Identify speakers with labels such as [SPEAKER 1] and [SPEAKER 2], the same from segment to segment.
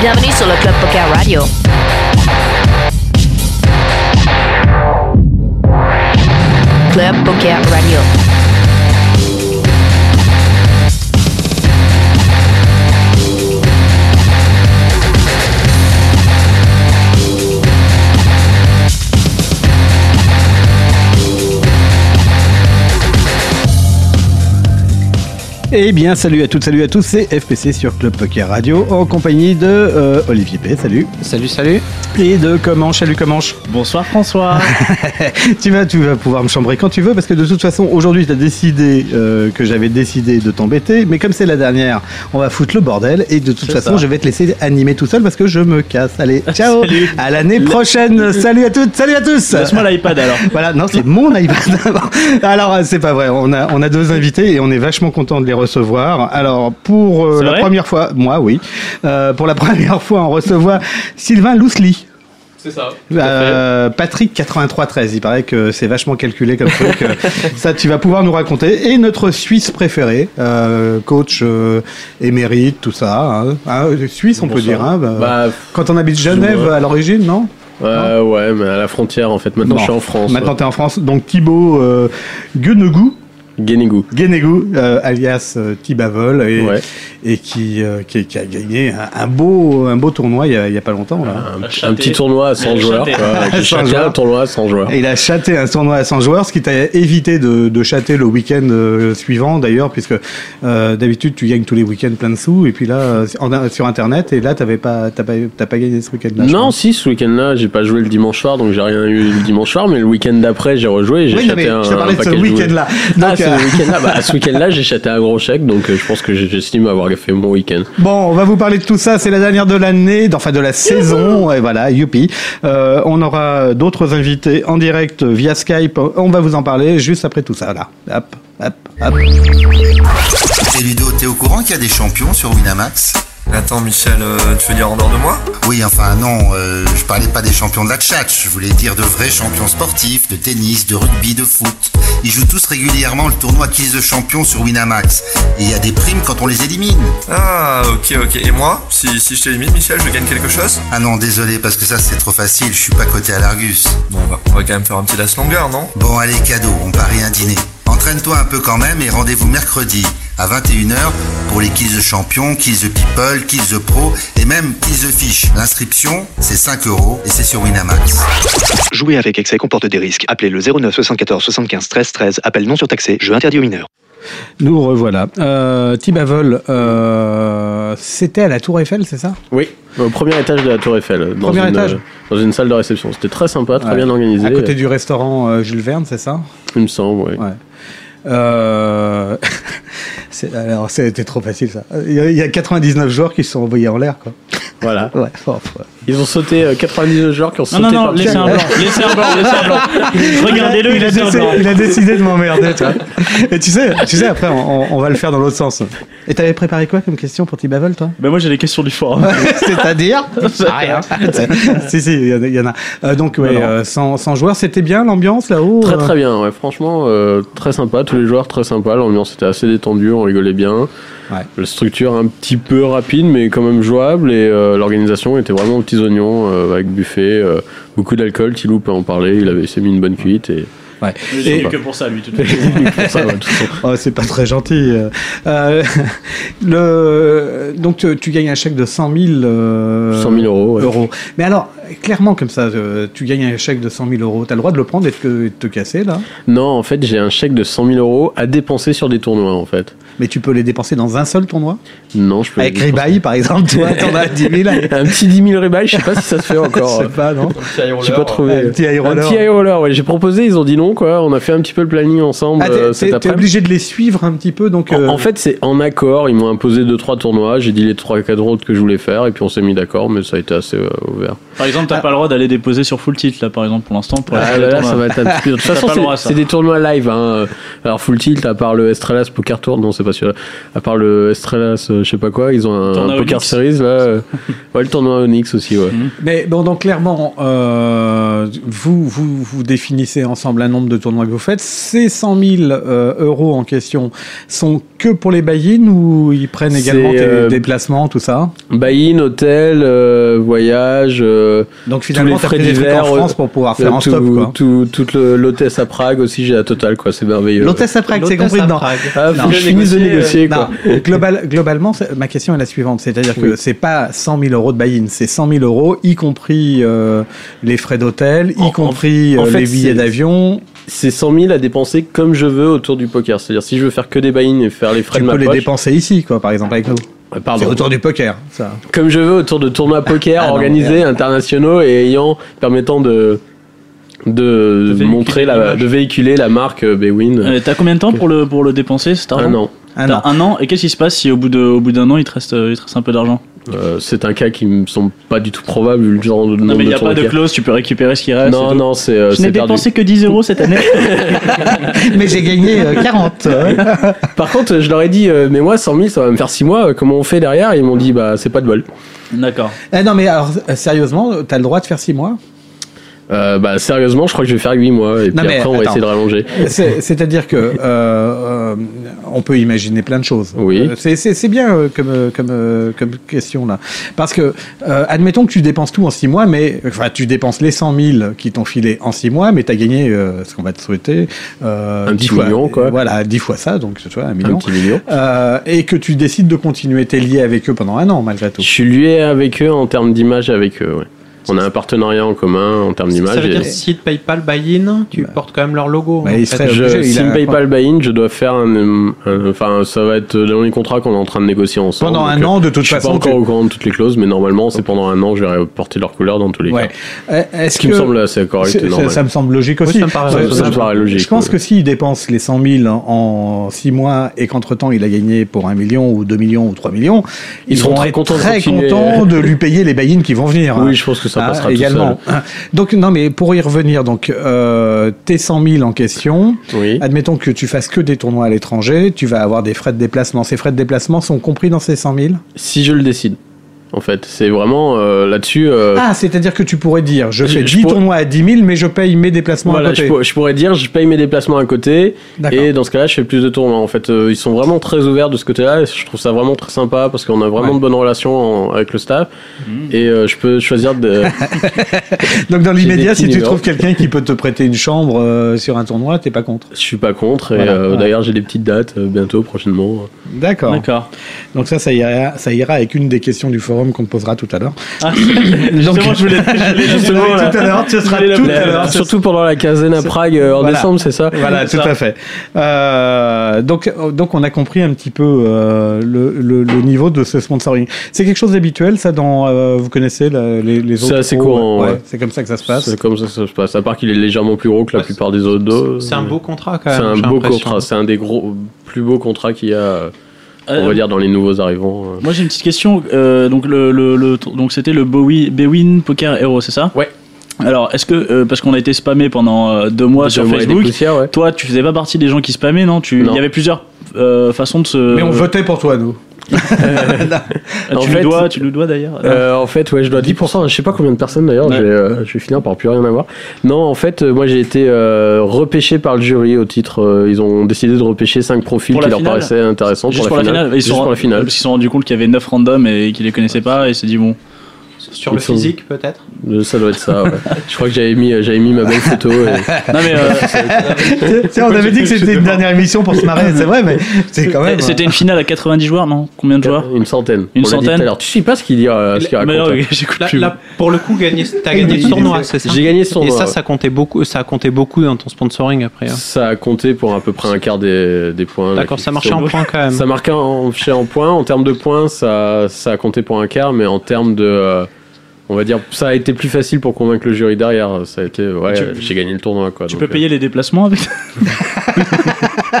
[SPEAKER 1] Bienvenue sur le Club Poker Radio. Club Poker Radio.
[SPEAKER 2] Eh bien, salut à toutes, salut à tous, c'est FPC sur Club Poker Radio en compagnie de euh, Olivier P. Salut.
[SPEAKER 3] Salut, salut.
[SPEAKER 2] Et de Comanche. Salut Comanche.
[SPEAKER 4] Bonsoir François.
[SPEAKER 2] tu vas, tu vas pouvoir me chambrer quand tu veux parce que de toute façon, aujourd'hui, tu as décidé euh, que j'avais décidé de t'embêter, mais comme c'est la dernière, on va foutre le bordel et de toute
[SPEAKER 4] C'est
[SPEAKER 2] façon,
[SPEAKER 4] ça.
[SPEAKER 2] je vais te laisser animer tout seul parce que je me casse. Allez, ciao.
[SPEAKER 4] Salut.
[SPEAKER 2] À l'année prochaine. Salut à toutes, salut à tous.
[SPEAKER 4] Laisse-moi l'iPad alors.
[SPEAKER 2] Voilà, non, c'est mon iPad. Alors, euh, c'est pas vrai. On a, on a deux invités et on est vachement content de les recevoir. Alors, pour euh,
[SPEAKER 4] C'est
[SPEAKER 2] la
[SPEAKER 4] vrai
[SPEAKER 2] première fois, moi, oui. Euh, pour la première fois, on reçoit Sylvain Lousli.
[SPEAKER 3] C'est ça.
[SPEAKER 2] Euh, Patrick 9313, il paraît que c'est vachement calculé comme truc. Euh, Ça, tu vas pouvoir nous raconter. Et notre Suisse préféré, euh, coach euh, émérite, tout ça. hein. Hein, Suisse, on peut
[SPEAKER 3] Bonsoir.
[SPEAKER 2] dire. hein, bah,
[SPEAKER 3] Bah,
[SPEAKER 2] quand on habite Genève
[SPEAKER 3] ouais.
[SPEAKER 2] à l'origine, non
[SPEAKER 3] euh, ouais, mais à la frontière en fait. Maintenant,
[SPEAKER 2] Non.
[SPEAKER 3] je suis en France.
[SPEAKER 2] Maintenant, t'es en France. Donc, Thibaut euh, Guenegou,
[SPEAKER 3] ouais. Guénigou.
[SPEAKER 2] Guénégou, euh, alias euh, Tibavol, et,
[SPEAKER 3] Ouais.
[SPEAKER 2] et qui, euh, qui, qui a gagné un, un beau, un beau tournoi il y a, il y a pas longtemps. Là.
[SPEAKER 3] Un,
[SPEAKER 4] Un
[SPEAKER 3] p-
[SPEAKER 4] châté.
[SPEAKER 3] un petit tournoi à 100
[SPEAKER 4] Un
[SPEAKER 3] joueurs.
[SPEAKER 4] châté.
[SPEAKER 3] quoi. J'ai
[SPEAKER 2] 100
[SPEAKER 3] châté
[SPEAKER 2] joueurs.
[SPEAKER 3] un tournoi à 100 joueurs.
[SPEAKER 2] Et il a châté un tournoi à 100 joueurs, ce qui t'a évité de, de châter le week-end euh, suivant d'ailleurs, puisque euh, d'habitude tu gagnes tous les week-ends plein de sous, et puis là euh, en- sur internet, et là t'avais pas, t'as pas, t'as pas gagné ce week-end-là. je
[SPEAKER 3] Non,
[SPEAKER 2] crois.
[SPEAKER 3] si, ce week-end-là, j'ai pas joué le dimanche soir, donc j'ai rien eu le dimanche soir, mais le week-end d'après, j'ai rejoué et j'ai
[SPEAKER 2] Oui, non, mais
[SPEAKER 3] châté un.
[SPEAKER 2] je te parlais
[SPEAKER 3] un
[SPEAKER 2] de ce
[SPEAKER 3] paquet jouets.
[SPEAKER 2] week-end-là.
[SPEAKER 3] Ah,
[SPEAKER 2] Donc,
[SPEAKER 3] ce
[SPEAKER 2] euh,
[SPEAKER 3] week-end-là, bah, ce week-end-là, j'ai châté un gros chèque, donc euh, je pense que j'ai- j'estime avoir fait mon week-end.
[SPEAKER 2] Bon, on va vous parler de tout ça. C'est la dernière de l'année, enfin de la saison. Et voilà, youpi. Euh, on aura d'autres invités en direct via Skype. On va vous en parler juste après tout ça. Là, hop, hop, hop.
[SPEAKER 5] Et Ludo, t'es au courant qu'il y a des champions sur Winamax
[SPEAKER 6] Attends Michel, euh, tu veux dire en dehors de moi
[SPEAKER 5] Oui, enfin non, euh, je parlais pas des champions de la chat, je voulais dire de vrais champions sportifs, de tennis, de rugby, de foot. Ils jouent tous régulièrement le tournoi Kiss de champions sur Winamax. Et il y a des primes quand on les élimine.
[SPEAKER 6] Ah ok ok, et moi si, si je t'élimine Michel, je gagne quelque chose
[SPEAKER 5] Ah non, désolé, parce que ça c'est trop facile, je suis pas coté à l'Argus.
[SPEAKER 6] Bon on va, on va quand même faire un petit last longueur non
[SPEAKER 5] Bon, allez, cadeau, on parie un dîner. Entraîne-toi un peu quand même et rendez-vous mercredi à 21h pour les Kills the Champions, Kills the People, Kills the Pro et même Kills the Fish. L'inscription, c'est 5 euros et c'est sur Winamax.
[SPEAKER 7] Jouer avec excès comporte des risques. Appelez le 09 74 75 13 13. Appel non surtaxé. Jeu interdit aux mineurs.
[SPEAKER 2] Nous revoilà. Euh, Tibavol, euh, c'était à la Tour Eiffel, c'est ça
[SPEAKER 3] Oui, au premier étage de la Tour Eiffel, dans,
[SPEAKER 2] Premier
[SPEAKER 3] une,
[SPEAKER 2] étage.
[SPEAKER 3] euh, dans une salle de réception. C'était très sympa, très
[SPEAKER 2] Ouais.
[SPEAKER 3] bien organisé.
[SPEAKER 2] À côté du restaurant euh, Jules Verne, c'est ça
[SPEAKER 3] Il me semble, ouais.
[SPEAKER 2] Ouais. Euh, c'est- alors, c'était trop facile ça. Il y a- il y a 99 joueurs qui se sont envoyés en l'air, quoi.
[SPEAKER 3] Voilà.
[SPEAKER 2] Ouais, fort, ouais.
[SPEAKER 3] Ils ont sauté euh, 99 joueurs qui ont
[SPEAKER 4] Non,
[SPEAKER 3] sauté
[SPEAKER 4] non, non,
[SPEAKER 3] par-
[SPEAKER 4] laissez un blanc. Laissez un blanc, laissez un blanc. Regardez-le, il a
[SPEAKER 2] décidé-
[SPEAKER 4] un blanc.
[SPEAKER 2] il a décidé de m'emmerder, tu vois. Et tu sais, tu sais après, on, on va le faire dans l'autre sens. Et t'avais préparé quoi comme question pour Tibavol, toi
[SPEAKER 4] Ben moi j'ai les questions du forum.
[SPEAKER 2] C'est-à-dire Rien. si, si, il y en a- il y, en a. Euh, donc, ouais,
[SPEAKER 4] Non, non.
[SPEAKER 2] euh, sans, sans joueurs, c'était bien l'ambiance là-haut
[SPEAKER 3] Très
[SPEAKER 2] euh,
[SPEAKER 3] très bien, ouais. franchement euh, très sympa, tous les joueurs très sympa, l'ambiance était assez détendue, on rigolait bien,
[SPEAKER 2] Ouais.
[SPEAKER 3] la structure un petit peu rapide mais quand même jouable et euh, l'organisation était vraiment aux petits oignons euh, avec buffet, euh, beaucoup d'alcool, Tilou peut en parler, il avait s'est mis une bonne cuite et
[SPEAKER 2] Ouais.
[SPEAKER 4] Il
[SPEAKER 2] Et-
[SPEAKER 4] est que pour ça lui tout de suite.
[SPEAKER 3] pour ça, ouais, de toute façon.
[SPEAKER 2] Oh, c'est pas très gentil. euh. Euh, le, donc, tu, tu gagnes un chèque de 100 000, euh,
[SPEAKER 3] 100 000 euros, ouais.
[SPEAKER 2] euros. Mais alors, clairement, comme ça, euh, tu gagnes un chèque de 100 000 euros. T'as le droit de le prendre et de, te- et de te casser, là.
[SPEAKER 3] Non en fait j'ai un chèque de 100 000 euros à dépenser sur des tournois en fait.
[SPEAKER 2] Mais tu peux les dépenser dans un seul tournoi.
[SPEAKER 3] Non je peux...
[SPEAKER 2] Avec Ribaille, par exemple, tu vois, t'en as 10 000.
[SPEAKER 3] un petit 10 000 rebuy, je sais pas si ça se fait encore.
[SPEAKER 2] Je sais pas, non
[SPEAKER 3] J'ai
[SPEAKER 8] euh.
[SPEAKER 3] pas trouvé.
[SPEAKER 2] Un petit high roller.
[SPEAKER 3] Un petit high roller, ouais. J'ai proposé, ils ont dit non, quoi. On a fait un petit peu le planning ensemble
[SPEAKER 2] Ah, t'es-
[SPEAKER 3] euh,
[SPEAKER 2] t'es-
[SPEAKER 3] cet
[SPEAKER 2] t'es
[SPEAKER 3] après-midi.
[SPEAKER 2] obligé de les suivre un petit peu, donc.
[SPEAKER 3] En-
[SPEAKER 2] euh,
[SPEAKER 3] En fait, c'est en accord. Ils m'ont imposé deux trois tournois. J'ai dit les trois quatre autres que je voulais faire, et puis on s'est mis d'accord. Mais ça a été assez euh, ouvert.
[SPEAKER 4] Par exemple, t'as pas le droit d'aller déposer sur full tilt là par exemple pour l'instant. Pour
[SPEAKER 3] Ah, là,
[SPEAKER 4] la-
[SPEAKER 3] là,
[SPEAKER 4] pour la-
[SPEAKER 3] ça va être un petit peu- De toute
[SPEAKER 4] T'as
[SPEAKER 3] façon,
[SPEAKER 4] pas le
[SPEAKER 3] c'est-
[SPEAKER 4] droit, ça.
[SPEAKER 3] c'est des tournois live. hein. Alors full tilt, à part le Estrelas Poker Tour, non, c'est pas celui-là. À part le Estrelas, euh, je sais pas quoi, ils ont un,
[SPEAKER 4] Tournoi
[SPEAKER 3] un Poker
[SPEAKER 4] Onyx. Mhm.
[SPEAKER 3] Series là. euh. ouais, le tournoi Onyx aussi, ouais.
[SPEAKER 2] Mais bon, donc clairement, euh, vous, vous vous définissez ensemble un nombre nombre de tournois que vous faites. Ces 100 000 euh, euros en question sont que pour les buy-in ou ils prennent
[SPEAKER 3] C'est,
[SPEAKER 2] également tes
[SPEAKER 3] euh,
[SPEAKER 2] déplacements, tout ça
[SPEAKER 3] Buy-in, hôtel, euh, voyage, euh,
[SPEAKER 2] Donc finalement,
[SPEAKER 3] les
[SPEAKER 2] tu as
[SPEAKER 3] frais
[SPEAKER 2] pris des trucs en
[SPEAKER 3] divers,
[SPEAKER 2] France
[SPEAKER 3] euh,
[SPEAKER 2] pour pouvoir faire un
[SPEAKER 3] tout,
[SPEAKER 2] stop. quoi.
[SPEAKER 3] tout, toute le- l'hôtesse à Prague aussi, j'ai la totale, quoi. C'est merveilleux.
[SPEAKER 2] L'hôtesse à Prague, c'est
[SPEAKER 9] L'hôtesse
[SPEAKER 2] compris
[SPEAKER 9] à
[SPEAKER 2] dedans.
[SPEAKER 9] Prague. euh,
[SPEAKER 3] Ah, faut que je finisse de négocier,
[SPEAKER 2] euh, Non,
[SPEAKER 3] quoi.
[SPEAKER 2] global- globalement, c'est- ma question est la suivante. C'est-à-dire que
[SPEAKER 3] Oui.
[SPEAKER 2] c'est pas 100 000 euros de buy-in, c'est 100 000 euros, y compris euh, les frais d'hôtel, y
[SPEAKER 3] En- en-
[SPEAKER 2] compris
[SPEAKER 3] en
[SPEAKER 2] euh,
[SPEAKER 3] fait,
[SPEAKER 2] les billets
[SPEAKER 3] c'est-
[SPEAKER 2] d'avion.
[SPEAKER 3] C'est 100 000 à dépenser comme je veux autour du poker. C'est-à-dire, si je veux faire que des buy-in et faire les frais
[SPEAKER 2] Tu
[SPEAKER 3] de
[SPEAKER 2] peux
[SPEAKER 3] ma
[SPEAKER 2] les
[SPEAKER 3] poche,
[SPEAKER 2] dépenser ici, quoi, par exemple, avec nous.
[SPEAKER 3] Ah,
[SPEAKER 2] C'est
[SPEAKER 3] pardon.
[SPEAKER 2] autour du poker, ça.
[SPEAKER 3] comme je veux autour de tournois poker
[SPEAKER 2] Ah non,
[SPEAKER 3] organisés internationaux et ayant permettant de de,
[SPEAKER 9] véhiculer
[SPEAKER 3] montrer la,
[SPEAKER 9] l'image.
[SPEAKER 3] de véhiculer la marque euh, Bwin
[SPEAKER 4] Euh, T'as combien de temps pour le, pour le dépenser cet argent
[SPEAKER 3] un an
[SPEAKER 2] Ah
[SPEAKER 4] T'as
[SPEAKER 2] non.
[SPEAKER 4] un an, et qu'est-ce qui se passe si au bout de- au bout d'un an il te reste, euh, il te reste un peu d'argent
[SPEAKER 3] Euh, c'est un cas qui me semble pas du tout probable vu le genre de
[SPEAKER 4] Non,
[SPEAKER 3] nombre
[SPEAKER 4] mais il
[SPEAKER 3] de
[SPEAKER 4] n'y a pas
[SPEAKER 3] tournois
[SPEAKER 4] de
[SPEAKER 3] qu'il y
[SPEAKER 4] clause, tu peux récupérer ce qui
[SPEAKER 3] a.
[SPEAKER 4] reste. et
[SPEAKER 3] non
[SPEAKER 4] tout.
[SPEAKER 3] non c'est euh,
[SPEAKER 4] Je n'ai
[SPEAKER 3] c'est perdu
[SPEAKER 4] dépensé que 10 euros cette année.
[SPEAKER 2] Mais j'ai gagné euh, 40.
[SPEAKER 9] Ah
[SPEAKER 3] par contre je leur ai dit euh, mais moi 100 000 ça va me faire 6 mois euh, comment on fait derrière ils m'ont dit bah c'est pas de bol
[SPEAKER 4] D'accord.
[SPEAKER 2] Eh non, mais alors, euh, sérieusement, t'as le droit de faire 6 mois
[SPEAKER 3] Euh, bah sérieusement je crois que je vais faire 8 mois et
[SPEAKER 2] Non,
[SPEAKER 3] puis
[SPEAKER 2] mais
[SPEAKER 3] après on va
[SPEAKER 2] attends. Euh,
[SPEAKER 3] essayer de rallonger
[SPEAKER 2] C'est- C'est-à-dire que euh, euh, on peut imaginer plein de choses.
[SPEAKER 3] Oui.
[SPEAKER 2] Euh, c'est- C'est c'est bien euh, comme euh, comme euh, comme question là, parce que euh, admettons que tu dépenses tout en six mois, mais enfin tu dépenses les 100 000 qui t'ont filé en six mois, mais t'as gagné euh, ce qu'on va te souhaiter euh,
[SPEAKER 3] Un
[SPEAKER 2] dix
[SPEAKER 3] petit
[SPEAKER 2] fois-
[SPEAKER 3] million, quoi.
[SPEAKER 2] Voilà, dix fois ça, donc tu vois un
[SPEAKER 3] un
[SPEAKER 2] million.
[SPEAKER 3] petit million
[SPEAKER 2] Euh, et que tu décides de continuer, t'es lié avec eux pendant un an malgré tout.
[SPEAKER 3] je suis lié avec eux en termes d'image avec eux ouais. on a un partenariat en commun en termes d'image
[SPEAKER 9] Ça veut
[SPEAKER 3] et-
[SPEAKER 9] dire si tu payes pas le buy-in, tu portes quand même leur logo.
[SPEAKER 2] Bah,
[SPEAKER 9] en
[SPEAKER 2] il
[SPEAKER 9] fait.
[SPEAKER 2] serait-
[SPEAKER 3] Je,
[SPEAKER 2] obligé, il
[SPEAKER 3] si
[SPEAKER 2] a
[SPEAKER 3] me
[SPEAKER 2] un
[SPEAKER 3] paye
[SPEAKER 2] point.
[SPEAKER 3] pas le buy-in, je dois faire un, euh, un- Enfin, ça va être dans les contrats qu'on est en train de négocier ensemble.
[SPEAKER 2] Pendant
[SPEAKER 3] donc,
[SPEAKER 2] un
[SPEAKER 3] euh,
[SPEAKER 2] an, de
[SPEAKER 3] Je
[SPEAKER 2] toute
[SPEAKER 3] suis pas
[SPEAKER 2] façon.
[SPEAKER 3] encore au courant de toutes les clauses, mais normalement, c'est pendant un an, je vais porter leur couleur dans tous les
[SPEAKER 2] tu- Ouais.
[SPEAKER 3] cas.
[SPEAKER 2] Euh, Est-ce
[SPEAKER 3] Ce qui me semble assez correct et
[SPEAKER 2] C'est- ça,
[SPEAKER 3] normal.
[SPEAKER 2] ça me semble logique aussi.
[SPEAKER 9] ça me paraît-
[SPEAKER 2] Ouais,
[SPEAKER 9] ça me
[SPEAKER 2] je-
[SPEAKER 3] paraît logique,
[SPEAKER 2] Je pense
[SPEAKER 3] oui.
[SPEAKER 2] que s'il dépense les 100 000 en 6 mois et qu'entre-temps il a gagné pour 1 million ou 2 millions ou 3 millions, ils,
[SPEAKER 3] Ils seront
[SPEAKER 2] vont
[SPEAKER 3] très
[SPEAKER 2] être
[SPEAKER 3] contents de
[SPEAKER 2] très
[SPEAKER 3] continuer.
[SPEAKER 2] contents de lui payer les buy-ins qui vont venir.
[SPEAKER 3] oui, je pense que ça
[SPEAKER 2] Ah,
[SPEAKER 3] passera
[SPEAKER 2] également.
[SPEAKER 3] tout
[SPEAKER 2] Donc non, mais pour y revenir, donc euh, tes 100 000 en question.
[SPEAKER 3] seul. Oui.
[SPEAKER 2] Admettons que tu fasses que des tournois à l'étranger, tu vas avoir des frais de déplacement. Ces frais de déplacement sont compris dans ces 100 000
[SPEAKER 3] Si je le décide, en fait. C'est vraiment euh, là-dessus. euh,
[SPEAKER 2] Ah, c'est-à-dire que tu pourrais dire, je
[SPEAKER 3] Je-
[SPEAKER 2] fais
[SPEAKER 3] je
[SPEAKER 2] 10
[SPEAKER 3] pourrais-
[SPEAKER 2] tournois à 10 000, mais je paye mes déplacements
[SPEAKER 3] voilà,
[SPEAKER 2] à
[SPEAKER 3] je,
[SPEAKER 2] côté.
[SPEAKER 3] pour- je pourrais dire, je paye mes déplacements à côté,
[SPEAKER 2] D'accord.
[SPEAKER 3] et dans ce cas-là, je fais plus de tournois. En fait, Euh, ils sont vraiment très ouverts de ce côté-là. et Je trouve ça vraiment très sympa parce qu'on a vraiment
[SPEAKER 2] Ouais.
[SPEAKER 3] de bonnes relations en- avec le staff, et euh, je peux choisir de.
[SPEAKER 2] Donc dans l'immédiat,
[SPEAKER 3] des
[SPEAKER 2] si
[SPEAKER 3] petits
[SPEAKER 2] tu
[SPEAKER 3] numéros.
[SPEAKER 2] trouves quelqu'un qui peut te prêter une chambre euh, sur un tournoi, t'es pas contre.
[SPEAKER 3] Je suis pas contre et
[SPEAKER 2] Voilà,
[SPEAKER 3] euh,
[SPEAKER 2] ouais.
[SPEAKER 3] d'ailleurs j'ai des petites dates euh, bientôt prochainement.
[SPEAKER 2] D'accord.
[SPEAKER 4] D'accord.
[SPEAKER 2] Donc ça, ça ira, ça ira avec une des questions du forum qu'on te posera tout à l'heure.
[SPEAKER 4] Ah, justement, je voulais.
[SPEAKER 3] Justement,
[SPEAKER 2] Oui,
[SPEAKER 3] là.
[SPEAKER 2] tout à l'heure, ce sera
[SPEAKER 4] Je voulais
[SPEAKER 2] tout
[SPEAKER 4] la-
[SPEAKER 2] à l'heure. ce
[SPEAKER 3] surtout pendant la quinzaine à Prague euh, en
[SPEAKER 2] Voilà.
[SPEAKER 3] décembre, c'est ça
[SPEAKER 2] Voilà, tout
[SPEAKER 4] Ça.
[SPEAKER 2] à fait. Euh, donc, donc, on a compris un petit peu euh, le, le- le niveau de ce sponsoring. C'est quelque chose d'habituel, ça, dans euh, vous connaissez la- les, les
[SPEAKER 3] C'est
[SPEAKER 2] autres.
[SPEAKER 3] assez
[SPEAKER 2] pros, euh,
[SPEAKER 3] courant, ouais.
[SPEAKER 2] C'est comme ça que ça se passe.
[SPEAKER 3] C'est comme ça que ça se passe. À part qu'il est légèrement plus gros que la
[SPEAKER 9] Ouais,
[SPEAKER 3] plupart des autres dos.
[SPEAKER 9] C'est un beau contrat quand
[SPEAKER 3] C'est
[SPEAKER 9] même.
[SPEAKER 3] un
[SPEAKER 9] j'ai
[SPEAKER 3] beau
[SPEAKER 9] l'impression.
[SPEAKER 3] contrat. C'est un des gros, plus beaux contrats qu'il y a, euh, on va dire, dans les nouveaux arrivants. euh.
[SPEAKER 4] Moi j'ai une petite question. Euh, donc le, le- le- donc c'était le Bowie Bewin Poker Hero, c'est ça
[SPEAKER 3] Ouais.
[SPEAKER 4] Alors est-ce que euh, parce qu'on a été spammé pendant euh, deux mois
[SPEAKER 3] Deux
[SPEAKER 4] sur
[SPEAKER 3] mois et des
[SPEAKER 4] Facebook,
[SPEAKER 3] poussières, ouais.
[SPEAKER 4] toi tu faisais pas partie des gens qui spammaient, non Tu
[SPEAKER 3] Non.
[SPEAKER 4] il y avait plusieurs euh, façons de se.
[SPEAKER 2] Mais on votait pour toi, nous.
[SPEAKER 4] Ah,
[SPEAKER 3] En
[SPEAKER 4] tu,
[SPEAKER 3] fait-
[SPEAKER 4] nous dois, tu nous dois d'ailleurs.
[SPEAKER 3] Euh, en fait, ouais, je dois 10%, je sais pas combien de personnes d'ailleurs,
[SPEAKER 4] Ouais.
[SPEAKER 3] je, vais, euh, je vais finir par plus rien avoir. Non, en fait, euh, moi j'ai été euh, repêché par le jury au titre. euh, ils ont décidé de repêcher 5 profils
[SPEAKER 4] Pour la
[SPEAKER 3] qui leur
[SPEAKER 4] finale
[SPEAKER 3] paraissaient intéressants
[SPEAKER 4] Juste
[SPEAKER 3] pour la finale.
[SPEAKER 4] Ils
[SPEAKER 3] Juste
[SPEAKER 4] sont-
[SPEAKER 3] pour la finale.
[SPEAKER 4] Ils se sont rendus compte qu'il y avait 9 randoms et qu'ils les connaissaient pas et ils se dit bon.
[SPEAKER 9] Sur le
[SPEAKER 3] Ils sont-
[SPEAKER 9] physique peut-être
[SPEAKER 3] Euh, Ça doit être ça. ouais. je crois que j'avais mis, euh, j'avais mis ma belle photo. et-
[SPEAKER 4] Non mais euh,
[SPEAKER 2] Tiens, on avait dit que c'était une dernière émission pour se marrer, c'est vrai, mais c'est quand même. hein.
[SPEAKER 4] eh, c'était une finale à 90 joueurs, non Combien de joueurs
[SPEAKER 3] Une centaine.
[SPEAKER 4] Une
[SPEAKER 3] On l'a dit
[SPEAKER 4] centaine
[SPEAKER 3] tout à l'heure. tu sais pas ce qu'il dit, euh, ce qu'il
[SPEAKER 4] Mais
[SPEAKER 3] raconte.
[SPEAKER 4] non,
[SPEAKER 3] hein.
[SPEAKER 4] j'écoute
[SPEAKER 9] Là,
[SPEAKER 4] plus.
[SPEAKER 9] là, pour le coup, gagné, t'as gagné
[SPEAKER 2] Il-
[SPEAKER 9] le
[SPEAKER 2] il-
[SPEAKER 9] tournoi, c'est ça
[SPEAKER 3] J'ai gagné ce
[SPEAKER 9] Et
[SPEAKER 3] tournoi,
[SPEAKER 9] ça,
[SPEAKER 3] ouais.
[SPEAKER 9] ça comptait beaucoup, ça comptait beaucoup dans ton sponsoring après. hein.
[SPEAKER 3] Ça a compté pour à peu près un quart des, des points. là,
[SPEAKER 9] D'accord,
[SPEAKER 3] qui
[SPEAKER 9] ça
[SPEAKER 3] sont-
[SPEAKER 9] marchait en point quand même.
[SPEAKER 3] Ça marquait en, chez en points. En termes de points, ça, ça a compté pour un quart, mais en termes de. euh, on va dire, ça a été plus facile pour convaincre le jury derrière. Ça a été, ouais,
[SPEAKER 4] Tu-
[SPEAKER 3] euh, j'ai gagné le tournoi, quoi.
[SPEAKER 4] Tu
[SPEAKER 3] donc,
[SPEAKER 4] peux
[SPEAKER 3] euh,
[SPEAKER 4] payer les déplacements avec
[SPEAKER 2] hein.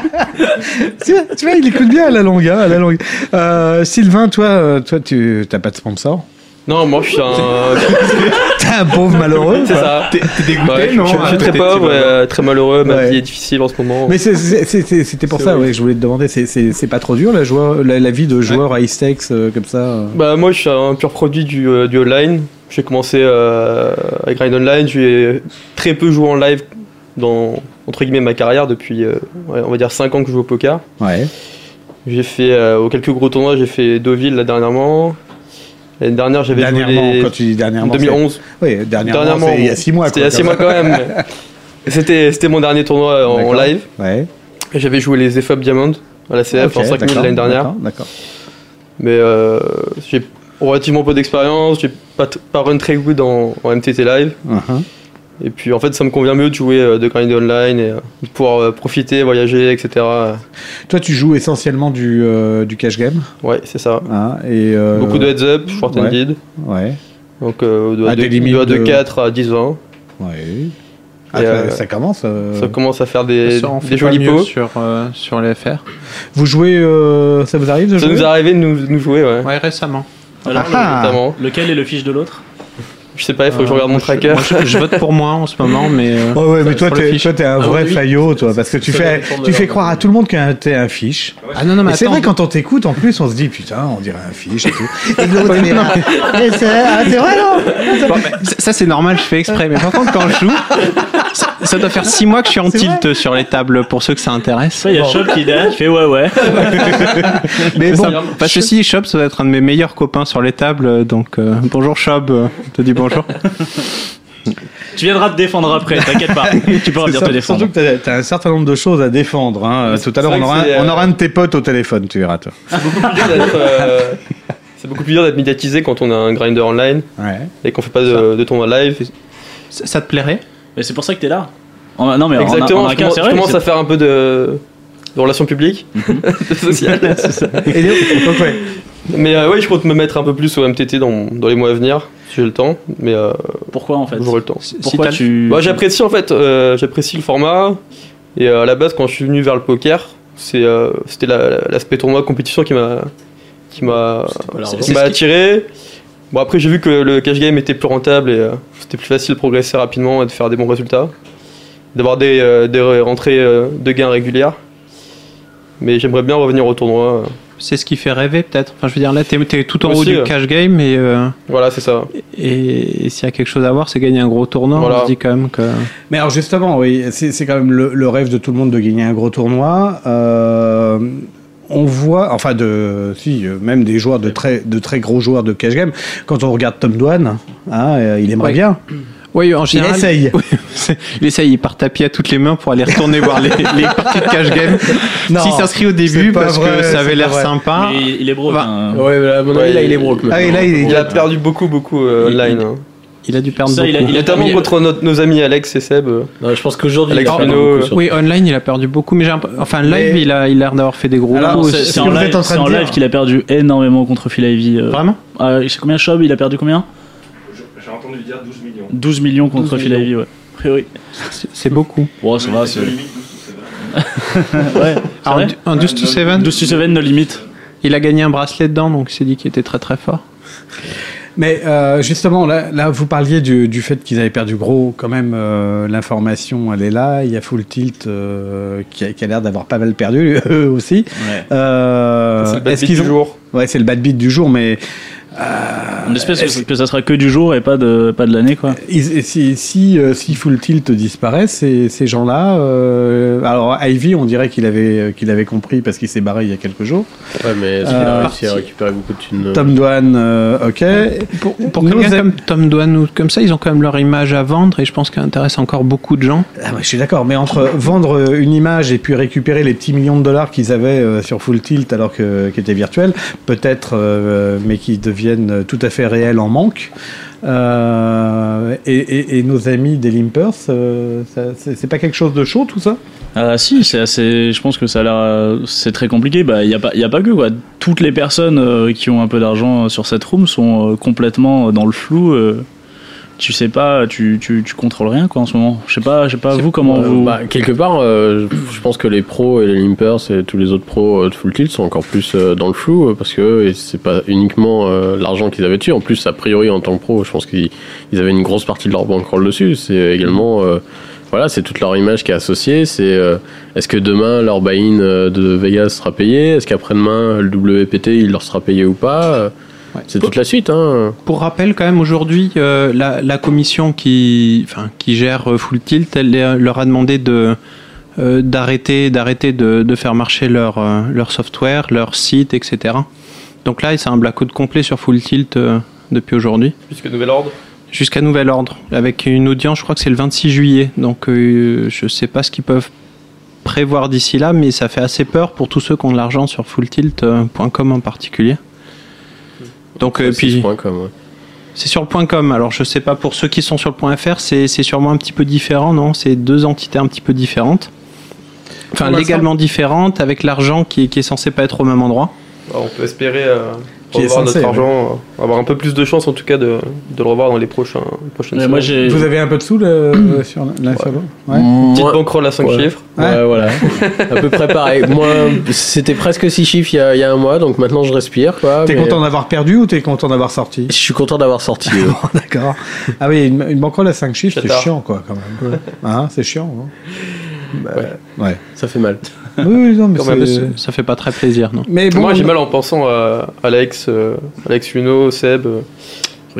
[SPEAKER 2] Tu vois, tu vois, il écoute bien à la longue. hein, à la longue. Euh, Sylvain, toi, euh, toi tu t'as pas de sponsor
[SPEAKER 8] Non, moi je suis un.
[SPEAKER 2] T'es un pauvre malheureux.
[SPEAKER 8] C'est ça. T'es dégoûté,
[SPEAKER 9] non
[SPEAKER 8] Je suis très pauvre, et, euh, très malheureux, ma
[SPEAKER 2] Ouais.
[SPEAKER 8] vie est difficile en ce moment.
[SPEAKER 2] Mais c'est- c'est- c'est- c'est- c'était pour
[SPEAKER 8] C'est
[SPEAKER 2] ça,
[SPEAKER 8] horrible.
[SPEAKER 2] ouais, je voulais te demander, c'est- c'est c'est pas trop dur la, joueur, la, la vie de joueur à stakes euh, comme ça euh.
[SPEAKER 8] Bah, moi je suis un pur produit du, euh, du online. J'ai commencé euh, à grind online, j'ai très peu joué en live dans, entre guillemets ma carrière depuis, euh, ouais, on va dire 5 ans que je joue au poker.
[SPEAKER 2] Ouais.
[SPEAKER 8] J'ai fait euh, aux quelques gros tournois, j'ai fait Deauville là dernièrement. L'année dernière, j'avais joué
[SPEAKER 2] Dernièrement,
[SPEAKER 8] les-
[SPEAKER 2] quand tu dis dernièrement. c'est-
[SPEAKER 8] 2011.
[SPEAKER 2] Oui, dernièrement,
[SPEAKER 8] Dernièrement,
[SPEAKER 2] c'est il y a six mois.
[SPEAKER 8] C'était il y
[SPEAKER 2] quoi,
[SPEAKER 8] a 6 mois
[SPEAKER 2] comme
[SPEAKER 8] quand même. C'était c'était mon dernier tournoi euh, en, en
[SPEAKER 2] D'accord.
[SPEAKER 8] live.
[SPEAKER 2] ça. Ouais.
[SPEAKER 8] J'avais joué les EFAP Diamond à la CF en
[SPEAKER 2] Ok,
[SPEAKER 8] 5000
[SPEAKER 2] d'accord,
[SPEAKER 8] l'année dernière.
[SPEAKER 2] d'accord, D'accord.
[SPEAKER 8] Mais euh, j'ai relativement peu d'expérience, j'ai pas, t- pas run très good en, en MTT live.
[SPEAKER 2] Uh-huh.
[SPEAKER 8] Et puis en fait, ça me convient mieux de jouer euh, de grind online et euh, de pouvoir euh, profiter, voyager, etc.
[SPEAKER 2] Toi, tu joues essentiellement du, euh, du cash game.
[SPEAKER 8] Ouais, c'est ça.
[SPEAKER 2] hein, et, euh,
[SPEAKER 8] Beaucoup de heads up, short
[SPEAKER 2] ouais.
[SPEAKER 8] ended.
[SPEAKER 2] Ouais.
[SPEAKER 8] Donc euh, de,
[SPEAKER 4] Ah,
[SPEAKER 2] À
[SPEAKER 8] de-
[SPEAKER 2] des limites
[SPEAKER 8] de- de
[SPEAKER 2] de-
[SPEAKER 8] 4 à 10 20
[SPEAKER 2] Ouais. Ah,
[SPEAKER 8] Et,
[SPEAKER 2] ça,
[SPEAKER 8] euh,
[SPEAKER 2] ça commence. euh,
[SPEAKER 8] Ça commence à faire des,
[SPEAKER 9] Ça, on
[SPEAKER 8] des
[SPEAKER 9] fait pas
[SPEAKER 8] jolis
[SPEAKER 9] mieux
[SPEAKER 8] pots.
[SPEAKER 9] sur, euh, sur les FR.
[SPEAKER 2] Vous jouez. euh, ça vous arrive de
[SPEAKER 8] Ça
[SPEAKER 2] jouer
[SPEAKER 8] nous est arrivé de nous, nous jouer, ouais.
[SPEAKER 9] Ouais, récemment.
[SPEAKER 4] Alors,
[SPEAKER 2] Ah.
[SPEAKER 8] Notamment.
[SPEAKER 4] le- lequel est le fiche de l'autre
[SPEAKER 8] Je sais pas, il faut que je
[SPEAKER 9] Euh,
[SPEAKER 8] regarde mon
[SPEAKER 9] moi,
[SPEAKER 8] tracker.
[SPEAKER 9] moi, je, je vote pour moi en ce moment, mais. euh,
[SPEAKER 2] Oh ouais, mais toi,
[SPEAKER 9] sur le
[SPEAKER 2] t'es,
[SPEAKER 9] fiche.
[SPEAKER 2] toi, t'es un
[SPEAKER 4] Ah,
[SPEAKER 2] vrai
[SPEAKER 4] oui.
[SPEAKER 2] faillot, toi, parce que tu
[SPEAKER 4] Ça
[SPEAKER 2] fais,
[SPEAKER 4] dépend de
[SPEAKER 2] tu fais
[SPEAKER 4] leur-
[SPEAKER 2] croire à tout le monde que t'es un fiche.
[SPEAKER 9] Ah non, non, mais
[SPEAKER 2] Et c'est
[SPEAKER 9] attends,
[SPEAKER 2] vrai, quand on t'écoute, en plus, on se dit, putain, on dirait un fiche et tout. Et l'autre, mais, mais c'est, ah, c'est vrai, non
[SPEAKER 9] Bon, mais ça, ça, c'est normal, je fais exprès. Mais par contre, quand je joue, ça, ça doit faire 6 mois que je suis en
[SPEAKER 2] C'est
[SPEAKER 9] tilt sur les tables pour ceux que ça intéresse.
[SPEAKER 4] Ça, il y a Chop qui est derrière, qui fait ouais, ouais.
[SPEAKER 2] Mais
[SPEAKER 9] Ça-
[SPEAKER 2] bon,
[SPEAKER 9] parce que si, Chob, ça doit être un de mes meilleurs copains sur les tables. euh, Donc, euh, bonjour Chob, euh, je te dis bonjour.
[SPEAKER 4] Tu viendras te défendre après, t'inquiète pas. Tu pourras
[SPEAKER 2] c'est
[SPEAKER 4] bien
[SPEAKER 2] ça,
[SPEAKER 4] te défendre.
[SPEAKER 2] surtout que t'as, t'as un certain nombre de choses à défendre. Hein. Euh, Tout à l'heure,
[SPEAKER 8] vrai
[SPEAKER 2] on
[SPEAKER 8] que
[SPEAKER 2] aura, un,
[SPEAKER 8] c'est, euh,
[SPEAKER 2] on aura un de tes potes au téléphone, tu verras, toi.
[SPEAKER 8] C'est beaucoup plus dur d'être, euh, c'est beaucoup plus dur d'être médiatisé quand on a un grinder online
[SPEAKER 2] Ouais.
[SPEAKER 8] et qu'on fait pas de, de tournoi live.
[SPEAKER 9] Ça, ça te plairait
[SPEAKER 4] Mais c'est pour ça que t'es là. En- non, mais en-
[SPEAKER 8] Exactement,
[SPEAKER 4] en,
[SPEAKER 8] je
[SPEAKER 4] un cas,
[SPEAKER 8] commence,
[SPEAKER 4] c'est
[SPEAKER 8] je
[SPEAKER 4] vrai.
[SPEAKER 8] commence
[SPEAKER 4] c'est- Mhm.
[SPEAKER 8] à faire un peu de, de relations publiques, de sociales.
[SPEAKER 2] Et donc, ouais.
[SPEAKER 8] Mais euh, ouais, je compte me mettre un peu plus au MTT dans, dans les mois à venir, si j'ai le temps. Mais euh,
[SPEAKER 4] Pourquoi en fait
[SPEAKER 8] j'aurai le temps.
[SPEAKER 4] Pourquoi
[SPEAKER 9] Si t'as-
[SPEAKER 4] tu.
[SPEAKER 8] Bah, j'apprécie en fait, euh, j'apprécie le format. Et euh, à la base, quand je suis venu vers le poker, c'est, euh, c'était la- la- l'aspect tournoi compétition qui m'a qui m'a
[SPEAKER 4] C'était pas l'argent.
[SPEAKER 8] qui m'a attiré. Bon après j'ai vu que le cash game était plus rentable et euh, c'était plus facile de progresser rapidement et de faire des bons résultats, d'avoir des, euh, des rentrées euh, de gains régulières. Mais j'aimerais bien revenir au tournoi.
[SPEAKER 9] C'est ce qui fait rêver, peut-être. Enfin, je veux dire, là, t'es t'es tout en haut
[SPEAKER 8] Aussi,
[SPEAKER 2] hein.
[SPEAKER 9] du
[SPEAKER 8] euh.
[SPEAKER 9] cash game et, euh,
[SPEAKER 8] Voilà c'est ça.
[SPEAKER 9] et, et s'il y a quelque chose à voir, c'est gagner un gros tournoi.
[SPEAKER 8] Voilà.
[SPEAKER 9] On se dit quand même que.
[SPEAKER 2] Mais alors justement, oui, c'est c'est quand même le, le rêve de tout le monde de gagner un gros tournoi. Euh, on voit, enfin, de, si, euh, même des joueurs de très, de très gros joueurs de cash game. Quand on regarde Tom Douane, hein, euh, il aimerait
[SPEAKER 9] Oui.
[SPEAKER 2] bien.
[SPEAKER 9] Oui, en
[SPEAKER 2] Il
[SPEAKER 9] général.
[SPEAKER 2] essaye.
[SPEAKER 9] Oui, c'est- il essaye, il part tapis à toutes les mains pour aller retourner voir les, les parties de cash game.
[SPEAKER 2] Non,
[SPEAKER 9] S'il s'inscrit au
[SPEAKER 2] c'est
[SPEAKER 9] début
[SPEAKER 2] pas
[SPEAKER 9] parce
[SPEAKER 2] vrai,
[SPEAKER 9] que ça
[SPEAKER 2] c'est
[SPEAKER 9] avait
[SPEAKER 2] pas
[SPEAKER 9] l'air
[SPEAKER 2] vrai.
[SPEAKER 9] sympa.
[SPEAKER 4] Mais il est broke.
[SPEAKER 9] Bah,
[SPEAKER 4] hein.
[SPEAKER 3] Ouais, mais à mon
[SPEAKER 8] Ouais,
[SPEAKER 3] avis, là,
[SPEAKER 8] il-
[SPEAKER 3] il est broke.
[SPEAKER 2] Ah, et là, il est-
[SPEAKER 8] Il a perdu beaucoup beaucoup euh,
[SPEAKER 3] Il-
[SPEAKER 8] online. hein.
[SPEAKER 9] Il a dû perdre
[SPEAKER 4] Ça, il a-
[SPEAKER 9] beaucoup.
[SPEAKER 4] il a-
[SPEAKER 8] Notamment
[SPEAKER 4] mais-
[SPEAKER 8] contre notre- nos amis Alex et Seb. euh,
[SPEAKER 6] Non, je pense qu'aujourd'hui,
[SPEAKER 8] Alex
[SPEAKER 6] il
[SPEAKER 8] euh,
[SPEAKER 6] a perdu
[SPEAKER 8] Pino,
[SPEAKER 6] beaucoup, surtout.
[SPEAKER 9] Oui, online, il a perdu beaucoup, mais j'ai un... enfin live,
[SPEAKER 2] euh. Mais-
[SPEAKER 9] il a il a l'air d'avoir fait des gros
[SPEAKER 2] Alors,
[SPEAKER 9] coups.
[SPEAKER 4] C'est
[SPEAKER 2] ce
[SPEAKER 4] c'est
[SPEAKER 2] que
[SPEAKER 4] en
[SPEAKER 2] vous
[SPEAKER 4] live,
[SPEAKER 2] êtes en train
[SPEAKER 4] c'est
[SPEAKER 2] de
[SPEAKER 4] en
[SPEAKER 2] dire.
[SPEAKER 4] live qu'il a perdu énormément contre Phil Ivey. euh,
[SPEAKER 9] Vraiment
[SPEAKER 4] euh, c'est combien Chob Il a perdu combien
[SPEAKER 6] J'ai entendu dire 12 millions.
[SPEAKER 4] 12 millions contre
[SPEAKER 2] 12
[SPEAKER 4] Phil Ivey, ouais. A priori.
[SPEAKER 9] C'est c'est beaucoup.
[SPEAKER 4] Ouais, ça va, c'est. ouais.
[SPEAKER 9] Alors,
[SPEAKER 4] vrai
[SPEAKER 9] un 12 to 7,
[SPEAKER 4] 12 to 7, no limite.
[SPEAKER 9] il a gagné un bracelet dedans, donc il s'est dit qu'il était très très fort.
[SPEAKER 2] Mais euh, justement, là, là, vous parliez du, du fait qu'ils avaient perdu gros. Quand même, euh, l'information, elle est là. Il y a Full Tilt euh, qui a, qui a l'air d'avoir pas mal perdu, eux aussi.
[SPEAKER 4] Ouais.
[SPEAKER 2] Euh,
[SPEAKER 8] c'est le bad
[SPEAKER 2] est-ce
[SPEAKER 8] beat
[SPEAKER 2] qu'ils
[SPEAKER 8] du
[SPEAKER 2] ont-
[SPEAKER 8] jour.
[SPEAKER 2] Ouais, c'est le bad beat du jour, mais
[SPEAKER 4] Euh, On espère que, que ça sera que du jour et pas de, pas de l'année, quoi.
[SPEAKER 2] Ils- et si, si, euh, si Full Tilt disparaît, ces, ces gens-là. euh, alors, Ivy, on dirait qu'il avait, euh, qu'il avait compris parce qu'il s'est barré il y a quelques jours.
[SPEAKER 3] Ouais, mais est-ce qu'il
[SPEAKER 2] Euh,
[SPEAKER 3] a réussi à récupérer beaucoup de thunes
[SPEAKER 2] Tom Douane, euh, ok.
[SPEAKER 9] Pour, pour
[SPEAKER 2] Nous
[SPEAKER 9] quelqu'un
[SPEAKER 2] a-
[SPEAKER 9] comme Tom Douane ou comme ça, ils ont quand même leur image à vendre et je pense qu'elle intéresse encore beaucoup de gens.
[SPEAKER 2] Ah, bah, je suis d'accord, mais entre vendre euh, une image et puis récupérer les petits millions de dollars qu'ils avaient euh, sur Full Tilt alors que qui était virtuel, peut-être, euh, mais qui deviennent tout à fait réels en manque. euh, et, et- et nos amis des Limpers, euh, ça- c'est c'est pas quelque chose de chaud tout ça
[SPEAKER 4] Ah si, c'est assez. Je pense que ça a l'air. euh, C'est très compliqué. Bah, il y a pas, il y a pas que quoi. Toutes les personnes euh, qui ont un peu d'argent euh, sur cette room sont euh, complètement euh, dans le flou. euh, tu sais pas, tu, tu, tu contrôles rien quoi en ce moment. Je sais pas, je sais pas vous comment
[SPEAKER 3] Euh,
[SPEAKER 4] vous.
[SPEAKER 3] bah, quelque part, euh, je je pense que les pros et les limpers et tous les autres pros euh, de Full Tilt sont encore plus euh, dans le flou euh, parce que euh, c'est pas uniquement euh, l'argent qu'ils avaient dessus. En plus, a priori, en tant que pro, je pense qu'ils ils avaient une grosse partie de leur bankroll dessus. C'est également. euh, voilà, c'est toute leur image qui est associée. C'est euh, est-ce que demain leur buy-in euh, de Vegas sera payé Est-ce qu'après-demain le WPT il leur sera payé ou pas Euh,
[SPEAKER 9] Ouais.
[SPEAKER 3] C'est toute la suite, hein.
[SPEAKER 9] Pour rappel, quand même, aujourd'hui, euh, la, la commission qui, enfin, qui gère euh, Full Tilt, elle euh, leur a demandé de euh, d'arrêter d'arrêter de, de faire marcher leur euh, leur software, leur site, etc. Donc là, c'est un blackout complet sur Full Tilt euh, depuis aujourd'hui
[SPEAKER 8] Puisque nouvel ordre.
[SPEAKER 9] jusqu'à nouvel ordre, avec une audience, je crois que c'est le 26 juillet. Donc euh, je sais pas ce qu'ils peuvent prévoir d'ici là, mais ça fait assez peur pour tous ceux qui ont de l'argent sur fulltilt.com en particulier. Donc euh, puis
[SPEAKER 3] 6.com, ouais.
[SPEAKER 9] c'est sur le point .com. Alors je sais pas pour ceux qui sont sur le point .fr, c'est c'est sûrement un petit peu différent, non C'est deux entités un petit peu différentes.
[SPEAKER 2] Pour
[SPEAKER 9] Enfin
[SPEAKER 2] l'instant-
[SPEAKER 9] légalement différentes, avec l'argent qui, est- qui est censé pas être au même endroit.
[SPEAKER 8] Alors, on peut espérer euh,
[SPEAKER 2] Qui est
[SPEAKER 8] revoir
[SPEAKER 2] censé,
[SPEAKER 8] notre argent, euh, avoir un peu plus de chance en tout cas de, de le revoir dans les prochains les prochaines
[SPEAKER 4] Mais
[SPEAKER 8] semaines.
[SPEAKER 4] moi, j'ai.
[SPEAKER 2] Vous avez un peu de sous le, euh, sur l'un sur l'autre Ouais.
[SPEAKER 8] Petite
[SPEAKER 3] Moi-
[SPEAKER 8] banquerolle à 5
[SPEAKER 3] Ouais.
[SPEAKER 8] chiffres.
[SPEAKER 3] Ouais,
[SPEAKER 2] Ouais.
[SPEAKER 3] voilà. à peu près pareil. Moi, c'était presque 6 chiffres il y, a, il y a un mois, donc maintenant je respire. Quoi,
[SPEAKER 2] T'es
[SPEAKER 3] mais-
[SPEAKER 2] content d'avoir perdu ou t'es content d'avoir sorti
[SPEAKER 3] Je suis content d'avoir sorti. euh.
[SPEAKER 2] D'accord. Ah oui, une, une banquerolle à 5 chiffres, c'est
[SPEAKER 8] J'adore.
[SPEAKER 2] chiant, quoi, quand même. Hein, c'est chiant. hein. Bah, ouais.
[SPEAKER 3] Ça fait mal.
[SPEAKER 2] Oui, oui, non, mais
[SPEAKER 8] Quand même,
[SPEAKER 2] c'est-
[SPEAKER 9] Ça fait pas très plaisir, non
[SPEAKER 2] Mais bon,
[SPEAKER 8] Moi j'ai mal en pensant à Alex, euh, Alex Luno, Seb, euh,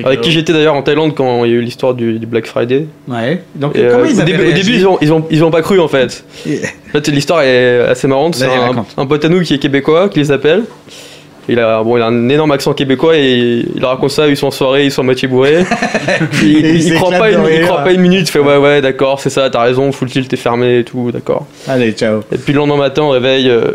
[SPEAKER 8] avec qui j'étais d'ailleurs en Thaïlande quand il y a eu l'histoire du, du Black Friday.
[SPEAKER 2] Ouais. Donc,
[SPEAKER 8] Et,
[SPEAKER 2] comment
[SPEAKER 8] euh,
[SPEAKER 2] ils
[SPEAKER 8] au,
[SPEAKER 2] avaient
[SPEAKER 8] début, au
[SPEAKER 2] réagi
[SPEAKER 8] début, ils ont, ils, ont, ils ont pas cru en fait.
[SPEAKER 2] Et-
[SPEAKER 8] En fait, l'histoire est assez marrante. C'est
[SPEAKER 2] Vas-y,
[SPEAKER 8] un,
[SPEAKER 2] raconte.
[SPEAKER 8] un pote à nous qui est québécois qui les appelle. Il a, bon, il a un énorme accent québécois et il raconte ça. Ils sont en soirée, ils sont à moitié bourrés. il,
[SPEAKER 2] Et ils
[SPEAKER 8] il croit
[SPEAKER 2] s'éclatent
[SPEAKER 8] pas
[SPEAKER 2] de
[SPEAKER 8] une, il
[SPEAKER 2] rire.
[SPEAKER 8] croit pas une minute. Il fait ouais, ouais, d'accord, c'est ça, t'as raison, full tilt, t'es fermé et tout, d'accord.
[SPEAKER 2] Allez, ciao.
[SPEAKER 8] Et puis le lendemain matin, au réveil, euh,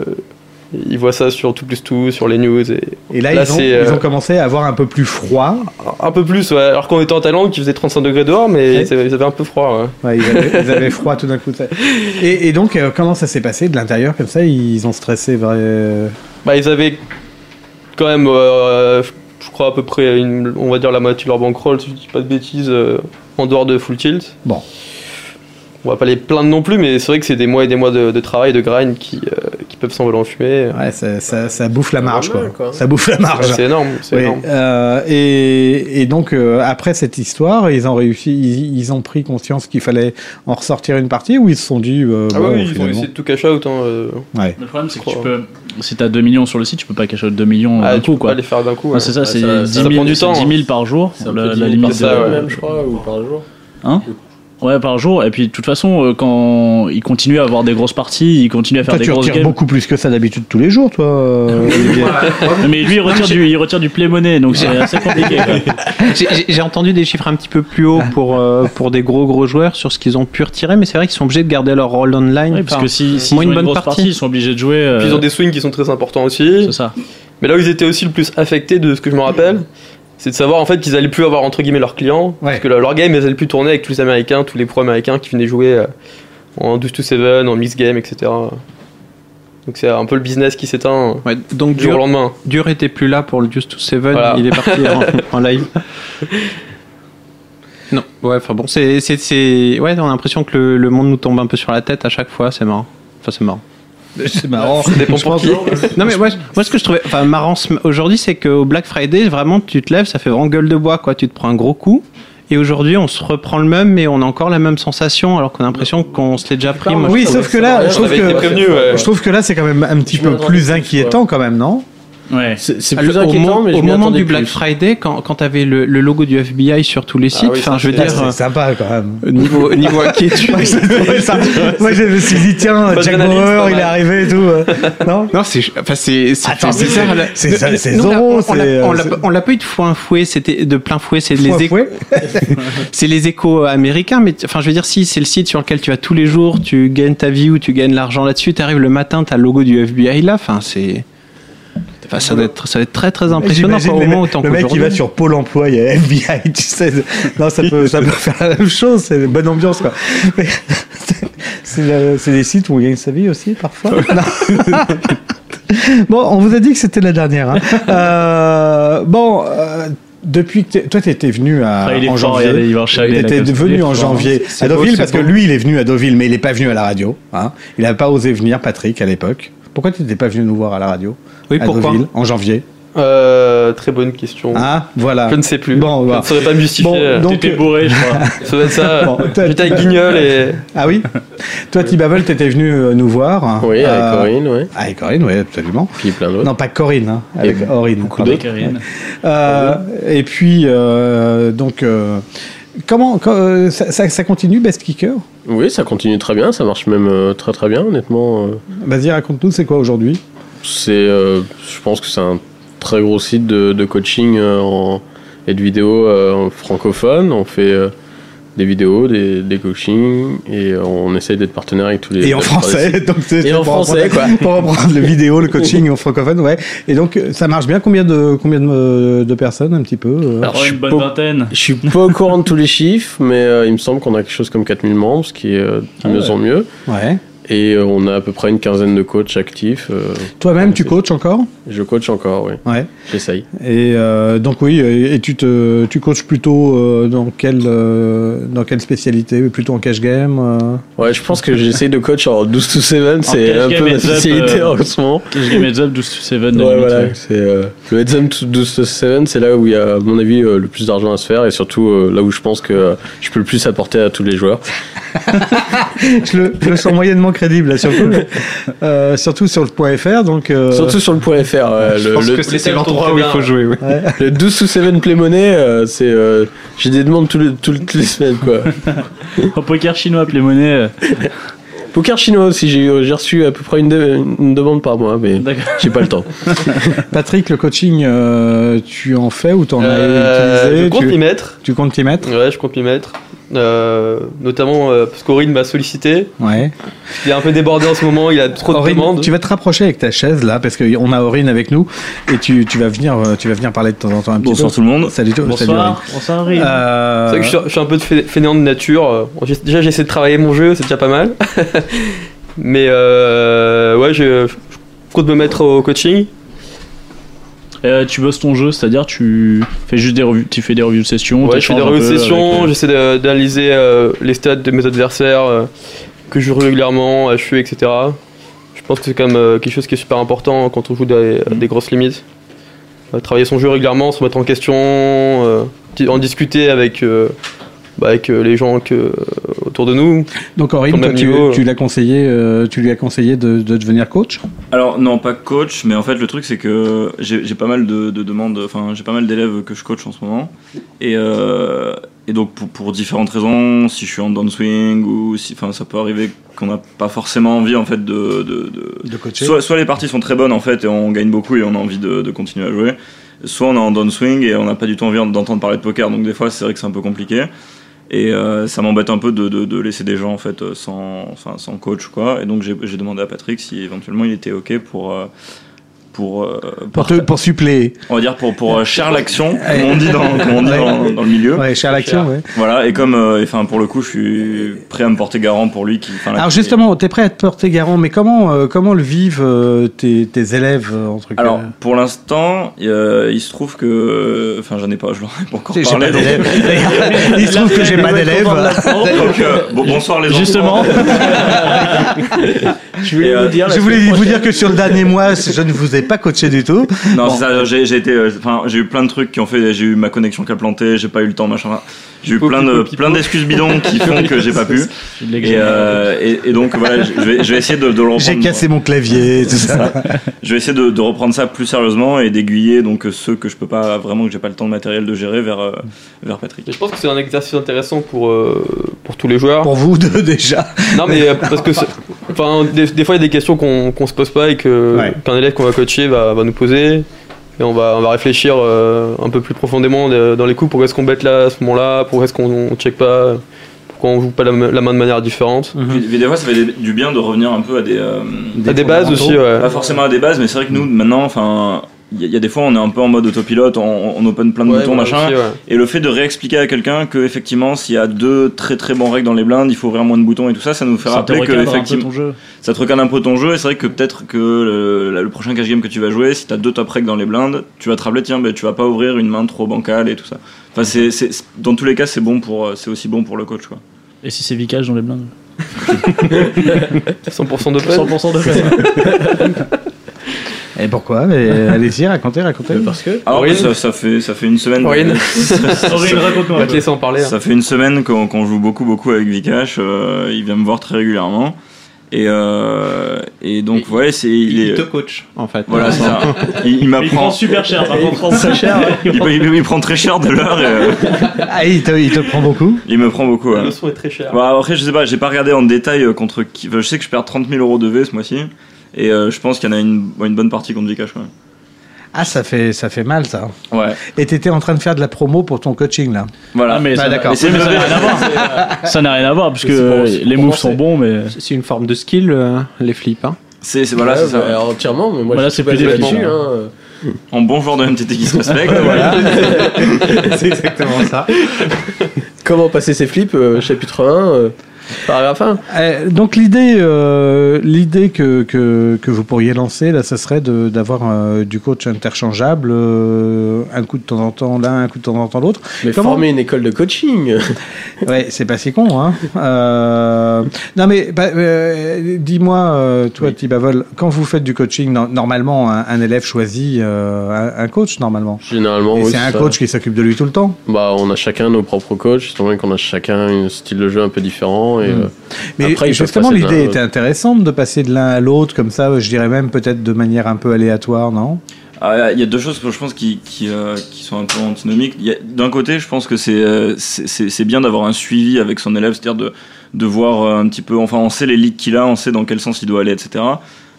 [SPEAKER 8] il voit ça sur tout plus tout, sur les news et
[SPEAKER 2] Et là,
[SPEAKER 8] Là,
[SPEAKER 2] ils, ont,
[SPEAKER 8] c'est, euh,
[SPEAKER 2] ils ont commencé à avoir un peu plus froid.
[SPEAKER 8] un peu plus. Ouais. Alors qu'on était en Thaïlande, qui faisait 35 degrés dehors, mais
[SPEAKER 2] Ouais.
[SPEAKER 8] ils avaient ils avaient un peu froid. ouais.
[SPEAKER 2] Ouais, ils, avaient, ils avaient froid tout d'un coup. ça. Et, et donc, euh, comment ça s'est passé de l'intérieur comme ça Ils ont stressé. Vrai... euh,
[SPEAKER 8] Bah, ils avaient quand même, euh, je crois, à peu près, une- on va dire la moitié de leur bankroll, si je dis pas de bêtises, euh, en dehors de full tilt.
[SPEAKER 2] Bon.
[SPEAKER 8] On va pas les plaindre non plus, mais c'est vrai que c'est des mois et des mois de, de travail, de grind qui, euh, qui peuvent s'envoler en fumée.
[SPEAKER 2] Ouais, ça, ça- ça bouffe la marge, quoi.
[SPEAKER 3] normal, quoi.
[SPEAKER 2] Ça bouffe la marge.
[SPEAKER 8] C'est énorme, c'est
[SPEAKER 2] Oui,
[SPEAKER 8] énorme.
[SPEAKER 2] euh, et, et donc euh, après cette histoire, ils ont réussi, ils, ils ont pris conscience qu'il fallait en ressortir une partie ou ils se sont dit euh,
[SPEAKER 8] Ah
[SPEAKER 2] bon,
[SPEAKER 8] oui, ils ont
[SPEAKER 2] finalement.
[SPEAKER 8] essayé de tout cash out. hein, euh.
[SPEAKER 2] Ouais.
[SPEAKER 4] Le problème, c'est que
[SPEAKER 8] Quoi.
[SPEAKER 4] tu peux. Si t'as 2 millions sur le site, tu peux pas cacher 2 millions
[SPEAKER 8] Ah,
[SPEAKER 4] d'un
[SPEAKER 8] tu
[SPEAKER 4] coup,
[SPEAKER 8] peux
[SPEAKER 4] quoi.
[SPEAKER 8] pas les faire d'un coup.
[SPEAKER 4] Ouais,
[SPEAKER 8] ouais.
[SPEAKER 4] c'est ça, c'est
[SPEAKER 3] ça-
[SPEAKER 4] 10,
[SPEAKER 8] ça
[SPEAKER 4] 000,
[SPEAKER 8] prend du
[SPEAKER 4] c'est
[SPEAKER 8] temps,
[SPEAKER 4] 10 000
[SPEAKER 8] hein.
[SPEAKER 4] par jour,
[SPEAKER 3] C'est un
[SPEAKER 4] la,
[SPEAKER 3] peu
[SPEAKER 4] la
[SPEAKER 3] 10 000
[SPEAKER 4] limite
[SPEAKER 3] par
[SPEAKER 4] de- Hein
[SPEAKER 8] ça, ouais.
[SPEAKER 3] même, je crois, ou par jour.
[SPEAKER 4] Ouais, par jour. Et puis de toute façon, euh, quand ils continuent à avoir des grosses parties, ils continuent à faire
[SPEAKER 2] Toi,
[SPEAKER 4] des
[SPEAKER 2] tu
[SPEAKER 4] grosses
[SPEAKER 2] retires
[SPEAKER 4] games.
[SPEAKER 2] beaucoup plus que ça d'habitude tous les jours, toi. euh, Olivier.
[SPEAKER 4] Non, mais lui, il retire, du, il retire du play money, donc c'est assez compliqué. quoi.
[SPEAKER 9] J'ai- J'ai j'ai entendu des chiffres un petit peu plus hauts pour, euh, pour des gros gros joueurs sur ce qu'ils ont pu retirer, mais c'est vrai qu'ils sont obligés de garder leur rôle online.
[SPEAKER 4] Ouais, parce
[SPEAKER 9] Enfin,
[SPEAKER 4] que si, si
[SPEAKER 9] moins
[SPEAKER 4] ils
[SPEAKER 9] une
[SPEAKER 4] ont une
[SPEAKER 9] bonne
[SPEAKER 4] grosse partie,
[SPEAKER 9] partie.
[SPEAKER 4] ils sont obligés de jouer. euh,
[SPEAKER 8] Puis ils ont des swings qui sont très importants aussi.
[SPEAKER 4] C'est ça.
[SPEAKER 8] Mais là où ils étaient aussi le plus affectés de ce que je me rappelle, c'est de savoir en fait qu'ils allaient plus avoir entre guillemets leurs clients.
[SPEAKER 2] Ouais.
[SPEAKER 8] Parce que leur leur game, ils allaient plus tourner avec tous les Américains, tous les pro-américains qui venaient jouer euh, en 12-7, en mix game, etc. Donc c'est un peu le business qui s'éteint
[SPEAKER 9] ouais, donc
[SPEAKER 8] du jour au
[SPEAKER 9] Dur,
[SPEAKER 8] lendemain.
[SPEAKER 9] Dur était plus là pour le Just to Seven,
[SPEAKER 8] Voilà.
[SPEAKER 9] il est parti en, en live. Non, ouais, enfin bon, c'est. c'est- c'est- Ouais, on a l'impression que le, le monde nous tombe un peu sur la tête à chaque fois, c'est marrant. Enfin, c'est marrant.
[SPEAKER 2] C'est marrant.
[SPEAKER 8] Ça dépend
[SPEAKER 2] Je
[SPEAKER 8] pour
[SPEAKER 2] pense-
[SPEAKER 8] qui.
[SPEAKER 9] Non, mais moi, je- moi, ce que je trouvais enfin, marrant ce- aujourd'hui, c'est qu'au Black Friday, vraiment, tu te lèves, ça fait vraiment gueule de bois, quoi. Tu te prends un gros coup. Et aujourd'hui, on se reprend le même, mais on a encore la même sensation, alors qu'on a l'impression qu'on se l'est déjà pris. moi, je
[SPEAKER 2] Oui,
[SPEAKER 9] trouve.
[SPEAKER 2] sauf que là, je
[SPEAKER 8] On
[SPEAKER 2] trouve
[SPEAKER 8] avait été
[SPEAKER 2] que,
[SPEAKER 8] prévenus. ouais.
[SPEAKER 2] je trouve que là, c'est quand même un petit
[SPEAKER 3] Je
[SPEAKER 2] peu
[SPEAKER 3] m'attendais
[SPEAKER 2] plus
[SPEAKER 3] plus,
[SPEAKER 2] inquiétant, quand même, non
[SPEAKER 4] Ouais.
[SPEAKER 3] C'est
[SPEAKER 2] Ah,
[SPEAKER 3] c'est
[SPEAKER 9] Le-
[SPEAKER 3] plus
[SPEAKER 9] au,
[SPEAKER 3] inquiétant,
[SPEAKER 9] mo-
[SPEAKER 3] mais je
[SPEAKER 9] au
[SPEAKER 3] m'y
[SPEAKER 9] moment
[SPEAKER 3] attendais
[SPEAKER 9] du Black
[SPEAKER 3] plus.
[SPEAKER 9] Friday, quand, quand t'avais le, le logo du FBI sur tous les sites,
[SPEAKER 8] Ah oui,
[SPEAKER 9] enfin,
[SPEAKER 8] ça,
[SPEAKER 9] je veux
[SPEAKER 8] c'est-
[SPEAKER 9] dire,
[SPEAKER 2] C'est sympa, quand même.
[SPEAKER 9] euh, niveau, niveau inquiétude.
[SPEAKER 2] Ouais, ça- Moi, je me suis dit, tiens,
[SPEAKER 8] Bonne
[SPEAKER 2] Jack
[SPEAKER 8] analyse,
[SPEAKER 2] Bauer,
[SPEAKER 8] pas
[SPEAKER 2] il est
[SPEAKER 8] mal.
[SPEAKER 2] arrivé et tout. euh, Non
[SPEAKER 9] Non, c'est enfin, c'est c'est-
[SPEAKER 2] Attends,
[SPEAKER 9] c'est
[SPEAKER 2] mais
[SPEAKER 9] bizarre, là.
[SPEAKER 2] c'est- c'est- c'est
[SPEAKER 9] Non, on l'a-
[SPEAKER 2] Zorro,
[SPEAKER 9] on l'a-
[SPEAKER 2] c'est,
[SPEAKER 9] on
[SPEAKER 2] euh,
[SPEAKER 9] l'a
[SPEAKER 2] c'est-
[SPEAKER 9] pas- on l'a pas eu de fois un fouet, c'était de plein fouet, c'est les
[SPEAKER 2] Point
[SPEAKER 9] échos.
[SPEAKER 2] fouet.
[SPEAKER 9] C'est les échos américains, mais t- enfin, je veux dire, si c'est le site sur lequel tu vas tous les jours, tu gagnes ta vie ou tu gagnes l'argent là-dessus, t'arrives le matin, t'as le logo du FBI là, enfin, c'est. Enfin, ça doit être, ça doit être très très impressionnant
[SPEAKER 2] J'imagine
[SPEAKER 9] pas au
[SPEAKER 2] les
[SPEAKER 9] moment
[SPEAKER 2] mecs-
[SPEAKER 9] autant
[SPEAKER 2] Le mec, il va sur Pôle emploi, il y a FBI, tu sais. Non, ça peut, ça peut faire la même chose, c'est une bonne ambiance, quoi. Mais c'est- C'est la- c'est des sites où on gagne sa vie aussi, parfois. Non. bon, on vous a dit que c'était la dernière. hein. Euh, bon, euh, depuis que t'es- toi, t'étais venu à,
[SPEAKER 4] Ah, il est
[SPEAKER 2] en
[SPEAKER 4] fort,
[SPEAKER 2] janvier.
[SPEAKER 4] regardez, il va enchaîner, là,
[SPEAKER 2] T'étais
[SPEAKER 4] comme ça, il est
[SPEAKER 2] venu en
[SPEAKER 4] fort.
[SPEAKER 2] janvier
[SPEAKER 9] C'est
[SPEAKER 2] à
[SPEAKER 9] beau,
[SPEAKER 2] Deauville
[SPEAKER 9] c'est
[SPEAKER 2] parce que
[SPEAKER 9] beau.
[SPEAKER 2] lui, il est venu à Deauville, mais il n'est pas venu à la radio. hein. Il n'a pas osé venir, Patrick, à l'époque. Pourquoi tu n'étais pas venu nous voir à la radio
[SPEAKER 9] Oui,
[SPEAKER 2] à
[SPEAKER 9] pourquoi
[SPEAKER 2] Deauville, en janvier
[SPEAKER 8] Euh, très bonne question.
[SPEAKER 2] Ah, voilà.
[SPEAKER 8] Je ne sais plus.
[SPEAKER 2] Bon,
[SPEAKER 8] je
[SPEAKER 2] bah.
[SPEAKER 8] ne saurais pas me justifier.
[SPEAKER 2] Bon,
[SPEAKER 8] euh,
[SPEAKER 2] donc-
[SPEAKER 4] T'étais bourré, je crois.
[SPEAKER 8] Ça doit être ça.
[SPEAKER 2] Bon, t'as-
[SPEAKER 8] J'étais avec Guignol et.
[SPEAKER 2] Ah oui Toi, T-Babel, t'étais venu euh, nous voir.
[SPEAKER 3] Oui, avec
[SPEAKER 2] Euh,
[SPEAKER 3] Corinne, oui.
[SPEAKER 2] Avec Corinne, oui, absolument.
[SPEAKER 3] Puis plein d'autres.
[SPEAKER 2] Non, pas Corinne, hein, avec
[SPEAKER 3] Et
[SPEAKER 2] Aurine. pardon.
[SPEAKER 4] Avec Karine.
[SPEAKER 2] Euh, et puis, euh, donc, euh, comment co- euh, ça, ça- ça continue, Best Kicker
[SPEAKER 3] Oui, ça continue très bien, ça marche même euh, très très bien, honnêtement. euh.
[SPEAKER 2] Vas-y, raconte-nous, c'est quoi aujourd'hui
[SPEAKER 3] C'est, euh, je pense que c'est un très gros site de, de coaching euh, en- et de vidéos euh, francophones. On fait euh, des vidéos, des, des coachings et euh, on essaye d'être partenaire avec tous les.
[SPEAKER 2] Et
[SPEAKER 3] euh,
[SPEAKER 2] en
[SPEAKER 3] la plupart des
[SPEAKER 2] français.
[SPEAKER 3] sites.
[SPEAKER 2] Donc c'est-
[SPEAKER 3] Et en
[SPEAKER 2] pour
[SPEAKER 3] français, quoi.
[SPEAKER 2] reprendre- Pour reprendre le vidéo, le coaching en francophone, ouais. Et donc, euh, ça marche bien Combien de, combien de, de personnes, un petit peu euh
[SPEAKER 3] Alors,
[SPEAKER 4] Oh,
[SPEAKER 3] je
[SPEAKER 4] une
[SPEAKER 3] suis
[SPEAKER 4] bonne
[SPEAKER 3] pas-
[SPEAKER 4] vingtaine.
[SPEAKER 3] Je suis pas au courant de tous les chiffres, mais euh, il me semble qu'on a quelque chose comme 4000 membres, ce qui est euh, de
[SPEAKER 2] Ah
[SPEAKER 3] mieux
[SPEAKER 2] ouais.
[SPEAKER 3] en mieux.
[SPEAKER 2] Ouais.
[SPEAKER 3] Et euh, on a à peu près une quinzaine de coachs actifs. euh,
[SPEAKER 2] Toi-même, tu
[SPEAKER 3] c'est-
[SPEAKER 2] coaches encore
[SPEAKER 3] je coach encore, oui.
[SPEAKER 2] Ouais.
[SPEAKER 3] J'essaye.
[SPEAKER 2] Et euh, donc oui, et et tu te tu coaches plutôt euh, dans quelle euh, dans quelle spécialité Plutôt en cash game euh
[SPEAKER 3] Ouais, je pense que j'essaye de coach en 12 to 7, c'est
[SPEAKER 4] cash
[SPEAKER 3] un
[SPEAKER 4] game
[SPEAKER 3] peu ma
[SPEAKER 4] heads up,
[SPEAKER 3] spécialité
[SPEAKER 4] euh,
[SPEAKER 3] en ce moment.
[SPEAKER 4] Je game heads up 12 to 7 de
[SPEAKER 3] Ouais,
[SPEAKER 4] limite,
[SPEAKER 3] voilà,
[SPEAKER 4] ouais.
[SPEAKER 3] c'est, euh, le heads up to 12 to 7, c'est là où il y a, à mon avis, euh, le plus d'argent à se faire et surtout euh, là où je pense que euh, je peux le plus apporter à tous les joueurs.
[SPEAKER 2] je, le, je le sens moyennement crédible là, surtout euh, surtout sur le point fr donc euh,
[SPEAKER 3] Surtout sur le point FR. ouais, euh, le, le-
[SPEAKER 8] c'est l'endroit où il faut
[SPEAKER 9] jouer. oui.
[SPEAKER 3] le 12 to 7 Play Money, euh, c'est, euh, j'ai des demandes tous les- tous- toutes les semaines, quoi.
[SPEAKER 4] Au poker chinois, Playmonet. euh,
[SPEAKER 3] Poker chinois aussi, j'ai eu- j'ai reçu à peu près une, de- une demande par mois, mais
[SPEAKER 4] D'accord.
[SPEAKER 3] j'ai pas le temps.
[SPEAKER 2] Patrick le coaching euh, tu en fais ou t'en as
[SPEAKER 8] Euh, je
[SPEAKER 2] utilisé
[SPEAKER 8] compte m'y
[SPEAKER 2] tu,
[SPEAKER 8] mettre.
[SPEAKER 2] tu comptes t'y mettre
[SPEAKER 8] Ouais, je compte m'y mettre. Euh, notamment euh, parce qu'Aurine m'a sollicité.
[SPEAKER 2] Ouais.
[SPEAKER 8] Il est un peu débordé en ce moment, il a trop de
[SPEAKER 2] Aurine,
[SPEAKER 8] demandes.
[SPEAKER 2] tu vas te rapprocher avec ta chaise là parce qu'on a Aurine avec nous et tu, tu vas venir euh, tu vas venir parler de temps en temps un petit
[SPEAKER 4] Bonsoir
[SPEAKER 2] peu.
[SPEAKER 4] tout le monde.
[SPEAKER 2] Salut toi, salut Aurine.
[SPEAKER 4] Bonsoir. Bonsoir, Aurine.
[SPEAKER 2] Euh,
[SPEAKER 8] C'est vrai que je suis- je suis un peu de fainé- fainéant de nature. euh, j'ai- Déjà, j'essaie de travailler mon jeu, c'est déjà pas mal. Mais euh, ouais, je, je compte me mettre au coaching.
[SPEAKER 4] Euh, tu bosses ton jeu, c'est-à-dire tu fais juste des revues, tu fais des revues de session.
[SPEAKER 8] Ouais, je fais des revues de session,
[SPEAKER 4] euh,
[SPEAKER 2] euh,
[SPEAKER 8] j'essaie de- d'analyser euh, les stats de mes adversaires euh, que je joue régulièrement, HU, etc. Je pense que c'est quand même euh, quelque chose qui est super important quand on joue des,
[SPEAKER 2] Mhm.
[SPEAKER 8] des grosses limites. Euh, travailler son jeu régulièrement, se remettre en question, euh, di- en discuter avec, euh, bah, avec euh, les gens que, euh, autour de nous.
[SPEAKER 2] Donc Aurine,
[SPEAKER 8] Ton
[SPEAKER 2] toi,
[SPEAKER 8] même
[SPEAKER 2] tu,
[SPEAKER 8] niveau,
[SPEAKER 2] tu
[SPEAKER 8] euh.
[SPEAKER 2] l'as conseillé, euh, tu lui as conseillé de, de devenir coach.
[SPEAKER 10] Alors non, pas coach, mais en fait le truc c'est que j'ai j'ai pas mal de, de demandes, enfin j'ai pas mal d'élèves que je coach en ce moment, et, euh, et donc pour, pour différentes raisons, si je suis en downswing ou si, enfin ça peut arriver qu'on n'a pas forcément envie en fait de, de, de-
[SPEAKER 2] De coacher.
[SPEAKER 10] soit, soit les parties sont très bonnes en fait et on gagne beaucoup et on a envie de, de continuer à jouer, soit on est en downswing et on n'a pas du tout envie d'entendre parler de poker, donc des fois c'est vrai que c'est un peu compliqué. Et euh, ça m'embête un peu de, de, de laisser des gens en fait euh, sans, enfin, sans coach quoi. Et donc j'ai j'ai demandé à Patrick si éventuellement il était ok pour euh, pour, euh,
[SPEAKER 2] Pour, te- pour suppléer.
[SPEAKER 10] on va dire pour pour euh, share l'action comme on dit dans comme on dit dans, dans le milieu.
[SPEAKER 2] Ouais, cher l'action. Ouais.
[SPEAKER 10] Voilà et comme euh, et, enfin pour le coup je suis prêt à me porter garant pour lui qui. enfin, la-
[SPEAKER 2] Alors justement, t'es prêt à te porter garant, mais comment euh, comment le vivent euh, tes, tes élèves euh, entre
[SPEAKER 10] Alors
[SPEAKER 2] guillemets
[SPEAKER 10] pour l'instant euh, il se trouve que enfin j'en ai pas je leur ai pas encore
[SPEAKER 2] J'ai pas
[SPEAKER 10] parlé. donc-
[SPEAKER 2] d'élèves. Il se trouve que j'ai pas d'élèves.
[SPEAKER 10] Donc, euh, bon, bonsoir les gens.
[SPEAKER 4] Justement,
[SPEAKER 10] je voulais vous dire
[SPEAKER 2] Je voulais vous dire que sur le dernier mois, je ne vous ai pas coaché du tout.
[SPEAKER 10] Non,
[SPEAKER 2] Bon.
[SPEAKER 10] c'est ça, j'ai j'ai été, euh, enfin, j'ai eu plein de trucs qui ont fait, j'ai eu ma connexion qui a planté, j'ai pas eu le temps, machin. J'ai eu plein de, plein d'excuses bidons qui font que j'ai pas pu.
[SPEAKER 4] Je l'ai
[SPEAKER 10] Et,
[SPEAKER 4] exagéré.
[SPEAKER 10] euh, et, et donc voilà, je je vais, je vais essayer de, de le reprendre.
[SPEAKER 2] J'ai cassé mon clavier, tout ça.
[SPEAKER 10] Je vais essayer de, de reprendre ça plus sérieusement et d'aiguiller donc euh, ceux que je peux pas vraiment que j'ai pas le temps de matériel de gérer vers euh, vers Patrick.
[SPEAKER 8] Et je pense que c'est un exercice intéressant pour, euh, pour tous les joueurs.
[SPEAKER 2] Pour vous deux déjà.
[SPEAKER 8] Non mais euh, parce que c'est- enfin des, des fois il y a des questions qu'on qu'on se pose pas et que
[SPEAKER 2] Ouais.
[SPEAKER 8] qu'un élève qu'on va coacher va, va nous poser et on va on va réfléchir euh, un peu plus profondément euh, dans les coups pourquoi est-ce qu'on bête là à ce moment-là pourquoi est-ce qu'on on check pas pourquoi on joue pas la, ma- la main de manière différente
[SPEAKER 4] Mhm.
[SPEAKER 10] Mais mais des fois, ça fait des- du bien de revenir un peu à des euh,
[SPEAKER 8] à des bases aussi ouais.
[SPEAKER 10] Pas forcément à des bases, mais c'est vrai que nous maintenant, enfin, il y, a- il y a des fois, on est un peu en mode autopilote, on, on open plein de
[SPEAKER 8] Ouais,
[SPEAKER 10] boutons,
[SPEAKER 8] voilà
[SPEAKER 10] machin.
[SPEAKER 8] aussi, ouais.
[SPEAKER 10] Et le fait de réexpliquer à quelqu'un que effectivement s'il y a deux très très bons règles dans les blindes, il faut ouvrir moins de boutons et tout ça, ça nous fait
[SPEAKER 4] ça te
[SPEAKER 10] rappeler que
[SPEAKER 4] recadre un peu
[SPEAKER 10] effectivement
[SPEAKER 4] ton jeu.
[SPEAKER 10] ça te regarde un peu ton jeu et c'est vrai que peut-être que le, la- le prochain cash game que tu vas jouer, si t'as deux top règles dans les blindes, tu vas te rappeler tiens ben tu vas pas ouvrir une main trop bancale et tout ça. Enfin c'est c'est- c'est- dans tous les cas c'est bon pour euh, c'est aussi bon pour le coach quoi.
[SPEAKER 4] Et si c'est vicage dans les blindes
[SPEAKER 8] 100% de
[SPEAKER 4] 100% de
[SPEAKER 2] Et pourquoi Mais, euh, Allez-y, racontez, racontez.
[SPEAKER 3] Parce que.
[SPEAKER 10] Alors,
[SPEAKER 8] Aurine
[SPEAKER 10] ça, ça fait, ça fait une semaine. euh,
[SPEAKER 8] Aurine.
[SPEAKER 10] Ça-
[SPEAKER 4] Aurine, raconte-moi.
[SPEAKER 8] On va te laisser en parler. hein.
[SPEAKER 10] Ça fait une semaine qu'on qu'on joue beaucoup, beaucoup avec Vikash. euh, il vient me voir très régulièrement. Et, euh, et donc,
[SPEAKER 9] Et-
[SPEAKER 10] ouais, c'est.
[SPEAKER 9] Il,
[SPEAKER 10] Il est-
[SPEAKER 9] te coach, en fait.
[SPEAKER 10] Voilà, c'est ça. Il, il
[SPEAKER 4] Il prend
[SPEAKER 10] m'apprend.
[SPEAKER 4] super cher, par contre, ça cher.
[SPEAKER 10] Il, il- il prend très cher de l'heure et euh,
[SPEAKER 2] Ah, il te, il te prend beaucoup
[SPEAKER 10] il me prend beaucoup.
[SPEAKER 8] La
[SPEAKER 10] ouais.
[SPEAKER 8] leçon est très chère.
[SPEAKER 10] Bah, après, je sais pas, j'ai pas regardé en détail euh, contre qui. enfin, je sais que je perds 30 000 euros de V ce mois-ci. Et euh, je pense qu'il y en a une, une bonne partie contre Vikash quand même.
[SPEAKER 2] Ah, ça fait, ça fait mal, ça.
[SPEAKER 10] Ouais.
[SPEAKER 2] Et t'étais en train de faire de la promo pour ton coaching, là.
[SPEAKER 10] Voilà.
[SPEAKER 4] Ah, mais
[SPEAKER 2] Bah,
[SPEAKER 4] ça-
[SPEAKER 2] d'accord.
[SPEAKER 4] mais c'est- mais euh, ça n'a rien à voir. Ça n'a rien à voir, parce
[SPEAKER 9] C'est pour-
[SPEAKER 4] que
[SPEAKER 9] c'est pour
[SPEAKER 4] les moves
[SPEAKER 9] commencer.
[SPEAKER 4] sont bons, mais.
[SPEAKER 9] C'est une forme de skill, euh, les flips. hein.
[SPEAKER 10] C'est c'est- voilà, c'est ça.
[SPEAKER 3] Alors, entièrement, mais moi
[SPEAKER 4] Voilà,
[SPEAKER 3] je suis
[SPEAKER 4] c'est
[SPEAKER 3] basé
[SPEAKER 4] plus
[SPEAKER 3] là-dessus,
[SPEAKER 4] définition.
[SPEAKER 3] hein.
[SPEAKER 10] En bon joueur de MTT qui se respecte. voilà.
[SPEAKER 2] C'est exactement ça.
[SPEAKER 3] Comment passer ses flips, euh, chapitre 1, euh, paragraphe 1.
[SPEAKER 2] Euh, donc l'idée, euh, l'idée que, que, que vous pourriez lancer là, ce serait de- d'avoir euh, du coach interchangeable, euh, un coup de temps en temps l'un, un coup de temps en temps l'autre.
[SPEAKER 3] Mais
[SPEAKER 2] Comment
[SPEAKER 3] former une école de coaching.
[SPEAKER 2] Ouais, c'est pas si con, hein. Euh, Non mais bah, euh, dis-moi, euh, toi, Thibavol, quand vous faites du coaching, no- normalement, un, un élève choisit euh, un, un coach normalement.
[SPEAKER 3] Généralement,
[SPEAKER 2] Et
[SPEAKER 3] oui.
[SPEAKER 2] c'est un
[SPEAKER 3] ça.
[SPEAKER 2] coach qui s'occupe de lui tout le temps.
[SPEAKER 3] Bah, on a chacun nos propres coachs, étant donné qu'on a chacun un style de jeu un peu différent. Et,
[SPEAKER 2] Mm.
[SPEAKER 3] euh,
[SPEAKER 2] Mais
[SPEAKER 3] Après, ils peuvent
[SPEAKER 2] justement,
[SPEAKER 3] passer de l'un à
[SPEAKER 2] l'idée
[SPEAKER 3] l'autre.
[SPEAKER 2] était intéressante de passer de l'un à l'autre comme ça. Je dirais même peut-être de manière un peu aléatoire, non
[SPEAKER 10] Ah, Il y a deux choses que je pense qui, qui, euh, qui sont un peu antinomiques. Il y a- D'un côté, je pense que c'est euh, c'est- c'est c'est bien d'avoir un suivi avec son élève, c'est-à-dire de, de voir euh, un petit peu, enfin on sait les leaks qu'il a, on sait dans quel sens il doit aller, etc.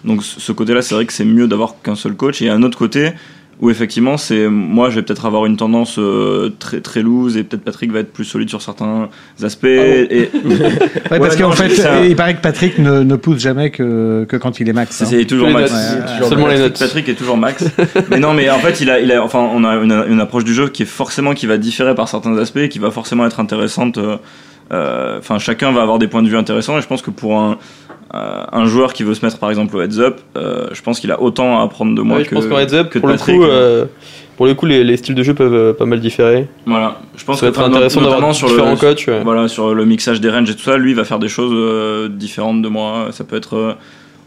[SPEAKER 10] Donc ce ce côté-là, c'est vrai que c'est mieux d'avoir qu'un seul coach. Et un autre côté, où effectivement, c'est moi, je vais peut-être avoir une tendance euh, très très loose, et peut-être Patrick va être plus solide sur certains aspects. et,
[SPEAKER 2] Ah Ouais,
[SPEAKER 10] Ouais,
[SPEAKER 2] parce
[SPEAKER 10] non,
[SPEAKER 2] qu'en
[SPEAKER 10] j'ai
[SPEAKER 2] fait,
[SPEAKER 10] dit ça.
[SPEAKER 2] il paraît que Patrick ne, ne pousse jamais que, que quand il est max.
[SPEAKER 10] C'est-
[SPEAKER 2] hein.
[SPEAKER 10] C'est toujours
[SPEAKER 8] Les
[SPEAKER 10] max.
[SPEAKER 8] notes,
[SPEAKER 2] Ouais,
[SPEAKER 8] toujours seulement
[SPEAKER 10] Patrick-
[SPEAKER 8] les notes.
[SPEAKER 10] Patrick est toujours max. mais non, mais en fait, il a, il a, enfin, on a une, une approche du jeu qui est forcément qui va différer par certains aspects, et qui va forcément être intéressante. euh, euh, Enfin, chacun va avoir des points de vue intéressants, et je pense que pour un euh, un joueur qui veut se mettre par exemple au heads up, euh, je pense qu'il a autant à apprendre de moi
[SPEAKER 8] Ouais,
[SPEAKER 10] que,
[SPEAKER 8] Ah je pense qu'en heads up,
[SPEAKER 10] que de
[SPEAKER 8] pour, le
[SPEAKER 10] Patrick.
[SPEAKER 8] coup, euh, pour le coup, les, les styles de jeu peuvent euh, pas mal différer.
[SPEAKER 10] Voilà, je pense
[SPEAKER 8] Ça va
[SPEAKER 10] que
[SPEAKER 8] être intéressant
[SPEAKER 10] notamment
[SPEAKER 8] d'avoir
[SPEAKER 10] sur
[SPEAKER 8] différents
[SPEAKER 10] le
[SPEAKER 8] coachs. ouais.
[SPEAKER 10] voilà, sur le mixage des ranges et tout ça, lui il va faire des choses euh, différentes de moi. Ça peut être. euh,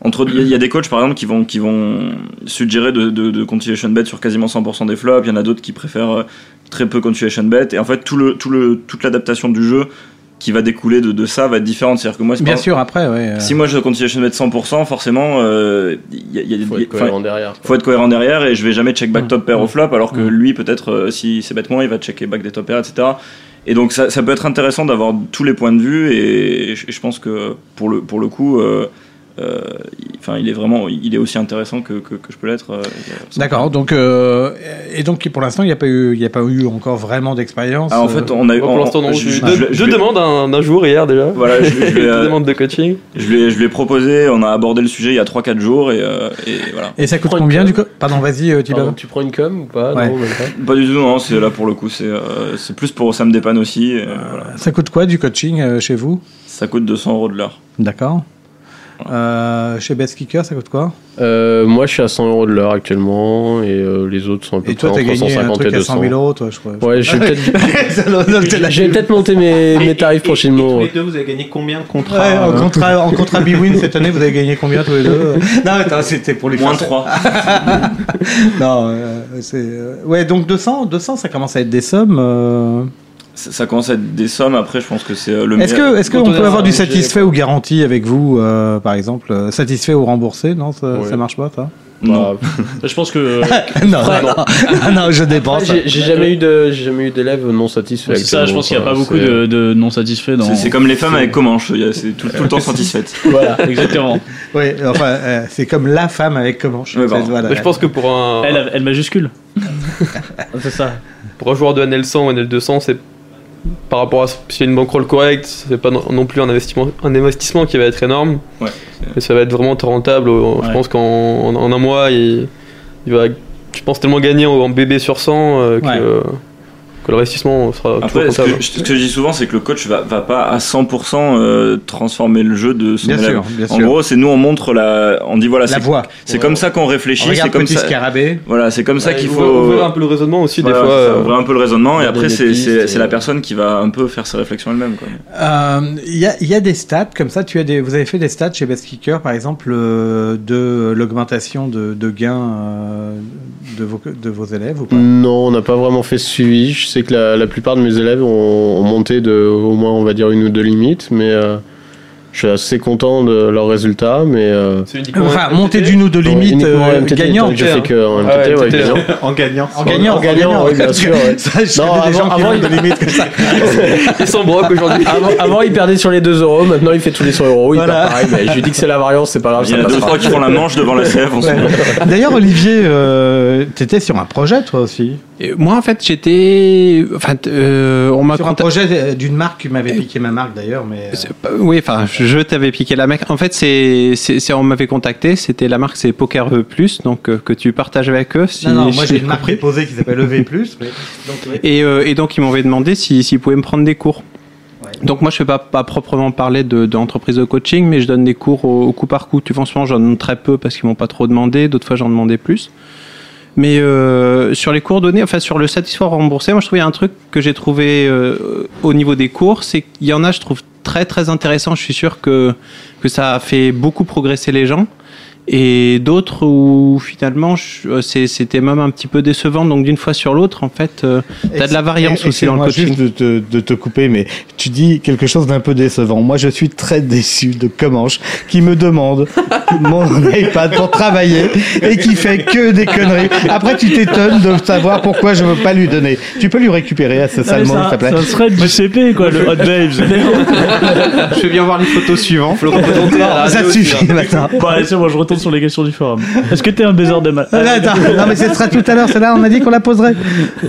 [SPEAKER 10] entre, il y a des coachs par exemple qui vont, qui vont suggérer de, de, de continuation bet sur quasiment 100% des flops. Il y en a d'autres qui préfèrent euh, très peu continuation bet. Et en fait, tout le, tout le, toute l'adaptation du jeu qui va découler de, de ça va être différente. C'est-à-dire que moi, c'est
[SPEAKER 2] Bien
[SPEAKER 10] pas-
[SPEAKER 2] sûr, après, ouais. euh,
[SPEAKER 10] si moi je continuation bet 100%, forcément, euh, il y a, il y a des.
[SPEAKER 3] faut être
[SPEAKER 10] enfin,
[SPEAKER 3] cohérent derrière.
[SPEAKER 10] faut être cohérent derrière et je vais jamais check back top pair au flop alors que
[SPEAKER 9] Mm.
[SPEAKER 10] lui peut-être euh, si c'est bêtement il va checker back des top pairs etc et donc ça, ça peut être intéressant d'avoir tous les points de vue et je, je pense que pour le, pour le coup euh, euh, il- enfin il est vraiment il est aussi intéressant que, que, que je peux l'être euh, sans-
[SPEAKER 2] D'accord, donc, euh, et donc pour l'instant, il n'y a, pas eu- il y a pas eu encore vraiment d'expérience.
[SPEAKER 10] Ah, en fait on a
[SPEAKER 8] Moi, pour
[SPEAKER 10] on-
[SPEAKER 8] l'instant, non.
[SPEAKER 10] je,
[SPEAKER 8] Je,
[SPEAKER 10] je-
[SPEAKER 8] je-
[SPEAKER 10] je-
[SPEAKER 8] je
[SPEAKER 10] je-
[SPEAKER 8] demande un, un jour hier déjà.
[SPEAKER 10] voilà je, je- je-
[SPEAKER 8] Je demande de coaching.
[SPEAKER 10] je lui ai- je lui ai proposé on a abordé le sujet il y a 3-4 jours et, euh, et voilà
[SPEAKER 2] Et ça coûte
[SPEAKER 3] Prends une
[SPEAKER 2] combien
[SPEAKER 3] com.
[SPEAKER 2] du coup Pardon, vas-y, euh, Thibaut.
[SPEAKER 3] Pardon, tu prends une com ou
[SPEAKER 8] Ah,
[SPEAKER 3] pas
[SPEAKER 2] Ouais.
[SPEAKER 3] Non, même pas.
[SPEAKER 10] pas du tout non c'est là pour le coup c'est euh, c'est plus pour ça me dépanne aussi et voilà.
[SPEAKER 2] Ça coûte quoi du coaching euh, chez vous
[SPEAKER 10] ça coûte 200 euros de l'heure
[SPEAKER 2] D'accord. Euh, chez Best Kicker, ça coûte quoi
[SPEAKER 3] Euh, moi, je suis à 100 euros de l'heure actuellement, et euh, les autres sont à peu
[SPEAKER 2] Et
[SPEAKER 3] près
[SPEAKER 2] toi, t'as
[SPEAKER 3] entre
[SPEAKER 2] gagné
[SPEAKER 3] 150
[SPEAKER 2] un
[SPEAKER 3] et
[SPEAKER 2] truc à
[SPEAKER 3] 200.
[SPEAKER 2] 100 000 euros, toi, je crois.
[SPEAKER 3] Ouais, je vais peut-être
[SPEAKER 2] Ça, non, non, t'es là-
[SPEAKER 3] je vais peut-être monter mes, mes tarifs
[SPEAKER 9] Et- et- et
[SPEAKER 3] prochainement.
[SPEAKER 9] tous les deux, vous avez gagné combien de contrats
[SPEAKER 2] Ouais, en
[SPEAKER 9] euh,
[SPEAKER 2] contrat, en contrat Bwin cette année, vous avez gagné combien tous les deux Non, attends, c'était pour les
[SPEAKER 10] moins
[SPEAKER 2] faire-
[SPEAKER 10] 3
[SPEAKER 2] Non, euh, c'est euh, ouais donc 200, 200, ça commence à être des sommes. euh.
[SPEAKER 10] ça, ça commence à être des sommes après je pense que c'est euh, le
[SPEAKER 2] Est-ce
[SPEAKER 10] meilleur-
[SPEAKER 2] que est-ce
[SPEAKER 8] quand
[SPEAKER 2] qu'on
[SPEAKER 8] on est
[SPEAKER 2] peut avoir
[SPEAKER 8] dans
[SPEAKER 2] du
[SPEAKER 8] un budget,
[SPEAKER 2] satisfait ou garanti avec vous, euh, par exemple, euh, satisfait ou remboursé Non, ça,
[SPEAKER 3] Ouais.
[SPEAKER 2] ça marche pas, ça.
[SPEAKER 10] non.
[SPEAKER 3] Bah,
[SPEAKER 4] Je pense que. euh,
[SPEAKER 2] non,
[SPEAKER 3] Après,
[SPEAKER 2] non,
[SPEAKER 3] Ah,
[SPEAKER 2] non, non, je dépense.
[SPEAKER 3] j'ai j'ai jamais eu de, j'ai jamais eu d'élèves non satisfaits.
[SPEAKER 4] C'est ça, je pense qu'il n'y a pas
[SPEAKER 3] actuellement,
[SPEAKER 4] beaucoup
[SPEAKER 3] quoi.
[SPEAKER 4] de, de non satisfaits dans.
[SPEAKER 10] C'est- c'est comme les femmes avec Comanche il y a- c'est tout, tout le temps satisfaite
[SPEAKER 4] Voilà, exactement.
[SPEAKER 2] Oui, enfin, euh, c'est comme la femme avec Comanche.
[SPEAKER 10] Ouais,
[SPEAKER 2] C'est-
[SPEAKER 10] pardon.
[SPEAKER 2] voilà.
[SPEAKER 8] Mais je pense que pour un,
[SPEAKER 4] Elle, elle majuscule. C'est ça.
[SPEAKER 8] pour un joueur de NL100 ou NL200, c'est par rapport à ce- s'il y a une bankroll correcte, c'est pas non, non plus un investissement, un investissement qui va être énorme.
[SPEAKER 10] Ouais.
[SPEAKER 8] Mais ça va être vraiment très rentable. au- Je
[SPEAKER 4] Ouais.
[SPEAKER 8] pense qu'en en, en un mois, il, il va, je pense, tellement gagner en en BB sur 100 euh, que,
[SPEAKER 2] Ouais.
[SPEAKER 8] euh, que que l'investissement sera toujours
[SPEAKER 10] Après, ce
[SPEAKER 8] rentable.
[SPEAKER 10] que, ce que je dis souvent, c'est que le coach va, va pas à 100% euh, transformer le jeu de son
[SPEAKER 2] Bien
[SPEAKER 10] élève.
[SPEAKER 2] sûr, bien
[SPEAKER 10] en
[SPEAKER 2] sûr.
[SPEAKER 10] gros, c'est nous, on montre la, on dit voilà,
[SPEAKER 2] La
[SPEAKER 10] c'est-
[SPEAKER 2] voie.
[SPEAKER 10] C'est comme ça qu'on réfléchit.
[SPEAKER 2] Regarde
[SPEAKER 10] C'est comme
[SPEAKER 2] Petit
[SPEAKER 10] ça.
[SPEAKER 2] Scarabée.
[SPEAKER 10] Voilà, c'est comme ça
[SPEAKER 8] Ouais,
[SPEAKER 10] qu'il
[SPEAKER 8] ouvrir-
[SPEAKER 10] faut.
[SPEAKER 8] ouvrir un peu le raisonnement aussi, des
[SPEAKER 10] Voilà,
[SPEAKER 8] fois,
[SPEAKER 10] c'est ça,
[SPEAKER 8] euh,
[SPEAKER 10] ouvrir un peu le raisonnement et
[SPEAKER 8] regarder
[SPEAKER 10] après
[SPEAKER 8] les
[SPEAKER 10] c'est
[SPEAKER 8] pistes
[SPEAKER 10] c'est-
[SPEAKER 8] et-
[SPEAKER 10] c'est la personne qui va un peu faire ses réflexions elle-même. quoi.
[SPEAKER 2] Euh, Il y, a, il y a des stats comme ça. Tu as des, vous avez fait des stats chez Best Kicker, par exemple, euh, de l'augmentation de, de gains euh, de, vos, de vos élèves ou pas
[SPEAKER 3] Non, on n'a pas vraiment fait ce suivi. Je sais que la, la plupart de mes élèves ont, ont monté de au moins, on va dire, une ou deux limites, mais euh, je suis assez content de leurs résultats. Mais euh,
[SPEAKER 8] uniquement
[SPEAKER 2] Enfin, monter d'une ou deux
[SPEAKER 3] bon,
[SPEAKER 2] limites
[SPEAKER 3] uniquement en
[SPEAKER 2] euh,
[SPEAKER 3] MTT,
[SPEAKER 2] gagnant.
[SPEAKER 3] étant que Je sais que en
[SPEAKER 8] Ah ouais,
[SPEAKER 3] MTT, ouais,
[SPEAKER 8] MTT,
[SPEAKER 3] gagnant.
[SPEAKER 9] en gagnant.
[SPEAKER 2] En gagnant,
[SPEAKER 3] en gagnant, oui, bien
[SPEAKER 2] parce que
[SPEAKER 3] sûr, ouais.
[SPEAKER 2] Ça, je
[SPEAKER 3] Non,
[SPEAKER 2] connais des gens
[SPEAKER 3] avant-
[SPEAKER 2] qui
[SPEAKER 3] avant,
[SPEAKER 2] montent des
[SPEAKER 3] il-
[SPEAKER 2] limites comme ça.
[SPEAKER 8] Ils s'en broquent aujourd'hui.
[SPEAKER 3] Avant, avant, il perdait sur les 2 euros, maintenant il fait tous les 100 euros, il perd
[SPEAKER 2] Voilà.
[SPEAKER 3] pareil, mais je lui dis que c'est la variance, c'est pas grave,
[SPEAKER 10] Il y
[SPEAKER 3] ça
[SPEAKER 10] en a deux
[SPEAKER 3] passera.
[SPEAKER 10] trois qui font la manche devant la sève. on se-
[SPEAKER 2] Ouais. D'ailleurs, Olivier, euh, t'étais sur un projet, toi aussi.
[SPEAKER 9] Et moi, en fait, j'étais. Enfin, t- euh, on m'a
[SPEAKER 2] Sur un
[SPEAKER 9] contacté-
[SPEAKER 2] projet euh, d'une marque qui m'avait piqué ma marque, d'ailleurs, mais. euh,
[SPEAKER 9] C'est pas- Oui, enfin, je t'avais piqué la mec. En fait, c'est, c'est, c'est- on m'avait contacté. C'était la marque, c'est Poker E Plus, donc euh, que tu partages avec eux. si-
[SPEAKER 2] Non, non, moi
[SPEAKER 9] si
[SPEAKER 2] j'ai une marque
[SPEAKER 9] compris.
[SPEAKER 2] déposée qui s'appelle EV+. Mais...
[SPEAKER 9] Et, euh, et donc, ils m'avaient demandé si- s'ils pouvaient me prendre des cours. Donc moi je ne fais pas, pas proprement parler de- d'entreprise de, coaching, mais je donne des cours au, au coup par coup. Tu vois, en ce moment j'en donne très peu parce qu'ils m'ont pas trop demandé, d'autres fois j'en demandais plus. Mais euh, sur les cours donnés, enfin sur le satisfaire remboursé, moi je trouvais un truc que j'ai trouvé euh, au niveau des cours, c'est qu'il y en a je trouve très très intéressant, je suis sûr que, que ça a fait beaucoup progresser les gens. Et d'autres où finalement je- euh, c'est- c'était même un petit peu décevant, donc d'une fois sur l'autre en fait euh, t'as de la variance aussi dans le
[SPEAKER 11] Excuse-moi
[SPEAKER 9] coaching.
[SPEAKER 11] juste de te, de te couper, mais tu dis quelque chose d'un peu décevant. Moi, je suis très déçu de Comanche qui me demande mon iPad pour travailler et qui fait que des conneries. Après, tu t'étonnes de savoir pourquoi je veux pas lui donner. Tu peux lui récupérer à ce
[SPEAKER 4] Ah, mais
[SPEAKER 11] salmon, s'il te
[SPEAKER 4] ça,
[SPEAKER 11] plaît.
[SPEAKER 4] ça serait du CP, quoi, le Hot Babes.
[SPEAKER 9] Je vais bien voir les photos suivantes.
[SPEAKER 2] ça te suffit maintenant.
[SPEAKER 4] bon, allez, c'est bon, je retourne sur les questions du forum. Est-ce que t'es un baiser de mal
[SPEAKER 11] Euh,
[SPEAKER 2] Ah, là, attends. non, mais ce sera tout à l'heure, celle-là, on a dit qu'on la poserait.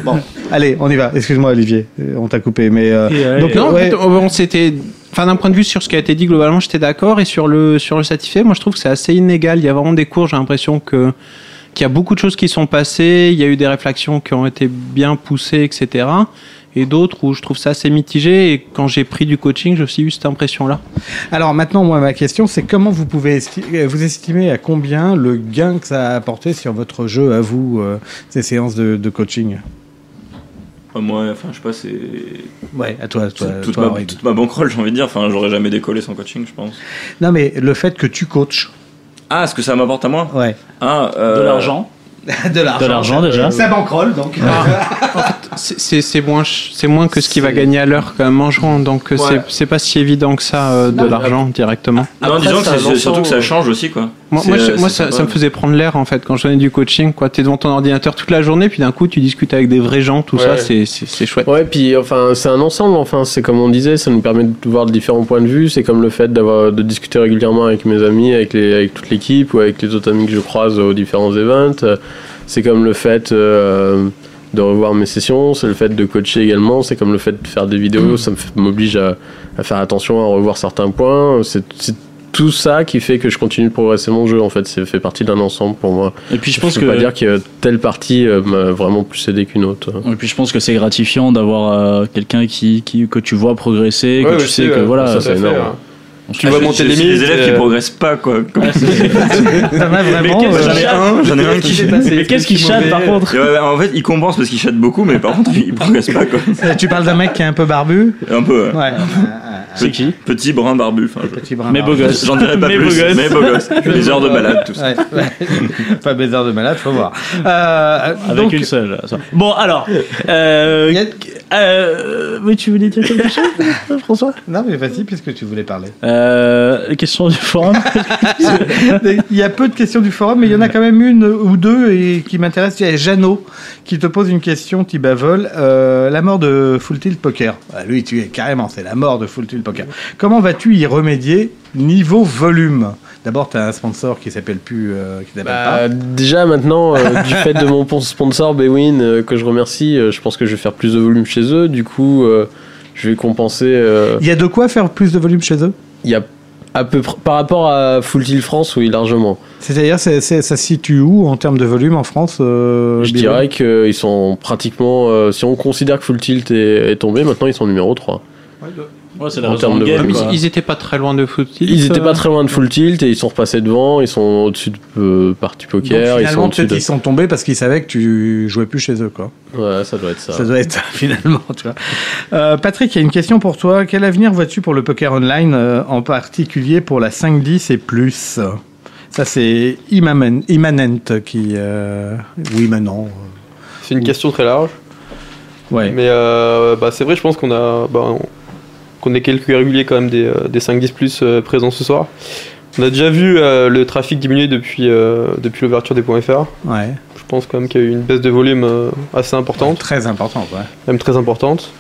[SPEAKER 2] Bon, allez, on y va. Excuse-moi, Olivier, euh, on t'a coupé, mais. euh,
[SPEAKER 4] Et, euh,
[SPEAKER 2] donc,
[SPEAKER 4] et-
[SPEAKER 9] Non, en
[SPEAKER 2] ouais,
[SPEAKER 9] fait, on on s'était. Enfin, d'un point de vue sur ce qui a été dit globalement, j'étais d'accord. Et sur le, sur le satisfait, moi, je trouve que c'est assez inégal. Il y a vraiment des cours, j'ai l'impression que qu'il y a beaucoup de choses qui sont passées. Il y a eu des réflexions qui ont été bien poussées, etc. Et d'autres où je trouve ça assez mitigé. Et quand j'ai pris du coaching, j'ai aussi eu cette impression-là.
[SPEAKER 2] alors maintenant, moi, ma question, c'est comment vous pouvez esti- euh, vous estimer à combien le gain que ça a apporté sur votre jeu à vous, euh, ces séances de, de coaching
[SPEAKER 10] Enfin, moi, enfin, je sais pas, c'est
[SPEAKER 2] Ouais, à toi, à toi,
[SPEAKER 10] toute,
[SPEAKER 2] toi,
[SPEAKER 10] ma,
[SPEAKER 2] Aurélien.
[SPEAKER 10] toute ma banquerolle, j'ai envie de dire. Enfin, j'aurais jamais décollé sans coaching, je pense.
[SPEAKER 2] Non, mais le fait que tu coaches.
[SPEAKER 10] Ah, ce que ça m'apporte à moi
[SPEAKER 2] Ouais.
[SPEAKER 10] Ah, euh,
[SPEAKER 4] De l'argent.
[SPEAKER 2] De l'argent.
[SPEAKER 4] De l'argent, déjà.
[SPEAKER 2] Ça banquerolle, donc.
[SPEAKER 9] C'est- C'est c'est moins, ch- c'est moins que ce qu'il va gagner à l'heure qu'un mangeron. Donc, euh, c'est- c'est pas si évident que ça euh, de l'argent directement.
[SPEAKER 10] Non,
[SPEAKER 3] Après,
[SPEAKER 10] disons que
[SPEAKER 3] c'est un
[SPEAKER 10] c'est- c'est surtout
[SPEAKER 3] ensemble.
[SPEAKER 10] que ça change aussi, quoi.
[SPEAKER 9] Moi,
[SPEAKER 10] C'est,
[SPEAKER 9] moi, je-
[SPEAKER 10] euh,
[SPEAKER 9] moi,
[SPEAKER 10] c'est
[SPEAKER 9] ça, ça
[SPEAKER 10] sympa.
[SPEAKER 9] me faisait prendre l'air en fait quand je donnais du coaching. Quoi, t'es devant ton ordinateur toute la journée, puis d'un coup tu discutes avec des vrais gens, tout ça,
[SPEAKER 8] Ouais.
[SPEAKER 9] c'est c'est c'est chouette.
[SPEAKER 3] Ouais, puis enfin, c'est un ensemble, enfin, c'est comme on disait, ça nous permet de voir différents points de vue, c'est comme le fait d'avoir de discuter régulièrement avec mes amis, avec, les, avec toute l'équipe ou avec les autres amis que je croise aux différents events, Euh, c'est comme le fait euh, de revoir mes sessions, c'est le fait de coacher également, c'est comme le fait de faire des
[SPEAKER 9] Mm.
[SPEAKER 3] vidéos, ça me fait- m'oblige à, à faire attention, à revoir certains points, c'est c'est tout ça qui fait que je continue de progresser mon jeu en fait, c'est fait partie d'un ensemble pour moi.
[SPEAKER 4] Et puis je pense
[SPEAKER 3] peux
[SPEAKER 4] que.
[SPEAKER 3] pas dire que telle partie euh, m'a vraiment plus aidé qu'une autre.
[SPEAKER 4] Et puis je pense que c'est gratifiant d'avoir euh, quelqu'un qui, qui, que tu vois progresser,
[SPEAKER 8] Ouais,
[SPEAKER 4] que tu
[SPEAKER 8] aussi,
[SPEAKER 4] sais que
[SPEAKER 2] euh,
[SPEAKER 8] ouais,
[SPEAKER 4] voilà.
[SPEAKER 8] tout à
[SPEAKER 3] c'est
[SPEAKER 8] fait,
[SPEAKER 3] énorme.
[SPEAKER 8] ouais.
[SPEAKER 4] on se-
[SPEAKER 8] Tu
[SPEAKER 10] Ah,
[SPEAKER 8] vois
[SPEAKER 10] j'ai-
[SPEAKER 8] monter
[SPEAKER 10] j'ai
[SPEAKER 8] les
[SPEAKER 10] aussi
[SPEAKER 8] limites,
[SPEAKER 10] des élèves qui
[SPEAKER 8] euh,
[SPEAKER 10] progressent pas, quoi.
[SPEAKER 2] T'en
[SPEAKER 10] Comme-
[SPEAKER 2] as vraiment.
[SPEAKER 4] qu'est-ce
[SPEAKER 2] euh,
[SPEAKER 10] J'en ai un, j'en ai un qui.
[SPEAKER 4] Mais qu'est-ce qui chatte par contre
[SPEAKER 10] Et ouais, en fait, il compense parce qu'il chatte beaucoup, mais par contre, il progresse pas, quoi.
[SPEAKER 2] tu parles d'un mec qui est un peu barbu
[SPEAKER 10] Un peu. ouais.
[SPEAKER 2] Ouais.
[SPEAKER 4] C'est qui
[SPEAKER 10] Petit brun barbu. Enfin, je-
[SPEAKER 2] Petit brin
[SPEAKER 4] Mes beaux
[SPEAKER 2] barbu.
[SPEAKER 4] gosses.
[SPEAKER 10] J'en dirais pas
[SPEAKER 4] Mes beaux
[SPEAKER 10] plus,
[SPEAKER 4] gosses.
[SPEAKER 10] mais beau gosse. Des heures de balade, tout ça.
[SPEAKER 2] Ouais, ouais. pas baiser de malade, faut voir. Euh,
[SPEAKER 4] Avec
[SPEAKER 2] donc,
[SPEAKER 4] une seule. ça. Bon, alors. Euh,
[SPEAKER 2] Il y a-
[SPEAKER 4] euh, oui, tu voulais dire quelque chose, François
[SPEAKER 2] Non, mais vas-y, puisque tu voulais parler.
[SPEAKER 4] euh, Question du forum.
[SPEAKER 2] Il y a peu de questions du forum, mais il y en a quand même une ou deux et qui m'intéresse. Il y a Jeannot qui te pose une question, Tibavol. Euh, la mort de Full Tilt Poker. Ah, lui, tu es carrément, c'est la mort de Full Tilt Poker. Comment vas-tu y remédier niveau volume D'abord, tu as un sponsor qui s'appelle plus, euh, qui t'appelle
[SPEAKER 3] Bah, déjà maintenant, euh, du fait de mon pon- sponsor Bewin euh, que je remercie, euh, je pense que je vais faire plus de volume chez eux. Du coup, euh, je vais compenser. euh,
[SPEAKER 2] pas. Il y a de quoi faire plus de volume chez eux
[SPEAKER 3] Il y a À peu pr- par rapport à Full Tilt France, oui, largement.
[SPEAKER 2] C'est-à-dire, c'est- c'est- ça se situe où en termes de volume en France euh,
[SPEAKER 3] Je dirais
[SPEAKER 2] Bilal
[SPEAKER 3] qu'ils sont pratiquement. euh, si on considère que Full Tilt est, est tombé, maintenant ils sont numéro 3.
[SPEAKER 4] Ouais, c'est
[SPEAKER 3] En
[SPEAKER 4] la raison
[SPEAKER 3] termes
[SPEAKER 4] de
[SPEAKER 3] de
[SPEAKER 4] game.
[SPEAKER 3] volume.
[SPEAKER 4] quoi.
[SPEAKER 9] Ils étaient pas très loin de Full Tilt.
[SPEAKER 3] Ils étaient
[SPEAKER 9] euh,
[SPEAKER 3] pas très loin de Full Tilt et ils sont repassés devant, ils sont au-dessus de euh, Party
[SPEAKER 2] Donc,
[SPEAKER 3] Poker, ils sont
[SPEAKER 2] finalement,
[SPEAKER 3] au-dessus
[SPEAKER 2] peut-être
[SPEAKER 3] de.
[SPEAKER 2] ils sont tombés parce qu'ils savaient que tu jouais plus chez eux, quoi.
[SPEAKER 3] Ouais, ça doit être ça.
[SPEAKER 2] Ça doit être ça, finalement, tu vois. Euh, Patrick, il y a une question pour toi. Quel avenir vois-tu pour le poker online, euh, en particulier pour la 5-10 et plus Ça, c'est Immanen- Immanent qui. euh, ou Immanent.
[SPEAKER 8] C'est une question très large.
[SPEAKER 2] Ouais.
[SPEAKER 8] Mais euh, bah, c'est vrai, je pense qu'on a bah, on- qu'on est quelques réguliers quand même des, euh, des 5-10 plus euh, présents ce soir. On a déjà vu euh, le trafic diminuer depuis, euh, depuis l'ouverture des points .fr.
[SPEAKER 2] Ouais.
[SPEAKER 8] Je pense quand même qu'il y a eu une baisse de volume euh, assez importante.
[SPEAKER 2] Très importante, ouais.
[SPEAKER 8] Même très importante.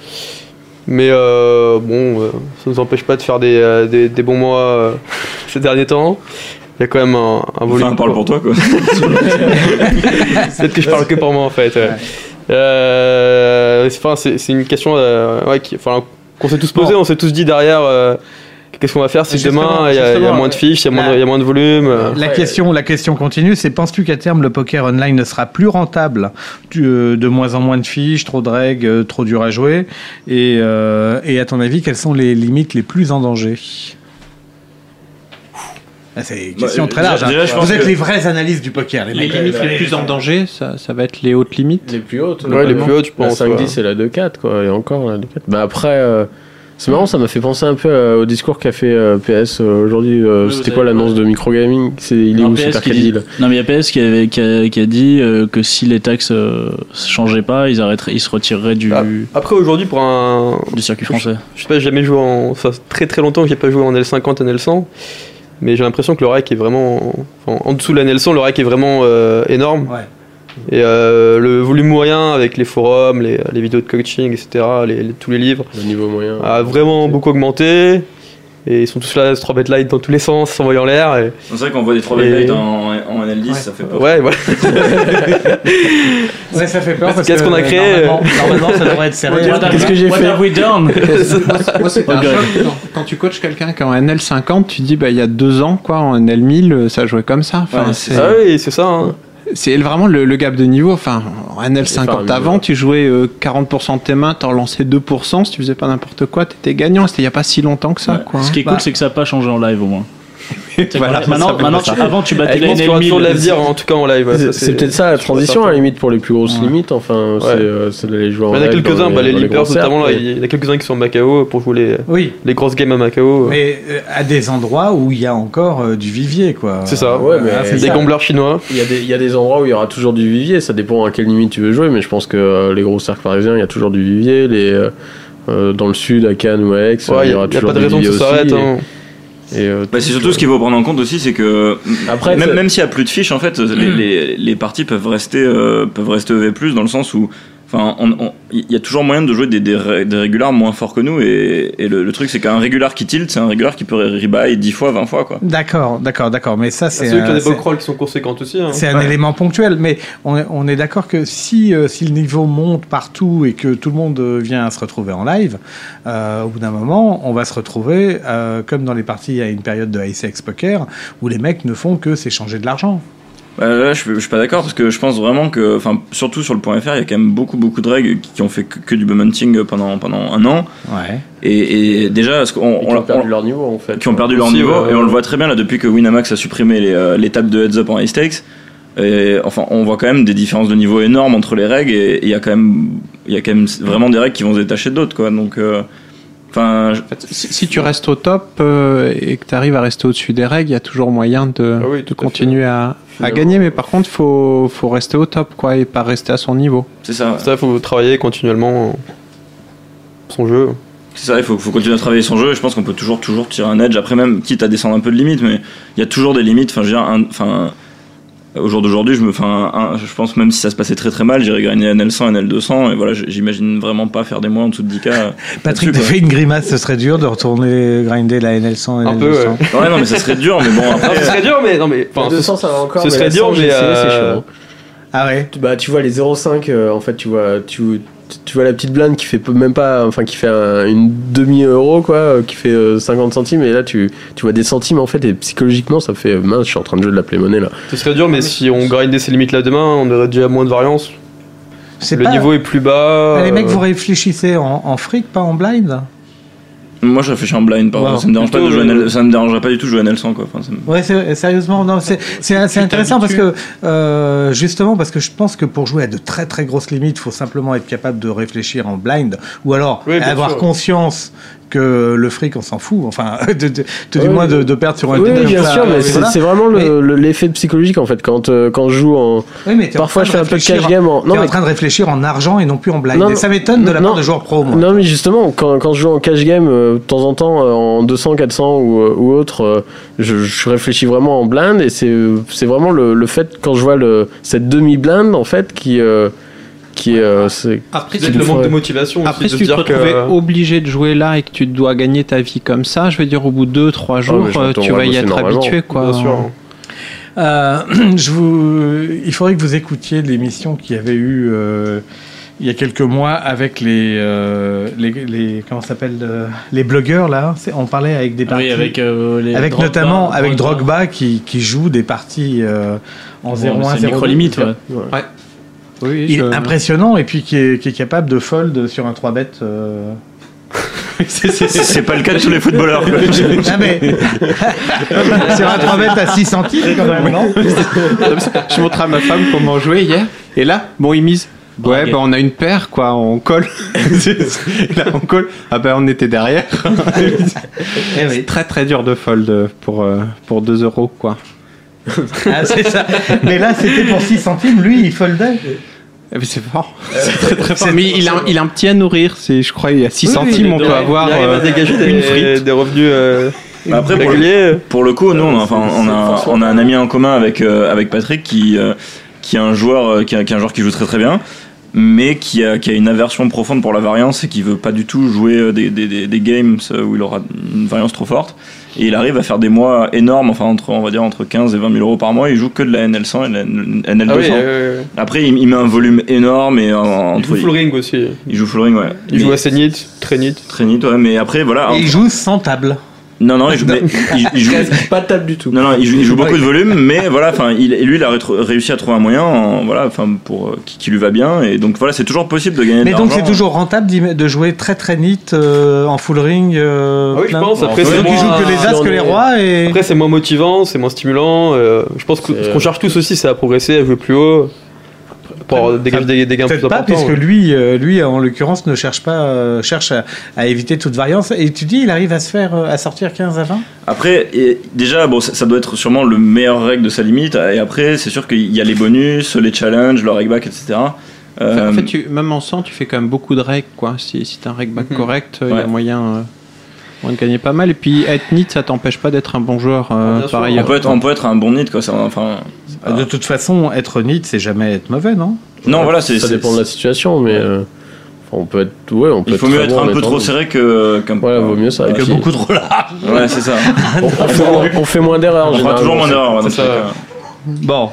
[SPEAKER 8] Mais euh, bon, euh, ça ne nous empêche pas de faire des, euh, des, des bons mois euh, ces derniers temps. Il y a quand même un, un volume.
[SPEAKER 10] Enfin, parle pour toi, quoi.
[SPEAKER 8] Peut-être que je parle que pour moi en fait. ouais. Euh, c'est- enfin, c'est c'est une question euh, ouais, qui- enfin, qu'on s'est tous posé, on s'est tous dit derrière euh, qu'est-ce qu'on va faire si
[SPEAKER 2] Justement,
[SPEAKER 8] demain il y, a- il y a
[SPEAKER 2] justement,
[SPEAKER 8] moins de fiches, il y a moins de-
[SPEAKER 2] la-
[SPEAKER 8] il y a moins de volume. euh.
[SPEAKER 2] La question, la question continue, c'est penses-tu qu'à terme le poker online ne sera plus rentable Tu, euh, De moins en moins de fiches, trop de règles, euh, trop dur à jouer. Et, euh, et à ton avis, quelles sont les limites les plus en danger Ah, C'est une question
[SPEAKER 9] Bah,
[SPEAKER 2] très large.
[SPEAKER 9] déjà-
[SPEAKER 2] hein.
[SPEAKER 9] déjà, je pense
[SPEAKER 2] Vous êtes
[SPEAKER 9] que-
[SPEAKER 2] les vrais analystes du poker. Les,
[SPEAKER 9] Les
[SPEAKER 2] mecs.
[SPEAKER 9] limites les plus en danger, ça, ça va être les hautes limites.
[SPEAKER 3] Les plus hautes.
[SPEAKER 8] Ouais, les plus hautes, je pense,
[SPEAKER 3] La 5-10
[SPEAKER 8] ouais.
[SPEAKER 3] et la 2-4, quoi. Et encore la 2-4. Bah après, euh, c'est marrant, ça m'a fait penser un peu euh, au discours qu'a fait euh, PS euh, aujourd'hui. euh,
[SPEAKER 4] Oui,
[SPEAKER 3] C'était
[SPEAKER 4] vous
[SPEAKER 3] quoi
[SPEAKER 4] avez-
[SPEAKER 3] l'annonce de microgaming C'est- Il est
[SPEAKER 4] Non,
[SPEAKER 3] où
[SPEAKER 4] PS
[SPEAKER 3] Super
[SPEAKER 4] qui dit-
[SPEAKER 3] Cadil
[SPEAKER 4] non, mais il y a PS qui, avait- qui a, qui a dit euh, que si les taxes euh, changeaient pas, ils, arrêteraient, ils se retireraient du,
[SPEAKER 2] Ah.
[SPEAKER 8] Après aujourd'hui pour un
[SPEAKER 4] du circuit français.
[SPEAKER 8] Je sais pas, j'ai jamais joué en. Ça fait très très longtemps que j'ai pas joué en L50 et L100. Mais j'ai l'impression que le rack est vraiment. enfin, en dessous de la L100, le rack est vraiment euh, énorme. Et euh, le volume moyen avec les forums, les, les vidéos de coaching, etc., les- les- tous les livres,
[SPEAKER 3] Le niveau moyen.
[SPEAKER 8] a vraiment beaucoup augmenté. Et ils sont tous là, se 3 bet light dans tous les sens, s'envoyer en l'air. Et...
[SPEAKER 10] C'est vrai qu'on voit des 3 belles
[SPEAKER 8] Et-
[SPEAKER 10] lights en, en NL10, ça fait peur.
[SPEAKER 8] Ouais, voilà.
[SPEAKER 2] Ouais, ça fait peur. parce
[SPEAKER 8] Qu'est-ce
[SPEAKER 2] que,
[SPEAKER 8] qu'on a
[SPEAKER 2] euh,
[SPEAKER 8] créé,
[SPEAKER 2] normalement,
[SPEAKER 8] euh
[SPEAKER 2] normalement, ça devrait être serré.
[SPEAKER 4] Qu'est-ce que j'ai fait
[SPEAKER 9] Moi, c'est un
[SPEAKER 4] Ok.
[SPEAKER 9] choc. Quand, quand tu coaches quelqu'un qui est en NL50, tu dis, bah, il y a deux ans, quoi, en NL1000, euh, ça jouait comme ça. Enfin,
[SPEAKER 8] Ouais,
[SPEAKER 9] c'est,
[SPEAKER 8] Ah oui, c'est ça. hein.
[SPEAKER 9] c'est vraiment le, le gap de niveau. Enfin, en NL50
[SPEAKER 3] faramineux,
[SPEAKER 9] avant,
[SPEAKER 3] ouais.
[SPEAKER 9] tu jouais euh, 40% de tes mains, t'en lançais 2%. Si tu faisais pas n'importe quoi, t'étais gagnant. C'était il y a pas si longtemps que ça, quoi.
[SPEAKER 4] Ce qui est
[SPEAKER 9] Bah,
[SPEAKER 4] cool, c'est que ça n'a pas changé en live au moins. C'est
[SPEAKER 9] Voilà,
[SPEAKER 4] quand-
[SPEAKER 9] ça Eh,
[SPEAKER 4] maintenant,
[SPEAKER 9] s'appelle
[SPEAKER 4] maintenant,
[SPEAKER 9] ça.
[SPEAKER 4] tu- avant, tu battais
[SPEAKER 8] Je
[SPEAKER 4] la
[SPEAKER 8] pense qu'il y aura toujours de
[SPEAKER 4] NL1000.
[SPEAKER 8] l'avenir, en tout cas en live. ouais, ça,
[SPEAKER 3] C'est- C'est peut-être ça la
[SPEAKER 8] je suis pas
[SPEAKER 3] transition à
[SPEAKER 8] certain.
[SPEAKER 3] la limite pour les plus grosses limites. Enfin, c'est euh, c'est d'aller jouer en
[SPEAKER 8] Il y en a
[SPEAKER 3] live dans
[SPEAKER 8] quelques-uns, bah, les
[SPEAKER 3] dans
[SPEAKER 8] Leapers
[SPEAKER 3] concerts,
[SPEAKER 8] notamment, là,
[SPEAKER 3] mais-
[SPEAKER 8] il y en a quelques-uns qui sont à Macao pour jouer les,
[SPEAKER 2] Oui,
[SPEAKER 8] les grosses games à Macao.
[SPEAKER 2] mais euh, à des endroits où il y a encore euh, du vivier, quoi.
[SPEAKER 8] C'est ça,
[SPEAKER 3] ouais, mais-
[SPEAKER 2] Ah, c'est
[SPEAKER 8] des
[SPEAKER 2] ça.
[SPEAKER 8] gamblers chinois.
[SPEAKER 3] Il y, a des, il y a des endroits où il y aura toujours du vivier, ça dépend à quelle limite tu veux jouer, mais je pense que euh, les gros cercles parisiens, il y a toujours du vivier, les, euh, euh, dans le sud, à Cannes ou à Aix,
[SPEAKER 8] Ouais,
[SPEAKER 3] il y
[SPEAKER 8] y a,
[SPEAKER 3] aura
[SPEAKER 8] y a
[SPEAKER 3] toujours
[SPEAKER 8] pas de
[SPEAKER 3] du
[SPEAKER 8] raison que
[SPEAKER 3] vivier
[SPEAKER 8] ça
[SPEAKER 3] aussi,
[SPEAKER 8] s'arrête.
[SPEAKER 3] et-
[SPEAKER 8] hein.
[SPEAKER 3] et, euh,
[SPEAKER 10] Bah, c'est surtout ce qu'il faut prendre en compte aussi, c'est que
[SPEAKER 3] Après,
[SPEAKER 10] même,
[SPEAKER 3] ça-
[SPEAKER 10] même s'il y a plus de fiches, en fait, les, les, les parties peuvent rester euh, peuvent rester EV+ dans le sens où, enfin, on- on- il y a toujours moyen de jouer des, des, ré- des régulars moins forts que nous et, et le, le truc c'est qu'un régular qui tilt, c'est un régular qui peut rebuy 10 fois, 20 fois quoi.
[SPEAKER 2] D'accord, d'accord, d'accord. Mais ça,
[SPEAKER 8] C'est
[SPEAKER 2] c'est.
[SPEAKER 8] ceux Ah, qui ont
[SPEAKER 2] un-
[SPEAKER 8] des
[SPEAKER 2] c'est-
[SPEAKER 8] bug crawls qui sont conséquentes aussi. hein.
[SPEAKER 2] C'est un
[SPEAKER 8] Ouais.
[SPEAKER 2] élément ponctuel, mais on est, on est d'accord que si, euh, si le niveau monte partout et que tout le monde euh, vient se retrouver en live, euh, au bout d'un moment, on va se retrouver euh, comme dans les parties à une période de ICX Poker où les mecs ne font que s'échanger de l'argent.
[SPEAKER 10] Bah, là, je, je suis pas d'accord parce que je pense vraiment que, enfin, surtout sur le point fr, il y a quand même beaucoup beaucoup de règles qui, qui ont fait que, que du bum hunting pendant pendant un an
[SPEAKER 2] Ouais.
[SPEAKER 10] et, et déjà parce qu'on
[SPEAKER 3] et
[SPEAKER 10] on-
[SPEAKER 3] qui ont
[SPEAKER 10] on-
[SPEAKER 3] perdu leur niveau en fait.
[SPEAKER 10] qui ont perdu leur
[SPEAKER 8] Aussi,
[SPEAKER 10] niveau
[SPEAKER 8] ouais.
[SPEAKER 10] et on le voit très bien là depuis que Winamax a supprimé les, euh, les tables de heads up en high stakes et, enfin on voit quand même des différences de niveau énormes entre les règles et et il y a quand même il y a quand même vraiment des règles qui vont se détacher d'autres quoi donc euh, enfin je-
[SPEAKER 9] si, si tu restes au top euh, et que tu arrives à rester au-dessus des règles, il y a toujours moyen de,
[SPEAKER 8] Ah oui,
[SPEAKER 9] de
[SPEAKER 8] tout à
[SPEAKER 9] continuer à, à
[SPEAKER 3] Finalement.
[SPEAKER 9] gagner. Mais par contre, faut, faut rester au top quoi, et pas rester à son niveau.
[SPEAKER 10] c'est ça
[SPEAKER 8] Ça, faut travailler continuellement son jeu.
[SPEAKER 10] c'est ça il faut, faut continuer à travailler son jeu et je pense qu'on peut toujours toujours tirer un edge après même quitte à descendre un peu de limite mais il y a toujours des limites enfin je veux dire un- enfin au jour d'aujourd'hui, je me, enfin, un- je pense même si ça se passait très très mal, j'irais gagner un L100, un L200, et voilà, j- j'imagine vraiment pas faire des mois en dessous de 10K. euh,
[SPEAKER 2] Patrick,
[SPEAKER 10] là-dessus,
[SPEAKER 2] t'as
[SPEAKER 10] quoi.
[SPEAKER 2] fait une grimace, ce serait dur de retourner grinder la NL100 et la
[SPEAKER 8] Un
[SPEAKER 2] NL200.
[SPEAKER 8] peu, ouais.
[SPEAKER 10] Ouais, non, mais ça serait dur, mais bon, après. euh,
[SPEAKER 8] ce serait dur, mais. Non, mais enfin,
[SPEAKER 3] Enfin, 200 ça va encore.
[SPEAKER 8] ce
[SPEAKER 3] mais
[SPEAKER 8] serait
[SPEAKER 3] la
[SPEAKER 8] dur,
[SPEAKER 3] 100,
[SPEAKER 8] mais,
[SPEAKER 3] j'ai essayé,
[SPEAKER 8] euh,
[SPEAKER 3] c'est chaud, hein.
[SPEAKER 2] Ah ouais
[SPEAKER 3] Tu- Bah, tu vois les 0,5, euh, en fait, tu vois, tu, tu vois la petite blinde qui fait peu- même pas, enfin qui fait un- une demi euro quoi, euh, qui fait euh, 50 centimes et là tu, tu vois des centimes en fait et psychologiquement ça fait euh, mince, je suis en train de jouer de la play monnaie là.
[SPEAKER 8] Ce serait dur,
[SPEAKER 10] Ah,
[SPEAKER 8] mais si on grindait ces limites-là demain, on aurait déjà moins de variance. Le
[SPEAKER 2] pas- Ah,
[SPEAKER 8] niveau est plus bas.
[SPEAKER 2] les mecs,
[SPEAKER 8] euh,
[SPEAKER 2] vous réfléchissez en, en fric, pas en blind
[SPEAKER 10] Moi, je réfléchis en blind, par
[SPEAKER 2] Wow.
[SPEAKER 10] ça me dérange pas de
[SPEAKER 2] Plutôt,
[SPEAKER 10] jouer
[SPEAKER 2] euh,
[SPEAKER 10] NL ça me dérangerait pas du tout de jouer NL100, quoi. Enfin, ça me-
[SPEAKER 2] Ouais, c'est- sérieusement, non, c'est c'est- c'est intéressant parce que euh, justement parce que je pense que pour jouer à de très très grosses limites, faut simplement être capable de réfléchir en blind ou alors
[SPEAKER 11] Oui, bien
[SPEAKER 2] avoir
[SPEAKER 11] sûr.
[SPEAKER 2] conscience que le fric on s'en fout, enfin de, de- tout du
[SPEAKER 3] Ouais,
[SPEAKER 2] moins de,
[SPEAKER 3] mais-
[SPEAKER 2] de perdre sur un
[SPEAKER 3] Oui,
[SPEAKER 2] truc
[SPEAKER 3] bien
[SPEAKER 2] comme ça,
[SPEAKER 3] sûr, mais
[SPEAKER 2] euh,
[SPEAKER 3] c'est
[SPEAKER 2] voilà.
[SPEAKER 3] c'est vraiment le- le- l'effet psychologique en fait. Quand, euh, quand je joue en.
[SPEAKER 2] Oui, mais t'es en
[SPEAKER 3] Parfois,
[SPEAKER 2] train
[SPEAKER 3] je fais un peu de
[SPEAKER 2] réfléchir-
[SPEAKER 3] cash game en.
[SPEAKER 2] t'es en train de réfléchir en argent et non plus en blind.
[SPEAKER 3] Non,
[SPEAKER 2] et ça m'étonne de la
[SPEAKER 3] non.
[SPEAKER 2] part de joueurs pro. Moi.
[SPEAKER 3] Non, mais justement, quand, quand je joue en cash game, euh, de temps en temps, euh, en 200, 400 ou, euh, ou autre, euh, je, je réfléchis vraiment en blind et c'est euh, c'est vraiment le, le fait, quand je vois le, cette demi-blind, en fait, qui. euh, qui euh, c'est-
[SPEAKER 8] Après,
[SPEAKER 3] qui
[SPEAKER 8] c'est le
[SPEAKER 3] me
[SPEAKER 8] manque
[SPEAKER 3] ferait-
[SPEAKER 8] de motivation.
[SPEAKER 9] Après, si tu te retrouvais obligé de jouer là et que tu dois gagner ta vie comme ça, je veux dire, au bout de 2-3 jours,
[SPEAKER 3] Ah, mais je
[SPEAKER 9] euh, tu
[SPEAKER 3] retournerai
[SPEAKER 9] vas y
[SPEAKER 3] bosser
[SPEAKER 9] être
[SPEAKER 3] normalement.
[SPEAKER 9] habitué. Quoi.
[SPEAKER 8] Bien sûr.
[SPEAKER 2] Euh, je vous, il faudrait que vous écoutiez l'émission qu'il y avait eu euh, il y a quelques mois avec les, euh, les, les comment ça s'appelle euh, les blogueurs là. C'est- On parlait avec des parties,
[SPEAKER 4] avec, euh, les
[SPEAKER 2] avec
[SPEAKER 4] Drogba,
[SPEAKER 2] notamment
[SPEAKER 4] Drogba.
[SPEAKER 2] avec Drogba qui, qui joue des parties euh, en
[SPEAKER 4] Bon,
[SPEAKER 2] 0-1,
[SPEAKER 4] c'est
[SPEAKER 2] 0
[SPEAKER 4] micro-limite, ouais.
[SPEAKER 9] Ouais. Oui,
[SPEAKER 2] Il
[SPEAKER 9] je-
[SPEAKER 2] est impressionnant et puis qui est, qui est capable de fold sur un 3 bet. euh.
[SPEAKER 10] C'est pas le cas de tous les footballeurs, quoi.
[SPEAKER 2] Ah, mais- sur un 3 bet à 6 centimes quand même, non
[SPEAKER 9] je montre à ma femme comment jouer hier. Et là, bon, il mise. Ouais, bah on a une paire, quoi, on colle. là, on colle. Ah bah on était derrière.
[SPEAKER 2] Eh
[SPEAKER 9] C'est très très dur de fold pour, euh, pour 2 euros, quoi.
[SPEAKER 2] Ah, c'est ça. Mais là, c'était pour 6 centimes. Lui, il foldait.
[SPEAKER 9] Eh ben, c'est fort.
[SPEAKER 8] Euh,
[SPEAKER 9] C'est très très fort. Mais il a, il a un petit à nourrir. C'est, je crois, il y a 6
[SPEAKER 8] Oui, oui,
[SPEAKER 9] centimes,
[SPEAKER 8] il
[SPEAKER 9] on peut
[SPEAKER 8] doit-
[SPEAKER 9] avoir
[SPEAKER 8] il arrive à
[SPEAKER 9] euh,
[SPEAKER 8] dégager des-
[SPEAKER 9] une frite.
[SPEAKER 8] des revenus. euh,
[SPEAKER 10] Mais Bah, après, pour le, pour le coup, nous, on a, enfin, on, a, on a un ami en commun avec, euh, avec Patrick qui, euh, qui, est un joueur, euh, qui, est un- qui est un joueur qui joue très très bien, mais qui a, qui a une aversion profonde pour la variance et qui veut pas du tout jouer euh, des, des, des, des games euh, où il aura une variance trop forte. Et il arrive à faire des mois énormes, enfin, entre, on va dire entre 15 et 20 000 euros par mois. Il joue que de la NL100 et de la NL200.
[SPEAKER 8] Ah oui, ouais, ouais.
[SPEAKER 10] Après, il, il met un volume énorme et en-
[SPEAKER 8] Il
[SPEAKER 10] entre.
[SPEAKER 8] joue full ring aussi.
[SPEAKER 10] il joue full ring, ouais.
[SPEAKER 8] Il joue assez nit, très nit.
[SPEAKER 10] Très nit, ouais, mais après, voilà.
[SPEAKER 2] Et il
[SPEAKER 10] entre-
[SPEAKER 2] joue sans table.
[SPEAKER 10] non, non, il joue, mais il- il joue-
[SPEAKER 3] pas de table du tout.
[SPEAKER 10] Non, non, il joue, il joue beaucoup de volume, mais voilà, enfin, il, lui, il a rétro- réussi à trouver un moyen, en- voilà, enfin, pour euh, qui, qui lui va bien, et donc voilà, c'est toujours possible de gagner.
[SPEAKER 2] Mais
[SPEAKER 10] de
[SPEAKER 2] donc,
[SPEAKER 10] l'argent.
[SPEAKER 2] c'est toujours rentable d'y- de jouer très très neat euh, en full ring. euh,
[SPEAKER 8] Ah oui, je
[SPEAKER 2] plein-
[SPEAKER 8] pense. Après,
[SPEAKER 2] Donc,
[SPEAKER 8] c'est
[SPEAKER 2] il joue
[SPEAKER 8] moins-
[SPEAKER 2] que les as, que les rois. Et...
[SPEAKER 8] Après, c'est moins motivant, c'est moins stimulant. euh, je pense que ce qu'on cherche tous aussi, c'est à progresser, à jouer plus haut. Pour avoir des, gains- des, des gains plus
[SPEAKER 2] Peut-être pas,
[SPEAKER 8] importants.
[SPEAKER 2] puisque
[SPEAKER 8] ouais.
[SPEAKER 2] lui, euh, lui, en l'occurrence, ne cherche pas, euh, cherche à, à éviter toute variance. Et tu dis, il arrive à se faire, euh, à sortir 15 à 20
[SPEAKER 10] Après, et déjà, bon, ça, ça doit être sûrement le meilleur règle de sa limite, et après, c'est sûr qu'il y a les bonus, les challenges, le règle back, etc.
[SPEAKER 9] Enfin,
[SPEAKER 10] Euh,
[SPEAKER 9] En fait, tu- même en 100, tu fais quand même beaucoup de règles, quoi. Si, si t'as un règle back
[SPEAKER 10] Mhm.
[SPEAKER 9] correct, euh, il y
[SPEAKER 10] Ouais.
[SPEAKER 9] a moyen, euh, moyen de gagner pas mal. Et puis, être nit, ça t'empêche pas d'être un bon joueur, euh, par
[SPEAKER 10] on
[SPEAKER 9] ailleurs.
[SPEAKER 10] peut, être, on peut être un bon nid, quoi, ça, enfin. c'est pas-
[SPEAKER 2] Ah, De toute façon, être neat, c'est jamais être mauvais, non
[SPEAKER 10] Non, voilà, c'est.
[SPEAKER 3] Ça
[SPEAKER 10] c'est-
[SPEAKER 3] dépend de la situation, mais. euh, enfin, on peut être. Ouais, on peut
[SPEAKER 10] Il faut
[SPEAKER 3] être
[SPEAKER 10] mieux
[SPEAKER 3] très
[SPEAKER 10] être
[SPEAKER 3] bon
[SPEAKER 10] un
[SPEAKER 3] en
[SPEAKER 10] peu
[SPEAKER 3] étant-
[SPEAKER 10] trop serré que, qu'un-
[SPEAKER 3] Voilà, vaut mieux ça.
[SPEAKER 10] que
[SPEAKER 3] Si.
[SPEAKER 10] beaucoup trop large. Ouais, c'est ça.
[SPEAKER 3] On, on fait, on fait moins d'erreurs.
[SPEAKER 10] On fera toujours
[SPEAKER 3] généralement.
[SPEAKER 10] moins d'erreurs, hein, euh. ouais, dans
[SPEAKER 3] C'est
[SPEAKER 10] tous les
[SPEAKER 3] ça.
[SPEAKER 10] cas.
[SPEAKER 2] Bon.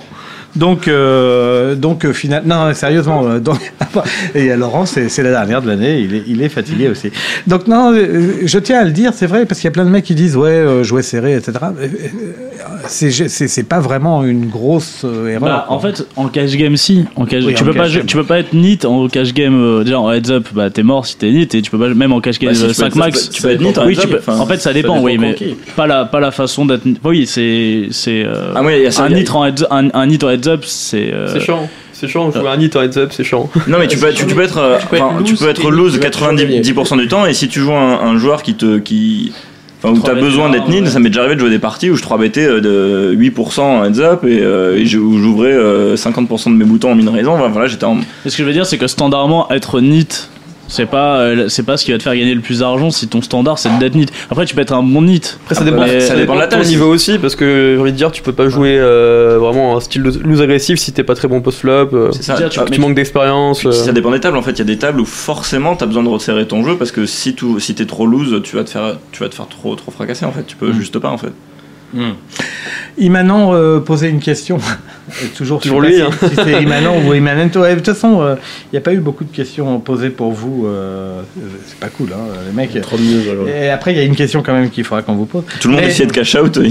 [SPEAKER 2] Donc, euh, donc euh, final... non, sérieusement. euh, donc... Et euh, Laurent, c'est c'est la dernière de l'année. Il est, il est fatigué aussi. Donc non, euh, je tiens à le dire, c'est vrai, parce qu'il y a plein de mecs qui disent ouais, euh, jouer serré, etc. Euh, C'est c'est- c'est pas vraiment une grosse euh, erreur.
[SPEAKER 4] Bah,
[SPEAKER 2] quoi.
[SPEAKER 4] en fait, en cash game, si. En cash,
[SPEAKER 2] Oui,
[SPEAKER 4] tu,
[SPEAKER 2] en
[SPEAKER 4] peux
[SPEAKER 2] cash
[SPEAKER 4] pas, jouer-
[SPEAKER 2] game.
[SPEAKER 4] tu peux pas être nit en cash game. euh, déjà, en heads up, bah, t'es mort si t'es nit. Et tu peux pas, même en cash game
[SPEAKER 10] Bah, si, tu peux
[SPEAKER 4] 5
[SPEAKER 10] être- ça
[SPEAKER 4] max,
[SPEAKER 10] peut- ça dépend
[SPEAKER 4] nit.
[SPEAKER 10] en
[SPEAKER 4] Oui,
[SPEAKER 10] heads
[SPEAKER 4] tu
[SPEAKER 10] up,
[SPEAKER 4] peux-
[SPEAKER 10] enfin,
[SPEAKER 4] en fait, ça
[SPEAKER 10] ça
[SPEAKER 4] dépend,
[SPEAKER 10] dépend
[SPEAKER 4] oui,
[SPEAKER 10] con
[SPEAKER 4] mais
[SPEAKER 10] qui.
[SPEAKER 4] pas la, pas la façon d'être. nit. Oui, c'est. c'est euh,
[SPEAKER 10] Ah oui, il y a ça,
[SPEAKER 4] un
[SPEAKER 10] il y a-
[SPEAKER 4] nit en heads, un, un nit en heads up, c'est. euh,
[SPEAKER 8] C'est chiant. C'est chiant, jouer un nit en heads up, c'est chiant.
[SPEAKER 10] Non mais tu peux, tu, tu peux être, euh,
[SPEAKER 8] peux être
[SPEAKER 10] enfin, tu
[SPEAKER 8] loose
[SPEAKER 10] peux être
[SPEAKER 8] et
[SPEAKER 10] loose
[SPEAKER 8] tu vas toujours
[SPEAKER 10] 90%
[SPEAKER 8] gagner.
[SPEAKER 10] 10% du temps et si tu joues un, un joueur qui te qui enfin où
[SPEAKER 4] Trois
[SPEAKER 10] t'as
[SPEAKER 4] bêtes
[SPEAKER 10] besoin
[SPEAKER 4] énormes,
[SPEAKER 10] d'être nid,
[SPEAKER 4] ouais.
[SPEAKER 10] ça m'est déjà arrivé de jouer des parties où je 3 bêtais euh, de 8% en heads up et, euh, et je- où j'ouvrais euh, 50% de mes boutons en mine raison, Enfin, voilà, j'étais en
[SPEAKER 4] Mais ce que je veux dire, c'est que standardement, être nit, c'est pas, euh, c'est pas ce qui va te faire gagner le plus d'argent si ton standard c'est d'être nit. Après, tu peux être un bon nit.
[SPEAKER 8] Après, ça dépend,
[SPEAKER 4] Mais-
[SPEAKER 8] ça dépend de ton niveau aussi, parce que j'ai envie de dire, tu peux pas jouer euh, vraiment un style de loose agressif si t'es pas très bon post-flop. euh,
[SPEAKER 10] C'est ça,
[SPEAKER 8] tu-
[SPEAKER 10] tu- mais-
[SPEAKER 8] tu manques d'expérience.
[SPEAKER 10] Puis,
[SPEAKER 8] euh.
[SPEAKER 10] Ça dépend des tables en fait. Il y a des tables où forcément t'as besoin de resserrer ton jeu parce que si tu si t'es trop loose, tu vas te faire tu vas te faire trop trop fracasser en fait. Tu peux juste pas en fait.
[SPEAKER 2] Imanant euh, posait une question. toujours je sais
[SPEAKER 8] Toujours
[SPEAKER 2] pas
[SPEAKER 8] lui,
[SPEAKER 2] si-
[SPEAKER 8] hein.
[SPEAKER 2] si, c'est Imanant ou Imanento. Ouais, De toute façon, euh, il n'y a pas eu beaucoup de questions posées pour vous. euh, c'est pas cool, hein, les mecs.
[SPEAKER 3] Trop mieux, voilà.
[SPEAKER 2] Et après, il y a une question quand même qu'il faudra qu'on vous pose.
[SPEAKER 10] Tout le monde
[SPEAKER 2] Mais-
[SPEAKER 10] essayait de cash out.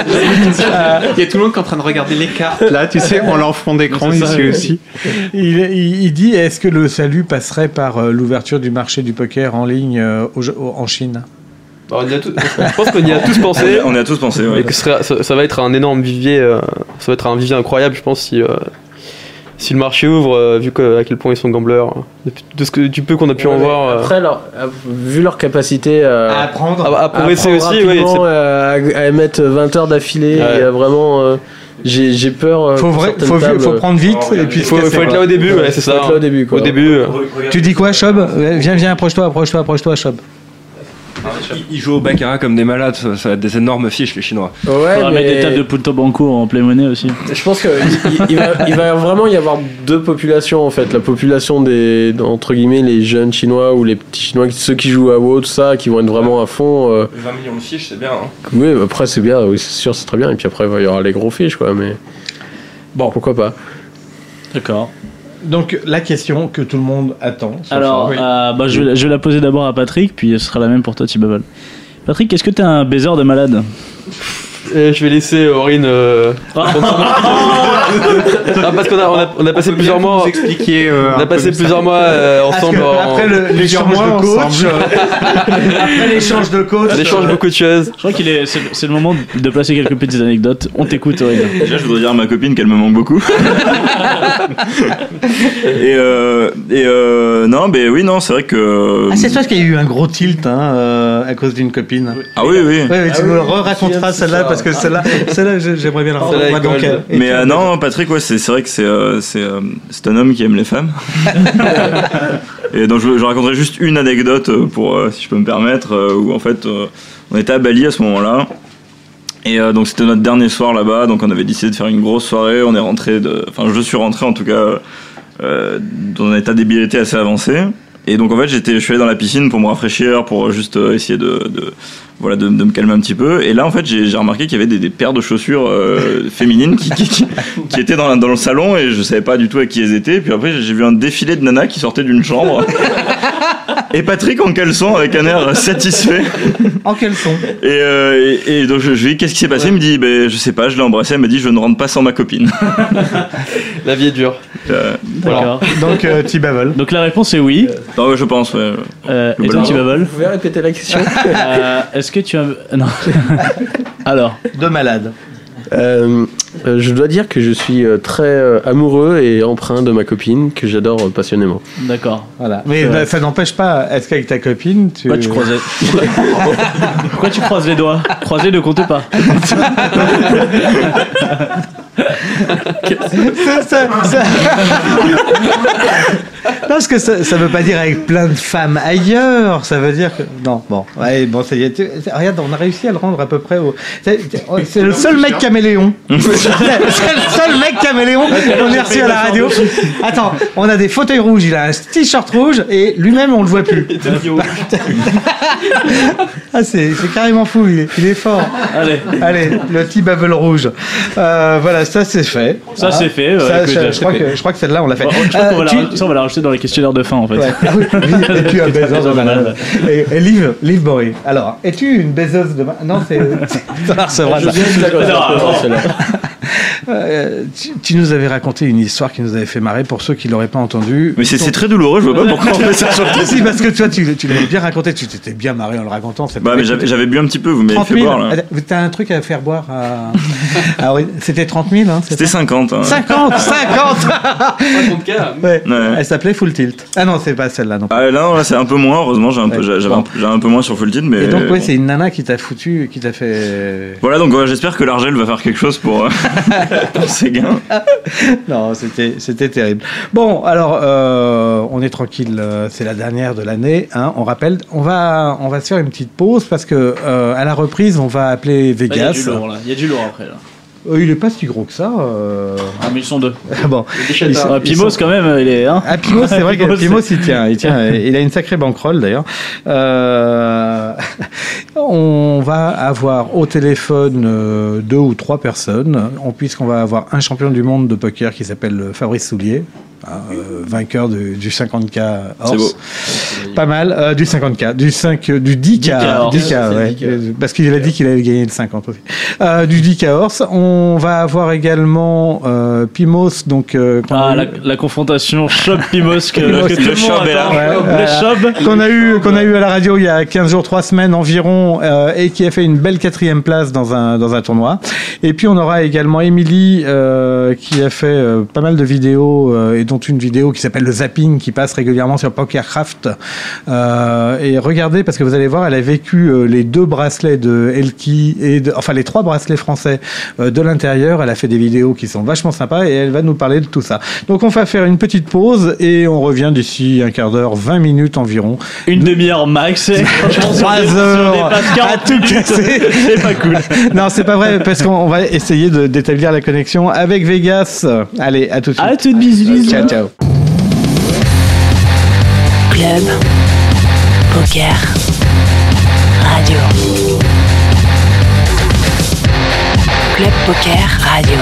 [SPEAKER 9] Euh, Il y a tout le monde qui est en train de regarder les cartes là, tu sais, on leur fond d'écran ici aussi.
[SPEAKER 2] Il, il- il dit est-ce que le salut passerait par euh, l'ouverture du marché du poker en ligne euh, au- au- en Chine
[SPEAKER 8] Bah, on y a tous- je pense qu'on y a tous pensé.
[SPEAKER 10] On y a tous pensé, ouais.
[SPEAKER 8] Et que ce sera- ça, ça va être un énorme vivier. euh, ça va être un vivier incroyable, je pense, si, euh, si le marché ouvre, euh, vu que- à quel point ils sont gambleurs. hein. Depuis- De ce que, du peu qu'on a pu en
[SPEAKER 12] Ouais,
[SPEAKER 8] voir. euh,
[SPEAKER 12] Après, leur- à- vu leur capacité euh, à
[SPEAKER 2] apprendre,
[SPEAKER 8] à- à progresser aussi, ouais,
[SPEAKER 12] rapidement,
[SPEAKER 8] c'est-
[SPEAKER 12] euh, à, à émettre 20 heures d'affilée,
[SPEAKER 8] Ouais.
[SPEAKER 12] et à vraiment, euh, j'ai j'ai peur. euh,
[SPEAKER 2] Faut
[SPEAKER 12] pour
[SPEAKER 2] vrai-
[SPEAKER 12] certaines
[SPEAKER 2] faut-
[SPEAKER 12] tables,
[SPEAKER 2] faut
[SPEAKER 12] euh,
[SPEAKER 2] prendre
[SPEAKER 10] Oh,
[SPEAKER 2] vite,
[SPEAKER 12] faut-
[SPEAKER 2] et puis se
[SPEAKER 12] faut,
[SPEAKER 2] casser,
[SPEAKER 12] faut être
[SPEAKER 2] quoi.
[SPEAKER 12] là au début, ouais,
[SPEAKER 8] Ouais,
[SPEAKER 12] c'est
[SPEAKER 8] c'est
[SPEAKER 12] ça.
[SPEAKER 8] ça.
[SPEAKER 12] Faut être là au
[SPEAKER 10] hein.
[SPEAKER 3] hein.
[SPEAKER 12] début, quoi.
[SPEAKER 8] Au début, euh,
[SPEAKER 2] Tu dis quoi, Chob Ouais, Viens, viens, approche-toi, approche-toi, approche-toi, Chob.
[SPEAKER 13] Ils jouent au baccarat comme des malades, ça, ça va être des énormes fiches les Chinois.
[SPEAKER 12] Ouais,
[SPEAKER 4] Faudra mettre
[SPEAKER 12] mais-
[SPEAKER 4] des tables de Punto Banco en plein monnaie aussi.
[SPEAKER 12] Je pense qu'il il va, il va vraiment y avoir deux populations en fait. La population des entre guillemets les jeunes chinois ou les petits chinois, qui- ceux qui jouent à WoW, tout ça, qui vont être vraiment à fond. euh,
[SPEAKER 13] 20 millions de fiches, c'est bien. hein.
[SPEAKER 12] Oui, bah après c'est bien, oui, c'est sûr, c'est très bien. Et puis après, il va y aura les gros fiches, quoi. Mais bon, pourquoi pas
[SPEAKER 4] D'accord.
[SPEAKER 2] Donc, la question que tout le monde attend. ce
[SPEAKER 4] Alors,
[SPEAKER 2] soir.
[SPEAKER 4] euh, bah, je, vais, je vais la poser d'abord à Patrick, puis ce sera la même pour toi, Tibabal. Patrick, est-ce que t'es un baiser de malade
[SPEAKER 8] euh, je vais laisser Aurine. euh, Ah, parce qu'on a, on a, on a passé plusieurs mois. on a passé plusieurs mois euh,
[SPEAKER 2] Parce
[SPEAKER 8] ensemble.
[SPEAKER 2] que
[SPEAKER 8] en-
[SPEAKER 2] Après le-
[SPEAKER 8] plusieurs
[SPEAKER 2] l'échange
[SPEAKER 8] mois
[SPEAKER 2] de coach,
[SPEAKER 8] ensemble.
[SPEAKER 2] euh, après l'échange de coach,
[SPEAKER 8] On échange
[SPEAKER 2] euh,
[SPEAKER 8] beaucoup de choses.
[SPEAKER 4] Je crois qu'il est, c'est, c'est le moment de placer quelques petites anecdotes. On t'écoute, Aurélien.
[SPEAKER 10] Déjà, je voudrais dire à ma copine qu'elle me manque beaucoup. et euh, et euh, non, mais oui, non, c'est vrai que.
[SPEAKER 4] euh,
[SPEAKER 2] Ah, c'est toi qui a eu un gros tilt hein, euh, à cause d'une copine.
[SPEAKER 10] Ah oui, oui.
[SPEAKER 2] Ouais, mais tu nous raconteras celle-là parce que celle-là, celle-là, je- j'aimerais bien la
[SPEAKER 10] Celle-là
[SPEAKER 2] raconter.
[SPEAKER 10] est
[SPEAKER 2] Moi, donc,
[SPEAKER 10] gold.
[SPEAKER 2] euh, et
[SPEAKER 10] mais
[SPEAKER 2] toi,
[SPEAKER 10] euh, non, Patrick, ouais, c'est c'est vrai que c'est euh, c'est, euh, c'est un homme qui aime les femmes. et donc je, je raconterai juste une anecdote euh, pour, euh, si je peux me permettre, euh, où en fait euh, on était à Bali à ce moment-là. Et euh, donc c'était notre dernier soir là-bas, donc on avait décidé de faire une grosse soirée. On est rentré, de- enfin je suis rentré en tout cas euh, dans un état d'ébriété assez avancé. Et donc en fait j'étais, je suis allé dans la piscine pour me rafraîchir, pour juste euh, essayer de, de- voilà de, de me calmer un petit peu. Et là en fait j'ai j'ai remarqué qu'il y avait des, des paires de chaussures euh, féminines qui, qui, qui- qui étaient dans, la- dans le salon et je savais pas du tout à qui elles étaient. Puis après j'ai vu un défilé de nanas qui sortaient d'une chambre. Et Patrick en caleçon avec un air satisfait.
[SPEAKER 2] En caleçon.
[SPEAKER 10] Et, euh, et, et donc je, je lui dis qu'est-ce qui s'est passé Il me dit ben je sais pas, je l'ai embrassé. Elle m'a dit je ne rentre pas sans ma copine. Euh,
[SPEAKER 8] La vie est dure.
[SPEAKER 4] D'accord.
[SPEAKER 2] Donc, euh, Tibabol.
[SPEAKER 4] Donc, la réponse est oui.
[SPEAKER 10] Ah ouais, je pense, ouais.
[SPEAKER 4] Euh, et toi, Tibabol
[SPEAKER 12] Vous pouvez répéter la question
[SPEAKER 4] Euh, Est-ce que tu as. Non. Alors.
[SPEAKER 2] De malade.
[SPEAKER 12] Euh, euh, je dois dire que je suis euh, très euh, amoureux et empreint de ma copine que j'adore euh, passionnément.
[SPEAKER 4] D'accord.
[SPEAKER 2] Voilà. Mais
[SPEAKER 12] Ouais.
[SPEAKER 2] bah, ça n'empêche pas, est-ce qu'avec ta copine, tu.
[SPEAKER 4] Pourquoi tu croises Pourquoi tu croises les doigts Croiser ne compte pas.
[SPEAKER 2] ça, ça- ça- Non, parce que ça, ça veut pas dire avec plein de femmes ailleurs, ça veut dire que. Non, bon, ouais, bon, ça y est. tu- Regarde, on a réussi à le rendre à peu près au. C'est oh, c'est le seul mec caméléon. C'est le seul mec caméléon qu'on a reçu à la radio. Attends, on a des fauteuils rouges, il a un t-shirt rouge et lui-même on le voit plus. Ah, c'est c'est carrément fou, il est, il est fort.
[SPEAKER 4] Allez.
[SPEAKER 2] Allez, le petit bubble rouge. Euh, voilà, ça c'est fait.
[SPEAKER 4] Ça,
[SPEAKER 2] Ah.
[SPEAKER 4] c'est fait, ouais,
[SPEAKER 2] Ça,
[SPEAKER 4] écoute,
[SPEAKER 2] je,
[SPEAKER 4] euh,
[SPEAKER 2] je crois que, je crois que celle-là on l'a fait.
[SPEAKER 4] Bon, je crois qu'on
[SPEAKER 2] Euh,
[SPEAKER 4] va la
[SPEAKER 2] tu-
[SPEAKER 4] raj- Ça, on va la rajouter dans les questionnaires de fin en fait.
[SPEAKER 2] Ouais. Ah oui, oui, et puis un baiser de malade. Et, et Liv, Liv Bory. Alors, es-tu une baiseuse de malade Non, c'est. c'est- c'est vrai,
[SPEAKER 12] Je
[SPEAKER 2] ça.
[SPEAKER 12] viens de la connaître,
[SPEAKER 2] Alors,
[SPEAKER 12] celle-là.
[SPEAKER 2] euh, tu, tu nous avais raconté une histoire qui nous avait fait marrer pour ceux qui l'auraient pas entendu.
[SPEAKER 10] Mais c'est- c'est très douloureux, je vois pas pourquoi on fait ça sur le
[SPEAKER 2] Si, parce que toi, tu, tu l'avais bien raconté, tu t'étais bien marré en le racontant. c'est
[SPEAKER 10] Bah
[SPEAKER 2] pas-
[SPEAKER 10] mais j'avais j'avais bu un petit peu, vous m'avez
[SPEAKER 2] 30
[SPEAKER 10] fait
[SPEAKER 2] 000.
[SPEAKER 10] boire là.
[SPEAKER 2] Attends, T'as un truc à faire boire à... Ah oui, C'était 30 000 hein, c'est
[SPEAKER 10] C'était
[SPEAKER 2] ça
[SPEAKER 10] 50. hein.
[SPEAKER 2] 50 50 Ouais.
[SPEAKER 10] Ouais.
[SPEAKER 2] Elle s'appelait Full Tilt. Ah non, c'est pas celle-là non.
[SPEAKER 10] Ah, là, non, là c'est un peu moins, heureusement, j'ai un, peu-
[SPEAKER 2] Ouais,
[SPEAKER 10] j'avais un,
[SPEAKER 2] bon.
[SPEAKER 10] j'avais un peu moins sur Full Tilt, mais.
[SPEAKER 2] Et donc, ouais,
[SPEAKER 10] bon.
[SPEAKER 2] c'est une nana qui t'a foutu, qui t'a fait.
[SPEAKER 10] Voilà, donc ouais, j'espère que l'Argel va faire quelque chose pour, euh, pour ses gains.
[SPEAKER 2] Non, c'était c'était terrible. Bon, alors euh, on est tranquille. euh, C'est la dernière de l'année. hein, on rappelle. On va on va se faire une petite pause parce que euh, à la reprise on va appeler
[SPEAKER 4] Ah, Il y a
[SPEAKER 2] Vegas.
[SPEAKER 4] du lourd là. Il y a du lourd après là.
[SPEAKER 2] Euh, il est pas si gros que ça. euh.
[SPEAKER 4] Ah, mais ils sont deux.
[SPEAKER 2] bon. Ils sont-
[SPEAKER 4] Ah,
[SPEAKER 2] hein. ils
[SPEAKER 4] Pimos,
[SPEAKER 2] sont-
[SPEAKER 4] quand même, il est. Hein
[SPEAKER 2] Ah, Pimos, c'est vrai que Pimos, il tient. Il, tient, il a une sacrée banquerolle, d'ailleurs. Euh, on va avoir au téléphone euh, deux ou trois personnes, en- puisqu'on va avoir un champion du monde de poker qui s'appelle euh, Fabrice Soulier, hein, euh, vainqueur du, du 50K
[SPEAKER 11] C'est
[SPEAKER 2] horse. Pas mal, euh, du 50K, du 5, du 10K,
[SPEAKER 11] 10K horse.
[SPEAKER 2] 10K,
[SPEAKER 11] C'est
[SPEAKER 2] ouais.
[SPEAKER 11] 10K.
[SPEAKER 2] Euh, parce qu'il a dit qu'il avait gagné le 50 aussi. Euh, du 10K horse. On va avoir également euh, Pimos, donc euh, qu'on a
[SPEAKER 4] Ah,
[SPEAKER 2] eu-
[SPEAKER 4] la, la confrontation choc Pimos que, que tout le monde attend.
[SPEAKER 2] Ouais,
[SPEAKER 4] Le
[SPEAKER 2] euh,
[SPEAKER 4] chob.
[SPEAKER 2] qu'on a eu qu'on a eu à la radio il y a 15 jours 3 semaines environ euh, et qui a fait une belle quatrième place dans un dans un tournoi et puis on aura également Émilie euh, qui a fait euh, pas mal de vidéos euh, et dont une vidéo qui s'appelle le zapping qui passe régulièrement sur Pokercraft Euh, et regardez parce que vous allez voir elle a vécu euh, les deux bracelets de Elki et de- enfin les trois bracelets français euh, de l'intérieur elle a fait des vidéos qui sont vachement sympas et elle va nous parler de tout ça donc on va faire une petite pause et on revient d'ici un quart d'heure 20 minutes environ
[SPEAKER 4] Une demi-heure max. et franchement, si on
[SPEAKER 2] 3
[SPEAKER 4] dé- si on
[SPEAKER 2] heures
[SPEAKER 4] dépasse 40
[SPEAKER 2] à tout
[SPEAKER 4] minutes,
[SPEAKER 2] casser.
[SPEAKER 4] C'est pas cool.
[SPEAKER 2] non, c'est pas vrai, parce qu'on on va essayer de- d'établir la connexion avec Vegas. Allez, à tout de suite. À
[SPEAKER 4] tout de suite.
[SPEAKER 2] Ciao, ciao.
[SPEAKER 1] Club Poker Radio. Club Poker Radio.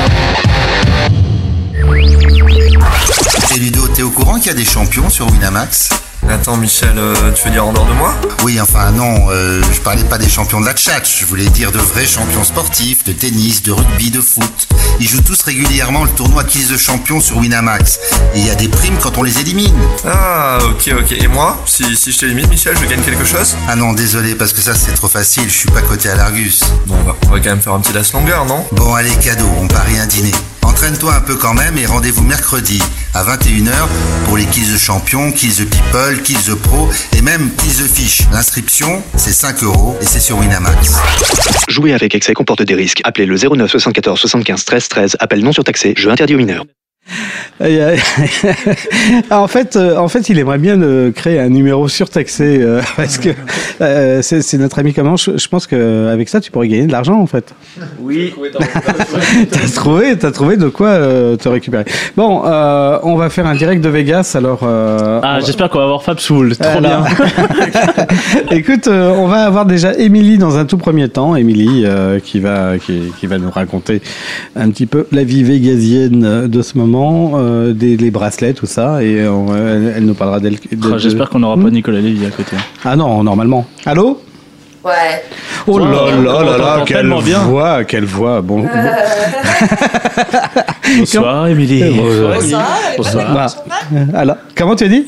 [SPEAKER 5] Et Ludo, t'es au courant qu'il y a des champions sur Winamax Attends, Michel, euh, tu veux dire en dehors de moi Oui, enfin non, euh, je parlais pas des champions de la chat, je voulais dire de vrais champions sportifs, de tennis, de rugby, de foot. Ils jouent tous régulièrement le tournoi Kiss de champions sur Winamax. Et il y a des primes quand on les élimine.
[SPEAKER 6] Ah, ok, ok. Et moi si, si je t'élimine, Michel, je gagne quelque chose
[SPEAKER 5] Ah non, désolé, parce que ça c'est trop facile, je suis pas coté à l'Argus.
[SPEAKER 6] Bon, bah, on va quand même faire un petit last longueur, non
[SPEAKER 5] Bon, allez, cadeau, on parie un dîner. Entraîne-toi un peu quand même et rendez-vous mercredi à 21h pour les Kills the Champion, Kills the People, Kills the Pro et même Kills the Fish. L'inscription, c'est 5 euros et c'est sur Winamax.
[SPEAKER 7] Jouer avec excès comporte des risques. Appelez le 09 74 75 13 13. Appel non surtaxé. Jeu interdit aux mineurs.
[SPEAKER 2] Et, euh, en fait, euh, en fait, il aimerait bien euh, créer un numéro surtaxé euh, parce que euh, c'est c'est notre ami Comanche. Je pense que avec ça, tu pourrais gagner de l'argent en fait.
[SPEAKER 14] Oui.
[SPEAKER 2] T'as trouvé, t'as trouvé de quoi euh, te récupérer. Bon, euh, on va faire un direct de Vegas. Alors, euh, on
[SPEAKER 4] Ah,
[SPEAKER 2] va-
[SPEAKER 4] j'espère qu'on va avoir Fab Soul. Trop
[SPEAKER 2] Alors.
[SPEAKER 4] bien.
[SPEAKER 2] Écoute, euh, on va avoir déjà Émilie dans un tout premier temps. Émilie euh, qui, va, qui, qui va nous raconter un petit peu la vie végasienne euh, de ce moment, euh, des, les bracelets, tout ça. Et euh, on- elle, elle nous parlera d'elle. de-
[SPEAKER 4] Ah,
[SPEAKER 2] de-
[SPEAKER 4] J'espère qu'on n'aura pas Nicolas Lévy à côté.
[SPEAKER 2] Ah non, normalement. Allô
[SPEAKER 15] Ouais.
[SPEAKER 2] Oh là
[SPEAKER 4] Ouais,
[SPEAKER 2] là
[SPEAKER 4] on
[SPEAKER 2] là là,
[SPEAKER 4] t'entend
[SPEAKER 2] quelle
[SPEAKER 4] tellement bien.
[SPEAKER 2] voix, quelle voix. Bon, bon-
[SPEAKER 4] Bonsoir, Émilie.
[SPEAKER 2] Eh, bonjour.
[SPEAKER 15] Bonsoir, elle est Bonsoir. bonne, la coupe de champagne
[SPEAKER 2] Voilà. Comment tu as dit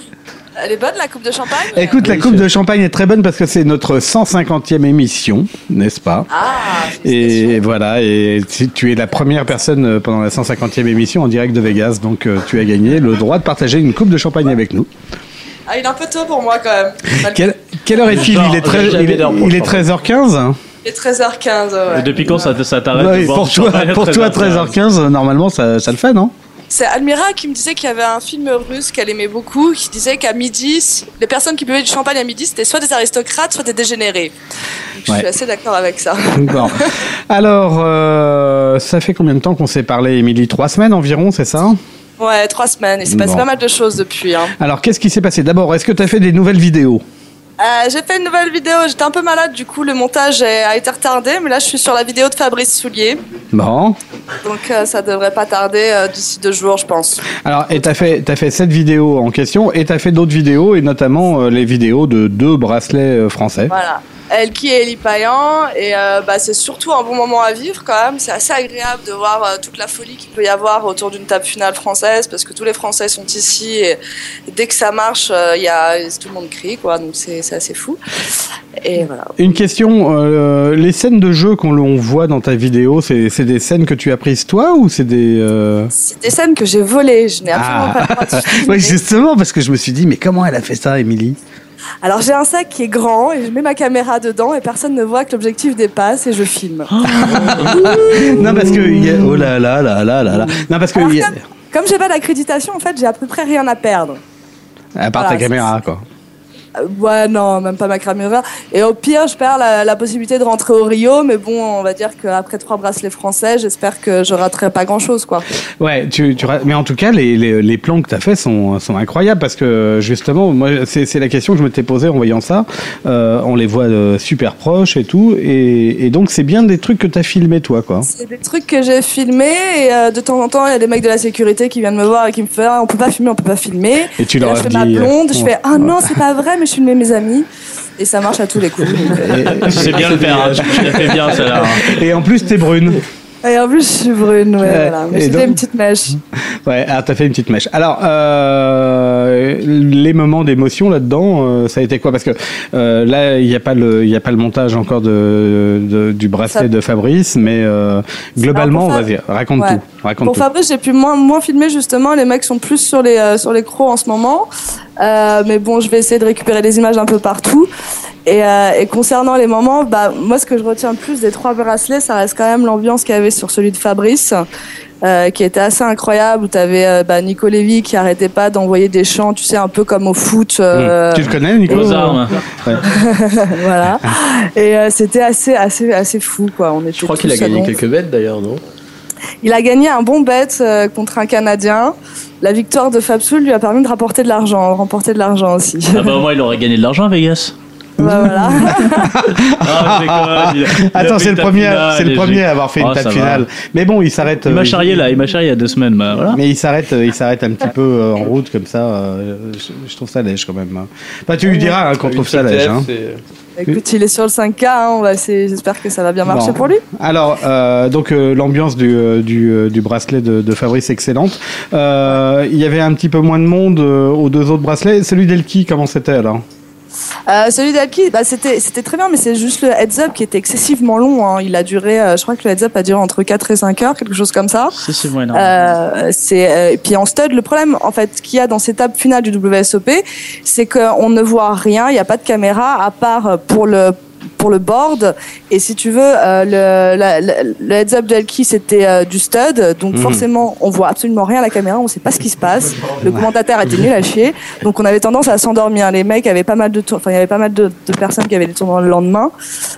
[SPEAKER 15] Elle est bonne la coupe de champagne
[SPEAKER 2] Écoute, la coupe de champagne est très bonne parce que c'est notre 150e émission, n'est-ce pas
[SPEAKER 15] Ah.
[SPEAKER 2] Et voilà, et si tu es la première personne euh, pendant la 150e émission en direct de Vegas, donc euh, tu as gagné le droit de partager une coupe de champagne avec nous.
[SPEAKER 15] Ah, il est un peu tôt pour moi quand même.
[SPEAKER 2] Quelle, quelle heure est-il il, est très- il, est- il est 13h15
[SPEAKER 15] Il est 13h15. ouais.
[SPEAKER 4] Et depuis quand ça, te- ça t'arrête
[SPEAKER 2] Ouais,
[SPEAKER 4] de boire
[SPEAKER 2] Pour
[SPEAKER 4] du
[SPEAKER 2] toi,
[SPEAKER 4] champagne hein à
[SPEAKER 2] pour toi
[SPEAKER 4] 13h15?
[SPEAKER 2] 13h15, normalement, ça, ça le fait, non
[SPEAKER 15] C'est Almira qui me disait qu'il y avait un film russe qu'elle aimait beaucoup, qui disait qu'à midi, si- les personnes qui buvaient du champagne à midi, c'était soit des aristocrates, soit des dégénérés. Donc, Je
[SPEAKER 2] Ouais.
[SPEAKER 15] suis assez d'accord avec ça.
[SPEAKER 2] Bon. Alors, euh, ça fait combien de temps qu'on s'est parlé, Émilie Trois semaines environ, c'est ça
[SPEAKER 15] Ouais, trois semaines, il s'est passé
[SPEAKER 2] Bon.
[SPEAKER 15] pas mal de choses depuis. hein.
[SPEAKER 2] Alors, qu'est-ce qui s'est passé D'abord, est-ce que tu as fait des nouvelles vidéos
[SPEAKER 15] Euh, j'ai fait une nouvelle vidéo, j'étais un peu malade, du coup le montage a été retardé, mais là je suis sur la vidéo de Fabrice Soulier,
[SPEAKER 2] Bon.
[SPEAKER 15] donc euh, ça devrait pas tarder euh, d'ici deux jours, je pense.
[SPEAKER 2] Alors, et t'as fait, t'as fait cette vidéo en question, et t'as fait d'autres vidéos, et notamment euh, les vidéos de deux bracelets euh, français.
[SPEAKER 15] Voilà. Elki et Eli Payan, et euh, bah, c'est surtout un bon moment à vivre quand même. C'est assez agréable de voir euh, toute la folie qu'il peut y avoir autour d'une table finale française, parce que tous les Français sont ici, et dès que ça marche, euh, il y a, tout le monde crie, quoi, donc c'est c'est assez fou. Et voilà.
[SPEAKER 2] Une question, euh, les scènes de jeu qu'on l'on voit dans ta vidéo, c'est, c'est des scènes que tu as prises toi, ou c'est des... euh,
[SPEAKER 15] C'est des scènes que j'ai volées, je n'ai
[SPEAKER 2] Ah.
[SPEAKER 15] absolument pas le droit de filmer.
[SPEAKER 2] oui, justement, parce que je me suis dit, mais comment elle a fait ça, Émilie
[SPEAKER 15] Alors j'ai un sac qui est grand et je mets ma caméra dedans et personne ne voit que l'objectif dépasse et je filme.
[SPEAKER 2] Oh. Non, parce que... il y a- Oh là là là là là là. Non, parce que... il y a-
[SPEAKER 15] Comme j'ai pas d'accréditation, en fait, j'ai à peu près rien à perdre.
[SPEAKER 2] À part ta
[SPEAKER 15] Voilà,
[SPEAKER 2] caméra, quoi.
[SPEAKER 15] Euh, ouais, non, même pas ma cramura. Et au pire, je perds la, la possibilité de rentrer au Rio, mais bon, on va dire qu'après trois bracelets français, j'espère que je raterai pas grand-chose, quoi.
[SPEAKER 2] Ouais, tu, tu ra- mais en tout cas, les, les, les plans que tu as faits sont, sont incroyables parce que justement, moi, c'est c'est la question que je m'étais posée en voyant ça. Euh, on les voit euh, super proches et tout. Et, et donc, c'est bien des trucs que tu as filmés, toi, quoi.
[SPEAKER 15] C'est des trucs que j'ai filmés et euh, de temps en temps, il y a des mecs de la sécurité qui viennent me voir et qui me font ah, on peut pas filmer, on peut pas filmer.
[SPEAKER 2] Et tu
[SPEAKER 15] là,
[SPEAKER 2] leur
[SPEAKER 15] je
[SPEAKER 2] as
[SPEAKER 15] fais ma
[SPEAKER 2] dit, euh,
[SPEAKER 15] blonde, je
[SPEAKER 2] ouais.
[SPEAKER 15] fais ah non, c'est pas vrai, mais je filmais mes amis. Et ça marche à tous les coups.
[SPEAKER 4] Tu sais bien le faire, hein. tu l'as fait bien celle-là. hein.
[SPEAKER 2] Et en plus, t'es brune.
[SPEAKER 15] Et en plus, je suis brune, ouais,
[SPEAKER 2] Ouais,
[SPEAKER 15] voilà.
[SPEAKER 2] et
[SPEAKER 15] Mais c'était
[SPEAKER 2] donc-
[SPEAKER 15] une petite mèche.
[SPEAKER 2] Ouais, alors t'as fait une petite mèche. Alors, euh, les moments d'émotion là-dedans, euh, ça a été quoi Parce que euh, là, il n'y a pas le, il y a pas le montage encore de, de- du bracelet
[SPEAKER 15] Ça-
[SPEAKER 2] de Fabrice, mais euh, globalement,
[SPEAKER 15] Alors, pour
[SPEAKER 2] vas-y,
[SPEAKER 15] Fab-
[SPEAKER 2] raconte
[SPEAKER 15] Ouais.
[SPEAKER 2] tout, raconte
[SPEAKER 15] Pour
[SPEAKER 2] tout.
[SPEAKER 15] Fabrice, j'ai pu moins, moins filmer justement. Les mecs sont plus sur les, euh, sur les crocs en ce moment. Euh, mais bon, je vais essayer de récupérer des images un peu partout. Et, euh, et concernant les moments, bah, moi, ce que je retiens le plus des trois bracelets, ça reste quand même l'ambiance qu'il y avait sur celui de Fabrice. euh, qui était assez incroyable où t'avais euh, bah, Nico Lévy qui arrêtait pas d'envoyer des chants tu sais un peu comme au foot euh,
[SPEAKER 2] Mmh. Tu le connais, Nico
[SPEAKER 4] Aux armes.
[SPEAKER 2] Ouais.
[SPEAKER 15] voilà et euh, c'était assez assez assez fou quoi on était
[SPEAKER 12] Je crois qu'il a gagné quelques bêtes d'ailleurs, non
[SPEAKER 15] il a gagné un bon bet euh, contre un Canadien. La victoire de Fabsoul lui a permis de rapporter de l'argent, remporter de l'argent aussi.
[SPEAKER 4] Ah bah, au moins, il aurait gagné de l'argent à Vegas.
[SPEAKER 15] Bah, voilà.
[SPEAKER 4] Ah, je déconne, il a- il a
[SPEAKER 2] Attends,
[SPEAKER 4] fait
[SPEAKER 2] c'est
[SPEAKER 4] une
[SPEAKER 2] le
[SPEAKER 4] tape
[SPEAKER 2] premier,
[SPEAKER 4] finale
[SPEAKER 2] c'est le
[SPEAKER 4] et
[SPEAKER 2] premier
[SPEAKER 4] j'ai-
[SPEAKER 2] à avoir fait une
[SPEAKER 4] Ah,
[SPEAKER 2] table
[SPEAKER 4] ça va.
[SPEAKER 2] finale. Mais bon, il s'arrête.
[SPEAKER 4] Il
[SPEAKER 2] euh,
[SPEAKER 4] m'a charrié là, il m'a charrié il y a deux semaines. Bah, voilà.
[SPEAKER 2] Mais il s'arrête, euh, il s'arrête un petit peu euh, en route comme ça. euh, je, je trouve ça lèche quand même. hein. Bah, tu lui diras hein, qu'on trouve ça lèche. hein.
[SPEAKER 15] Écoute, il est sur le 5K, hein, on va essayer- j'espère que ça va bien marcher
[SPEAKER 2] Bon.
[SPEAKER 15] pour lui.
[SPEAKER 2] Alors, euh, donc euh, l'ambiance du, euh, du, euh, du bracelet de, de Fabrice excellente. Euh, il y avait un petit peu moins de monde euh, aux deux autres bracelets. Celui d'Elki, comment c'était alors
[SPEAKER 15] Euh, celui d'Alki, bah, c'était c'était très bien, mais c'est juste le heads-up qui était excessivement long. hein. Il a duré, euh, je crois que le heads-up a duré entre 4 et 5 heures, quelque chose comme ça.
[SPEAKER 4] C'est c'est bon, énorme.
[SPEAKER 15] Euh, c'est euh, et puis en stud le problème en fait qu'il y a dans cette étape finale du WSOP c'est qu'on ne voit rien il n'y a pas de caméra à part euh, pour le pour le board et si tu veux euh, le, la- la- le heads up de Elki c'était euh, du stud donc
[SPEAKER 14] Mhm.
[SPEAKER 15] forcément on voit absolument rien à la caméra on sait pas ce qui se passe le commentateur était nul à chier donc on avait tendance à s'endormir les mecs avaient pas mal de tours enfin il y avait pas mal de, de personnes qui avaient des tournois le lendemain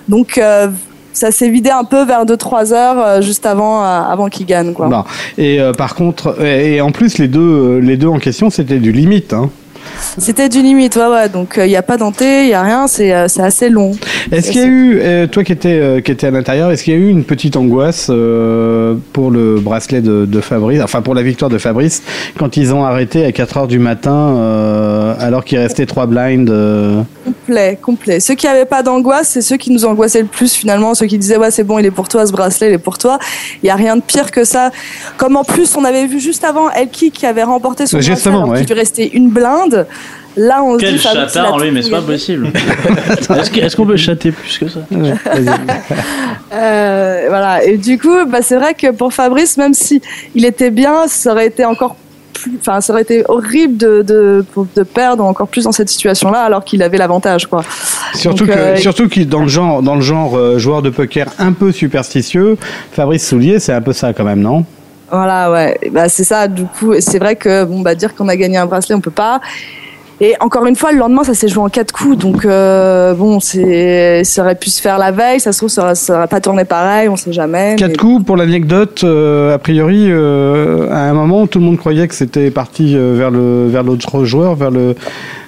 [SPEAKER 15] donc euh, ça s'est vidé un peu vers 2-3 heures euh, juste avant euh, avant qu'ils gagnent quoi
[SPEAKER 2] Bon. Et euh, par contre, et, et en plus les deux, euh, les deux en question, c'était du limite. hein.
[SPEAKER 15] C'était du limite, ouais, ouais. Donc, il n'y a pas d'enté, il n'y a rien, c'est euh, c'est assez long.
[SPEAKER 2] Est-ce qu'il y a eu, euh, toi qui étais, euh, qui étais à l'intérieur, est-ce qu'il y a eu une petite angoisse euh, pour le bracelet de, de Fabrice, enfin pour la victoire de Fabrice, quand ils ont arrêté à 4h du matin euh, alors qu'il restait trois blinds euh,
[SPEAKER 15] Complet, complet. Ceux qui n'avaient pas d'angoisse, c'est ceux qui nous angoissaient le plus finalement, ceux qui disaient, ouais, c'est bon, il est pour toi, ce bracelet, il est pour toi. Il n'y a rien de pire que ça. Comme en plus, on avait vu juste avant Elki qui avait remporté
[SPEAKER 2] Bah,
[SPEAKER 15] son bracelet,
[SPEAKER 4] Justement,
[SPEAKER 15] alors
[SPEAKER 4] ouais.
[SPEAKER 15] qu'il lui restait une blinde. Là, on se
[SPEAKER 4] Quel
[SPEAKER 15] dit, Fabrice, il a
[SPEAKER 4] chatard,
[SPEAKER 15] tout
[SPEAKER 4] lui, mais c'est pas
[SPEAKER 15] gagné.
[SPEAKER 4] possible. Est-ce que- est-ce qu'on peut chatter plus que ça
[SPEAKER 15] Euh, voilà. Et du coup, bah, c'est vrai que pour Fabrice, même si il était bien, ça aurait été encore plus, enfin, ça aurait été horrible de, de, pour- de perdre encore plus dans cette situation-là, alors qu'il avait l'avantage, quoi.
[SPEAKER 2] Surtout
[SPEAKER 15] Donc,
[SPEAKER 2] que,
[SPEAKER 15] euh,
[SPEAKER 2] surtout qu'il dans le genre, dans le genre euh, joueur de poker un peu superstitieux, Fabrice Soulier, c'est un peu ça quand même, non
[SPEAKER 15] Voilà, ouais. Et Bah, c'est ça. Du coup, c'est vrai que bon, bah, dire qu'on a gagné un bracelet, on peut pas. Et encore une fois, le lendemain, ça s'est joué en quatre coups. Donc, euh, bon, c'est, ça aurait pu se faire la veille. Ça se trouve, ça aurait, ça aurait pas tourné pareil. On sait jamais.
[SPEAKER 2] Quatre
[SPEAKER 15] mais-
[SPEAKER 2] coups pour l'anecdote. euh, a priori, euh, à un moment, tout le monde croyait que c'était parti euh, vers le vers l'autre joueur, vers le.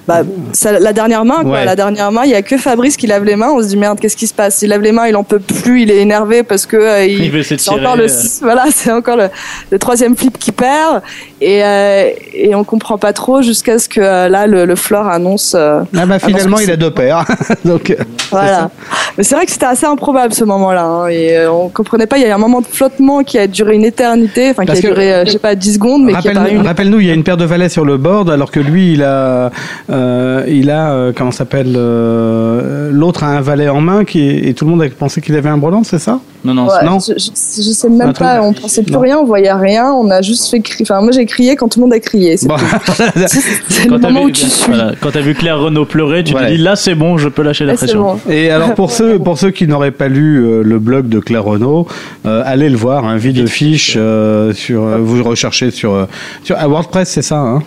[SPEAKER 15] Bah, ça- la dernière main, quoi,
[SPEAKER 2] Ouais.
[SPEAKER 15] la dernière main, il y a que Fabrice qui lave les mains. On se dit merde, qu'est-ce qui se passe Il lave les mains, il en peut plus, il est énervé parce que euh,
[SPEAKER 4] Il veut essayer de
[SPEAKER 15] c'est encore
[SPEAKER 4] tirer,
[SPEAKER 15] le,
[SPEAKER 4] euh.
[SPEAKER 15] voilà, c'est encore le, le troisième flip qui perd et, euh, et on comprend pas trop jusqu'à ce que euh, là le, le floor annonce. euh,
[SPEAKER 2] Ah bah
[SPEAKER 15] annonce
[SPEAKER 2] finalement,
[SPEAKER 15] que
[SPEAKER 2] il a
[SPEAKER 15] c'est-
[SPEAKER 2] deux paires. Donc euh,
[SPEAKER 15] Voilà. Mais c'est vrai que c'était assez improbable ce moment-là. hein, et euh, on comprenait pas. Il y a eu un moment de flottement qui a duré une éternité, enfin qui
[SPEAKER 2] Parce
[SPEAKER 15] a
[SPEAKER 2] que-
[SPEAKER 15] duré, euh, je sais pas, 10 secondes, mais qui a paru
[SPEAKER 2] Rappelle-
[SPEAKER 15] une
[SPEAKER 2] Rappelle-nous, il y a une paire de valets sur le board, alors que lui, il a, euh, il a, euh, comment ça s'appelle, euh, l'autre a un valet en main, qui est- et tout le monde a pensé qu'il avait un brelan, c'est ça
[SPEAKER 15] Ouais,
[SPEAKER 2] non.
[SPEAKER 15] Je, je- je sais même
[SPEAKER 2] Attends.
[SPEAKER 15] pas, on pensait plus
[SPEAKER 2] Non.
[SPEAKER 15] rien, on voyait rien, on a juste fait crier. Enfin, moi j'ai crié quand tout le monde a crié. c'est
[SPEAKER 2] Bon.
[SPEAKER 15] tout. C'est le
[SPEAKER 4] Quand t'as
[SPEAKER 15] moment où
[SPEAKER 4] vu,
[SPEAKER 15] tu suis.
[SPEAKER 4] voilà, quand t'as vu Claire Renault pleurer, tu te dis là c'est bon, je peux lâcher la
[SPEAKER 15] Là, c'est
[SPEAKER 4] pression.
[SPEAKER 15] bon.
[SPEAKER 2] Et alors pour ceux pour ceux qui n'auraient pas lu euh, le blog de Claire Renault, euh, allez le voir, un vide fiche euh, sur euh, vous recherchez sur euh, sur à WordPress, c'est ça hein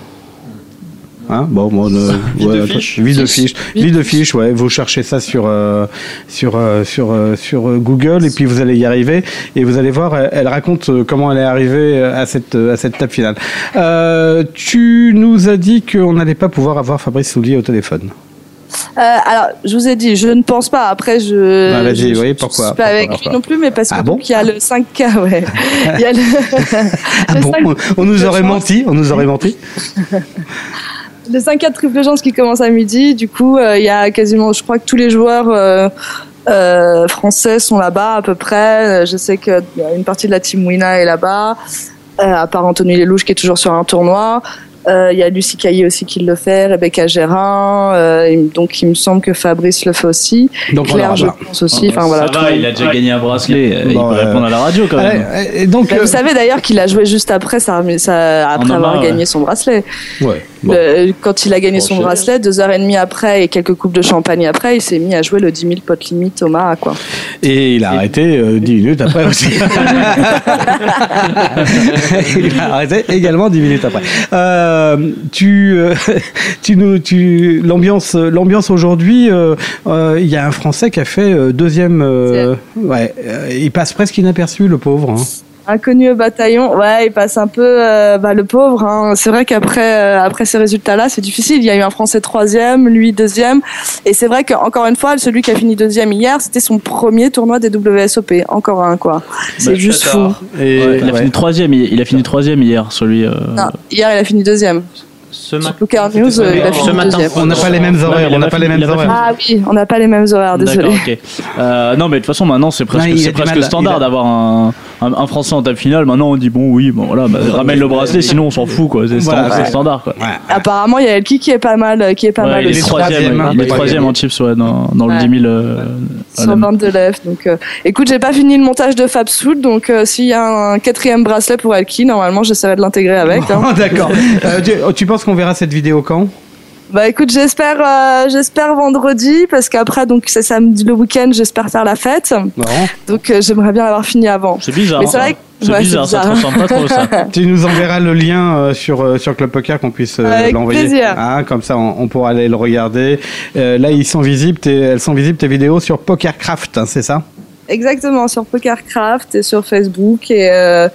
[SPEAKER 2] Hein bon, bon, euh,
[SPEAKER 11] Vie de
[SPEAKER 2] ouais,
[SPEAKER 11] fiche.
[SPEAKER 2] Vie de
[SPEAKER 11] Fiche.
[SPEAKER 2] fiche. Vie de fiche, ouais. Vous cherchez ça sur, euh, sur, euh, sur, euh, sur euh, Google et puis vous allez y arriver. Et vous allez voir, elle, elle raconte euh, comment elle est arrivée euh, à cette, euh, à cette table finale. Euh, tu nous as dit qu'on n'allait pas pouvoir avoir Fabrice Soulier au téléphone.
[SPEAKER 15] Euh, alors, je vous ai dit, je ne pense pas. Après, je.
[SPEAKER 2] Ah, vas-y,
[SPEAKER 15] je-
[SPEAKER 2] oui,
[SPEAKER 15] je
[SPEAKER 2] pourquoi,
[SPEAKER 15] suis
[SPEAKER 2] pourquoi,
[SPEAKER 15] pas avec
[SPEAKER 2] pourquoi
[SPEAKER 15] lui non plus, mais parce que
[SPEAKER 2] Ah bon
[SPEAKER 15] donc, il y a le 5K, ouais. Il y a le. le
[SPEAKER 2] Ah Bon,
[SPEAKER 15] 5K
[SPEAKER 2] on, on nous aurait menti, on nous aurait menti.
[SPEAKER 15] le 5-4 triple chance qui commence à midi. Du coup, euh, il y a quasiment, je crois que tous les joueurs euh, euh, français sont là-bas à peu près. Euh, Je sais que euh, une partie de la team Wina est là-bas, euh, à part Anthony Lelouch qui est toujours sur un tournoi. Euh, Il y a Lucie Caillé aussi qui le fait, Rebecca Gérin. euh, il me- donc, il me semble que Fabrice le fait aussi.
[SPEAKER 2] Donc, on
[SPEAKER 15] Claire,
[SPEAKER 2] l'aura
[SPEAKER 15] je
[SPEAKER 2] pas.
[SPEAKER 15] pense aussi. Enfin,
[SPEAKER 4] Ça
[SPEAKER 15] voilà, tout le
[SPEAKER 4] va, il a déjà gagné un bracelet. euh, il
[SPEAKER 2] Bon,
[SPEAKER 4] peut
[SPEAKER 2] euh,
[SPEAKER 4] répondre à la radio quand même.
[SPEAKER 2] et donc, euh,
[SPEAKER 15] Bah, vous savez d'ailleurs qu'il a joué juste après, ça, remet- ça- après
[SPEAKER 4] En
[SPEAKER 15] avoir
[SPEAKER 4] Oman, ouais.
[SPEAKER 15] gagné son bracelet.
[SPEAKER 2] Ouais.
[SPEAKER 15] Le- Euh, quand il a gagné son bracelet, deux heures et demie après et quelques coupes de champagne après, il s'est mis à jouer le 10 000 potes limite au Mara, quoi.
[SPEAKER 2] Et il a arrêté euh, 10 minutes après aussi. il a arrêté également 10 minutes après. Euh, tu, euh, tu nous, tu, l'ambiance, l'ambiance aujourd'hui, euh, euh, il y a un Français qui a fait euh, deuxième. euh, ouais, euh, il passe presque inaperçu, le pauvre. hein.
[SPEAKER 15] Inconnu au bataillon, ouais, il passe un peu euh, bah, le pauvre. hein. C'est vrai qu'après euh, après ces résultats-là, c'est difficile. Il y a eu un Français troisième, lui deuxième. Et c'est vrai qu'encore une fois, celui qui a fini deuxième hier, c'était son premier tournoi des WSOP. Encore un, quoi.
[SPEAKER 4] Bah,
[SPEAKER 15] C'est juste fou.
[SPEAKER 4] Et
[SPEAKER 9] Ouais,
[SPEAKER 4] il, a fini troisième, il, il a fini troisième hier, celui. euh,
[SPEAKER 15] Non, hier, il a fini deuxième.
[SPEAKER 9] Ce matin.
[SPEAKER 15] Luca Arneus, euh, il a
[SPEAKER 4] Ce
[SPEAKER 15] fini
[SPEAKER 4] matin,
[SPEAKER 15] deuxième.
[SPEAKER 4] on n'a pas les mêmes
[SPEAKER 2] horaires,
[SPEAKER 4] on n'a pas les mêmes horaires.
[SPEAKER 15] Ah oui, on n'a pas les mêmes horaires, Ah, désolé.
[SPEAKER 4] D'accord, ok. Euh, non, mais de toute façon, maintenant, c'est presque,
[SPEAKER 2] Ouais, il a
[SPEAKER 4] c'est
[SPEAKER 2] du
[SPEAKER 4] presque
[SPEAKER 2] mal,
[SPEAKER 4] standard
[SPEAKER 2] il a-
[SPEAKER 4] d'avoir un, un, un Français en table finale. Maintenant, on dit bon, oui, bon, voilà, bah, ramène le bracelet, sinon on s'en fout, quoi. C'est
[SPEAKER 2] Voilà,
[SPEAKER 4] standard, c'est
[SPEAKER 2] ouais.
[SPEAKER 4] standard, quoi.
[SPEAKER 15] Apparemment, il y a Elki qui est pas mal, euh, qui est pas
[SPEAKER 4] Ouais,
[SPEAKER 15] mal.
[SPEAKER 4] il est
[SPEAKER 15] aussi.
[SPEAKER 4] troisième,
[SPEAKER 2] troisième,
[SPEAKER 4] il est
[SPEAKER 2] hein.
[SPEAKER 4] troisième en chips ouais, dans, dans
[SPEAKER 15] Ouais.
[SPEAKER 4] le 10 000. euh, à la-
[SPEAKER 15] 120 de l'EF. Donc, euh, écoute, j'ai pas fini le montage de Fabsoul, donc euh, s'il y a un quatrième bracelet pour Elki, normalement, j'essaierai de l'intégrer avec. hein.
[SPEAKER 2] Oh, D'accord. Euh, tu, tu penses qu'on verra cette vidéo quand
[SPEAKER 15] Bah écoute, j'espère, euh, j'espère vendredi parce qu'après donc c'est samedi le week-end, j'espère faire la fête. Donc euh, j'aimerais bien l'avoir fini avant.
[SPEAKER 4] C'est bizarre.
[SPEAKER 15] Mais c'est
[SPEAKER 4] hein.
[SPEAKER 15] vrai que-
[SPEAKER 4] C'est
[SPEAKER 15] ouais,
[SPEAKER 4] bizarre,
[SPEAKER 15] c'est
[SPEAKER 4] ça te
[SPEAKER 15] bizarre.
[SPEAKER 4] ressemble pas trop, ça.
[SPEAKER 2] Tu nous enverras le lien euh, sur, euh, sur Club Poker qu'on puisse euh,
[SPEAKER 15] Avec
[SPEAKER 2] l'envoyer.
[SPEAKER 15] plaisir.
[SPEAKER 2] Hein, comme ça, on, on pourra aller le regarder. Euh, là, ils sont visibles, tes- elles sont visibles tes vidéos sur Pokercraft, hein, c'est ça
[SPEAKER 15] Exactement, sur PokerCraft et sur Facebook. Et, euh,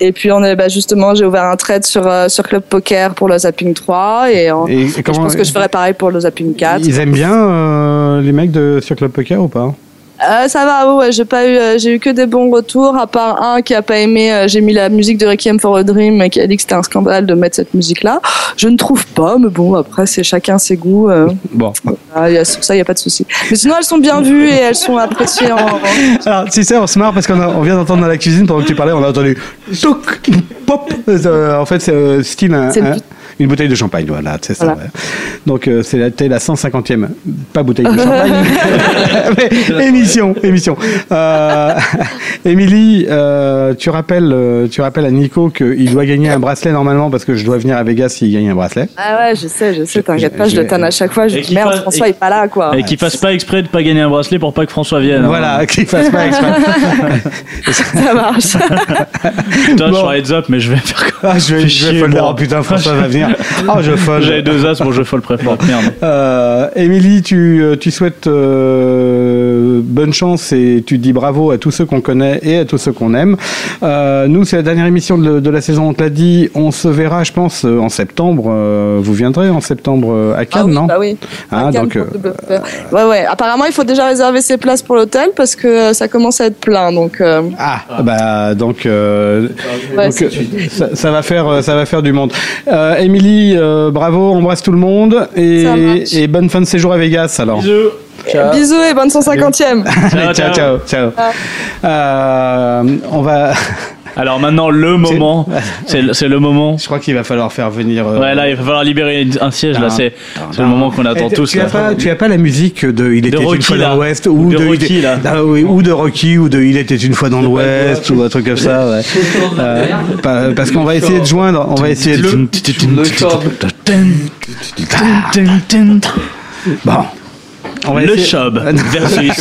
[SPEAKER 15] et puis, on est, bah, justement, j'ai ouvert un trade sur, euh, sur Club Poker pour le Zapping 3. Et, en-
[SPEAKER 2] Et
[SPEAKER 15] et je
[SPEAKER 2] comment-
[SPEAKER 15] pense que je ferai pareil pour le Zapping 4.
[SPEAKER 2] Ils aiment bien euh, les mecs de, sur Club Poker ou pas
[SPEAKER 15] Euh, ça va, ouais, j'ai pas eu, euh, j'ai eu que des bons retours, à part un qui a pas aimé, euh, j'ai mis la musique de Requiem for a Dream et qui a dit que c'était un scandale de mettre cette musique-là. Je ne trouve pas, mais bon, après, c'est chacun ses goûts. euh.
[SPEAKER 2] Bon.
[SPEAKER 15] Ah, y a- sur ça, il n'y a pas de souci. Mais sinon, elles sont bien vues et elles sont appréciées en.
[SPEAKER 2] Alors, si c'est, on se marre parce qu'on a- on vient d'entendre dans la cuisine pendant que tu parlais, on a entendu toc, pop. Euh, en fait, c'est euh, style un-
[SPEAKER 15] C'est le
[SPEAKER 2] un-
[SPEAKER 15] but.
[SPEAKER 2] une bouteille de champagne, voilà, c'est ça.
[SPEAKER 15] Voilà.
[SPEAKER 2] ouais. Donc, euh, c'est la, t'es la 150e, pas bouteille de champagne, mais émission, émission. Euh, Émilie, euh, tu rappelles, euh, tu rappelles à Nico qu'il doit gagner un bracelet normalement parce que je dois venir à Vegas s'il gagne un bracelet.
[SPEAKER 15] Ah ouais, je sais, je sais, t'inquiète pas, je le tanne à chaque fois. Je dis merde, François, il est pas là, quoi.
[SPEAKER 4] Et qu'il fasse pas exprès de pas gagner un bracelet pour pas que François vienne. hein.
[SPEAKER 2] Voilà, qu'il fasse pas exprès.
[SPEAKER 15] ça marche.
[SPEAKER 4] Putain, je suis en heads up, mais je vais faire quoi
[SPEAKER 2] Ah, je vais, je vais folder. Oh putain, François va venir. Ah, je folle.
[SPEAKER 4] J'avais deux as, bon, je folle préfère. Merde.
[SPEAKER 2] Euh, Émilie, tu, euh, tu souhaites euh, bonne chance et tu dis bravo à tous ceux qu'on connaît et à tous ceux qu'on aime. Euh, nous, c'est la dernière émission de, de la saison, on te l'a dit. On se verra, je pense, euh, en septembre. euh, vous viendrez en septembre euh, à Cannes, non
[SPEAKER 15] Bah oui.
[SPEAKER 2] Hein,
[SPEAKER 15] Cannes
[SPEAKER 2] donc,
[SPEAKER 15] pour
[SPEAKER 2] euh,
[SPEAKER 15] double fleur. Ouais, ouais. Apparemment, il faut déjà réserver ses places pour l'hôtel parce que euh, ça commence à être plein. Donc, euh,
[SPEAKER 2] Ah, bah donc, euh,
[SPEAKER 15] Ouais,
[SPEAKER 2] donc,
[SPEAKER 15] c'est
[SPEAKER 2] euh, ça, ça va faire euh, ça va faire du monde. Euh, Émilie, euh, bravo, embrasse tout le monde et,
[SPEAKER 15] Ça marche.
[SPEAKER 2] et bonne fin de séjour à Vegas alors.
[SPEAKER 4] Bisous.
[SPEAKER 15] bisous et bonne 150e.
[SPEAKER 2] Allez, ciao, ciao, ciao. Euh, on va.
[SPEAKER 4] Alors maintenant, le moment. C'est le- c'est le moment.
[SPEAKER 2] Je crois qu'il va falloir faire venir. euh,
[SPEAKER 4] Ouais, là, il va falloir libérer une- un siège, là,
[SPEAKER 2] Tain,
[SPEAKER 4] c'est
[SPEAKER 2] tain,
[SPEAKER 4] c'est le moment qu'on attend
[SPEAKER 2] Eh,
[SPEAKER 4] tous.
[SPEAKER 2] Tu
[SPEAKER 4] là.
[SPEAKER 2] as pas, tu as pas la musique de Il
[SPEAKER 4] De
[SPEAKER 2] était une
[SPEAKER 4] Rocky,
[SPEAKER 2] fois
[SPEAKER 4] là.
[SPEAKER 2] dans l'Ouest
[SPEAKER 4] Ou
[SPEAKER 2] ou
[SPEAKER 4] de
[SPEAKER 2] de,
[SPEAKER 4] Rocky, là.
[SPEAKER 2] Ah oui, ou de Rocky ou de Il était une fois dans l'Ouest ou un truc comme ça. ouais. Euh, pa- parce qu'on va essayer de joindre. On va essayer de. Bon. On va
[SPEAKER 4] Le
[SPEAKER 2] essayer-
[SPEAKER 4] Chob versus.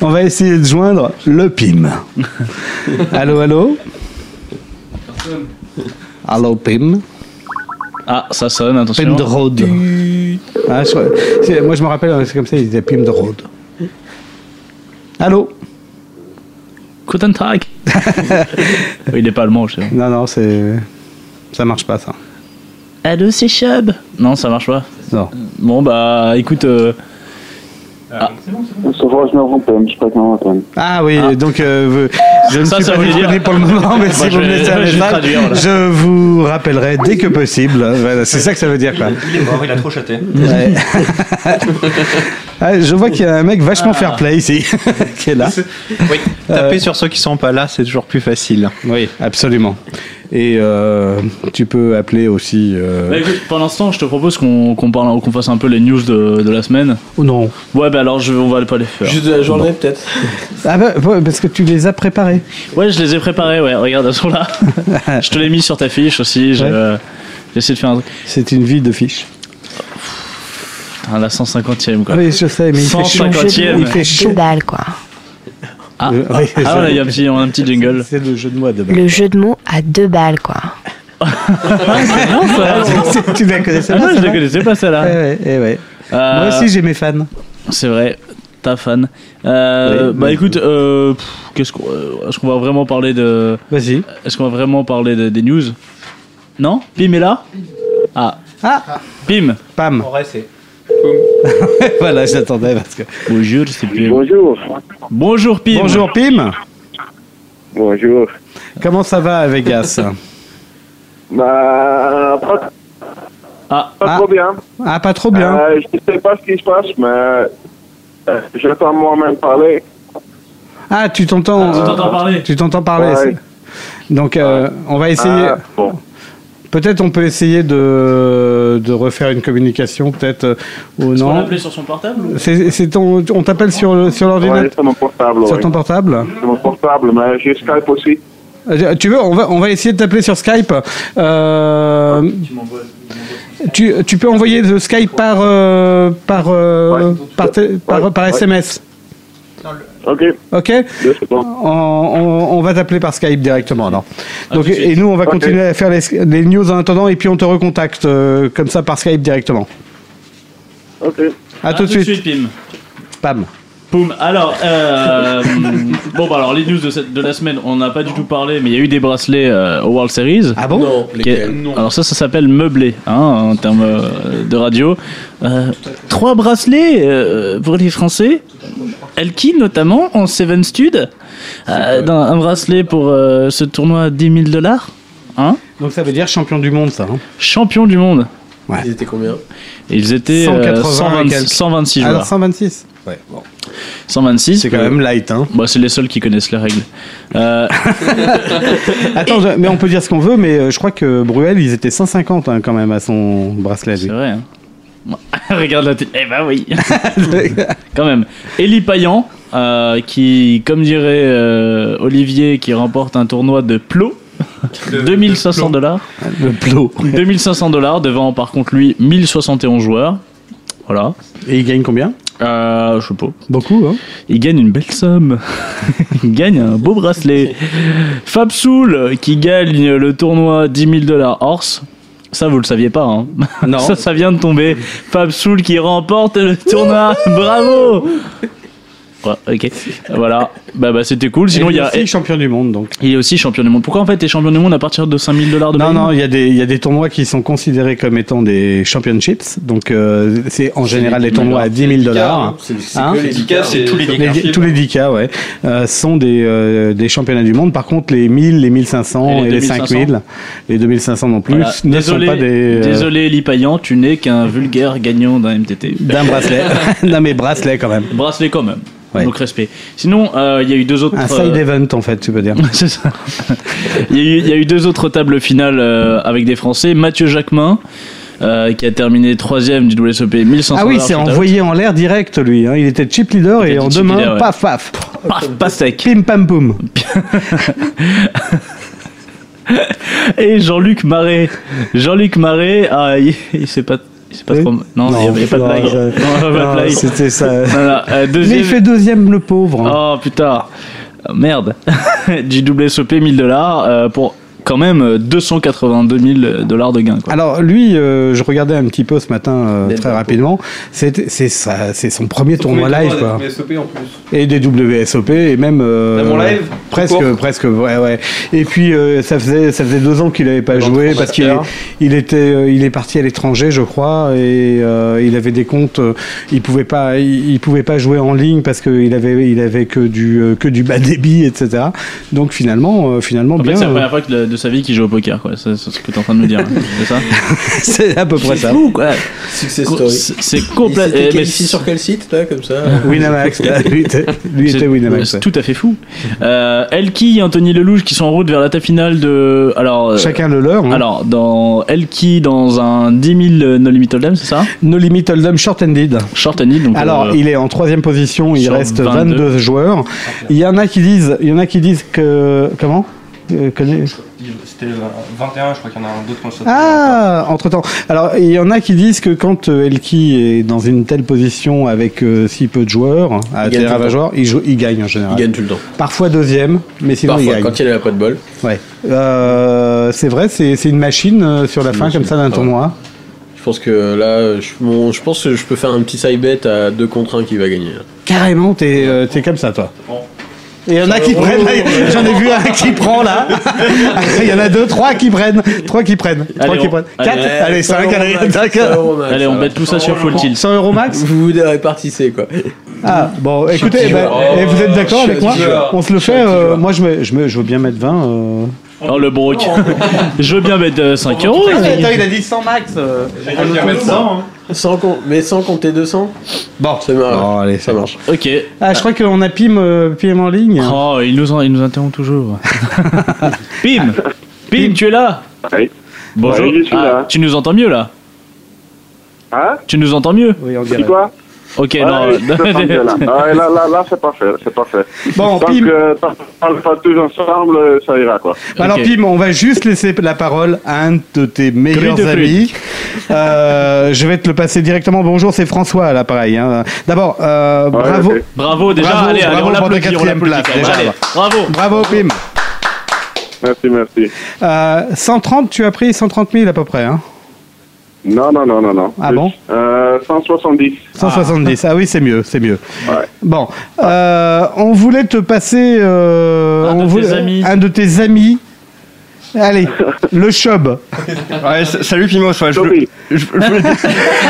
[SPEAKER 2] on va essayer de joindre le PIM. Allô, allô. Allô, PIM.
[SPEAKER 4] Ah, ça sonne, attention.
[SPEAKER 2] Pim de Road. Ah, je- c'est- moi, je me rappelle, c'est comme ça, ils disaient Pim de Road. Allô
[SPEAKER 4] Guten Tag. Il est pas allemand, je sais.
[SPEAKER 2] Non, non, c'est. Ça marche pas, ça.
[SPEAKER 4] Allô, c'est Chab Non, ça marche pas.
[SPEAKER 2] Non.
[SPEAKER 4] Bon, bah, écoute. euh,
[SPEAKER 2] Ah oui, donc euh, vous- je ne
[SPEAKER 4] Ça,
[SPEAKER 2] suis
[SPEAKER 4] ça
[SPEAKER 2] pas
[SPEAKER 4] voulait
[SPEAKER 2] disponible
[SPEAKER 4] dire-
[SPEAKER 2] pour le moment, mais
[SPEAKER 4] Moi,
[SPEAKER 2] si
[SPEAKER 4] je
[SPEAKER 2] vous me
[SPEAKER 4] vais-
[SPEAKER 2] laissez un
[SPEAKER 4] je vais
[SPEAKER 2] message,
[SPEAKER 4] traduire, voilà.
[SPEAKER 2] je vous rappellerai dès que possible. Voilà, c'est ça que ça veut dire, quoi.
[SPEAKER 13] Il est mort, il a trop chaté.
[SPEAKER 2] Ouais. Ah, je vois qu'il y a un mec vachement
[SPEAKER 13] Ah.
[SPEAKER 2] fair play ici, qui est là.
[SPEAKER 9] Oui.
[SPEAKER 8] Euh,
[SPEAKER 9] Taper sur ceux qui sont pas là, c'est toujours plus facile.
[SPEAKER 2] Oui, absolument. Et euh, tu peux appeler aussi. euh,
[SPEAKER 4] Bah, écoute, pour l'instant, je te propose qu'on qu'on parle, qu'on fasse un peu les news de, de la semaine.
[SPEAKER 2] Oh non.
[SPEAKER 4] Ouais, bah alors, je, on va pas les faire.
[SPEAKER 2] Juste de la journée,
[SPEAKER 4] peut-être.
[SPEAKER 2] Ah bah, ouais, parce que tu les as préparés.
[SPEAKER 4] Ouais, je les ai préparés, ouais. Regarde, elles sont là. je te l'ai mis sur ta fiche aussi. je- J'ai essayé de faire un truc.
[SPEAKER 2] C'est une ville de fiches.
[SPEAKER 4] Putain, Ah, la 150ème, quoi.
[SPEAKER 2] Oui, je sais, mais il fait chaud.
[SPEAKER 4] 150e.
[SPEAKER 2] Il fait chaud.
[SPEAKER 1] Que dalle, quoi.
[SPEAKER 4] Ah,
[SPEAKER 2] Euh, oui,
[SPEAKER 4] ah,
[SPEAKER 2] ça-
[SPEAKER 4] on a eu un petit, on a un petit jingle.
[SPEAKER 2] C'est le jeu de mots de
[SPEAKER 1] Le jeu de mots à deux balles, quoi.
[SPEAKER 4] bah,
[SPEAKER 2] tu la connaissais
[SPEAKER 4] Ah
[SPEAKER 2] pas
[SPEAKER 4] non, je
[SPEAKER 2] celle-là
[SPEAKER 4] la connaissais pas celle-là. Euh,
[SPEAKER 2] Eh ouais, eh ouais. Moi aussi, j'ai mes fans.
[SPEAKER 4] C'est vrai, ta fan. Euh,
[SPEAKER 2] Oui,
[SPEAKER 4] bah
[SPEAKER 2] oui.
[SPEAKER 4] écoute, euh, pff, qu'est-ce qu'on, euh, est-ce qu'on va vraiment parler de.
[SPEAKER 2] Vas-y.
[SPEAKER 4] Est-ce qu'on va vraiment parler de- des news Non Pim est là Ah.
[SPEAKER 2] Ah
[SPEAKER 4] Pim
[SPEAKER 2] Pam
[SPEAKER 13] En vrai, c'est.
[SPEAKER 2] Voilà, j'attendais parce que.
[SPEAKER 4] Bonjour, c'est Pim.
[SPEAKER 14] Bonjour.
[SPEAKER 4] Bonjour, Pim.
[SPEAKER 2] Bonjour, Pim.
[SPEAKER 14] Bonjour.
[SPEAKER 2] Comment ça va à Vegas
[SPEAKER 14] Bah, pas,
[SPEAKER 4] ah,
[SPEAKER 14] pas trop bien.
[SPEAKER 2] Ah, pas trop bien.
[SPEAKER 14] Euh, je sais pas ce qui se passe, mais euh, j'entends moi-même parler.
[SPEAKER 2] Ah, tu t'entends.
[SPEAKER 14] Ah, tu t'entends
[SPEAKER 2] euh,
[SPEAKER 14] parler.
[SPEAKER 2] Tu t'entends parler.
[SPEAKER 14] Ouais.
[SPEAKER 2] c'est- Donc, euh, on va essayer.
[SPEAKER 14] Ah, bon.
[SPEAKER 2] Peut-être on peut essayer de, de refaire une communication, peut-être euh, ou
[SPEAKER 4] Est-ce qu'on l'a
[SPEAKER 2] non.
[SPEAKER 4] appelé sur son portable ou-
[SPEAKER 2] C'est c'est ton, on t'appelle sur le- sur
[SPEAKER 14] Ouais,
[SPEAKER 2] l'ordinateur,
[SPEAKER 14] c'est mon portable.
[SPEAKER 2] sur
[SPEAKER 14] ouais.
[SPEAKER 2] ton portable.
[SPEAKER 14] C'est mon portable, mais j'ai Skype aussi.
[SPEAKER 2] Euh, Tu veux, on va, on va essayer de t'appeler sur Skype. Euh, tu, tu peux envoyer le Skype par, euh, par, euh, par, té- par, par SMS.
[SPEAKER 14] Ok.
[SPEAKER 2] Ok on, on- on va t'appeler par Skype directement alors. Donc,
[SPEAKER 14] tout de
[SPEAKER 2] et
[SPEAKER 14] suite.
[SPEAKER 2] nous, on va
[SPEAKER 14] Ok.
[SPEAKER 2] continuer à faire les, les news en attendant et puis on te recontacte euh, comme ça par Skype directement.
[SPEAKER 14] Ok.
[SPEAKER 2] À tout de suite.
[SPEAKER 4] Pim.
[SPEAKER 2] Pam.
[SPEAKER 4] Poum. Alors, euh, bon, bah alors les news de, cette, de la semaine, on n'a pas du tout parlé, mais il y a eu des bracelets euh, au World Series. Ah
[SPEAKER 2] bon Non,
[SPEAKER 4] Alors ça, ça s'appelle meublé, hein, en termes euh, de radio. Euh, trois bracelets euh, pour les Français. Elkin notamment en Seven Stud. Euh, dans un bracelet pour euh, ce tournoi à 10 000 dollars. Hein
[SPEAKER 2] Donc ça veut dire champion du monde, ça. hein.
[SPEAKER 4] Champion du monde.
[SPEAKER 12] Ils étaient combien
[SPEAKER 4] Ils étaient euh, 120
[SPEAKER 2] et quelques. Ah,
[SPEAKER 4] 126
[SPEAKER 2] Alors,
[SPEAKER 4] joueurs.
[SPEAKER 2] 126 Ouais, bon.
[SPEAKER 4] 126. C'est
[SPEAKER 2] quand même light, hein.
[SPEAKER 4] Bah, c'est les seuls qui connaissent les règles. Euh,
[SPEAKER 2] Attends, je- mais on peut dire ce qu'on veut, mais euh, je crois que Bruel, ils étaient 150 hein, quand même à son bracelet. C'est
[SPEAKER 4] vrai. hein. Regarde la télé. Eh ben oui. Quand même. Élie Payan, euh, qui, comme dirait euh, Olivier, qui remporte un tournoi de plot. 2500 dollars.
[SPEAKER 2] Le plot.
[SPEAKER 4] 2500 dollars devant par contre lui 1071 joueurs. Voilà.
[SPEAKER 2] Et il gagne combien
[SPEAKER 4] euh, Je sais pas.
[SPEAKER 2] Beaucoup, hein
[SPEAKER 4] Il gagne une belle somme. il gagne un beau bracelet. Fab Soul qui gagne le tournoi 10 000 dollars horse. Ça, vous le saviez pas, hein
[SPEAKER 2] Non.
[SPEAKER 4] Ça, ça vient de tomber. Fab Soul qui remporte le tournoi. Bravo Ouais, ok. Voilà. Bah, bah c'était cool. Sinon,
[SPEAKER 2] Et
[SPEAKER 4] il y
[SPEAKER 2] lui
[SPEAKER 4] a.
[SPEAKER 2] aussi champion du monde, donc.
[SPEAKER 4] Il est aussi champion du monde. Pourquoi en fait t'es champion du monde à partir de 5000 dollars de
[SPEAKER 2] Non,
[SPEAKER 4] Berlin
[SPEAKER 2] non, il y, a des- il y a des tournois qui sont considérés comme étant des championships. Donc, euh, c'est en général
[SPEAKER 4] les
[SPEAKER 2] les tournois à 10 000 dollars. hein.
[SPEAKER 13] C'est- c'est que les 10K, c'est tous les
[SPEAKER 2] les- tous les 10K, ouais. Euh, sont des, euh, des championnats du monde. Par contre, les 1000, les 1500
[SPEAKER 4] Et
[SPEAKER 2] et
[SPEAKER 4] les
[SPEAKER 2] les, 5000, les 2500 non plus,
[SPEAKER 4] Voilà.
[SPEAKER 2] ne
[SPEAKER 4] désolé,
[SPEAKER 2] sont pas des. euh,
[SPEAKER 4] désolé, Lee Payan, tu n'es qu'un vulgaire gagnant d'un MTT.
[SPEAKER 2] D'un bracelet. non, mais bracelet quand même.
[SPEAKER 4] bracelet quand même. Donc respect. Sinon, euh, il y a eu deux autres.
[SPEAKER 2] Un side
[SPEAKER 4] euh,
[SPEAKER 2] event, en fait, tu peux dire.
[SPEAKER 4] C'est ça. Il y, a eu- il y a eu deux autres tables finales euh, avec des Français. Mathieu Jacquemin, euh, qui a terminé troisième du WSOP 1500.
[SPEAKER 2] Ah oui, c'est
[SPEAKER 4] shootout.
[SPEAKER 2] envoyé en l'air direct, lui. hein. Il était chip leader
[SPEAKER 4] Il
[SPEAKER 2] et
[SPEAKER 4] était
[SPEAKER 2] en
[SPEAKER 4] chip
[SPEAKER 2] deux mains,
[SPEAKER 4] leader, ouais.
[SPEAKER 2] paf, paf.
[SPEAKER 4] Paf, pas sec.
[SPEAKER 2] Pim, pam, poum.
[SPEAKER 4] Et Jean-Luc Marais. Jean-Luc Marais, ah, il, il s'est pas. il s'est pas trop... Non, il n'y avait pas de
[SPEAKER 2] non,
[SPEAKER 4] blague.
[SPEAKER 2] je-
[SPEAKER 4] Non, il y avait pas de
[SPEAKER 2] non,
[SPEAKER 4] blague.
[SPEAKER 2] c'était ça.
[SPEAKER 4] Voilà, euh,
[SPEAKER 2] Mais
[SPEAKER 4] deuxième- Ah,
[SPEAKER 2] il fait deuxième, le pauvre.
[SPEAKER 4] Oh putain, merde. du WSOP 1000 dollars pour quand même 282 000 dollars de gains.
[SPEAKER 2] Alors lui, euh, je regardais un petit peu ce matin euh, très rapidement. C'est c'est sa- c'est son premier tournoi live quoi.
[SPEAKER 8] en plus.
[SPEAKER 2] Et des WSOP et même euh,
[SPEAKER 8] Même en live, tout
[SPEAKER 2] presque
[SPEAKER 8] court.
[SPEAKER 2] presque ouais ouais. Et puis euh, ça faisait ça faisait deux ans qu'il n'avait pas joué parce qu'il
[SPEAKER 8] master.
[SPEAKER 2] il était euh, il est parti à l'étranger je crois et euh, il avait des comptes euh, il pouvait pas il, il pouvait pas jouer en ligne parce qu'il avait il avait que du euh, que du bas débit etc. Donc finalement euh, finalement
[SPEAKER 4] En fait,
[SPEAKER 2] bien.
[SPEAKER 4] c'est la
[SPEAKER 2] euh,
[SPEAKER 4] première fois que de, de sa vie qu'il joue au poker, quoi. C'est c'est ce que t'es en train de me dire, hein. c'est ça
[SPEAKER 2] C'est à peu près ça.
[SPEAKER 4] fou, quoi.
[SPEAKER 12] Success
[SPEAKER 4] Co-
[SPEAKER 12] story.
[SPEAKER 4] c'est- C'est eh,
[SPEAKER 12] Il s'était
[SPEAKER 4] complètement.
[SPEAKER 12] qualifié sur quel site, là, comme ça
[SPEAKER 2] Euh, Winamax, là, lui était- lui était Winamax,
[SPEAKER 4] C'est
[SPEAKER 2] ouais.
[SPEAKER 4] tout à fait fou. Euh, Elki et Anthony Lelouch qui sont en route vers la table finale de. Alors, euh,
[SPEAKER 2] Chacun le leur. hein.
[SPEAKER 4] Alors, dans Elki, dans un 10 000 No Limit Hold'em, c'est ça
[SPEAKER 2] No Limit Hold'em Short Ended.
[SPEAKER 4] Short Ended, donc.
[SPEAKER 2] Alors,
[SPEAKER 4] euh,
[SPEAKER 2] il est en troisième position, il
[SPEAKER 4] sur
[SPEAKER 2] reste
[SPEAKER 4] 22.
[SPEAKER 2] 22, joueurs. Il y en a qui disent, il y en a qui disent que comment Euh, que-
[SPEAKER 13] C'était euh, 21, je crois qu'il y en a un d'autre qu'on saute.
[SPEAKER 2] Ah, entre temps. Alors, il y en a qui disent que quand euh, Elki est dans une telle position avec euh, si peu de joueurs, à
[SPEAKER 12] Il gagne
[SPEAKER 2] Ah, tes
[SPEAKER 12] tout le
[SPEAKER 2] ravageurs, il, joue- il gagne en général.
[SPEAKER 12] Il gagne tout le temps.
[SPEAKER 2] Parfois deuxième, mais sinon il
[SPEAKER 12] Parfois,
[SPEAKER 2] gagne.
[SPEAKER 12] quand il a pas de bol.
[SPEAKER 2] Ouais. Euh, c'est vrai, c'est c'est une machine euh, sur la
[SPEAKER 12] C'est une
[SPEAKER 2] fin comme
[SPEAKER 12] machine.
[SPEAKER 2] ça d'un
[SPEAKER 12] Ah
[SPEAKER 2] tournoi.
[SPEAKER 12] Je pense que là, je, bon, je pense que je peux faire un petit side bet à 2 contre 1 qui va gagner.
[SPEAKER 2] Carrément, t'es euh, t'es comme ça, toi. Et il y en a qui
[SPEAKER 12] Oh.
[SPEAKER 2] prennent, là, j'en ai vu un qui prend là. Il y en a deux, trois qui prennent, trois qui prennent, trois
[SPEAKER 4] Allez,
[SPEAKER 2] qui
[SPEAKER 4] on-
[SPEAKER 2] prennent.
[SPEAKER 4] allez,
[SPEAKER 2] Quatre,
[SPEAKER 4] ouais,
[SPEAKER 2] allez,
[SPEAKER 4] 100
[SPEAKER 2] cinq,
[SPEAKER 4] euros
[SPEAKER 2] allez,
[SPEAKER 4] max, 100 euros
[SPEAKER 2] d'accord.
[SPEAKER 4] max, Allez, on ça va. bête tout ça sur Full Tilt.
[SPEAKER 2] 100 euros max
[SPEAKER 12] Vous vous répartissez, quoi.
[SPEAKER 2] Ah, bon, écoutez, eh ben,
[SPEAKER 12] joueur.
[SPEAKER 2] eh, vous êtes d'accord
[SPEAKER 12] Petit
[SPEAKER 2] avec moi
[SPEAKER 12] joueur.
[SPEAKER 2] On se le fait, euh, moi je, me, je, me- je veux bien mettre 20. euh.
[SPEAKER 4] Oh, le broc. Je veux bien mettre euh, 5 euros.
[SPEAKER 2] Attends, Oh, il a dit 100 max. euh, on peut mettre 100. hein.
[SPEAKER 12] Sans com- mais sans compter 200
[SPEAKER 2] Bon,
[SPEAKER 12] ça marche.
[SPEAKER 2] allez,
[SPEAKER 12] ça marche.
[SPEAKER 4] Ok.
[SPEAKER 2] Ah, je crois qu'on a Pim, euh, Pim en ligne.
[SPEAKER 4] Oh, il nous, en- il nous interrompt toujours. Pim Pim, tu es là
[SPEAKER 14] Oui.
[SPEAKER 4] Bonjour.
[SPEAKER 14] Oui, je suis
[SPEAKER 4] Ah,
[SPEAKER 14] là.
[SPEAKER 4] Tu nous entends mieux là
[SPEAKER 14] Hein
[SPEAKER 4] Tu nous entends mieux
[SPEAKER 2] Oui, on
[SPEAKER 14] C'est quoi
[SPEAKER 4] Ok,
[SPEAKER 14] Ouais,
[SPEAKER 4] non.
[SPEAKER 14] je te sens bien, là, Ouais, là, là, là, c'est parfait, c'est parfait.
[SPEAKER 2] Bon,
[SPEAKER 14] Tant
[SPEAKER 2] Pim.
[SPEAKER 14] que tant qu'on le fait tous ensemble, euh, ça ira quoi.
[SPEAKER 2] Alors Pim, on va juste laisser la parole à un de tes meilleurs
[SPEAKER 14] Grille de
[SPEAKER 2] amis. Euh, je vais te le passer directement. Bonjour, c'est François à l'appareil. hein. D'abord, euh, bravo.
[SPEAKER 4] Bravo déjà.
[SPEAKER 2] Bravo,
[SPEAKER 4] allez,
[SPEAKER 2] bravo
[SPEAKER 4] allez, on
[SPEAKER 2] pour
[SPEAKER 4] l'applaudit.
[SPEAKER 2] le
[SPEAKER 4] on
[SPEAKER 2] quatrième
[SPEAKER 4] l'applaudit
[SPEAKER 2] place,
[SPEAKER 4] quand même.
[SPEAKER 2] déjà.
[SPEAKER 4] Allez, Bravo.
[SPEAKER 2] Bravo Pim.
[SPEAKER 14] Merci, merci.
[SPEAKER 2] Euh, 130, tu as pris 130 000 à peu près. hein.
[SPEAKER 14] Non, non, non, non, non.
[SPEAKER 2] Ah bon
[SPEAKER 14] Euh, 170.
[SPEAKER 2] 170. Ah, oui, c'est mieux, c'est mieux.
[SPEAKER 14] Ouais.
[SPEAKER 2] Bon, euh, on voulait te passer euh, on voulait-
[SPEAKER 13] amis.
[SPEAKER 2] un de tes amis. Allez, le chob.
[SPEAKER 13] Ouais, s- salut Pimos, ouais, je, voulais, je- je voulais dire,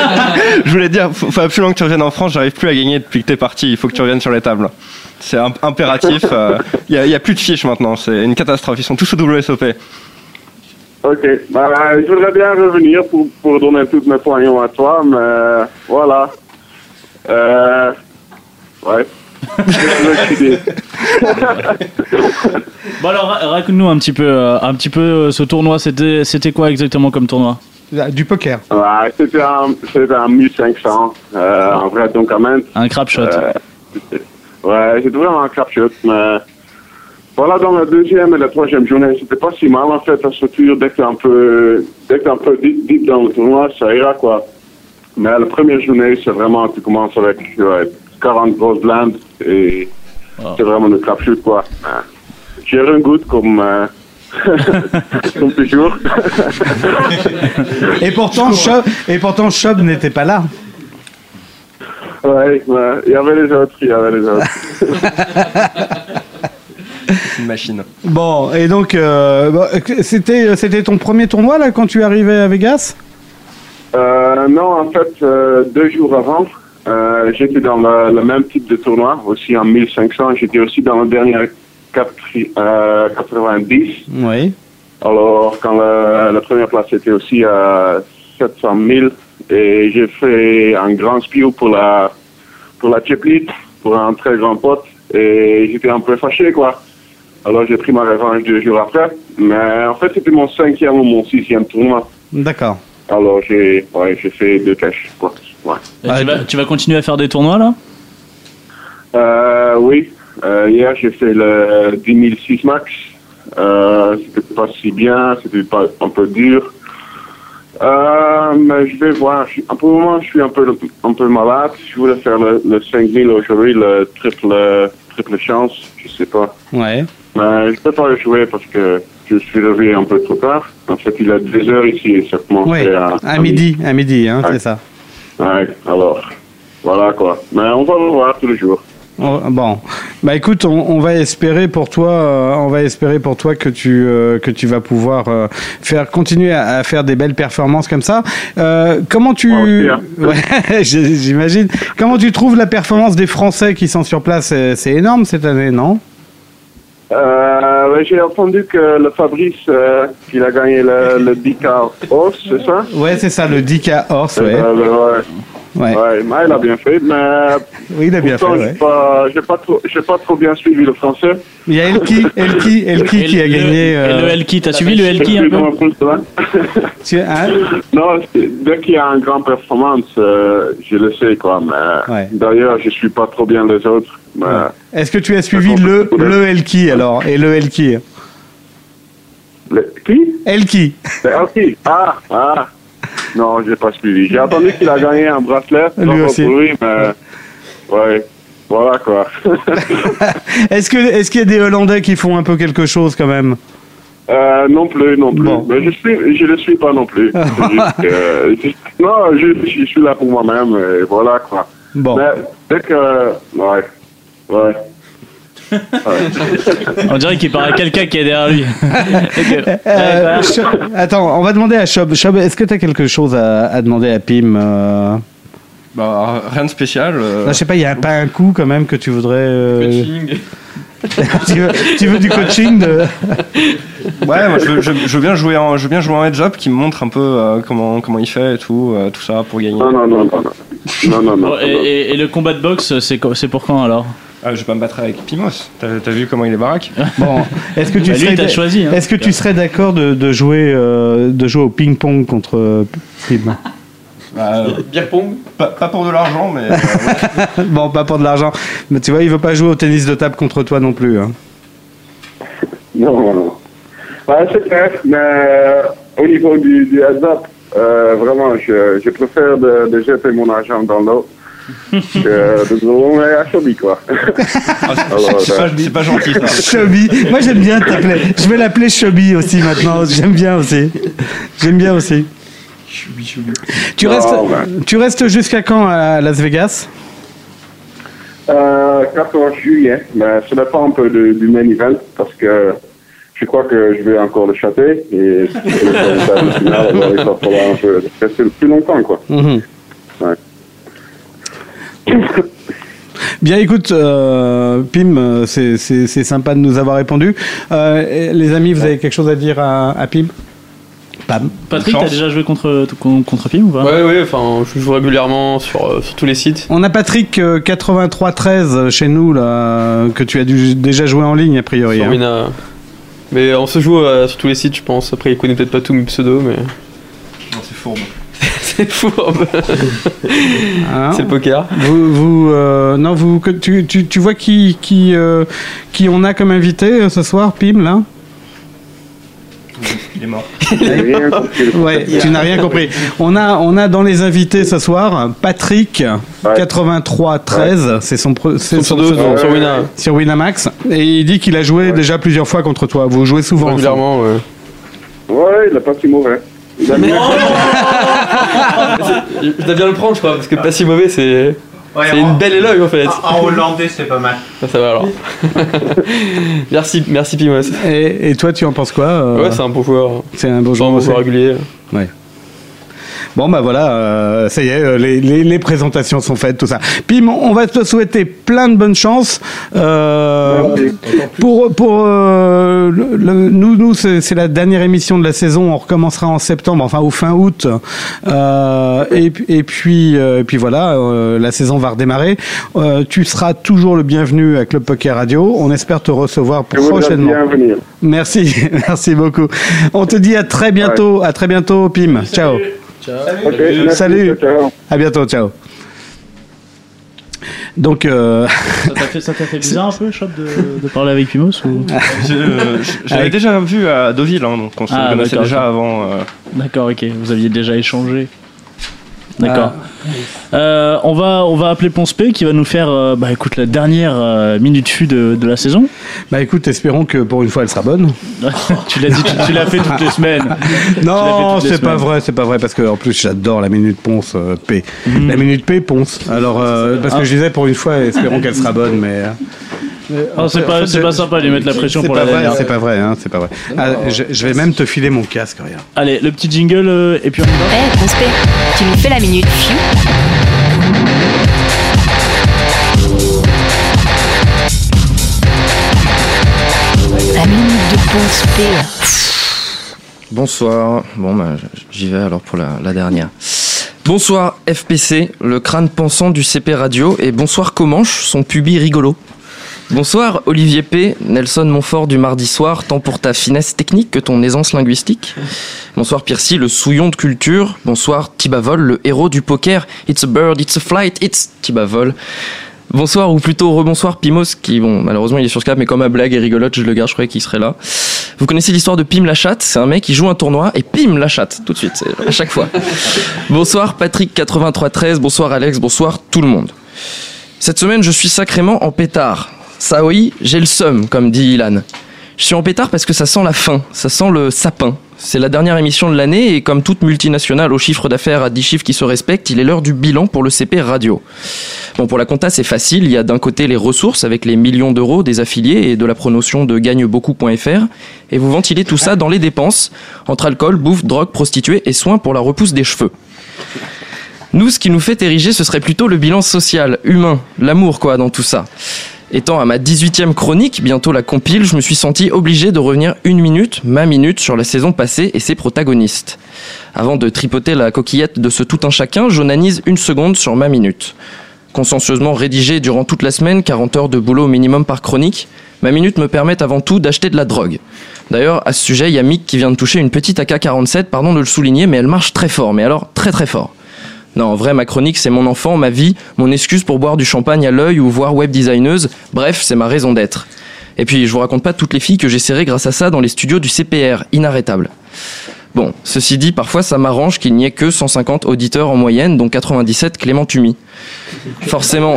[SPEAKER 13] je voulais dire, faut, faut absolument que tu reviennes en France, j'arrive plus à gagner depuis que t'es parti, il faut que tu reviennes sur les tables. C'est im- impératif, euh, il n'y a, il y a plus de fiches maintenant, c'est une catastrophe, ils sont tous au WSOP.
[SPEAKER 14] Ok. Bah, euh, je voudrais bien revenir pour, pour donner tous mes poignons à toi, mais euh, voilà. Euh, ouais. Je suis dit.
[SPEAKER 4] Bon alors ra- raconte-nous un petit peu, euh, un petit peu euh, ce tournoi. C'était, c'était quoi exactement comme tournoi
[SPEAKER 2] Ah, Du poker.
[SPEAKER 14] Ouais, c'était un, c'était un 1500, euh, un vrai document.
[SPEAKER 4] Un crap shot.
[SPEAKER 14] ouais, c'était vraiment un crap shot, mais voilà, dans la deuxième et la troisième journée, c'était pas si mal, en fait, la structure, dès que t'es un peu, dès que t'es un peu deep, deep dans le tournoi, ça ira, quoi. Mais la première journée, c'est vraiment, tu commences avec, ouais, 40 grosses blindes, et c'est vraiment le crap shoot, quoi. Mais J'ai un goût comme, euh, comme toujours.
[SPEAKER 2] Et pourtant, Chob, et pourtant, Chob n'était pas là.
[SPEAKER 14] Ouais, ouais, il y avait les autres, il y avait les autres.
[SPEAKER 13] Une machine.
[SPEAKER 2] Bon, et donc, euh, bah, c'était, c'était ton premier tournoi là quand tu arrivais à Vegas
[SPEAKER 14] Euh, non, en fait, euh, deux jours avant, euh, j'étais dans le, le même type de tournoi, aussi en 1500. J'étais aussi dans le dernier quatri- euh, 90.
[SPEAKER 2] Oui.
[SPEAKER 14] Alors, quand le- la première place était aussi à 700 000, et j'ai fait un grand spiel pour la, pour la chip lead, pour un très grand pote, et j'étais un peu fâché, quoi. Alors, j'ai pris ma revanche deux jours après, mais en fait, c'était mon cinquième ou mon sixième tournoi.
[SPEAKER 2] D'accord.
[SPEAKER 14] Alors j'ai ouais, j'ai fait deux caches. Quoi. Ouais.
[SPEAKER 4] Et
[SPEAKER 2] Ah,
[SPEAKER 4] tu, vas, tu vas continuer à faire des tournois là
[SPEAKER 14] Euh, oui, euh, hier j'ai fait le 10006 max. Euh, c'était pas si bien, c'était pas un peu dur. Euh, mais je vais voir. Je- Pour le moment, je suis un peu, un peu malade. Je voulais faire le, le 5000 aujourd'hui, le triple, triple chance. Je sais pas.
[SPEAKER 2] Ouais.
[SPEAKER 14] Mais je peux pas jouer parce que je suis levé un peu trop tard. En fait, il a deux heures ici et ça commence
[SPEAKER 2] Ouais,
[SPEAKER 14] à,
[SPEAKER 2] à midi, à midi, hein, c'est ça.
[SPEAKER 14] Ouais, alors, voilà quoi. Mais on va le voir tous les jours.
[SPEAKER 2] Oh, Bon, bah écoute, on, on va espérer pour toi, euh, on va espérer pour toi que tu euh, que tu vas pouvoir euh, faire continuer à, à faire des belles performances comme ça. Euh, comment tu, Ouais, j'- j'imagine. Comment tu trouves la performance des Français qui sont sur place C'est c'est énorme cette année, non
[SPEAKER 14] Euh, ouais, J'ai entendu que le Fabrice, euh, qu'il a gagné le, le Bicard Horse, c'est ça
[SPEAKER 2] Ouais, c'est ça, le 10K horse, ouais.
[SPEAKER 14] Euh, ouais.
[SPEAKER 2] Ouais.
[SPEAKER 14] mais il a bien fait, mais.
[SPEAKER 2] Oui, il a bien fait, ouais.
[SPEAKER 14] J'ai pas, j'ai pas, trop- j'ai pas trop bien suivi le français.
[SPEAKER 2] Il y a Elki, Elki, Elki qui a gagné. euh, Tu- hein
[SPEAKER 14] Non, c'est- dès qu'il y a une grande performance, euh, je le sais, quoi. Mais
[SPEAKER 2] Ouais.
[SPEAKER 14] D'ailleurs, je suis pas trop bien les autres. Mais
[SPEAKER 2] Est-ce que tu as suivi le le Elki alors et le Elki
[SPEAKER 14] Le- qui
[SPEAKER 2] Elki.
[SPEAKER 14] Elki. Ah, ah. Non, j'ai pas suivi. J'ai entendu qu'il a gagné un bracelet.
[SPEAKER 2] Lui
[SPEAKER 14] bravo
[SPEAKER 2] aussi.
[SPEAKER 14] pour lui, mais. Ouais. Voilà, quoi.
[SPEAKER 2] Est-ce que est-ce qu'il y a des Hollandais qui font un peu quelque chose quand même
[SPEAKER 14] Euh, non plus, non plus. Mais je suis, je le suis pas non plus. C'est juste que- je- non, je, je suis là pour moi-même et voilà quoi.
[SPEAKER 2] Bon.
[SPEAKER 14] Mais dès que, ouais, ouais.
[SPEAKER 4] On dirait qu'il parle à quelqu'un qui est derrière lui.
[SPEAKER 2] Euh, Cho- Attends, on va demander à Chob. Chob, est-ce que tu as quelque chose à, à demander à Pim euh
[SPEAKER 13] Bah, rien de spécial. euh,
[SPEAKER 2] Non, Je sais pas, il n'y a pas un coup quand même que tu voudrais. euh, tu, veux, tu veux du coaching de...
[SPEAKER 13] Ouais, moi, je, veux- je- je veux bien jouer en, je veux bien jouer en heads up qui me montre un peu euh, comment, comment il fait et tout, euh, tout ça pour gagner.
[SPEAKER 14] Non, non, non, non. Non, non,
[SPEAKER 4] Bon, et, et- et le combat de boxe, c'est co- c'est pour quand alors
[SPEAKER 13] Ah, je vais pas me battre avec Pimos. T'as t'as vu comment il est baraque
[SPEAKER 2] Bon, est-ce que tu
[SPEAKER 4] Bah, lui,
[SPEAKER 2] serais
[SPEAKER 4] t'as
[SPEAKER 2] d'a-
[SPEAKER 4] choisi, hein.
[SPEAKER 2] Est-ce que tu serais d'accord de, de jouer euh, de jouer au ping-pong contre euh, Pim
[SPEAKER 4] Ah,
[SPEAKER 13] pong Bah, euh, pas, pas pour de l'argent, mais.
[SPEAKER 2] Bon, pas pour de l'argent. Mais tu vois, il veut pas jouer au tennis de table contre toi non plus. hein.
[SPEAKER 14] Non, non, non. Ouais, c'est clair, mais euh, au niveau du, du heads up, euh, vraiment, je, je préfère de, de jeter mon argent dans l'eau que de jouer à Chobi, quoi. Alors,
[SPEAKER 13] Ah, c'est pas-
[SPEAKER 14] euh,
[SPEAKER 13] c'est pas gentil, ça.
[SPEAKER 2] Chubby. Moi, j'aime bien t'appeler. Je vais l'appeler Chubby aussi maintenant. J'aime bien aussi. J'aime bien aussi. Tu
[SPEAKER 14] Non,
[SPEAKER 2] restes,
[SPEAKER 14] ouais.
[SPEAKER 2] tu restes jusqu'à quand à Las Vegas
[SPEAKER 14] Euh, 14 juillet, mais ça dépend un peu du, du main event parce que je crois que je vais encore le châter et le résultat du final, alors il va falloir un peu rester plus longtemps quoi. Ouais.
[SPEAKER 2] Bien, écoute, euh, Pim, euh, c'est c'est- c'est sympa de nous avoir répondu. Euh, et les amis, vous avez quelque chose à dire à, à Pim Pam.
[SPEAKER 4] Patrick, t'as déjà joué contre, con- contre Pim ou pas
[SPEAKER 8] Ouais, ouais, enfin, je joue régulièrement sur, euh, sur tous les sites.
[SPEAKER 2] On a Patrick euh, 8313 chez nous là, que tu as dû- déjà joué en ligne a priori.
[SPEAKER 8] Sur
[SPEAKER 2] hein.
[SPEAKER 8] Wina. Mais on se joue euh, sur tous les sites, je pense. Après, il connaît peut-être pas tous mes pseudos, mais.
[SPEAKER 13] Non, c'est fourbe.
[SPEAKER 8] c'est fourbe.
[SPEAKER 2] Hein
[SPEAKER 8] c'est le poker.
[SPEAKER 2] Vous, vous, euh, non, vous, que- tu, tu, tu vois qui, qui, euh, qui on a comme invité euh, ce soir, Pim là
[SPEAKER 13] Il est mort.
[SPEAKER 2] Ouais, tu n'as rien compris. On a, on a dans les invités ce soir Patrick 8313, c'est son, pre- c'est
[SPEAKER 8] Son pseudo sur- sur Wina.
[SPEAKER 2] sur Winamax, et il dit qu'il a joué déjà plusieurs fois contre toi. Vous jouez souvent
[SPEAKER 8] Régulièrement, ouais.
[SPEAKER 14] Ouais, il a pas si mauvais. Il a bien-
[SPEAKER 8] Je je dois bien le prendre, je crois, parce que pas si mauvais, c'est.
[SPEAKER 16] Ouais,
[SPEAKER 8] c'est
[SPEAKER 16] en-
[SPEAKER 8] une belle éloge en fait.
[SPEAKER 16] En hollandais, c'est pas mal.
[SPEAKER 8] Ah, ça va alors. merci, merci Pimos.
[SPEAKER 2] Et, et toi, tu en penses quoi euh
[SPEAKER 8] Ouais, c'est un bon joueur.
[SPEAKER 2] C'est un bon
[SPEAKER 8] joueur.
[SPEAKER 2] aussi.
[SPEAKER 8] régulier.
[SPEAKER 2] Hein, Ouais. Bon bah voilà, euh, ça y est, euh, les, les- les présentations sont faites, tout ça. Pim, on va te souhaiter plein de bonnes chances. Euh, pour pour euh, le- le- nous, nous c'est c'est la dernière émission de la saison, on recommencera en septembre, enfin au fin août. Euh, et, puis- et puis euh, et puis voilà, euh, la saison va redémarrer. Euh, tu seras toujours le bienvenu à Club Poker Radio. On espère te recevoir
[SPEAKER 14] Je voudrais
[SPEAKER 2] prochainement.
[SPEAKER 14] bien venir.
[SPEAKER 2] Merci, merci beaucoup. On te dit à très bientôt, à très bientôt, Pim. Ciao.
[SPEAKER 14] Ok, merci,
[SPEAKER 2] Salut.
[SPEAKER 14] ciao.
[SPEAKER 2] À bientôt, ciao. Donc, euh,
[SPEAKER 4] Ça t'a fait, ça t'a fait bizarre un peu, Chop, de, de parler avec Pimos ou...
[SPEAKER 13] Je- euh, je- J'avais déjà vu à Deauville, hein, donc on se
[SPEAKER 4] Ah,
[SPEAKER 13] connaissait
[SPEAKER 4] d'accord,
[SPEAKER 13] déjà
[SPEAKER 4] ok.
[SPEAKER 13] avant. euh,
[SPEAKER 4] D'accord, ok, vous aviez déjà échangé. D'accord. Euh, on, va, on va appeler Ponce P qui va nous faire euh, bah, écoute, la dernière euh, minute fut de, de la saison.
[SPEAKER 2] Bah écoute, espérons que pour une fois elle sera bonne.
[SPEAKER 4] tu l'as dit, tu, tu l'as fait toutes les semaines. Tu l'as fait
[SPEAKER 2] Non,
[SPEAKER 4] toutes les
[SPEAKER 2] c'est pas
[SPEAKER 4] semaines.
[SPEAKER 2] vrai, c'est pas vrai, parce que en plus j'adore la minute Ponce euh, P.
[SPEAKER 4] Hmm.
[SPEAKER 2] La minute P Ponce. Alors euh, parce que je disais pour une fois, espérons qu'elle sera bonne, mais. euh,
[SPEAKER 4] Ah, c'est pas- c'est pas sympa de lui mettre la pression
[SPEAKER 2] c'est
[SPEAKER 4] pour
[SPEAKER 2] pas
[SPEAKER 4] la
[SPEAKER 2] vrai,
[SPEAKER 4] dernière.
[SPEAKER 2] C'est pas vrai, hein, c'est pas vrai. Ah, je, je vais même te filer mon casque, regarde.
[SPEAKER 4] Allez, le petit jingle euh, et puis on y
[SPEAKER 1] Eh,
[SPEAKER 4] va.
[SPEAKER 1] Ponce P, tu nous fais la minute fiou La minute de Ponce P.
[SPEAKER 16] Bonsoir. Bon, bah, j'y vais alors pour la, la dernière. Bonsoir FPC, le crâne pensant du CP Radio, et bonsoir Comanche, son pubis rigolo. Bonsoir Olivier P, Nelson Montfort du mardi soir, tant pour ta finesse technique que ton aisance linguistique. Bonsoir Piercy, le souillon de culture. Bonsoir Tibavol, le héros du poker. It's a bird, it's a flight, it's Tibavol. Bonsoir, ou plutôt rebonsoir Pimos, qui, bon, malheureusement, il est sur Skype, mais comme ma blague est rigolote, je le garde, je croyais qu'il serait là. Vous connaissez l'histoire de Pim la chatte C'est un mec qui joue un tournoi et Pim la chatte, tout de suite, c'est à chaque fois. bonsoir Patrick8313, bonsoir Alex, bonsoir tout le monde. Cette semaine, je suis sacrément en pétard. Ça oui, j'ai le seum, comme dit Ilan. Je suis en pétard parce que ça sent la fin, ça sent le sapin. C'est la dernière émission de l'année et comme toute multinationale au chiffre d'affaires à 10 chiffres qui se respectent, il est l'heure du bilan pour le CP Radio. Bon, pour la compta, c'est facile. Il y a d'un côté les ressources avec les millions d'euros des affiliés et de la promotion de gagnebeaucoup.fr et vous ventilez tout ça dans les dépenses entre alcool, bouffe, drogue, prostituées et soins pour la repousse des cheveux. Nous, ce qui nous fait ériger, ce serait plutôt le bilan social, humain, l'amour, quoi, dans tout ça. Étant à ma 18e chronique, bientôt la compile, je me suis senti obligé de revenir une minute, ma minute, sur la saison passée et ses protagonistes. Avant de tripoter la coquillette de ce tout un chacun, j'onanise une seconde sur ma minute. Consciencieusement rédigée durant toute la semaine, 40 heures de boulot au minimum par chronique, ma minute me permet avant tout d'acheter de la drogue. D'ailleurs, à ce sujet, il y a Mick qui vient de toucher une petite AK-47, pardon de le souligner, mais elle marche très fort, mais alors très très fort. Non, en vrai, ma chronique, c'est mon enfant, ma vie, mon excuse pour boire du champagne à l'œil ou voir web designeuse. Bref, c'est ma raison d'être. Et puis, je vous raconte pas toutes les filles que j'ai serrées grâce à ça dans les studios du CPR, inarrêtable. Bon, ceci dit, parfois ça m'arrange qu'il n'y ait que 150 auditeurs en moyenne, dont 97 Clément Tumi. Forcément,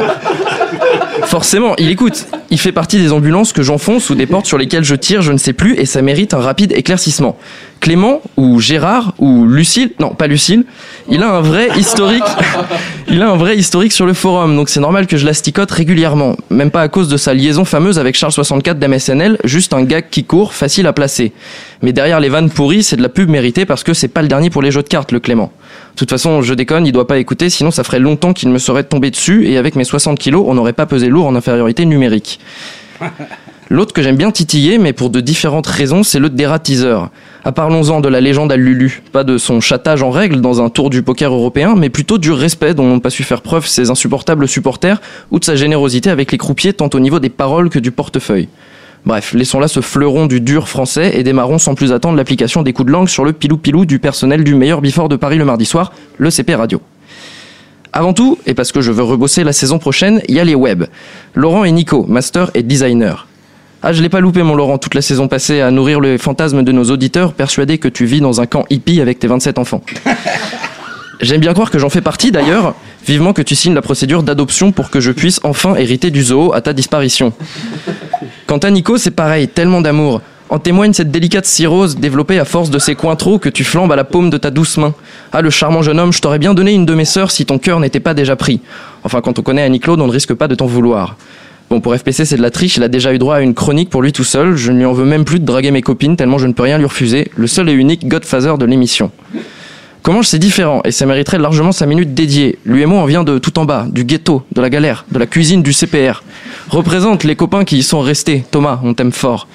[SPEAKER 16] forcément, il écoute. Il fait partie des ambulances que j'enfonce ou des portes sur lesquelles je tire, je ne sais plus, et ça mérite un rapide éclaircissement. Clément ou Gérard ou Lucille, non pas Lucille, il a un vrai historique. Il a un vrai historique sur le forum, donc c'est normal que je l'asticote régulièrement. Même pas à cause de sa liaison fameuse avec Charles 64 d'MSNL, juste un gag qui court, facile à placer. Mais derrière les vannes pourries, c'est de la pub méritée parce que c'est pas le dernier pour les jeux de cartes, le Clément. De toute façon, je déconne, il doit pas écouter, sinon ça ferait longtemps qu'il me serait tombé dessus, et avec mes 60 kilos, on n'aurait pas pesé lourd en infériorité numérique. L'autre que j'aime bien titiller, mais pour de différentes raisons, c'est le dératiseur. Ah, parlons-en de la légende à Lulu. Pas de son chatage en règle dans un tour du poker européen, mais plutôt du respect dont n'ont pas su faire preuve ses insupportables supporters ou de sa générosité avec les croupiers tant au niveau des paroles que du portefeuille. Bref, laissons là ce fleuron du dur français et démarrons sans plus attendre l'application des coups de langue sur le pilou-pilou du personnel du meilleur before de Paris le mardi soir, le CP Radio. Avant tout, et parce que je veux rebosser la saison prochaine, il y a les web. Laurent et Nico, master et designer. Ah, je l'ai pas loupé, mon Laurent, toute la saison passée à nourrir le fantasme de nos auditeurs, persuadés que tu vis dans un camp hippie avec tes 27 enfants. J'aime bien croire que j'en fais partie d'ailleurs. Vivement que tu signes la procédure d'adoption pour que je puisse enfin hériter du zoo à ta disparition. Quant à Nico, c'est pareil, tellement d'amour. En témoigne cette délicate cirrhose développée à force de ces trop que tu flambes à la paume de ta douce main. Ah, le charmant jeune homme, je t'aurais bien donné une de mes sœurs si ton cœur n'était pas déjà pris. Enfin, quand on connaît Annie-Claude, on ne risque pas de t'en vouloir. Bon, pour FPC, c'est de la triche, il a déjà eu droit à une chronique pour lui tout seul. Je ne lui en veux même plus de draguer mes copines tellement je ne peux rien lui refuser. Le seul et unique Godfather de l'émission. Comment c'est différent et ça mériterait largement sa minute dédiée. Lui et moi, on vient de tout en bas, du ghetto, de la galère, de la cuisine, du CPR. Représente les copains qui y sont restés. Thomas, on t'aime fort.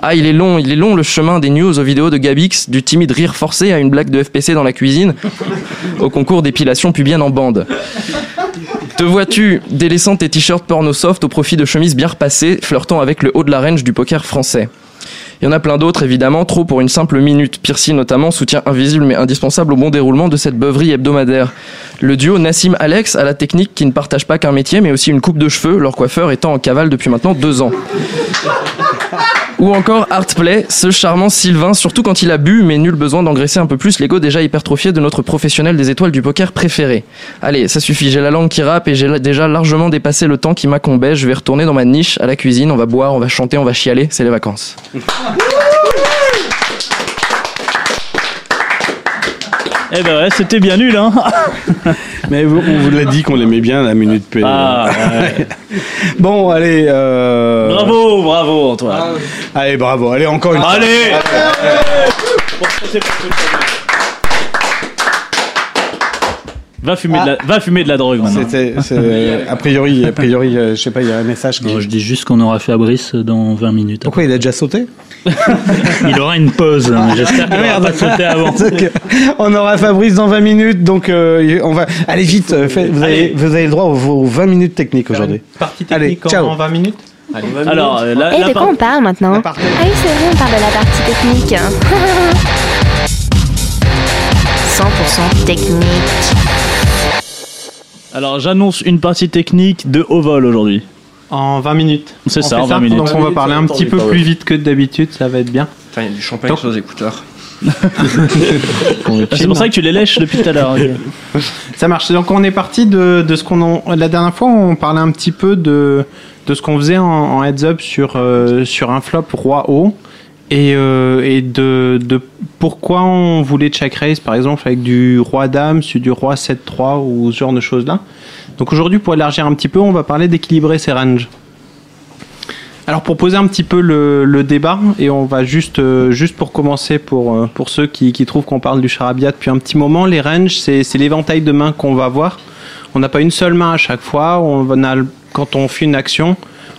[SPEAKER 16] Ah, il est long, il est long le chemin des news aux vidéos de Gabix, du timide rire forcé à une blague de FPC dans la cuisine, au concours d'épilation pubienne en bande. Te vois-tu délaissant tes t-shirts porno soft au profit de chemises bien repassées, flirtant avec le haut de la range du poker français il y en a plein d'autres, évidemment, trop pour une simple minute. Piercy, notamment, soutien invisible mais indispensable au bon déroulement de cette beuverie hebdomadaire. Le duo Nassim-Alex a la technique qui ne partage pas qu'un métier, mais aussi une coupe de cheveux, leur coiffeur étant en cavale depuis maintenant deux ans. Ou encore Artplay, ce charmant Sylvain, surtout quand il a bu, mais nul besoin d'engraisser un peu plus l'ego déjà hypertrophié de notre professionnel des étoiles du poker préféré. Allez, ça suffit, j'ai la langue qui rappe et j'ai la- déjà largement dépassé le temps qui m'accombait. Je vais retourner dans ma niche, à la cuisine, on va boire, on va chanter, on va chialer, c'est les vacances.
[SPEAKER 4] Eh ben ouais, c'était bien nul, hein
[SPEAKER 17] Mais vous- on vous l'a dit qu'on aimait bien la minute P.
[SPEAKER 4] Ah, ouais.
[SPEAKER 17] bon, allez. euh,
[SPEAKER 4] Bravo, bravo Antoine.
[SPEAKER 9] Ah,
[SPEAKER 17] Allez, bravo. Allez, encore une fois. Euh,
[SPEAKER 4] Allez Va fumer, de la, va fumer de la drogue maintenant.
[SPEAKER 17] C'était, c'est- a priori, a priori, euh, je sais pas, il y a un message. Qui...
[SPEAKER 18] Je dis juste qu'on aura fait à Brice dans 20 minutes.
[SPEAKER 17] Pourquoi il a déjà sauté
[SPEAKER 18] Il aura une pause. hein, mais J'espère qu'il aura pas sauté avant.
[SPEAKER 17] Donc, euh, on aura Fabrice dans 20 minutes, donc euh, on va. Allez vite, euh, faites- vous, avez, vous avez le droit aux, aux 20 minutes techniques aujourd'hui.
[SPEAKER 9] Partie
[SPEAKER 17] Allez,
[SPEAKER 9] technique en-
[SPEAKER 17] ciao.
[SPEAKER 9] en 20 minutes
[SPEAKER 17] Alors, euh, la-
[SPEAKER 19] Et
[SPEAKER 17] la
[SPEAKER 19] Eh, de quoi
[SPEAKER 17] part-
[SPEAKER 19] on parle maintenant Ah oui, c'est vrai, on parle de la partie technique. 100% technique.
[SPEAKER 4] Alors j'annonce une partie technique de haut vol aujourd'hui.
[SPEAKER 9] En 20 minutes.
[SPEAKER 4] C'est
[SPEAKER 9] On
[SPEAKER 4] ça,
[SPEAKER 9] fait
[SPEAKER 4] en 20 minutes.
[SPEAKER 9] Donc on va parler un petit peu plus vite que d'habitude, ça va être bien.
[SPEAKER 13] Putain, il y a du champagne
[SPEAKER 9] Donc-
[SPEAKER 13] sur les écouteurs.
[SPEAKER 4] Ah, C'est pour ça que tu les lèches depuis tout à l'heure. ok.
[SPEAKER 9] Ça marche. Donc on est parti de, de ce qu'on en- la dernière fois on parlait un petit peu de de ce qu'on faisait en, en heads up sur euh, sur un flop roi haut et, euh, et de, de pourquoi on voulait check raise par exemple avec du roi dame, sur du roi 7 3 ou ce genre de choses là. Donc aujourd'hui pour élargir un petit peu, on va parler d'équilibrer ses ranges. Alors pour poser un petit peu le, le débat, et on va juste, euh, juste pour commencer, pour, euh, pour ceux qui, qui trouvent qu'on parle du charabia depuis un petit moment, les ranges, c'est c'est l'éventail de mains qu'on va voir. On n'a pas une seule main à chaque fois, on a, quand on fait une action,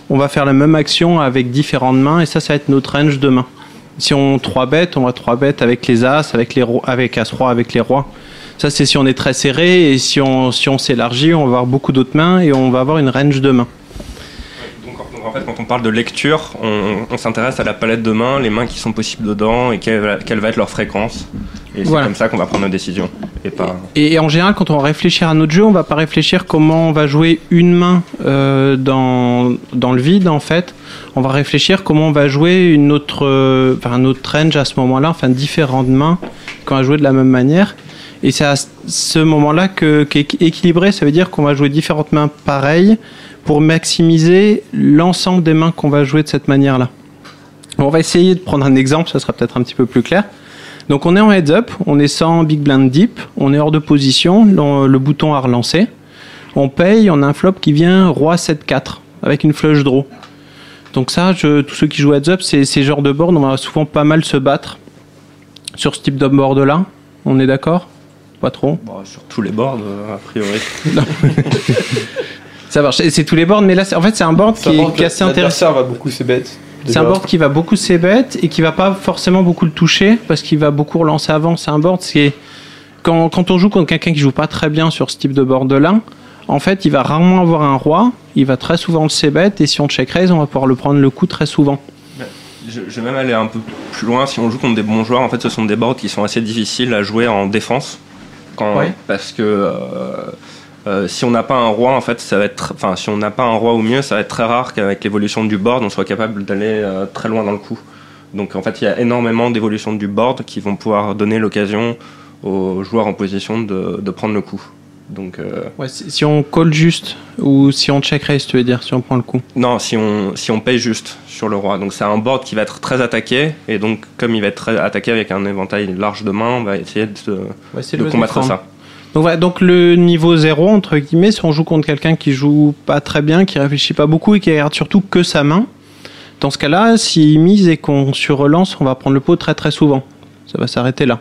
[SPEAKER 9] on va faire la même action avec différentes mains, et ça, ça va être notre range de mains. Si on 3 bêtes, on va 3 bêtes avec les As, avec les rois, avec As-Roi, avec les Rois. Ça, c'est si on est très serré, et si on si on s'élargit, on va avoir beaucoup d'autres mains, et on va avoir une range de mains.
[SPEAKER 20] Donc en fait, quand on parle de lecture, on, on s'intéresse à la palette de mains, les mains qui sont possibles dedans et quelle, va- quelle va être leur fréquence. Et c'est
[SPEAKER 9] Voilà.
[SPEAKER 20] comme ça qu'on va prendre nos décisions. Et pas...
[SPEAKER 9] Et en général, quand on va réfléchir à notre jeu, on va pas réfléchir comment on va jouer une main euh, dans, dans le vide, en fait. On va réfléchir comment on va jouer une autre, euh, enfin, un autre range à ce moment-là, enfin différentes mains qu'on va jouer de la même manière. Et c'est à ce- ce moment-là que qu'équilibrer, ça veut dire qu'on va jouer différentes mains pareilles pour maximiser l'ensemble des mains qu'on va jouer de cette manière-là. Bon, on va essayer de prendre un exemple, ça sera peut-être un petit peu plus clair. Donc on est en heads up, on est sans big blind deep, on est hors de position, l'on- le bouton à relancer. On paye, on a un flop qui vient roi 7-4 avec une flush draw. Donc ça, je- tous ceux qui jouent heads up, c'est ces genres de board, on va souvent pas mal se battre sur ce type de board là. On est d'accord Pas trop
[SPEAKER 20] Bon, sur tous les boards, euh, a priori.
[SPEAKER 9] Ça marche, Et c'est tous les boards, mais là, c'est- en fait, c'est un board qui, est- qui est assez intéressant.
[SPEAKER 8] va beaucoup, c'est bête.
[SPEAKER 9] C'est un board qui va beaucoup ses bêtes et qui va pas forcément beaucoup le toucher parce qu'il va beaucoup relancer avant. C'est un board qui est- quand, quand on joue contre quelqu'un qui joue pas très bien sur ce type de board là, en fait, il va rarement avoir un roi. Il va très souvent le ses bêtes et si on check raise, on va pouvoir le prendre le coup très souvent.
[SPEAKER 20] Ben, Je, je vais même aller un peu plus loin. Si on joue contre des bons joueurs, en fait, ce sont des boards qui sont assez difficiles à jouer en défense. Quand,
[SPEAKER 9] Ouais.
[SPEAKER 20] Parce que euh, euh, si on n'a pas un roi, en fait, ça va être. Enfin, si on n'a pas un roi au mieux, ça va être très rare qu'avec l'évolution du board, on soit capable d'aller euh, très loin dans le coup. Donc, en fait, il y a énormément d'évolutions du board qui vont pouvoir donner l'occasion aux joueurs en position de, de prendre le coup. Donc, euh,
[SPEAKER 9] Ouais, si si on call juste ou si on check raise, tu veux dire, si on prend le coup.
[SPEAKER 20] non, si on, si on paye juste sur le roi. Donc c'est un board qui va être très attaqué. Et donc, comme il va être très attaqué avec un éventail large de main, on va essayer de,
[SPEAKER 9] c'est
[SPEAKER 20] de
[SPEAKER 9] le
[SPEAKER 20] combattre
[SPEAKER 9] défendre.
[SPEAKER 20] ça.
[SPEAKER 9] Donc voilà, donc le niveau 0, entre guillemets, si on joue contre quelqu'un qui joue pas très bien, qui réfléchit pas beaucoup et qui regarde surtout que sa main, dans ce cas-là, s'il mise et qu'on surrelance, on va prendre le pot très très souvent. Ça va s'arrêter là.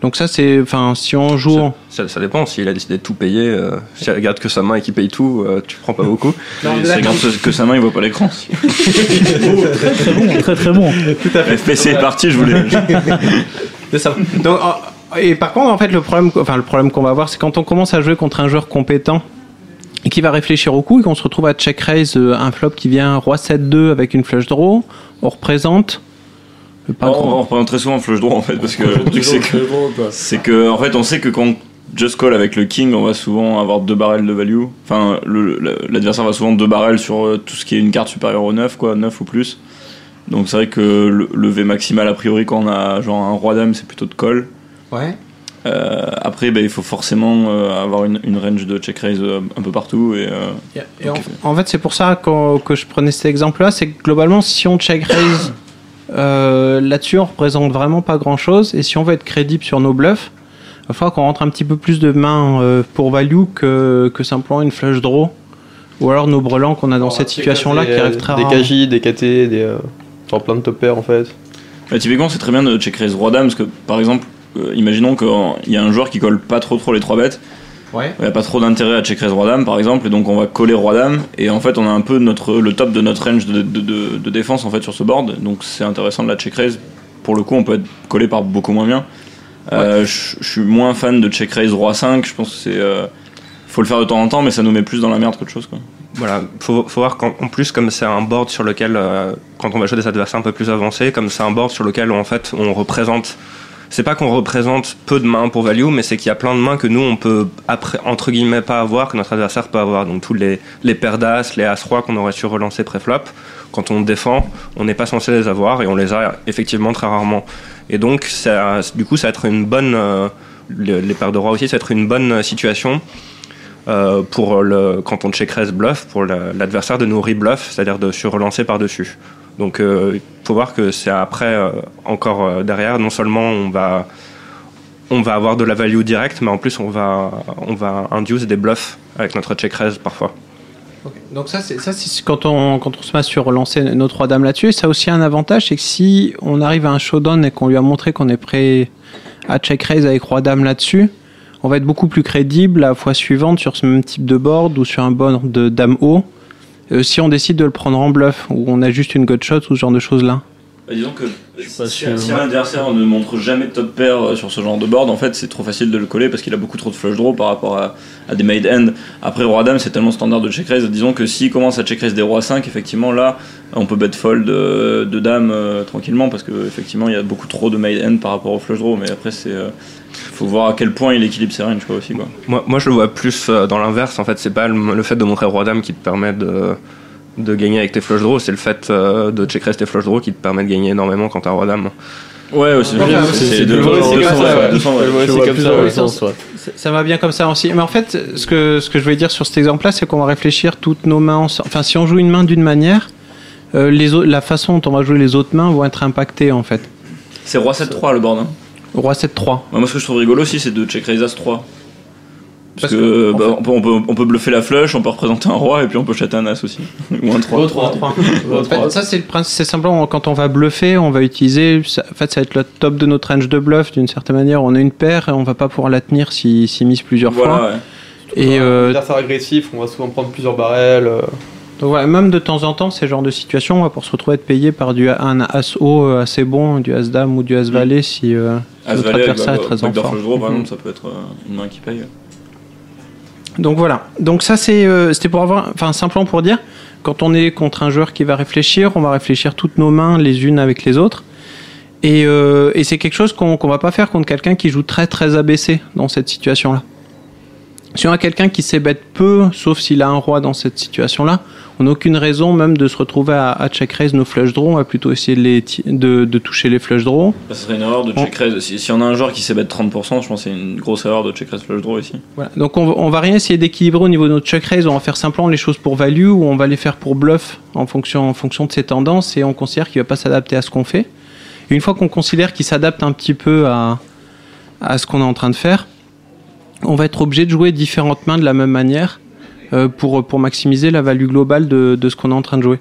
[SPEAKER 9] Donc ça, c'est. Enfin, si on joue. en-
[SPEAKER 20] Ça, ça dépend. S'il a décidé de tout payer, euh, si elle garde que sa main et qu'il paye tout, euh, tu prends pas beaucoup.
[SPEAKER 10] Non, mais là-
[SPEAKER 20] S'il garde que sa main, il voit pas l'écran.
[SPEAKER 4] très très bon, très très bon.
[SPEAKER 10] FPC est parti, je voulais.
[SPEAKER 9] C'est ça. Donc, en- et par contre, en fait, le problème, enfin, le problème qu'on va avoir, c'est quand on commence à jouer contre un joueur compétent et qui va réfléchir au coup et qu'on se retrouve à check raise euh, un flop qui vient roi 7-2 avec une flush draw, on représente.
[SPEAKER 10] on, on représente très souvent flush draw en fait parce que le truc c'est que c'est que en fait on sait que quand on just call avec le king on va souvent avoir deux barrels de value. Enfin le- le- l'adversaire va souvent deux barrels sur euh, tout ce qui est une carte supérieure au 9 quoi, 9 ou plus. Donc c'est vrai que le, le V maximal, a priori, quand on a genre un roi dame, c'est plutôt de call.
[SPEAKER 17] Ouais.
[SPEAKER 10] Euh, après, ben, il faut forcément euh, avoir une, une range de check raise euh, un peu partout. Et, euh,
[SPEAKER 9] Et en, en fait, c'est pour ça qu'on- que je prenais cet exemple-là, c'est que globalement, si on check raise euh, là-dessus, on représente vraiment pas grand-chose. Et si on veut être crédible sur nos bluffs, il va falloir qu'on rentre un petit peu plus de mains euh, pour value que, que simplement une flush draw. Ou alors nos brelans qu'on a dans cette situation-là qui
[SPEAKER 8] Des,
[SPEAKER 9] arrivent très
[SPEAKER 8] Des
[SPEAKER 9] rarement.
[SPEAKER 8] KJ, des KT, des. euh, genre plein de topers en fait.
[SPEAKER 10] Bah, typiquement, c'est très bien de check raise roi dame parce que par exemple, euh, imaginons qu'il y a un joueur qui colle pas trop trop les trois bêtes.
[SPEAKER 9] Ouais.
[SPEAKER 10] Il n'y a pas trop d'intérêt à check raise roi dame par exemple, et donc on va coller roi dame. Et en fait, on a un peu notre, le top de notre range de, de- de- de défense en fait sur ce board. Donc c'est intéressant de la check raise. Pour le coup, on peut être collé par beaucoup moins bien. Euh, Je je suis moins fan de check raise roi 5. Je pense que c'est. euh, faut le faire de temps en temps, mais ça nous met plus dans la merde qu'autre chose quoi.
[SPEAKER 20] Voilà, faut, faut voir qu'en en plus, comme c'est un board sur lequel, euh, quand on va jouer des adversaires un peu plus avancés, comme c'est un board sur lequel en fait on représente. C'est pas qu'on représente peu de mains pour value, mais c'est qu'il y a plein de mains que nous on peut après, entre guillemets pas avoir, que notre adversaire peut avoir. Donc tous les, les paires d'as, les as rois qu'on aurait su relancer pré-flop, quand on défend, on n'est pas censé les avoir et on les a effectivement très rarement. Et donc ça, du coup, ça va être une bonne. euh, le- les paires de rois aussi, ça va être une bonne euh, situation euh, pour le, quand on check raise bluff, pour la- l'adversaire de nous rebluff, c'est-à-dire de se relancer par-dessus. Donc euh, il faut voir que c'est après, euh, encore euh, derrière, non seulement on va, on va avoir de la value directe, mais en plus on va, on va induce des bluffs avec notre check raise parfois.
[SPEAKER 9] Donc ça, c'est ça, c'est quand on quand on se met à sur relancer nos trois dames là-dessus, ça a aussi un avantage, c'est que si on arrive à un showdown et qu'on lui a montré qu'on est prêt à check raise avec roi dame là-dessus, on va être beaucoup plus crédible la fois suivante sur ce même type de board ou sur un board de dame haut. euh, si on décide de le prendre en bluff ou on a juste une gut shot ou ce genre de choses là.
[SPEAKER 10] Bah, disons que si,
[SPEAKER 3] sûr.
[SPEAKER 10] si un adversaire ne montre jamais de top pair euh, sur ce genre de board, en fait, c'est trop facile de le coller parce qu'il a beaucoup trop de flush draw par rapport à, à des made end. Après, roi dame, c'est tellement standard de check raise. Disons que s'il commence à check raise des rois 5, effectivement, là, on peut bet fold euh, de dame euh, tranquillement parce que effectivement, il y a beaucoup trop de made end par rapport au flush draw. Mais après, c'est euh, faut voir à quel point il équilibre ses ranges quoi, aussi. Quoi.
[SPEAKER 20] Moi, moi, je le vois plus euh, dans l'inverse. En fait, c'est pas le, le fait de montrer roi dame qui te permet de, de gagner avec tes flush draws, c'est le fait euh, de check raise tes flush draws qui te permet de gagner énormément quand t'as roi dame.
[SPEAKER 10] Ouais, aussi.
[SPEAKER 9] Ça- Ça va bien comme ça aussi. Mais en fait, ce que, ce que je voulais dire sur cet exemple-là, c'est qu'on va réfléchir toutes nos mains. ense- Enfin, si on joue une main d'une manière, euh, les autres- la façon dont on va jouer les autres mains vont être impactées en fait.
[SPEAKER 10] C'est roi 7-3 le board. hein.
[SPEAKER 9] Roi 7-3.
[SPEAKER 10] Bah, moi, ce que je trouve rigolo aussi, c'est de check raise As 3. Parce, que, bah, on, peut, on, peut, on peut bluffer la flush, on peut représenter un roi et puis on peut chatter un As aussi. Ou un 3.
[SPEAKER 9] En fait, ça, c'est le principe. C'est simplement quand on va bluffer, on va utiliser. ça- en fait, ça va être le top de notre range de bluff d'une certaine manière. On a une paire et on va pas pouvoir la tenir si, si mise plusieurs fois. Et euh,
[SPEAKER 8] Adversaire agressif, on va souvent prendre plusieurs barrels. euh.
[SPEAKER 9] donc voilà, même de temps en temps, ces genres de situations, on va pour se retrouver à être payé par du, un as haut euh, assez bon, du as dame ou du as valet si euh, si
[SPEAKER 10] As
[SPEAKER 9] notre
[SPEAKER 10] valet,
[SPEAKER 9] adversaire est
[SPEAKER 10] bah,
[SPEAKER 9] très en
[SPEAKER 10] backdoor
[SPEAKER 9] forme.
[SPEAKER 10] flush draw, par
[SPEAKER 9] Mhm.
[SPEAKER 10] exemple, ça peut être euh, une main qui paye.
[SPEAKER 9] Donc voilà. Donc ça c'est euh, c'était pour avoir enfin simplement pour dire quand on est contre un joueur qui va réfléchir, on va réfléchir toutes nos mains les unes avec les autres. Et, euh, et c'est quelque chose qu'on qu'on va pas faire contre quelqu'un qui joue très très abaissé dans cette situation-là. Si on a quelqu'un qui s'ébête peu, sauf s'il a un roi dans cette situation-là, on n'a aucune raison même de se retrouver à, à check raise nos flush draws. On va plutôt essayer de, les ti- de, de toucher les flush draws.
[SPEAKER 10] Bah, ce serait une erreur de check raise. Si, si on a un joueur qui sait bet 30%, je pense que c'est une grosse erreur de check raise flush draw ici.
[SPEAKER 9] Voilà. Donc on, va- on va rien essayer d'équilibrer au niveau de notre check raise, on va faire simplement les choses pour value ou on va les faire pour bluff en fonction, en fonction de ses tendances et on considère qu'il va pas s'adapter à ce qu'on fait. Et une fois qu'on considère qu'il s'adapte un petit peu à, à ce qu'on est en train de faire, on va être obligé de jouer différentes mains de la même manière euh, pour, pour maximiser la value globale de, de ce qu'on est en train de jouer.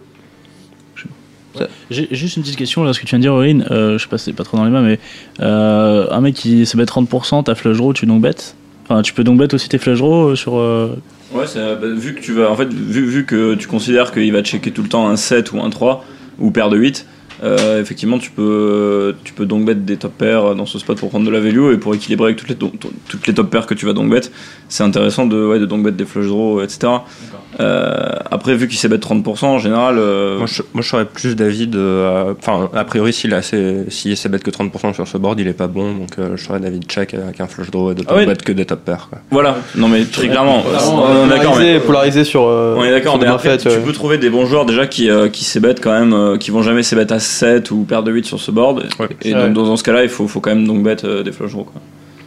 [SPEAKER 4] J'ai juste une petite question là, ce que tu viens de dire, Aurine. Euh, je sais pas si c'est pas trop dans les mains, mais euh, un mec qui se bet 30%, ta flush draw, tu donc bêtes. Enfin, tu peux donc bet aussi tes flush draw euh, sur. euh,
[SPEAKER 10] Ouais, ça- bah, vu que tu vas, en fait, vu, vu que tu considères qu'il va checker tout le temps un 7 ou un 3 ou paire de 8, euh, effectivement, tu peux, tu peux donc bet des top pairs euh, dans ce spot pour prendre de la value et pour équilibrer avec toutes les, don- toutes les top pairs que tu vas donc bet. C'est intéressant de, ouais, de donc bet des flush draws, etc. Euh, après, vu qu'il sait bet 30%, en général. euh,
[SPEAKER 20] Moi, je, moi, je serais plus d'avis de. euh, Enfin, a priori, s'il a assez- s'il sait bet que 30% sur ce board, il est pas bon. Donc, euh, je serais d'avis de check avec un flush draw et de
[SPEAKER 10] Ah
[SPEAKER 20] top
[SPEAKER 10] ouais.
[SPEAKER 20] bet que des top pairs. quoi.
[SPEAKER 10] Voilà, non mais très clairement.
[SPEAKER 20] Clairement,
[SPEAKER 10] on est d'accord,
[SPEAKER 20] polarisé-
[SPEAKER 10] mais-
[SPEAKER 8] polarisé sur, euh,
[SPEAKER 10] on est d'accord,
[SPEAKER 8] sur
[SPEAKER 10] mais
[SPEAKER 8] des
[SPEAKER 10] après,
[SPEAKER 8] barfettes,
[SPEAKER 10] tu
[SPEAKER 8] euh.
[SPEAKER 10] peux trouver des bons joueurs déjà qui, euh, qui s'ébêtent quand même, euh, qui vont jamais s'ébêter à 7 ou paire de 8 sur ce board. Et
[SPEAKER 9] Ouais.
[SPEAKER 10] donc, dans, dans ce cas-là, il faut, faut quand même donc bet euh, des flush draws. quoi.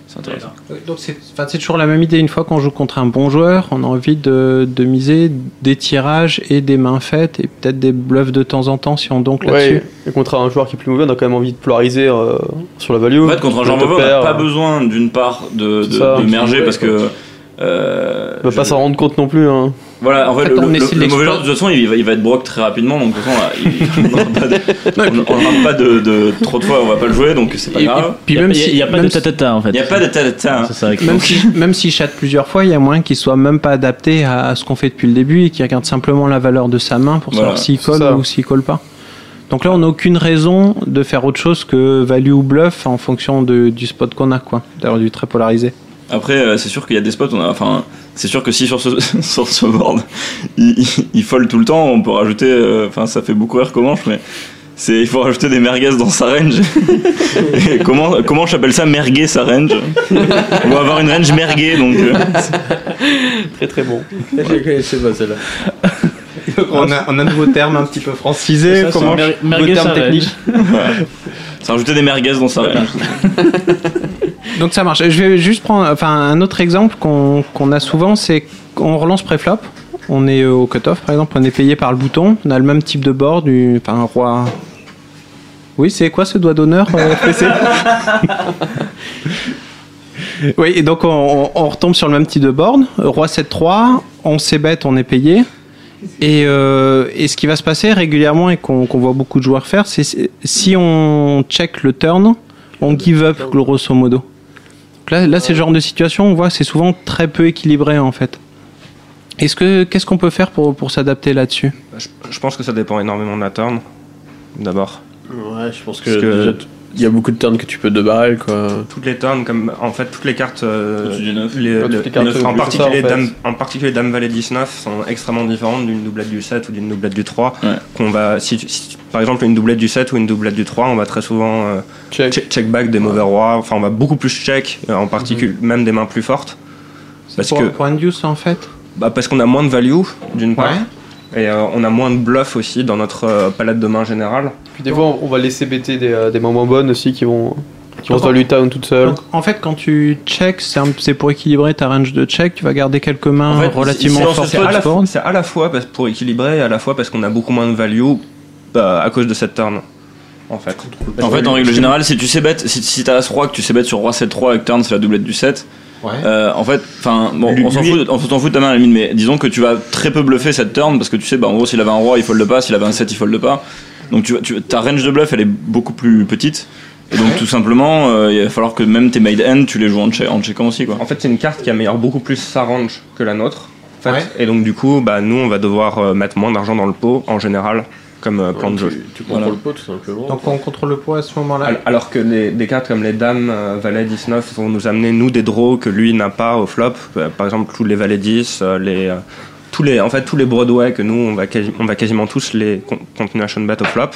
[SPEAKER 10] C'est intéressant.
[SPEAKER 9] Donc c'est enfin, c'est toujours la même idée. Une fois qu'on joue contre un bon joueur, on a envie de, de miser des tirages et des mains faites et peut-être des bluffs de temps en temps si on donc là-dessus.
[SPEAKER 8] Ouais, et contre un joueur qui est plus mauvais, on a quand même envie de polariser euh, sur la value.
[SPEAKER 10] En fait, contre un genre
[SPEAKER 8] Le
[SPEAKER 10] mauvais, on n'a
[SPEAKER 8] pair,
[SPEAKER 10] pas
[SPEAKER 8] euh,
[SPEAKER 10] besoin d'une part de, de,
[SPEAKER 8] C'est ça.
[SPEAKER 10] de merger parce que. euh,
[SPEAKER 8] On va pas s'en rendre compte non plus. Hein.
[SPEAKER 10] Voilà, en fait, le,
[SPEAKER 8] on
[SPEAKER 10] le-
[SPEAKER 8] essaie de
[SPEAKER 10] le mauvais
[SPEAKER 8] l'exploiter.
[SPEAKER 10] joueur, de toute façon, il va, il va être broc très rapidement, donc de toute façon, là, il- on n'aura pas, de, on- on n'aura pas de, de- trop de fois, on va pas le jouer, donc c'est pas
[SPEAKER 9] Et- et
[SPEAKER 10] grave.
[SPEAKER 9] puis même si- même si-
[SPEAKER 10] en fait. Il n'y a pas de hein. tatata. C'est ça,
[SPEAKER 9] Même si, même s'il chatte plusieurs fois, il y a moyen qu'il soit même pas adapté à, à ce qu'on fait depuis le début et qu'il regarde simplement la valeur de sa main pour
[SPEAKER 8] Voilà,
[SPEAKER 9] savoir s'il
[SPEAKER 8] c'est
[SPEAKER 9] colle
[SPEAKER 8] ça.
[SPEAKER 9] ou s'il colle pas. Donc là, on n'a aucune raison de faire autre chose que value ou bluff en fonction de- du spot qu'on a, quoi. D'ailleurs, du très polarisé.
[SPEAKER 10] Après, euh, c'est sûr qu'il y a des spots, on a, enfin, c'est sûr que si sur ce, sur ce board, il, il, il fold tout le temps, on peut rajouter, euh, enfin, ça fait beaucoup rire comment, mais c'est, il faut rajouter des merguez dans sa range. Et comment, comment j'appelle ça merguez sa range? On va avoir une range merguez, donc. euh,
[SPEAKER 8] Très très bon.
[SPEAKER 12] Je ne connaissais pas celle-là.
[SPEAKER 9] on, a, un nouveau terme un petit peu francisé.
[SPEAKER 10] Ça, c'est un mer- merguez sa range. Ouais. Ça rajouter des merguez dans sa range.
[SPEAKER 9] Donc ça marche. Je vais juste prendre enfin, un autre exemple qu'on qu'on a souvent, c'est qu'on relance préflop. On est euh, au cutoff, par exemple, on est payé par le bouton. On a le même type de board, du, enfin, un roi. Oui, c'est quoi ce doigt d'honneur euh, FPC? Oui, et donc on, on- on retombe sur le même type de board. Roi 7-3, on s'ébête, on est payé. Et, euh, et ce qui va se passer régulièrement et qu'on qu'on voit beaucoup de joueurs faire, c'est- c'est si on check le turn, on give up grosso modo. Donc là, là c'est le genre de situation, on voit que c'est souvent très peu équilibré en fait. Est-ce que qu'est-ce qu'on peut faire pour, pour s'adapter là-dessus
[SPEAKER 20] Je, je pense que ça dépend énormément de la turn. D'abord.
[SPEAKER 12] Ouais, je pense que,
[SPEAKER 20] Parce que-
[SPEAKER 12] déjà, t- il y a beaucoup de turns que tu peux deux barrel quoi.
[SPEAKER 20] Toutes les turns, comme en fait toutes les cartes, euh,
[SPEAKER 12] Au-dessus du neuf.
[SPEAKER 20] les-
[SPEAKER 12] Ouais, toutes
[SPEAKER 20] le-
[SPEAKER 12] les cartes
[SPEAKER 20] neuf,
[SPEAKER 12] plus
[SPEAKER 20] en,
[SPEAKER 12] que ça,
[SPEAKER 20] particulier
[SPEAKER 12] en fait.
[SPEAKER 20] Dame, en particulier Dame Valet 19 sont extrêmement différentes d'une doublette du 7 ou d'une doublette du 3. Qu'on va, si, tu- si tu- par exemple une doublette du 7 ou une doublette du 3, on va très souvent euh,
[SPEAKER 8] check.
[SPEAKER 20] check back des mauvais rois, enfin on va beaucoup plus check, euh, en particulier
[SPEAKER 12] Mhm.
[SPEAKER 20] même des mains plus fortes. Parce
[SPEAKER 9] pour,
[SPEAKER 20] que
[SPEAKER 9] pour Induce en fait
[SPEAKER 20] bah, parce qu'on a moins de value, d'une part.
[SPEAKER 9] Ouais.
[SPEAKER 20] Et euh, on a moins de bluff aussi dans notre euh, palette de mains générale.
[SPEAKER 8] Puis des fois, on va laisser bêter des, euh, des moments bonnes aussi qui vont, qui vont se value down toutes
[SPEAKER 12] Euh,
[SPEAKER 8] seules.
[SPEAKER 9] Donc, en fait, quand tu checks, c'est un- c'est pour équilibrer ta range de check. Tu vas garder quelques mains
[SPEAKER 20] En fait,
[SPEAKER 9] relativement
[SPEAKER 20] c'est-
[SPEAKER 9] fortes.
[SPEAKER 20] C'est à, la fois- c'est à la fois parce- pour équilibrer et à la fois parce qu'on a beaucoup moins de value bah, à cause de cette turn. En fait.
[SPEAKER 10] En fait, en règle générale, si tu sais bête, si, si t'as As-Roi que tu sais bête sur Roi 7-3 et que turn c'est la doublette du 7, euh, en fait, enfin, bon, on s'en fout, de- on s'en fout de ta main à la limite, mais disons que tu vas très peu bluffer cette turn parce que tu sais, bah, en gros, s'il avait un Roi, il fold pas, s'il avait un 7, il fold pas. Donc tu, tu, ta range de bluff elle est beaucoup plus petite. Et donc tout simplement, euh, il va falloir que même tes made end, tu les joues en, che- en checkant aussi quoi.
[SPEAKER 20] En fait, c'est une carte qui améliore beaucoup plus sa range que la nôtre. en fait. Et donc, du coup, bah, nous, on va devoir euh, mettre moins d'argent dans le pot en général comme euh, plan de jeu.
[SPEAKER 12] Tu contrôles
[SPEAKER 20] Voilà.
[SPEAKER 12] le pot tout simplement.
[SPEAKER 9] Donc on contrôle le poids à ce moment-là.
[SPEAKER 20] Al- Alors que les- des cartes comme les dames, euh, valet 19 vont nous amener nous des draws que lui n'a pas au flop. Euh, Par exemple, tous les valets 10, euh, les, euh, tous les, en fait tous les Broadway que nous on va, quasi- on va quasiment tous les con- continuation bet au flop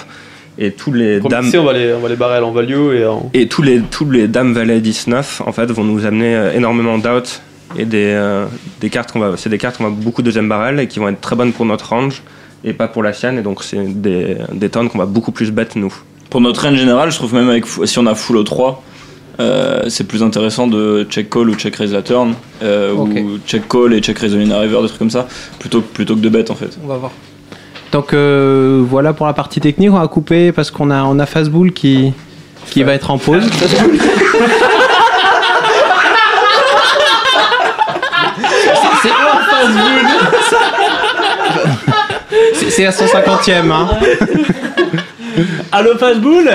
[SPEAKER 20] et tous les
[SPEAKER 8] Comme
[SPEAKER 20] dames
[SPEAKER 8] tu sais, on va les, on va les barrel en value et en.
[SPEAKER 20] et tous les tous les dames valet 19 en fait vont nous amener euh, énormément d'outs et des, euh, des cartes qu'on va c'est des cartes qu'on va beaucoup deuxième barrel et qui vont être très bonnes pour notre range et pas pour la sienne et donc c'est des des turns qu'on va beaucoup plus bet nous.
[SPEAKER 10] Pour notre range générale, je trouve même avec fou- si on a full O3, euh, c'est plus intéressant de check call ou check raise la turn, euh, ou check call et check raise the in a river, des trucs comme ça, plutôt, que- plutôt que de bet en fait.
[SPEAKER 9] On va voir. Donc euh, voilà pour la partie technique. On va couper parce qu'on a on a Fastball qui qui va être en pause.
[SPEAKER 1] C'est
[SPEAKER 9] C'est- C'est à 150e. Hein.
[SPEAKER 4] Allo Fastball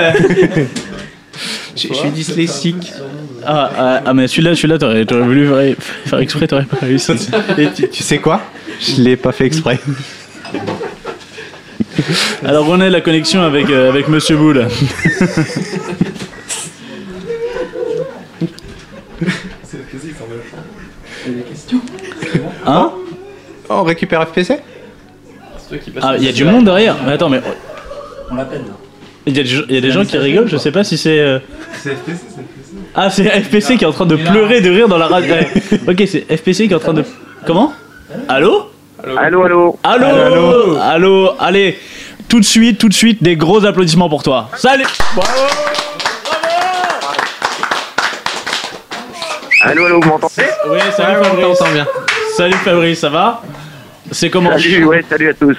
[SPEAKER 9] Je je suis dyslexique.
[SPEAKER 4] Ah, ah, ah, mais celui-là, celui-là, t'aurais t'aurais voulu faire- faire exprès, t'aurais pas réussi.
[SPEAKER 9] Et tu, sais quoi Je l'ai pas fait exprès.
[SPEAKER 4] Alors on a la connexion avec, euh, avec Monsieur Boule.
[SPEAKER 1] C'est
[SPEAKER 4] Hein
[SPEAKER 9] Hein
[SPEAKER 2] Oh,
[SPEAKER 9] on, on récupère FPC
[SPEAKER 4] Ah, il y a du monde derrière. Mais attends, mais. On l'appelle là. Il y a, des- il y a des gens qui rigolent, je sais pas si c'est. euh,
[SPEAKER 21] C'est FPC, c'est
[SPEAKER 4] Ah, c'est FPC qui est en train de pleurer de rire dans la radio. Eh, ok, c'est FPC qui est en train de. Comment Allô
[SPEAKER 21] Allô, allô
[SPEAKER 4] Allô Allô Allô Allez, tout de suite, tout de suite, des gros applaudissements pour toi. Salut Bravo
[SPEAKER 21] Allô, allô, vous m'entendez
[SPEAKER 4] Oui, salut Fabrice. Salut Fabrice, ça va C'est comment
[SPEAKER 21] Salut, ouais, salut à tous.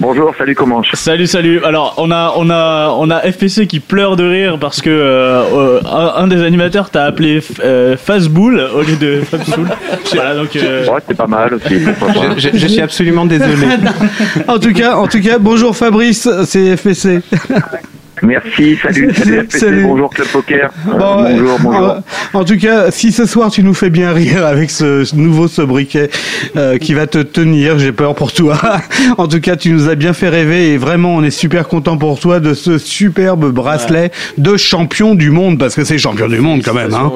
[SPEAKER 21] Bonjour, salut comment
[SPEAKER 4] Salut, salut. Alors, on a, on a, on a FPC qui pleure de rire parce que euh, euh, un, un des animateurs t'a appelé F- euh, Fastbull au lieu de Fabsoul. voilà, donc. euh,
[SPEAKER 21] Ouais, c'est pas mal aussi.
[SPEAKER 9] Je, je- je suis absolument désolé.
[SPEAKER 2] en tout cas, en tout cas, bonjour Fabrice, c'est FPC.
[SPEAKER 21] Merci, salut, salut à tous.
[SPEAKER 2] Salut.
[SPEAKER 21] Bonjour Club Poker. Euh,
[SPEAKER 2] Bon,
[SPEAKER 21] bonjour,
[SPEAKER 2] euh,
[SPEAKER 21] bonjour.
[SPEAKER 2] En, en tout cas, si ce soir tu nous fais bien rire avec ce ce nouveau sobriquet euh, qui va te tenir, j'ai peur pour toi. en tout cas, tu nous as bien fait rêver et vraiment, on est super content pour toi de ce superbe bracelet de champion du monde parce que c'est champion du monde quand même. Hein.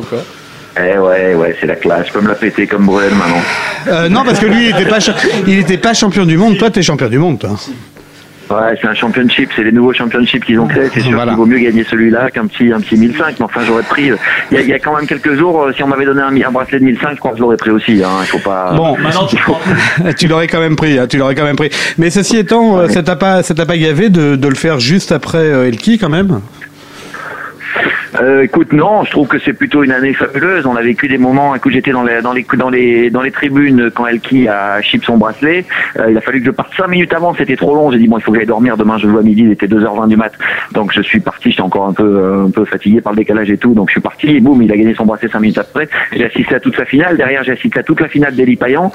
[SPEAKER 21] Eh ouais, ouais, c'est la classe. Je peux me la péter comme Bruel maintenant.
[SPEAKER 2] Euh, non, parce que lui, il était pas, cha- il était pas champion du monde. Toi, t'es champion du monde, toi.
[SPEAKER 21] Ouais, c'est un championship, c'est les nouveaux championships qu'ils ont créés. C'est sûr qu'il vaut mieux gagner celui-là qu'un petit, un petit 1005. Mais enfin, j'aurais pris. euh, Il y, a- il y a quand même quelques jours, euh, si on m'avait donné un, mi- un bracelet de 1005, je crois que je l'aurais pris aussi. Hein. Il faut pas.
[SPEAKER 2] Bon, tu l'aurais quand même pris, hein, tu l'aurais quand même pris. Mais ceci étant, euh, ça t'a pas, ça t'a pas gavé de, de le faire juste après euh, Elki quand même.
[SPEAKER 21] Euh, écoute, non, je trouve que c'est plutôt une année fabuleuse. On a vécu des moments. Écoute, j'étais dans les, dans les, dans les, dans les tribunes quand Elki a chip son bracelet. Euh, il a fallu que je parte cinq minutes avant. C'était trop long. J'ai dit bon, il faut que j'aille dormir. Demain, je joue à midi. Il était 2h20 du mat. Donc je suis parti. J'étais encore un peu, euh, un peu fatigué par le décalage et tout. Donc je suis parti. Et boum, il a gagné son bracelet cinq minutes après. J'ai assisté à toute sa finale. Derrière, j'ai assisté à toute la finale d'Eli Payan.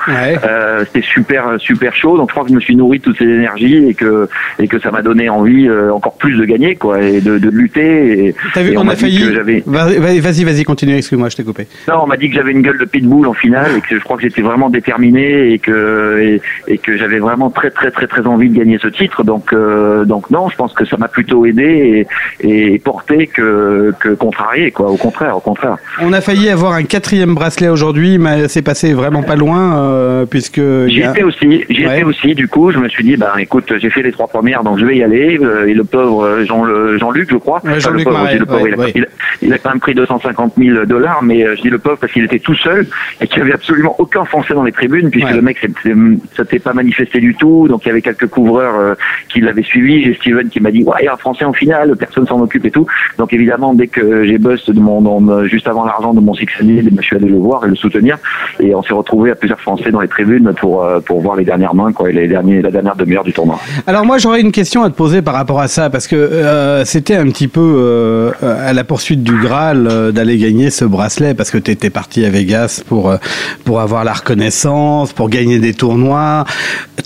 [SPEAKER 21] Euh, C'était super, super chaud. Donc je crois que je me suis nourri de toutes ces énergies et que, et que ça m'a donné envie euh, encore plus de gagner, quoi, et de, de lutter. Et,
[SPEAKER 2] T'as vu,
[SPEAKER 21] et
[SPEAKER 2] on,
[SPEAKER 21] m'a
[SPEAKER 2] a
[SPEAKER 21] dit
[SPEAKER 2] failli.
[SPEAKER 21] que j'avais-
[SPEAKER 2] Va- va- Vas-y, vas-y, continue. Excuse-moi, je t'ai coupé.
[SPEAKER 21] non, on m'a dit que j'avais une gueule de pitbull en finale et que je crois que j'étais vraiment déterminé et que et, et que j'avais vraiment très très très très envie de gagner ce titre. Donc euh, donc non, je pense que ça m'a plutôt aidé et, et porté que que contrarié quoi. Au contraire, au contraire.
[SPEAKER 2] On a failli avoir un quatrième bracelet aujourd'hui, mais c'est passé vraiment pas loin euh, puisque. il
[SPEAKER 21] J'y
[SPEAKER 2] y a-
[SPEAKER 21] étais aussi, j'y étais aussi. Du coup, je me suis dit, ben écoute, j'ai fait les trois premières, donc je vais y aller. Euh, Et le pauvre euh, Jean le- Jean-Luc, je crois, Enfin, le
[SPEAKER 2] Jean-Luc
[SPEAKER 21] pauvre,
[SPEAKER 2] Marais,
[SPEAKER 21] je dis le pauvre,
[SPEAKER 2] ouais,
[SPEAKER 21] il, a,
[SPEAKER 2] ouais.
[SPEAKER 21] il a- il a quand même pris 250 000 dollars, mais euh, je dis le pauvre parce qu'il était tout seul et qu'il n'y avait absolument aucun Français dans les tribunes, puisque le mec s'était- s'était pas manifesté du tout. Donc il y avait quelques couvreurs euh, qui l'avaient suivi. J'ai Steven qui m'a dit, ouais, il y a un Français en finale, personne s'en occupe et tout. Donc évidemment, dès que j'ai bust de mon, dans mon- juste avant l'argent de mon Six Années, je suis allé le voir et le soutenir. Et on s'est retrouvé à plusieurs Français dans les tribunes pour, euh, pour voir les dernières mains, quoi, et les derniers, la dernière demi-heure du tournoi.
[SPEAKER 2] Alors moi j'aurais une question à te poser par rapport à ça parce que euh, c'était un petit peu euh, à la poursuite du Graal euh, d'aller gagner ce bracelet parce que tu étais parti à Vegas pour euh, pour avoir la reconnaissance, pour gagner des tournois.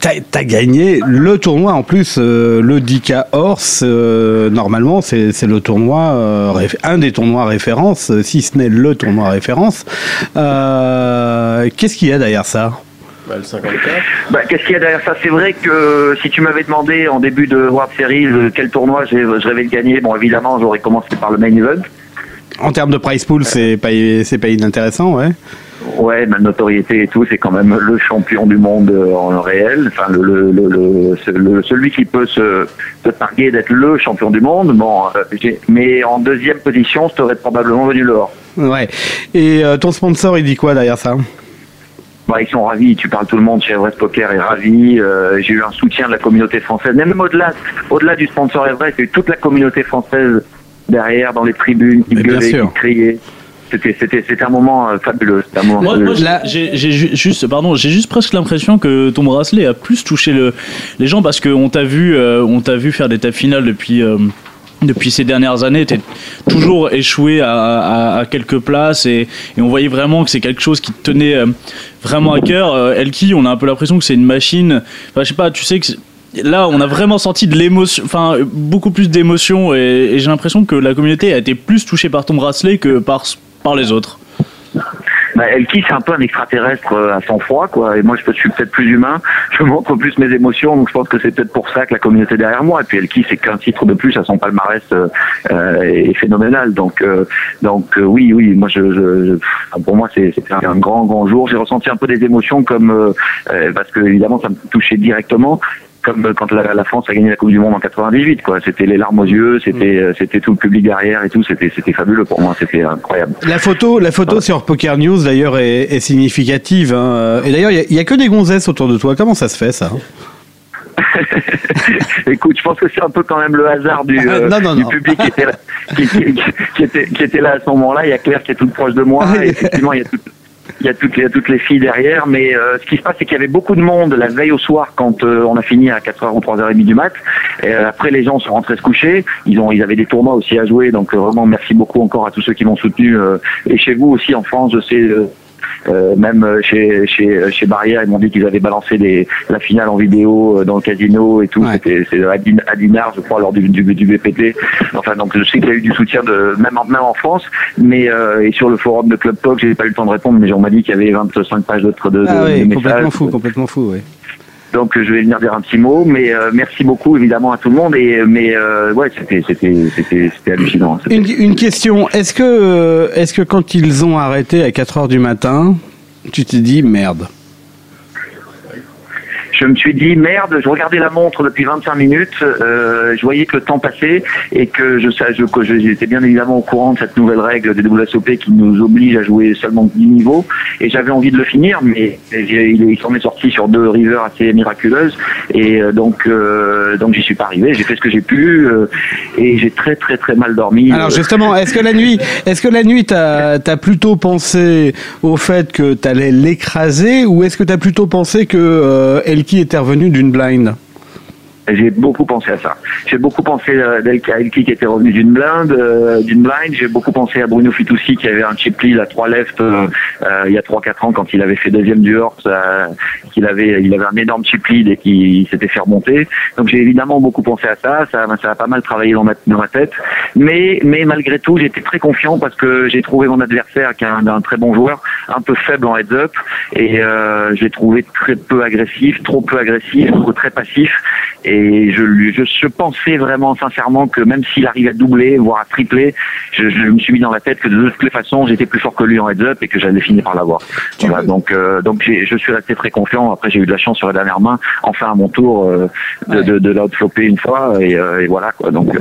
[SPEAKER 2] T'as as gagné le tournoi en plus euh, le 10K Horse euh, normalement c'est c'est le tournoi euh, réf- un des tournois référence euh, si ce n'est le tournoi référence. Euh, qu'est-ce qu'il y a derrière ça
[SPEAKER 3] Bah, le 54.
[SPEAKER 21] Bah, Qu'est-ce qu'il y a derrière ça C'est vrai que euh, si tu m'avais demandé en début de World Series euh, quel tournoi j'ai- je rêvais de gagner, bon évidemment j'aurais commencé par le main event.
[SPEAKER 2] En termes de price pool, c'est pas c'est pas inintéressant, ouais.
[SPEAKER 21] Ouais, ma notoriété et tout, c'est quand même le champion du monde euh, en réel. Enfin, le, le, le- le- ce- le- celui qui peut se, se targuer d'être le champion du monde. Bon, euh, j'ai- mais en deuxième position, je t'aurais probablement venu l'or.
[SPEAKER 2] Ouais. Et euh, ton sponsor, il dit quoi derrière ça
[SPEAKER 21] Bah, ils sont ravis, tu parles tout le monde chez Everest Poker est ravi, euh, j'ai eu un soutien de la communauté française, Mais même au-delà au-delà du sponsor Everest, il y a eu toute la communauté française derrière dans les tribunes qui
[SPEAKER 2] bien
[SPEAKER 21] gueulaient,
[SPEAKER 2] sûr.
[SPEAKER 21] qui criaient. C'était c'était c'était un moment euh, fabuleux, c'était un moment
[SPEAKER 4] Moi, moi,
[SPEAKER 21] fabuleux.
[SPEAKER 4] j'ai- j'ai j'ai ju- juste, pardon, j'ai juste presque l'impression que ton bracelet a plus touché le, les gens parce qu'on t'a vu, euh, on t'a vu faire des tables finales depuis. euh, depuis ces dernières années, t'es toujours échoué à, à- à quelques places et, et on voyait vraiment que c'est quelque chose qui te tenait euh, vraiment à cœur. Euh, Elki, on a un peu l'impression que c'est une machine. Enfin, je sais pas, tu sais que c'est- là, on a vraiment senti de l'émotion, enfin, beaucoup plus d'émotion et, et j'ai l'impression que la communauté a été plus touchée par ton bracelet que par, par les autres.
[SPEAKER 21] bah, Elki, c'est un peu un extraterrestre euh, à sang-froid, quoi. Et moi, je suis peut-être plus humain, je montre plus mes émotions, donc je pense que c'est peut-être pour ça que la communauté est derrière moi. Et puis Elki, c'est qu'un titre de plus à son palmarès euh, euh, est phénoménal. Donc, euh, donc euh, oui, oui, moi, je, je- je- enfin, pour moi, c'est c'était un grand, grand jour. J'ai ressenti un peu des émotions comme euh, euh, parce que évidemment, ça me touchait directement comme euh, quand la, la France a gagné la Coupe du Monde en 98, quoi. C'était les larmes aux yeux, c'était, euh, c'était tout le public derrière et tout. C'était, c'était fabuleux pour moi. C'était incroyable.
[SPEAKER 2] La photo, la photo sur Poker News d'ailleurs est, est significative. hein. Et d'ailleurs, il y a- il y, a que des gonzesses autour de toi. Comment ça se fait ça
[SPEAKER 21] Écoute, je pense que c'est un peu quand même le hasard du, euh,
[SPEAKER 2] Ah, Non, non,
[SPEAKER 21] du
[SPEAKER 2] non.
[SPEAKER 21] public qui était, là, qui, qui- qui était, qui était là à ce moment-là. Il y a Claire qui est toute proche de
[SPEAKER 2] Ah,
[SPEAKER 21] moi. et effectivement, il y a tout- il y a toutes les, il y a toutes les filles derrière, mais euh, ce qui se passe, c'est qu'il y avait beaucoup de monde la veille au soir quand euh, on a fini à 4h ou 3h30 du mat. Et, euh, après, les gens sont rentrés se coucher. Ils ont, ils avaient des tournois aussi à jouer, donc euh, vraiment merci beaucoup encore à tous ceux qui m'ont soutenu euh, et chez vous aussi en France. Je sais. euh, euh, même euh, chez, chez, chez Barrière, ils m'ont dit qu'ils avaient balancé des, la finale en vidéo euh, dans le casino et tout. C'était c'est à Din- à Dinard, je crois, lors du, du, du BPT. Enfin, donc je sais qu'il y a eu du soutien de même en, même en France, mais euh, et sur le forum de Club Talk, j'ai pas eu le temps de répondre, mais on m'a dit qu'il y avait 25 pages de, de, de-
[SPEAKER 2] Ah
[SPEAKER 21] de
[SPEAKER 2] oui,
[SPEAKER 21] messages.
[SPEAKER 2] complètement fou, complètement fou. Oui.
[SPEAKER 21] Donc euh, je vais venir dire un petit mot, mais euh, merci beaucoup évidemment à tout le monde. Et euh, mais euh, ouais, c'était c'était c'était c'était hallucinant.
[SPEAKER 2] Une, une question. Est-ce que, euh, est-ce que quand ils ont arrêté à 4 heures du matin, tu t'es dit merde
[SPEAKER 21] je me suis dit merde, je regardais la montre depuis 25 minutes, euh, je voyais que le temps passait et que je sais- je- que je- j'étais bien évidemment au courant de cette nouvelle règle des WSOP qui nous oblige à jouer seulement 10 niveaux et j'avais envie de le finir mais j'ai- il, il s'en est sorti sur deux rivers assez miraculeuses et euh, donc euh, donc j'y suis pas arrivé, j'ai fait ce que j'ai pu euh, et j'ai très très très mal dormi.
[SPEAKER 2] Alors
[SPEAKER 21] Euh,
[SPEAKER 2] justement, est-ce que la nuit, est-ce que la nuit, t'as as plutôt pensé au fait que t'allais l'écraser, ou est-ce que t'as plutôt pensé que euh, Elki était revenu d'une blind
[SPEAKER 21] J'ai beaucoup pensé à ça. J'ai beaucoup pensé euh, d'Elki- à Elki qui était revenu d'une blinde, euh, d'une blind. J'ai beaucoup pensé à Bruno Fitoussi qui avait un chip lead à trois left euh, euh, il y a trois quatre ans quand il avait fait deuxième du Horse, euh, qu'il avait il avait un énorme chip lead et qui s'était fait remonter. Donc j'ai évidemment beaucoup pensé à ça. Ça ben, ça a pas mal travaillé dans ma, dans ma tête. Mais mais malgré tout j'étais très confiant parce que j'ai trouvé mon adversaire qui est un, un très bon joueur, un peu faible en heads up et euh, je l'ai trouvé très peu agressif, trop peu agressif, trop- très passif. Et je, lui- je, je pensais vraiment sincèrement que même s'il arrive à doubler, voire à tripler, je, je me suis mis dans la tête que de toutes les façons, j'étais plus fort que lui en heads-up et que j'allais finir par l'avoir. Voilà, donc euh, donc j'ai- je suis resté très confiant. Après, j'ai eu de la chance sur la dernière main, enfin à mon tour, euh, de, de, de l'outflopper une fois. Et, euh, et voilà, quoi. Donc, euh,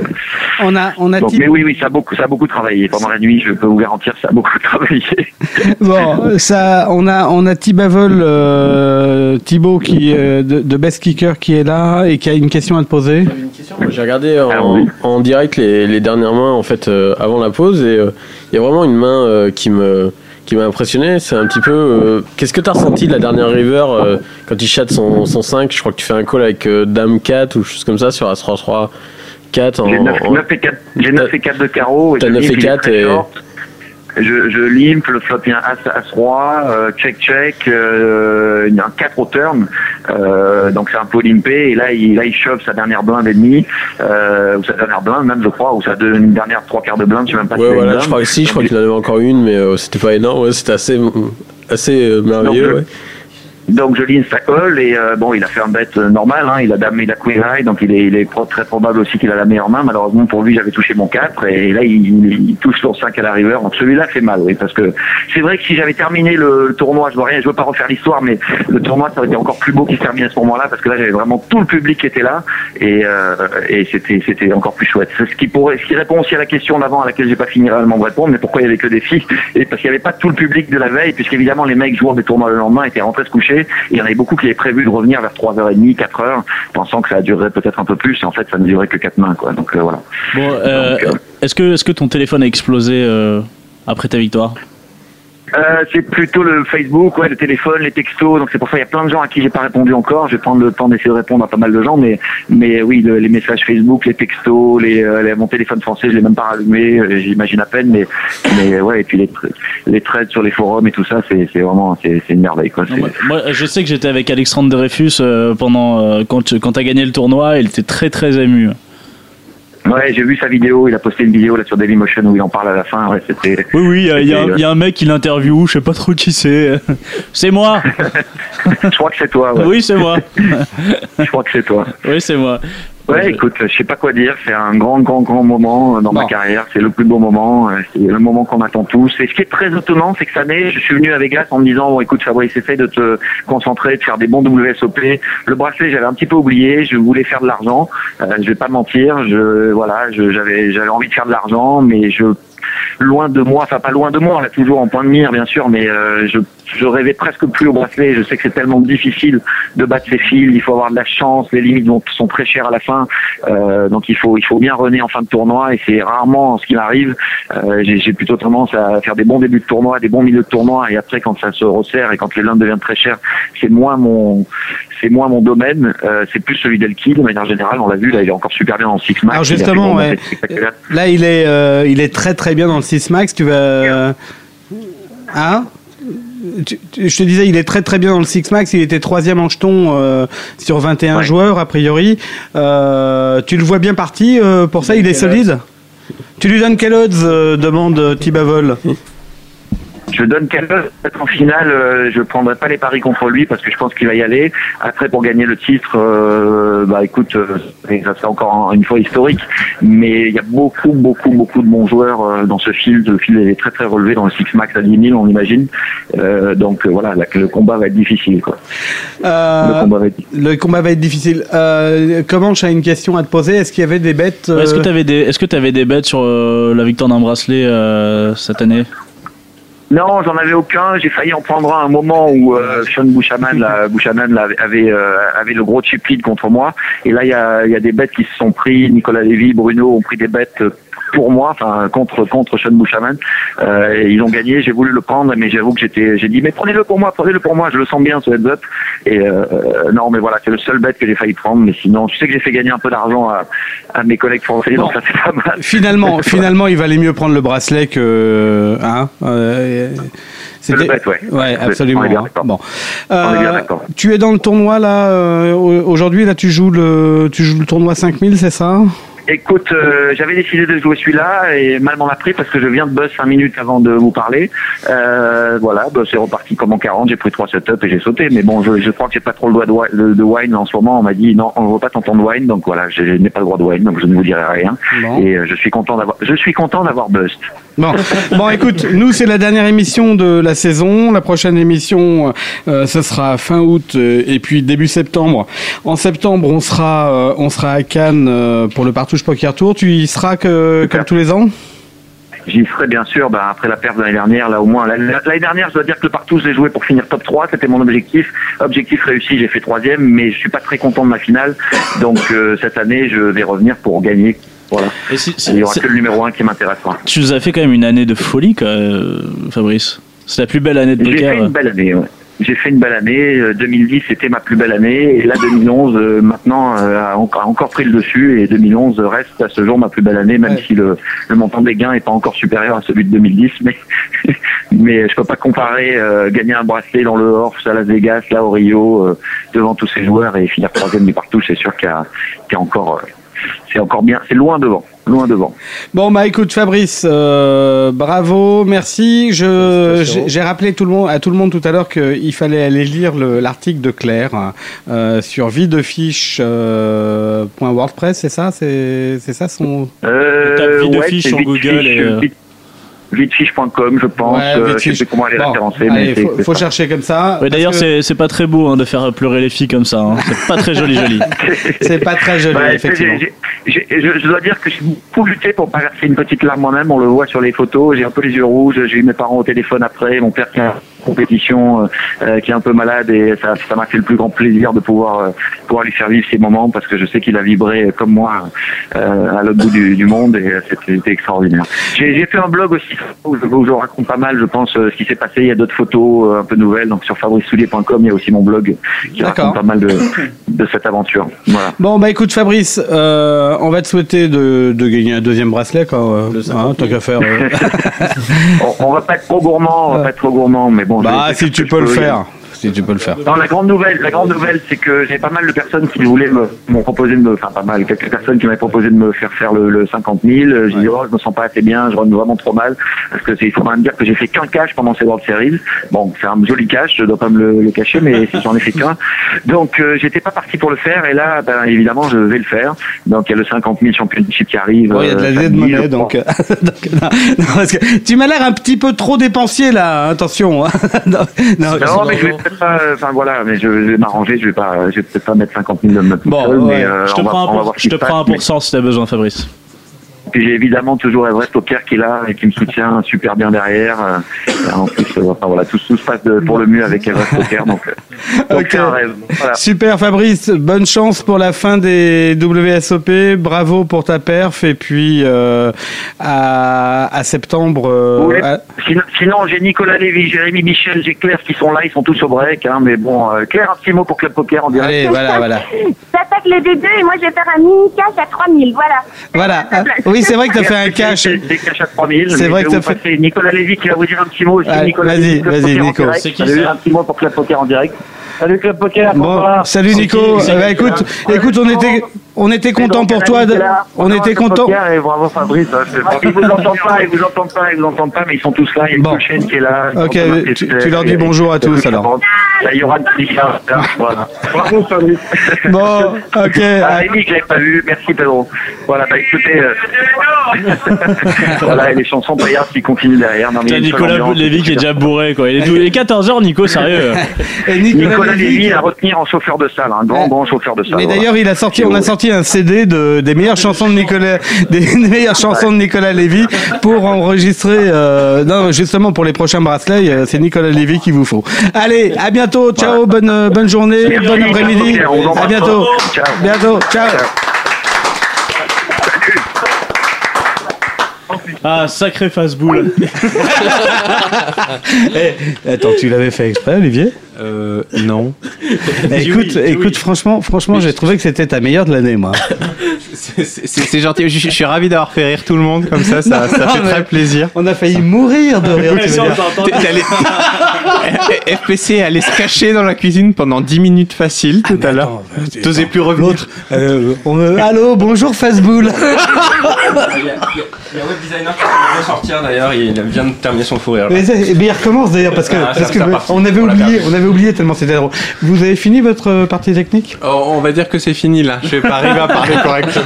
[SPEAKER 2] On a, on a
[SPEAKER 21] donc, mais oui, oui, ça a, beaucoup, ça a beaucoup travaillé. Pendant la nuit, je peux vous garantir, ça a beaucoup travaillé.
[SPEAKER 2] Bon, ça, on a, on a Thibavel, euh, Thibaut qui euh, de, de Best Kicker qui est là et qui a une question à te poser.
[SPEAKER 3] J'ai regardé
[SPEAKER 21] Ah
[SPEAKER 3] en, en direct les, les dernières mains en fait euh, avant la pause et euh, il y a vraiment une main euh, qui me qui m'a impressionné. C'est un petit peu euh, qu'est-ce que t'as ressenti de la dernière river euh, quand il chatte son, son 5 Je crois que tu fais un call avec euh, Dame 4 ou chose comme ça sur As 3 3 4 en,
[SPEAKER 21] J'ai 9,
[SPEAKER 3] en-
[SPEAKER 21] et 4, j'ai 9 et 4 de carreau.
[SPEAKER 3] Oh,
[SPEAKER 21] et
[SPEAKER 3] T'as
[SPEAKER 21] je
[SPEAKER 3] 9 et
[SPEAKER 21] limpe, il est
[SPEAKER 3] 4
[SPEAKER 21] très
[SPEAKER 3] et-
[SPEAKER 21] short. Je, je limpe, le flop, il y a un As, As roi, euh, check, check, euh, il y a un 4 au turn, euh, donc c'est un peu limpé, et là il, là, il shove sa dernière blinde et demie, euh, ou sa dernière blinde même, je crois, ou sa deux- une dernière trois quarts de blinde, je sais même pas si
[SPEAKER 3] Ouais,
[SPEAKER 21] c'est une
[SPEAKER 3] voilà,
[SPEAKER 21] blinde.
[SPEAKER 3] je crois, si, je crois qu'il en avait encore une, mais euh, c'était pas énorme. Ouais, c'était assez, assez euh, merveilleux.
[SPEAKER 21] Donc,
[SPEAKER 3] ouais.
[SPEAKER 21] Donc je limpe sa colle et euh, bon il a fait un bet euh, normal, hein, il a dame, il a queen high, donc il est, il est pro- très probable aussi qu'il a la meilleure main. Malheureusement pour lui j'avais touché mon 4 et là il, il- il touche son 5 à la river. Donc celui-là fait mal, oui, parce que c'est vrai que si j'avais terminé le, le tournoi, je vois rien, je veux pas refaire l'histoire, mais le tournoi ça aurait été encore plus beau qu'il se termine à ce moment-là, parce que là j'avais vraiment tout le public qui était là et, euh, et c'était c'était encore plus chouette. C'est ce qui pourrait ce qui répond aussi à la question d'avant à laquelle j'ai pas fini réellement de répondre, mais pourquoi il y avait que des filles Et parce qu'il n'y avait pas tout le public de la veille, puisqu'évidemment les mecs joueurs des tournois le lendemain étaient rentrés se coucher, et il y en avait beaucoup qui avaient prévu de revenir vers 3h30, 4h, pensant que ça durerait peut-être un peu plus, et en fait ça ne durait que 4 mains quoi. Donc euh, voilà.
[SPEAKER 4] Bon, euh, est-ce que, est que ton téléphone a explosé euh, après ta victoire
[SPEAKER 21] Euh, c'est plutôt le Facebook, ouais, le téléphone, les textos. Donc c'est pour ça il y a plein de gens à qui j'ai pas répondu encore. Je vais prendre le temps d'essayer de répondre à pas mal de gens, mais mais oui, le- les messages Facebook, les textos, les, euh, les- mon téléphone français, je l'ai même pas rallumé. euh, J'imagine à peine, mais mais ouais. Et puis les tr- les trades sur les forums et tout ça, c'est c'est vraiment c'est c'est une merveille quoi. C'est-
[SPEAKER 4] Moi, je sais que j'étais avec Alexandre Dreyfus euh, pendant, euh, quand, tu- quand t'as gagné le tournoi, il était très très ému.
[SPEAKER 21] Ouais, j'ai vu sa vidéo, il a posté une vidéo là sur Dailymotion où il en parle à la fin. Ouais, c'était.
[SPEAKER 4] Oui, oui, il y, a-
[SPEAKER 21] c'était,
[SPEAKER 4] il y a un mec qui l'interview, je sais pas trop qui c'est. C'est moi
[SPEAKER 21] Je crois que c'est toi, ouais.
[SPEAKER 4] Oui, c'est moi.
[SPEAKER 21] Je crois que c'est toi.
[SPEAKER 4] Oui, c'est moi.
[SPEAKER 21] Ouais, écoute, je sais pas quoi dire. C'est un grand, grand, grand moment euh, dans ma carrière. C'est le plus beau moment. euh, C'est le moment qu'on attend tous. Et ce qui est très étonnant, c'est que cette année, je suis venu à Vegas en me disant, bon, écoute, Fabrice, essaie de te concentrer, de faire des bons WSOP. Le bracelet, j'avais un petit peu oublié. Je voulais faire de l'argent. Euh, je vais pas mentir. Je, voilà, je- j'avais, j'avais envie de faire de l'argent, mais je loin de moi, enfin pas loin de moi, là toujours en point de mire bien sûr, mais euh, je, je rêvais presque plus au bracelet. Je sais que c'est tellement difficile de battre ses fils, il faut avoir de la chance, les limites vont- sont très chères à la fin, Euh, donc il faut il faut bien runner en fin de tournoi et c'est rarement ce qui m'arrive. Euh, J'ai j'ai plutôt tendance à faire des bons débuts de tournoi, des bons milieux de tournoi et après quand ça se resserre et quand les lunes deviennent très chères, c'est moins mon c'est moins mon domaine, Euh, c'est plus celui d'Elki de manière générale. On l'a vu là, il est encore super bien en six match.
[SPEAKER 2] Alors justement, ouais. Là, il est, euh, il est très très bien dans le 6 max. Tu vas. euh, Hein Tu- tu- je te disais, il est très très bien dans le 6 max. Il était troisième en jeton euh, sur 21 joueurs, a priori. Euh, tu le vois bien parti. euh, pour ça, il est solide. Tu lui donnes quel odds euh, demande euh, Thibavol.
[SPEAKER 21] Je donne Calvin en finale. euh, je prendrai pas les paris contre lui parce que je pense qu'il va y aller. Après, pour gagner le titre, euh, bah écoute, euh, et ça sera encore un- une fois historique. Mais il y a beaucoup, beaucoup, beaucoup de bons joueurs euh, dans ce field. Le field est très, très relevé dans le six max à 10 000, on imagine. Euh, donc euh, voilà, la- le combat va être difficile. Quoi.
[SPEAKER 2] Euh,
[SPEAKER 21] Le combat va être
[SPEAKER 2] le combat va être difficile. Euh, comment j'ai une question à te poser Est-ce qu'il y avait des bêtes
[SPEAKER 4] Est-ce que
[SPEAKER 2] euh,
[SPEAKER 4] tu avais, avais des bêtes sur euh, la victoire d'un bracelet euh, cette année
[SPEAKER 21] Non, j'en avais aucun. J'ai failli en prendre un, à un moment où euh, Sean Bouchaman, là, Bouchaman là, avait, euh, avait le gros chip lead contre moi. Et là, il y a, il y a des bêtes qui se sont pris. Nicolas Lévy, Bruno ont pris des bêtes euh, pour moi, enfin contre contre Sean Bouchaman. Euh, et ils ont gagné. J'ai voulu le prendre, mais j'avoue que j'étais, j'ai dit mais prenez-le pour moi, prenez-le pour moi. Je le sens bien ce heads up. Et euh, euh, non, mais voilà, c'est le seul bête que j'ai failli prendre. Mais sinon, je sais que j'ai fait gagner un peu d'argent à, à mes collègues français, donc ça c'est pas mal.
[SPEAKER 2] Finalement, finalement, il valait mieux prendre le bracelet que. Hein, euh, c'était-
[SPEAKER 21] Le bête, ouais.
[SPEAKER 2] Ouais, absolument.
[SPEAKER 21] On est bien
[SPEAKER 2] hein.
[SPEAKER 21] d'accord.
[SPEAKER 2] Bon.
[SPEAKER 21] On est bien
[SPEAKER 2] Euh,
[SPEAKER 21] d'accord.
[SPEAKER 2] tu es dans le tournoi là euh, au- aujourd'hui. Là, tu joues le, tu joues le tournoi 5000, c'est ça
[SPEAKER 21] Écoute, euh, j'avais décidé de jouer celui-là et mal m'en a pris parce que je viens de buzz 5 minutes avant de vous parler. Euh, voilà, bah, c'est reparti comme en 40, j'ai pris trois setups et j'ai sauté. Mais bon, je, je crois que j'ai pas trop le droit de, wi- de- de wine en ce moment. On m'a dit non, on ne veut pas t'entendre wine, donc voilà, je, je n'ai pas le droit de wine, donc je ne vous dirai rien.
[SPEAKER 2] Bon.
[SPEAKER 21] Et euh, je suis content d'avoir, je suis content d'avoir bust.
[SPEAKER 2] Bon, bon, écoute, nous c'est la dernière émission de la saison. La prochaine émission, euh, ce sera fin août euh, et puis début septembre. En septembre, on sera, euh, on sera à Cannes euh, pour le Partouche Poker Tour. Tu y seras que, comme tous les ans
[SPEAKER 21] J'y serai bien sûr bah, après la perte de l'année dernière, là au moins. L'année l'année dernière, je dois dire que le partout, j'ai joué pour finir top 3, c'était mon objectif. Objectif réussi, j'ai fait troisième, mais je suis pas très content de ma finale. Donc euh, cette année, je vais revenir pour gagner. Voilà. Il y aura
[SPEAKER 4] c'est-
[SPEAKER 21] que le numéro 1 qui m'intéressera.
[SPEAKER 4] Tu nous as fait quand même une année de folie, quoi, euh, Fabrice. C'est la plus belle année de
[SPEAKER 21] J'ai fait
[SPEAKER 4] poker.
[SPEAKER 21] une belle année, ouais. J'ai fait une belle année. Euh, 2010, c'était ma plus belle année. Et là, 2011, euh, maintenant, euh, a enc- a encore pris le dessus. Et 2011 reste à ce jour ma plus belle année, même si le, le montant des gains n'est pas encore supérieur à celui de 2010. Mais, mais je peux pas comparer euh, gagner un bracelet dans le Horse à Las Vegas, là au Rio, euh, devant tous ces joueurs et finir troisième du partout. C'est sûr qu'il y a, qu'il y a encore, euh, c'est encore bien. C'est loin devant, loin devant.
[SPEAKER 2] Bon, bah écoute, Fabrice, euh, bravo, merci. Je, j'ai- j'ai rappelé tout le monde, à tout le monde tout à l'heure qu'il fallait aller lire le- l'article de Claire euh, sur videfiche.wordpress, c'est ça c'est, c'est ça son.
[SPEAKER 21] Euh,
[SPEAKER 2] Tape
[SPEAKER 21] ouais,
[SPEAKER 2] Videofiche
[SPEAKER 21] c'est
[SPEAKER 2] sur
[SPEAKER 21] Videfiche,
[SPEAKER 2] Google et, euh,
[SPEAKER 21] Vite- Vitefiche.com, je pense.
[SPEAKER 2] Ouais,
[SPEAKER 21] Euh, je
[SPEAKER 2] Vitefiche.
[SPEAKER 21] sais plus comment elle est
[SPEAKER 2] Bon,
[SPEAKER 21] référencée,
[SPEAKER 2] allez,
[SPEAKER 21] mais c'est-
[SPEAKER 2] faut-
[SPEAKER 21] c'est
[SPEAKER 2] faut
[SPEAKER 21] ça.
[SPEAKER 2] chercher comme ça.
[SPEAKER 4] Ouais, D'ailleurs,
[SPEAKER 2] parce que-
[SPEAKER 4] c'est- c'est pas très beau hein, de faire pleurer les filles comme ça. hein. C'est pas très joli, joli.
[SPEAKER 2] C'est pas très joli,
[SPEAKER 21] Ouais, tu sais, Bah, j'ai- j'ai- j'ai- je, je dois dire que j'ai beaucoup lutté pour pas verser une petite larme moi-même. On le voit sur les photos. J'ai un peu les yeux rouges. J'ai eu mes parents au téléphone après. Mon père qui a une compétition, euh, euh, qui est un peu malade et ça ça m'a fait le plus grand plaisir de pouvoir euh, pouvoir lui faire vivre ces moments parce que je sais qu'il a vibré euh, comme moi euh, à l'autre bout du, du monde et euh, c'était c'était extraordinaire. J'ai j'ai fait un blog aussi où je, où je raconte pas mal, je pense, euh, ce qui s'est passé. Il y a d'autres photos euh, un peu nouvelles. Donc sur fabricesoulier.com, il y a aussi mon blog qui
[SPEAKER 2] D'accord.
[SPEAKER 21] raconte pas mal de, de cette aventure. Voilà.
[SPEAKER 2] Bon, bah écoute, Fabrice, euh, on va te souhaiter de, de gagner un deuxième bracelet, quoi. euh, hein, tant qu'à faire. euh.
[SPEAKER 21] on, on va pas être trop gourmand, on va pas être trop gourmand, mais bon. je vais
[SPEAKER 2] bah,
[SPEAKER 21] essayer de
[SPEAKER 2] si tu
[SPEAKER 21] faire ce que
[SPEAKER 2] peux
[SPEAKER 21] je
[SPEAKER 2] le faire. Si
[SPEAKER 9] si tu peux le faire.
[SPEAKER 21] Non, la grande nouvelle, la grande nouvelle, c'est que j'ai pas mal de personnes qui voulaient me, m'ont proposé de me, enfin pas mal, quelques personnes qui m'avaient proposé de me faire faire le, le 50 000. Euh, J'ai dit oh, je me sens pas assez bien, je rentre vraiment trop mal, parce que c'est, il faut quand même dire que j'ai fait qu'un cash pendant ces World Series. Bon, c'est un joli cash, je dois pas me le, le cacher, mais si j'en ai fait qu'un. Donc euh, j'étais pas parti pour le faire, et là, ben évidemment, je vais le faire. Donc il y a le 50 000 championship qui arrive.
[SPEAKER 2] Bon, Oh, il y a de la
[SPEAKER 21] euh,
[SPEAKER 2] Z de
[SPEAKER 21] samedi,
[SPEAKER 2] monnaie,
[SPEAKER 21] je crois.
[SPEAKER 2] donc. euh, donc, non, non, parce que tu m'as l'air un petit peu trop dépensier là, hein, attention. hein. non,
[SPEAKER 21] Non, mais je vais peut-être pas. euh, Enfin voilà, mais je vais m'arranger. Je vais pas. euh, Je vais peut-être pas mettre 50 000 de me tout
[SPEAKER 4] Bon,
[SPEAKER 21] seul,
[SPEAKER 4] ouais.
[SPEAKER 21] mais euh,
[SPEAKER 4] je te
[SPEAKER 21] on va-
[SPEAKER 4] prends, un
[SPEAKER 21] on va
[SPEAKER 4] pour-
[SPEAKER 21] voir ce
[SPEAKER 4] je
[SPEAKER 21] qui
[SPEAKER 4] te
[SPEAKER 21] se passe,
[SPEAKER 4] prends un
[SPEAKER 21] mais-
[SPEAKER 4] pourcent si t'as besoin, Fabrice.
[SPEAKER 21] Puis j'ai évidemment toujours Everest au Pierre qui est là et qui me soutient super bien derrière. euh, En plus, euh, enfin voilà, tout, tout se passe de- pour le mieux avec Everest au Pierre, donc euh, donc c'est un rêve. Voilà.
[SPEAKER 2] Super Fabrice, bonne chance pour la fin des WSOP, bravo pour ta perf et puis euh, à, à septembre. euh,
[SPEAKER 21] Ouais.
[SPEAKER 2] à-
[SPEAKER 21] Sinon, sinon, j'ai Nicolas Lévy, Jérémy Michel, j'ai Claire qui sont là, ils sont tous au break, hein, mais bon, euh, Claire, un petit mot pour Club Poker en direct.
[SPEAKER 2] Allez, voilà, voilà.
[SPEAKER 6] J'attaque le D2 et moi je vais faire un mini cash à 3000, voilà.
[SPEAKER 2] Voilà. Ah, Oui, c'est vrai que tu as fait un cash.
[SPEAKER 21] Des cash à 3000.
[SPEAKER 2] C'est
[SPEAKER 21] mais
[SPEAKER 2] vrai
[SPEAKER 21] je
[SPEAKER 2] que
[SPEAKER 21] vais
[SPEAKER 2] t'as
[SPEAKER 21] vous passer Nicolas Lévy qui va vous dire un petit mot aussi.
[SPEAKER 2] Allez,
[SPEAKER 21] Nicolas
[SPEAKER 2] vas-y,
[SPEAKER 21] Lévy, Club
[SPEAKER 2] vas-y,
[SPEAKER 21] Poker en
[SPEAKER 2] Nico.
[SPEAKER 21] direct.
[SPEAKER 2] C'est qui,
[SPEAKER 21] Salut,
[SPEAKER 2] ça
[SPEAKER 21] un petit mot pour Club Poker en direct. Salut Club Poker.
[SPEAKER 2] Bon,
[SPEAKER 21] bonsoir.
[SPEAKER 2] salut Nico.
[SPEAKER 21] C'est qui,
[SPEAKER 2] Eh ben,
[SPEAKER 21] c'est qui,
[SPEAKER 2] écoute, écoute, on était, on était content pour toi. de- On était content.
[SPEAKER 21] Et bravo Fabrice. hein, c'est- Ils vous entendent pas, ils vous entendent pas, ils vous entendent pas, mais ils sont tous là. Il y a une chaîne qui est là.
[SPEAKER 2] Ok, tu- tu leur dis bonjour à tous, alors.
[SPEAKER 21] Là, il y aura Voilà. Bravo Fabrice.
[SPEAKER 2] Bon, ok.
[SPEAKER 21] Ah, Rémi, que j'avais pas vu. Merci Pedro. Voilà, bah écoutez. euh, voilà, et les chansons paillardes qui continuent derrière. Ah, Non, mais
[SPEAKER 4] T'as
[SPEAKER 21] il y a une folle
[SPEAKER 4] Nicolas
[SPEAKER 21] ambiance,
[SPEAKER 4] Lévy qui est déjà bourré, quoi. Il est, tout- il est 14h, Nico, sérieux.
[SPEAKER 21] Nicolas, Lévy à retenir en chauffeur de salle, un grand, grand chauffeur de salle.
[SPEAKER 2] Mais
[SPEAKER 21] voilà.
[SPEAKER 2] d'ailleurs, il a sorti, on a sorti un CD de, des meilleures chansons de Nicolas, des, meilleures chansons de Nicolas Lévy pour enregistrer, euh, non, justement pour les prochains bracelets, euh, c'est Nicolas Lévy qu'il vous faut. Allez, à bientôt, ciao, bonne, euh, bonne journée,
[SPEAKER 21] Merci,
[SPEAKER 2] bon après-midi,
[SPEAKER 21] Pierre, on vous embrasse
[SPEAKER 2] à bientôt,
[SPEAKER 21] fort. Ciao.
[SPEAKER 2] bientôt, ciao.
[SPEAKER 4] Ah, sacré face boule.
[SPEAKER 2] Eh, Attends, tu l'avais fait exprès, Olivier
[SPEAKER 9] Euh, non.
[SPEAKER 2] Eh Écoute, écoute, franchement, franchement, j'ai trouvé que c'était ta meilleure de l'année, moi.
[SPEAKER 9] C'est- C'est c'est gentil. Je je suis ravi d'avoir fait rire tout le monde comme ça. Ça,
[SPEAKER 2] Non,
[SPEAKER 9] ça fait
[SPEAKER 2] mais
[SPEAKER 9] très plaisir.
[SPEAKER 2] On a failli mourir de rire. tu veux dire.
[SPEAKER 9] T'es allé- Eh, eh, FPC est allé se cacher dans la cuisine pendant 10 minutes facile
[SPEAKER 2] Ah,
[SPEAKER 9] tout à l'heure. T'osais plus revenir.
[SPEAKER 2] euh, on, allô, bonjour Fastbull.
[SPEAKER 20] Il y a- il y a un web designer qui vient de sortir d'ailleurs, il vient de terminer son fou rire.
[SPEAKER 2] Mais, c'est- mais il recommence d'ailleurs parce que,
[SPEAKER 20] Ah, ça-
[SPEAKER 2] parce que
[SPEAKER 20] ça partit.
[SPEAKER 2] on avait oublié, on avait oublié tellement c'était drôle. Vous avez fini votre euh, partie technique
[SPEAKER 9] Oh, on va dire que c'est fini là. Je vais pas arriver à parler correctement.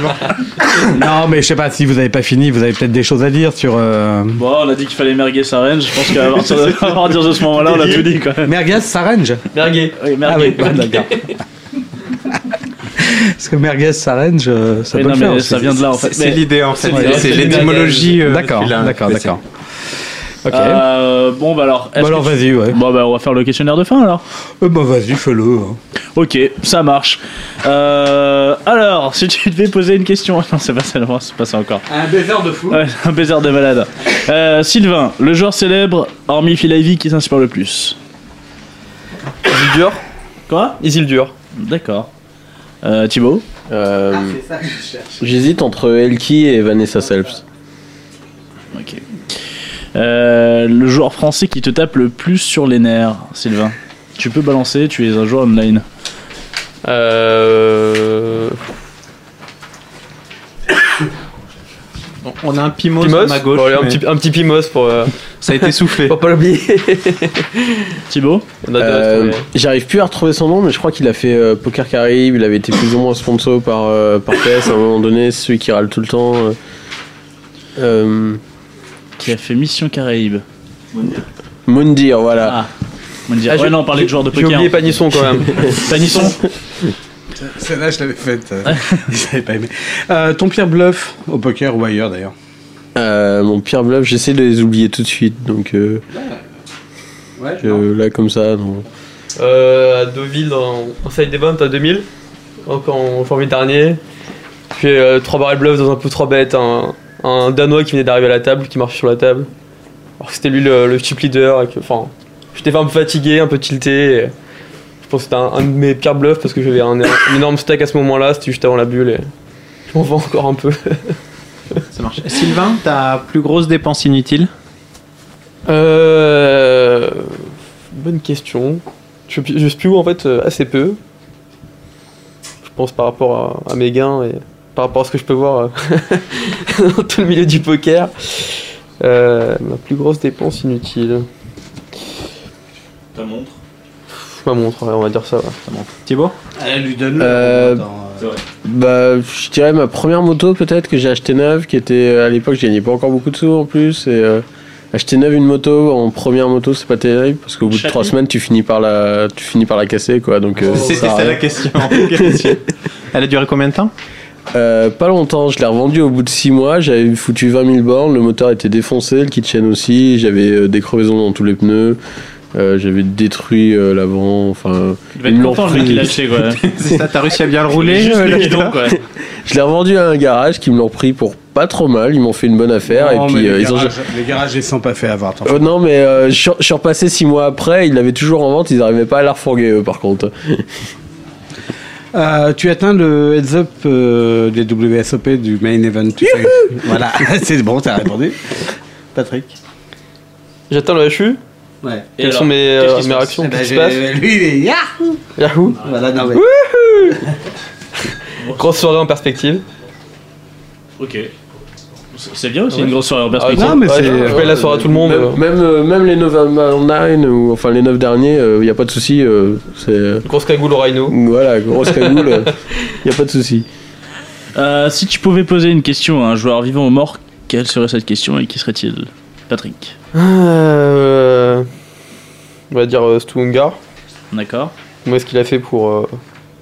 [SPEAKER 2] Non, mais je sais pas si vous avez pas fini, vous avez peut-être des choses à dire sur. euh,
[SPEAKER 4] Bon, on a dit qu'il fallait merguer sa reine. Je pense qu'à partir de, à partir de ce moment-là, on a tout dit, quoi.
[SPEAKER 2] Merguez s'arrange.
[SPEAKER 4] Merguer. Oui, merguer.
[SPEAKER 2] Ah oui, d'accord. Parce que merguez s'arrange, euh, ça
[SPEAKER 4] Mais
[SPEAKER 2] peut
[SPEAKER 4] non,
[SPEAKER 2] le faire
[SPEAKER 4] mais
[SPEAKER 2] aussi.
[SPEAKER 4] ça vient de là, en fait. Mais- c'est l'idée. C'est l'idée.
[SPEAKER 9] euh,
[SPEAKER 2] D'accord, d'accord, d'accord. Ok.
[SPEAKER 4] Euh, bon, bah alors.
[SPEAKER 2] Bah alors, vas-y, ouais.
[SPEAKER 4] Bon, bah on va faire le questionnaire de fin alors.
[SPEAKER 2] bah vas-y, fais-le.
[SPEAKER 4] Ok, ça marche. Euh, alors, si tu devais poser une question. Non, c'est pas ça, non, c'est pas ça encore.
[SPEAKER 9] Un baiser de fou.
[SPEAKER 4] Ouais, un baiser de malade. Euh, Sylvain, le joueur célèbre, hormis Phil Ivey, qui t'inspire le plus
[SPEAKER 8] Dur.
[SPEAKER 4] Quoi
[SPEAKER 8] Isildur.
[SPEAKER 4] D'accord. Euh, Thibaut
[SPEAKER 3] Euh,
[SPEAKER 9] Ah,
[SPEAKER 3] J'hésite entre Elki et Vanessa Selps.
[SPEAKER 4] Ok. Euh, le joueur français qui te tape le plus sur les nerfs, Sylvain. Tu peux balancer, tu es un joueur online.
[SPEAKER 8] Euh.
[SPEAKER 9] On a un Pimos,
[SPEAKER 8] Pimos
[SPEAKER 9] à ma gauche.
[SPEAKER 8] Bon, allez, un,
[SPEAKER 9] mais-
[SPEAKER 8] petit, un petit Pimos pour. euh,
[SPEAKER 9] Ça a été soufflé.
[SPEAKER 8] Pour pas l'oublier.
[SPEAKER 4] Thibaut
[SPEAKER 8] Euh,
[SPEAKER 3] J'arrive plus à retrouver son nom, mais je crois qu'il a fait euh, Poker Caribe. Il avait été plus ou moins sponsor par, euh, par PS à un moment donné, celui qui râle tout le temps. euh. Euh,
[SPEAKER 4] Qui a fait Mission Caraïbe.
[SPEAKER 3] Moundir, voilà.
[SPEAKER 4] Ah, Moundir. Ouais, non, on parlait de joueur de poker, en fait. Panisson
[SPEAKER 2] Celle-là, je l'avais faite. J'avais pas aimé. Euh, ton pire bluff au poker ou ailleurs d'ailleurs
[SPEAKER 4] Ah.
[SPEAKER 3] Euh, mon pire bluff, j'essaie de les oublier tout de suite. Donc euh,
[SPEAKER 8] Ouais,
[SPEAKER 3] euh, là, comme ça, non.
[SPEAKER 8] Euh, à Deauville, en, en side event à 2000, encore en janvier dernier. Puis 3 euh, barrels bluffs dans un peu 3 bêtes, un, un Danois qui venait d'arriver à la table, qui marche sur la table. Alors que c'était lui le, le chip leader. et que- Enfin, j'étais un peu fatigué, un peu tilté. et je pense que c'était un, un de mes pires bluffs parce que j'avais un, un énorme stack à ce moment-là, c'était juste avant la bulle. Et je m'en vais encore un peu.
[SPEAKER 9] Ça marche. Sylvain, ta plus grosse dépense inutile
[SPEAKER 8] Euh, Bonne Euh, question. Je, je spue en fait euh, assez peu. Je pense par rapport à, à mes gains et par rapport à ce que je peux voir euh, dans tout le milieu du poker. Euh, ma plus grosse dépense inutile.
[SPEAKER 10] Ta montre
[SPEAKER 8] Pff, Ma montre, ouais, on va dire ça. ouais.
[SPEAKER 9] Thibaut
[SPEAKER 2] Elle lui donne
[SPEAKER 3] Euh, bah, je dirais ma première moto peut-être que j'ai acheté neuve, qui était euh, à l'époque je gagnais pas encore beaucoup de sous en plus et euh, acheter neuve une moto en première moto c'est pas terrible parce qu'au bout de
[SPEAKER 9] Chaque
[SPEAKER 3] trois semaines tu finis par la tu finis par la casser quoi donc euh,
[SPEAKER 9] C'était
[SPEAKER 3] ça sert à
[SPEAKER 9] ça la
[SPEAKER 3] rien.
[SPEAKER 9] question. Quelle question Elle a duré combien de temps
[SPEAKER 3] Euh, pas longtemps, je l'ai revendu au bout de 6 mois, j'avais foutu 20 000 bornes, le moteur était défoncé, le kitchen aussi, j'avais euh, des crevaisons dans tous les pneus, euh, j'avais détruit euh, l'avant, enfin...
[SPEAKER 4] Il va être
[SPEAKER 3] ils me l'ont
[SPEAKER 4] content, le mec,
[SPEAKER 3] repris.
[SPEAKER 4] il a acheté, quoi.
[SPEAKER 9] C'est ça, t'as réussi à bien le rouler
[SPEAKER 3] Ah, Juste
[SPEAKER 9] euh,
[SPEAKER 3] le
[SPEAKER 9] là,
[SPEAKER 3] guidon,
[SPEAKER 9] là
[SPEAKER 3] quoi. Je l'ai revendu à un garage qui me l'ont repris pour pas trop mal, ils m'ont fait une bonne affaire,
[SPEAKER 2] Non,
[SPEAKER 3] et
[SPEAKER 2] Oh, mais
[SPEAKER 3] puis
[SPEAKER 2] les,
[SPEAKER 3] euh, ils ont...
[SPEAKER 2] garages, les garages, ils sont pas fait avoir. t'en
[SPEAKER 3] Oh non mais euh, je suis- je suis repassé 6 mois après, ils l'avaient toujours en vente, ils n'arrivaient pas à la refourguer eux par contre.
[SPEAKER 2] Euh, tu atteins le heads up euh, des WSOP du main event. tu sais. Voilà, c'est bon, t'as répondu. Patrick
[SPEAKER 8] J'atteins le HU
[SPEAKER 2] Ouais.
[SPEAKER 8] Quelles sont mes, euh, mes réactions
[SPEAKER 2] Eh ben,
[SPEAKER 8] Qu'est-ce qui
[SPEAKER 2] j'ai-
[SPEAKER 8] se passe
[SPEAKER 2] Lui, il est Yahoo
[SPEAKER 8] Yahoo
[SPEAKER 2] Voilà, non, mais-
[SPEAKER 8] Wouhou Grosse soirée en perspective.
[SPEAKER 4] Ok. C'est bien aussi une grosse soirée en perspective.
[SPEAKER 8] Ah, ok. Ouais, je- Je paye la soirée à tout le monde.
[SPEAKER 3] Même, même, euh, même les 9 ou enfin les 9 derniers, il n'y a pas de souci. euh, c'est
[SPEAKER 8] grosse cagoule au rhino.
[SPEAKER 3] Voilà, grosse cagoule, il n'y a pas de souci.
[SPEAKER 4] Euh, si tu pouvais poser une question à un joueur vivant ou mort, quelle serait cette question et qui serait-il Patrick.
[SPEAKER 8] Euh, on va dire euh, Stu Ungar.
[SPEAKER 4] D'accord.
[SPEAKER 8] Comment est-ce qu'il a fait pour, euh,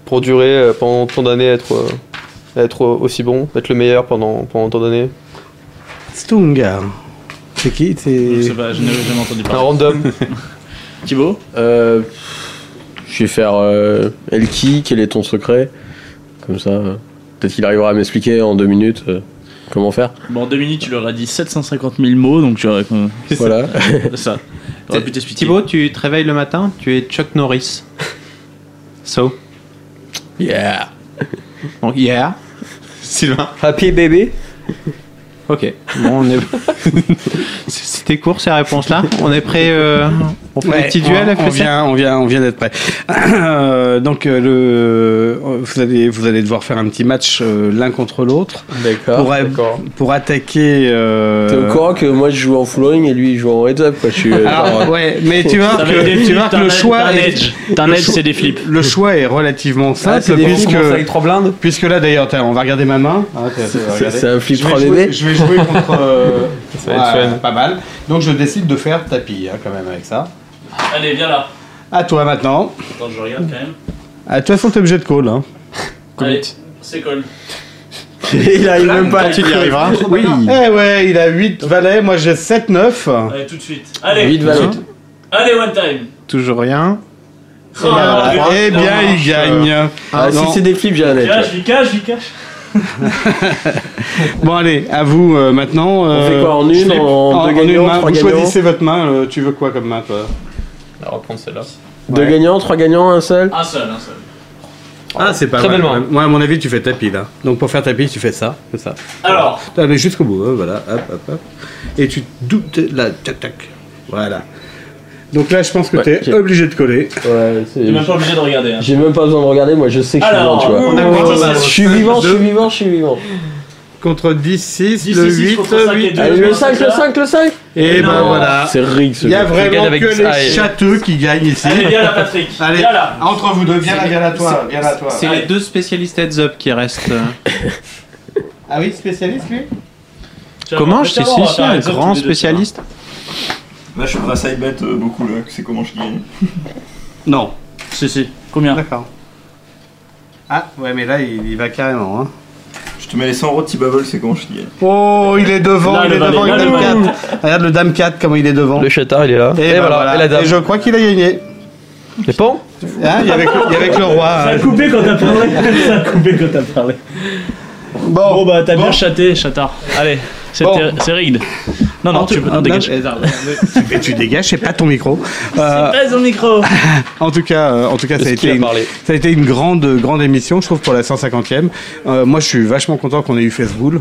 [SPEAKER 8] pour durer euh, pendant tant d'années, être, euh, être euh, aussi bon, être le meilleur pendant, pendant tant d'années
[SPEAKER 2] Stungar. C'est qui
[SPEAKER 4] Je
[SPEAKER 2] C'est
[SPEAKER 4] sais pas, je n'ai jamais entendu parler.
[SPEAKER 8] Un random.
[SPEAKER 4] Thibaut
[SPEAKER 3] Euh, Je vais faire euh, Elki, quel est ton secret Comme ça, euh, peut-être qu'il arrivera à m'expliquer en deux minutes euh, comment faire.
[SPEAKER 4] Bon, en deux minutes, tu leur as dit 750 000 mots, donc tu aurais.
[SPEAKER 3] Voilà.
[SPEAKER 4] C'est ça. T'aurais pu t'expliquer.
[SPEAKER 9] Thibaut, tu te réveilles le matin, tu es Chuck Norris. So.
[SPEAKER 3] Yeah.
[SPEAKER 9] Bon, yeah. Sylvain.
[SPEAKER 8] Happy baby.
[SPEAKER 9] Ok. Bon, on est. C'était court ces réponses-là. On est prêt. euh, On fait
[SPEAKER 2] Ouais,
[SPEAKER 9] des petits duels
[SPEAKER 2] on, on
[SPEAKER 9] FPC
[SPEAKER 2] vient, on vient, on vient d'être prêt. Euh, donc euh, le, vous allez, vous allez devoir faire un petit match euh, l'un contre l'autre
[SPEAKER 3] D'accord.
[SPEAKER 2] pour, a- pour attaquer. euh,
[SPEAKER 3] T'es au courant que moi je joue en flooring et lui il joue en heads up quoi. Je suis, euh,
[SPEAKER 2] Alors,
[SPEAKER 3] genre,
[SPEAKER 2] Ah, ouais, mais tu vois
[SPEAKER 3] Ça va
[SPEAKER 2] que,
[SPEAKER 3] être des
[SPEAKER 2] tu
[SPEAKER 3] flips,
[SPEAKER 2] vois que
[SPEAKER 3] t'as un-
[SPEAKER 2] le
[SPEAKER 3] t'as
[SPEAKER 2] choix
[SPEAKER 3] un
[SPEAKER 2] est-
[SPEAKER 3] edge. T'as un
[SPEAKER 2] le
[SPEAKER 3] edge,
[SPEAKER 2] choix-
[SPEAKER 3] c'est des flips.
[SPEAKER 2] Le choix est relativement simple
[SPEAKER 3] c'est des flips,
[SPEAKER 2] puisque
[SPEAKER 3] on commence avec
[SPEAKER 8] trois blindes.
[SPEAKER 2] Puisque là d'ailleurs, t'as- on va regarder ma main. Ah, t'as- t'as-
[SPEAKER 3] C'est-
[SPEAKER 2] regardez.
[SPEAKER 3] c'est un flip
[SPEAKER 2] Je vais
[SPEAKER 3] 3
[SPEAKER 2] jouer-
[SPEAKER 3] bébés.
[SPEAKER 2] Je vais jouer contre. euh,
[SPEAKER 3] Ça va être
[SPEAKER 2] ouais,
[SPEAKER 3] fun.
[SPEAKER 2] pas mal. Donc je décide de faire tapis hein, quand même avec ça.
[SPEAKER 4] Allez, viens là.
[SPEAKER 2] À toi maintenant.
[SPEAKER 4] Attends, je regarde quand même.
[SPEAKER 2] Ah, De toute façon, t'es obligé de call. Hein.
[SPEAKER 4] Allez, c'est cool.
[SPEAKER 2] il
[SPEAKER 4] arrive même pas à
[SPEAKER 2] il
[SPEAKER 4] tirer.
[SPEAKER 2] Oui. Eh ouais, il a 8 valets, moi j'ai 7, 9.
[SPEAKER 4] Allez, tout de suite. Allez.
[SPEAKER 2] Ah. Vite, Valent.
[SPEAKER 4] Allez, one time.
[SPEAKER 9] Toujours rien.
[SPEAKER 4] Oh là là.
[SPEAKER 2] eh bien, il gagne.
[SPEAKER 3] Ah, si c'est des flips, j'ai un edge.
[SPEAKER 4] Cache, lui cache, lui cache.
[SPEAKER 2] Bon, allez, à vous euh, maintenant. On
[SPEAKER 3] fait quoi, en une, en deux gagnants,
[SPEAKER 2] main.
[SPEAKER 3] trois
[SPEAKER 2] Vous
[SPEAKER 3] gagnants
[SPEAKER 2] choisissez votre main, euh, tu veux quoi comme main, toi
[SPEAKER 8] On va reprendre celle-là.
[SPEAKER 3] Deux gagnants, trois gagnants, un seul
[SPEAKER 4] Un seul, un seul.
[SPEAKER 2] Ah, c'est pas
[SPEAKER 8] Très
[SPEAKER 2] mal.
[SPEAKER 8] belle main.
[SPEAKER 2] Moi, à mon avis, tu fais tapis là. Donc, pour faire tapis, tu fais ça, comme ça.
[SPEAKER 4] Alors.
[SPEAKER 2] T'as mais jusqu'au bout, hein, voilà. Hop, hop, hop. Et tu doutes là, tac, tac. Voilà. Donc là, je pense que
[SPEAKER 3] Ouais,
[SPEAKER 2] t'es
[SPEAKER 3] ok.
[SPEAKER 2] obligé de coller.
[SPEAKER 3] Ouais, c'est.
[SPEAKER 4] T'es même pas obligé de regarder. hein.
[SPEAKER 3] J'ai même pas besoin de regarder, moi je sais que
[SPEAKER 4] Alors,
[SPEAKER 3] je suis vivant,
[SPEAKER 4] on
[SPEAKER 3] tu
[SPEAKER 4] a
[SPEAKER 3] vois.
[SPEAKER 2] Oh,
[SPEAKER 4] compté ça.
[SPEAKER 3] je suis vivant, je suis vivant, je suis vivant.
[SPEAKER 2] Contre 10, 6,
[SPEAKER 4] 10,
[SPEAKER 2] le
[SPEAKER 4] 6,
[SPEAKER 2] 8,
[SPEAKER 4] contre cinq et
[SPEAKER 2] 8.
[SPEAKER 4] deux. Allez, le cinq, le cinq,
[SPEAKER 3] le 5
[SPEAKER 2] Et
[SPEAKER 4] Et
[SPEAKER 2] ben
[SPEAKER 4] non.
[SPEAKER 2] voilà.
[SPEAKER 3] C'est rig ce
[SPEAKER 2] Il y a
[SPEAKER 3] jeu.
[SPEAKER 2] vraiment
[SPEAKER 3] Regarde avec
[SPEAKER 2] que
[SPEAKER 3] ça,
[SPEAKER 2] les
[SPEAKER 3] et-
[SPEAKER 2] châteux qui gagnent ici.
[SPEAKER 4] Allez, viens là, Patrick.
[SPEAKER 2] Allez,
[SPEAKER 4] Viens là.
[SPEAKER 2] entre vous deux, viens là, viens là, toi. Viens là, toi.
[SPEAKER 9] C'est les deux spécialistes heads up qui restent. euh.
[SPEAKER 2] Ah oui, spécialiste lui
[SPEAKER 9] Comment je sais si, si, un grand
[SPEAKER 10] spécialiste.
[SPEAKER 9] spécialiste
[SPEAKER 10] Là, je suis prêt à side bet euh, beaucoup, là. C'est comment je gagne.
[SPEAKER 2] Non.
[SPEAKER 4] Si, si. Combien
[SPEAKER 2] D'accord. Ah, ouais, mais là, il, il va carrément. Hein.
[SPEAKER 10] Je te mets les 100 euros de T-Bubble, c'est comment je gagne.
[SPEAKER 2] Oh, il est devant,
[SPEAKER 10] Là,
[SPEAKER 2] il
[SPEAKER 10] le
[SPEAKER 2] est
[SPEAKER 10] valet,
[SPEAKER 2] devant,
[SPEAKER 10] là,
[SPEAKER 2] une
[SPEAKER 10] le
[SPEAKER 2] dame
[SPEAKER 10] valet.
[SPEAKER 2] 4. Regarde le dame 4, comment il est devant.
[SPEAKER 8] Le chatard, il est là.
[SPEAKER 2] Et,
[SPEAKER 8] Et
[SPEAKER 2] ben
[SPEAKER 8] voilà,
[SPEAKER 2] voilà.
[SPEAKER 8] et la dame.
[SPEAKER 2] Et je crois qu'il a gagné.
[SPEAKER 8] C'est bon
[SPEAKER 2] Hein, il, y avait que, il y avait que le roi.
[SPEAKER 4] Ça a
[SPEAKER 2] hein.
[SPEAKER 4] coupé quand t'as parlé. Ça a coupé quand t'as parlé.
[SPEAKER 2] Bon,
[SPEAKER 4] bah t'as bien chaté, chatard. Allez, c'est
[SPEAKER 2] Bon.
[SPEAKER 4] ter- c'est rigged. Non, non,
[SPEAKER 2] En
[SPEAKER 4] tu
[SPEAKER 2] tout-
[SPEAKER 4] peux. Non,
[SPEAKER 2] en-
[SPEAKER 4] dégage.
[SPEAKER 2] Et tu dégages, c'est pas ton micro. Euh,
[SPEAKER 4] Pas son micro.
[SPEAKER 2] en tout cas, euh, en tout cas, ça a,
[SPEAKER 8] qu'il
[SPEAKER 2] été
[SPEAKER 8] a
[SPEAKER 2] une,
[SPEAKER 8] parlé
[SPEAKER 2] ça a été une grande, grande émission, je trouve, pour la 150e. Euh, moi, je suis vachement content qu'on ait eu Facebook.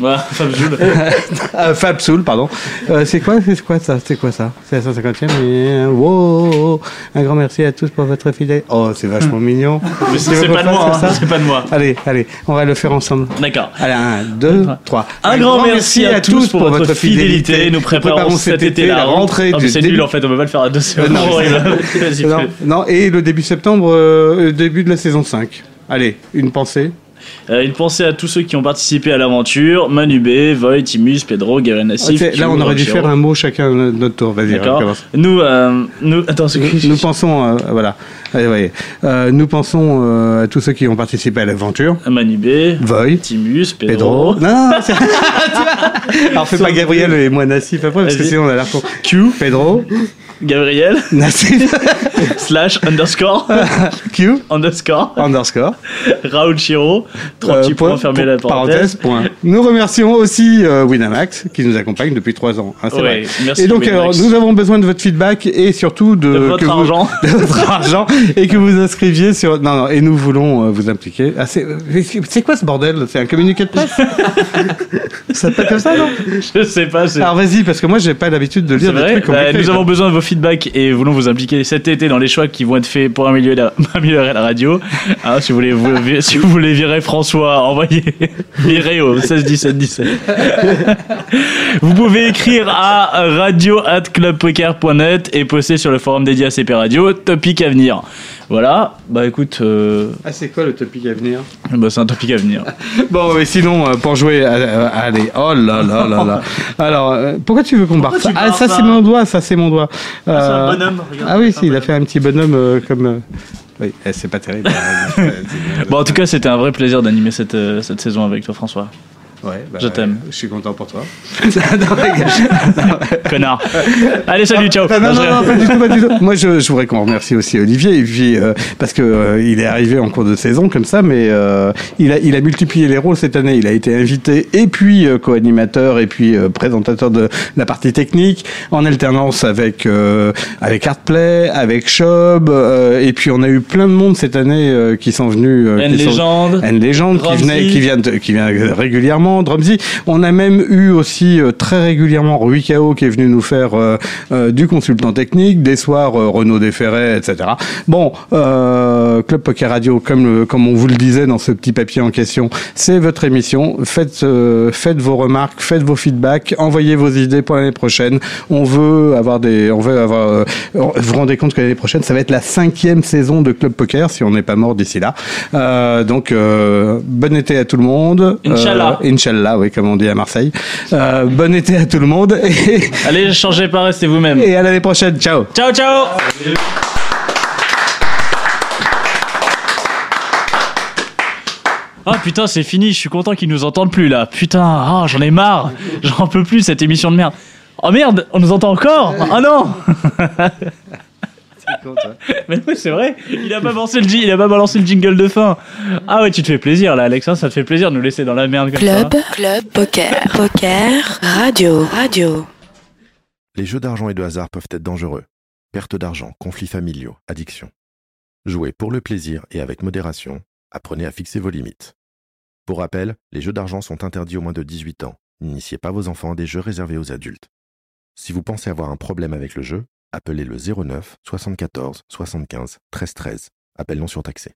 [SPEAKER 4] Fab Joule.
[SPEAKER 2] Euh, Fab Soul, pardon. Euh, c'est quoi, c'est quoi ça C'est quoi ça C'est la 150e. et- euh, wow. oh, Un grand merci à tous pour votre fidèle. Oh, c'est vachement mignon.
[SPEAKER 4] Hum. Mais
[SPEAKER 2] Tu
[SPEAKER 4] c'est
[SPEAKER 2] veux
[SPEAKER 4] c'est
[SPEAKER 2] qu'on
[SPEAKER 4] pas de
[SPEAKER 2] fasse
[SPEAKER 4] moi,
[SPEAKER 2] comme
[SPEAKER 4] hein,
[SPEAKER 2] ça
[SPEAKER 4] c'est pas de moi.
[SPEAKER 2] Allez, allez, on va le faire ensemble.
[SPEAKER 4] D'accord.
[SPEAKER 2] Allez, un, deux, trois.
[SPEAKER 4] Un, grand, merci à, tous pour votre fidélité. Nous préparons, cet été la rentrée. Ah, mais
[SPEAKER 2] du
[SPEAKER 4] c'est
[SPEAKER 2] début-
[SPEAKER 4] nul en fait, on peut pas le faire à Ah, deux, c'est
[SPEAKER 2] Euh, non,
[SPEAKER 4] horrible. Vas-y,
[SPEAKER 2] non,
[SPEAKER 4] fais.
[SPEAKER 2] non, et le début septembre, euh, le début de la saison 5. Allez, une pensée.
[SPEAKER 4] Euh, une pensée à tous ceux qui ont participé à l'aventure Manu B, Void, Timus, Pedro, Guerin Nassif.
[SPEAKER 2] Ok, là, on aurait dû faire un mot chacun de notre tour. Vas-y,
[SPEAKER 4] D'accord.
[SPEAKER 2] recommence.
[SPEAKER 4] Nous, euh, nous, attends, ce que-
[SPEAKER 2] Nous, nous pensons, euh, voilà, Allez, voyez. Euh, nous pensons euh, à tous ceux qui ont participé à l'aventure.
[SPEAKER 4] Manu B,
[SPEAKER 2] Voy,
[SPEAKER 4] Timus,
[SPEAKER 2] Pedro. Non, non, non, c'est- Alors fais pas Gabriel et moi Nassif après parce que
[SPEAKER 4] Vas-y.
[SPEAKER 2] sinon on a l'air con. Q, Pedro,
[SPEAKER 4] Gabriel,
[SPEAKER 2] Nassif,
[SPEAKER 4] slash, underscore,
[SPEAKER 2] Q,
[SPEAKER 4] underscore,
[SPEAKER 2] underscore,
[SPEAKER 4] Raoul Chiro, trois
[SPEAKER 2] Euh,
[SPEAKER 4] petits
[SPEAKER 2] point,
[SPEAKER 4] points, fermez
[SPEAKER 2] point,
[SPEAKER 4] la parenthèse.
[SPEAKER 2] point. Nous remercions aussi euh, Winamax qui nous accompagne depuis trois ans. hein, c'est
[SPEAKER 4] Ouais,
[SPEAKER 2] vrai.
[SPEAKER 4] merci,
[SPEAKER 2] et donc
[SPEAKER 4] Winamax.
[SPEAKER 2] alors nous avons besoin de votre feedback et surtout de,
[SPEAKER 4] De votre
[SPEAKER 2] que vous-
[SPEAKER 4] argent.
[SPEAKER 2] de votre argent et que vous inscriviez sur non non et nous voulons euh, vous impliquer. Ah, c'est c'est quoi ce bordel C'est un communiqué de presse Ça s'appelle comme ça non
[SPEAKER 4] Je sais pas. c'est-
[SPEAKER 2] Alors vas-y parce que moi j'ai pas l'habitude de
[SPEAKER 4] C'est
[SPEAKER 2] lire des
[SPEAKER 4] vrai,
[SPEAKER 2] trucs
[SPEAKER 4] Bah,
[SPEAKER 2] compliqués.
[SPEAKER 4] nous avons besoin de vos feedbacks et voulons vous impliquer cet été dans les choix qui vont être faits pour améliorer la, améliorer la radio. Hein, si, vous voulez, vous, si vous voulez virer François, envoyez virer au 16 17 17. vous pouvez écrire à radio et poster sur le forum dédié à CP Radio topic à venir. Voilà, bah écoute, euh,
[SPEAKER 2] Ah c'est quoi le topic à venir
[SPEAKER 4] bah, c'est un topic à venir.
[SPEAKER 2] Bon, mais sinon, euh, pour jouer, à- euh, allez, oh là là là là. Alors, euh, pourquoi tu veux qu'on barre ça
[SPEAKER 4] tu
[SPEAKER 2] Ah,
[SPEAKER 4] barres
[SPEAKER 2] ça
[SPEAKER 4] ça
[SPEAKER 2] c'est mon doigt, ça c'est mon doigt.
[SPEAKER 4] c'est un
[SPEAKER 2] Euh,
[SPEAKER 4] bonhomme, regarde,
[SPEAKER 2] Ah oui, si, il a fait un petit bonhomme euh, comme. euh, Oui, eh, c'est pas terrible. hein.
[SPEAKER 4] Bon, en tout cas, c'était un vrai plaisir d'animer cette, euh, cette saison avec toi, François.
[SPEAKER 2] Ouais, bah,
[SPEAKER 4] Je t'aime.
[SPEAKER 2] Je suis content pour toi.
[SPEAKER 4] Connard. Allez, salut, ciao.
[SPEAKER 2] Ah, non,
[SPEAKER 4] Non,
[SPEAKER 2] non,
[SPEAKER 4] je-
[SPEAKER 2] non, pas du tout, pas du tout. Moi, je, je voudrais qu'on remercie aussi Olivier, et puis, euh, parce que euh, il est arrivé en cours de saison comme ça, mais euh, il, a, il a multiplié les rôles cette année. Il a été invité, et puis euh, co-animateur, et puis euh, présentateur de la partie technique, en alternance avec euh, avec Artplay, avec Shob, euh, et puis on a eu plein de monde cette année euh, qui sont venus. euh,
[SPEAKER 4] N
[SPEAKER 2] qui sont-
[SPEAKER 4] Légende,
[SPEAKER 2] N Légende, qui
[SPEAKER 4] Drumsy.
[SPEAKER 2] venait, qui vient, de- qui vient régulièrement. Drumsy. On a même eu aussi euh, très régulièrement Rui Kao qui est venu nous faire euh, euh, du consultant technique, des soirs euh, Renaud Desferrets, etc. Bon, euh, Club Poker Radio, comme le- comme on vous le disait dans ce petit papier en question, c'est votre émission. Faites euh, faites vos remarques, faites vos feedbacks, envoyez vos idées pour l'année prochaine. On veut avoir des, on veut avoir. euh, vous vous rendez compte que l'année prochaine, ça va être la cinquième saison de Club Poker si on n'est pas mort d'ici là. Euh, donc euh, bon été à tout le monde. Euh,
[SPEAKER 4] Inch'Allah.
[SPEAKER 2] Inch'Allah, oui, comme on dit à Marseille. Euh, bon été à tout le monde et,
[SPEAKER 4] Allez, changez pas, restez vous-même.
[SPEAKER 2] et à l'année prochaine. Ciao.
[SPEAKER 4] Ciao, ciao. Ah putain, c'est fini, je suis content qu'ils nous entendent plus là. Putain, ah, j'en ai marre. J'en peux plus cette émission de merde. Oh merde, on nous entend encore Ah non Mais oui, c'est vrai, il a, pas balancé le, ji- il a pas balancé le jingle de fin. Ah ouais, tu te fais plaisir là, Alex, hein, ça te fait plaisir de nous laisser dans la merde comme ça. hein.
[SPEAKER 5] Club, club, poker, poker, radio, radio.
[SPEAKER 22] Les jeux d'argent et de hasard peuvent être dangereux. Perte d'argent, conflits familiaux, addiction. Jouez pour le plaisir et avec modération. Apprenez à fixer vos limites. Pour rappel, les jeux d'argent sont interdits aux moins de 18 ans. N'initiez pas vos enfants à des jeux réservés aux adultes. Si vous pensez avoir un problème avec le jeu, appelez le 09 74 75 13 13. Appel non surtaxé.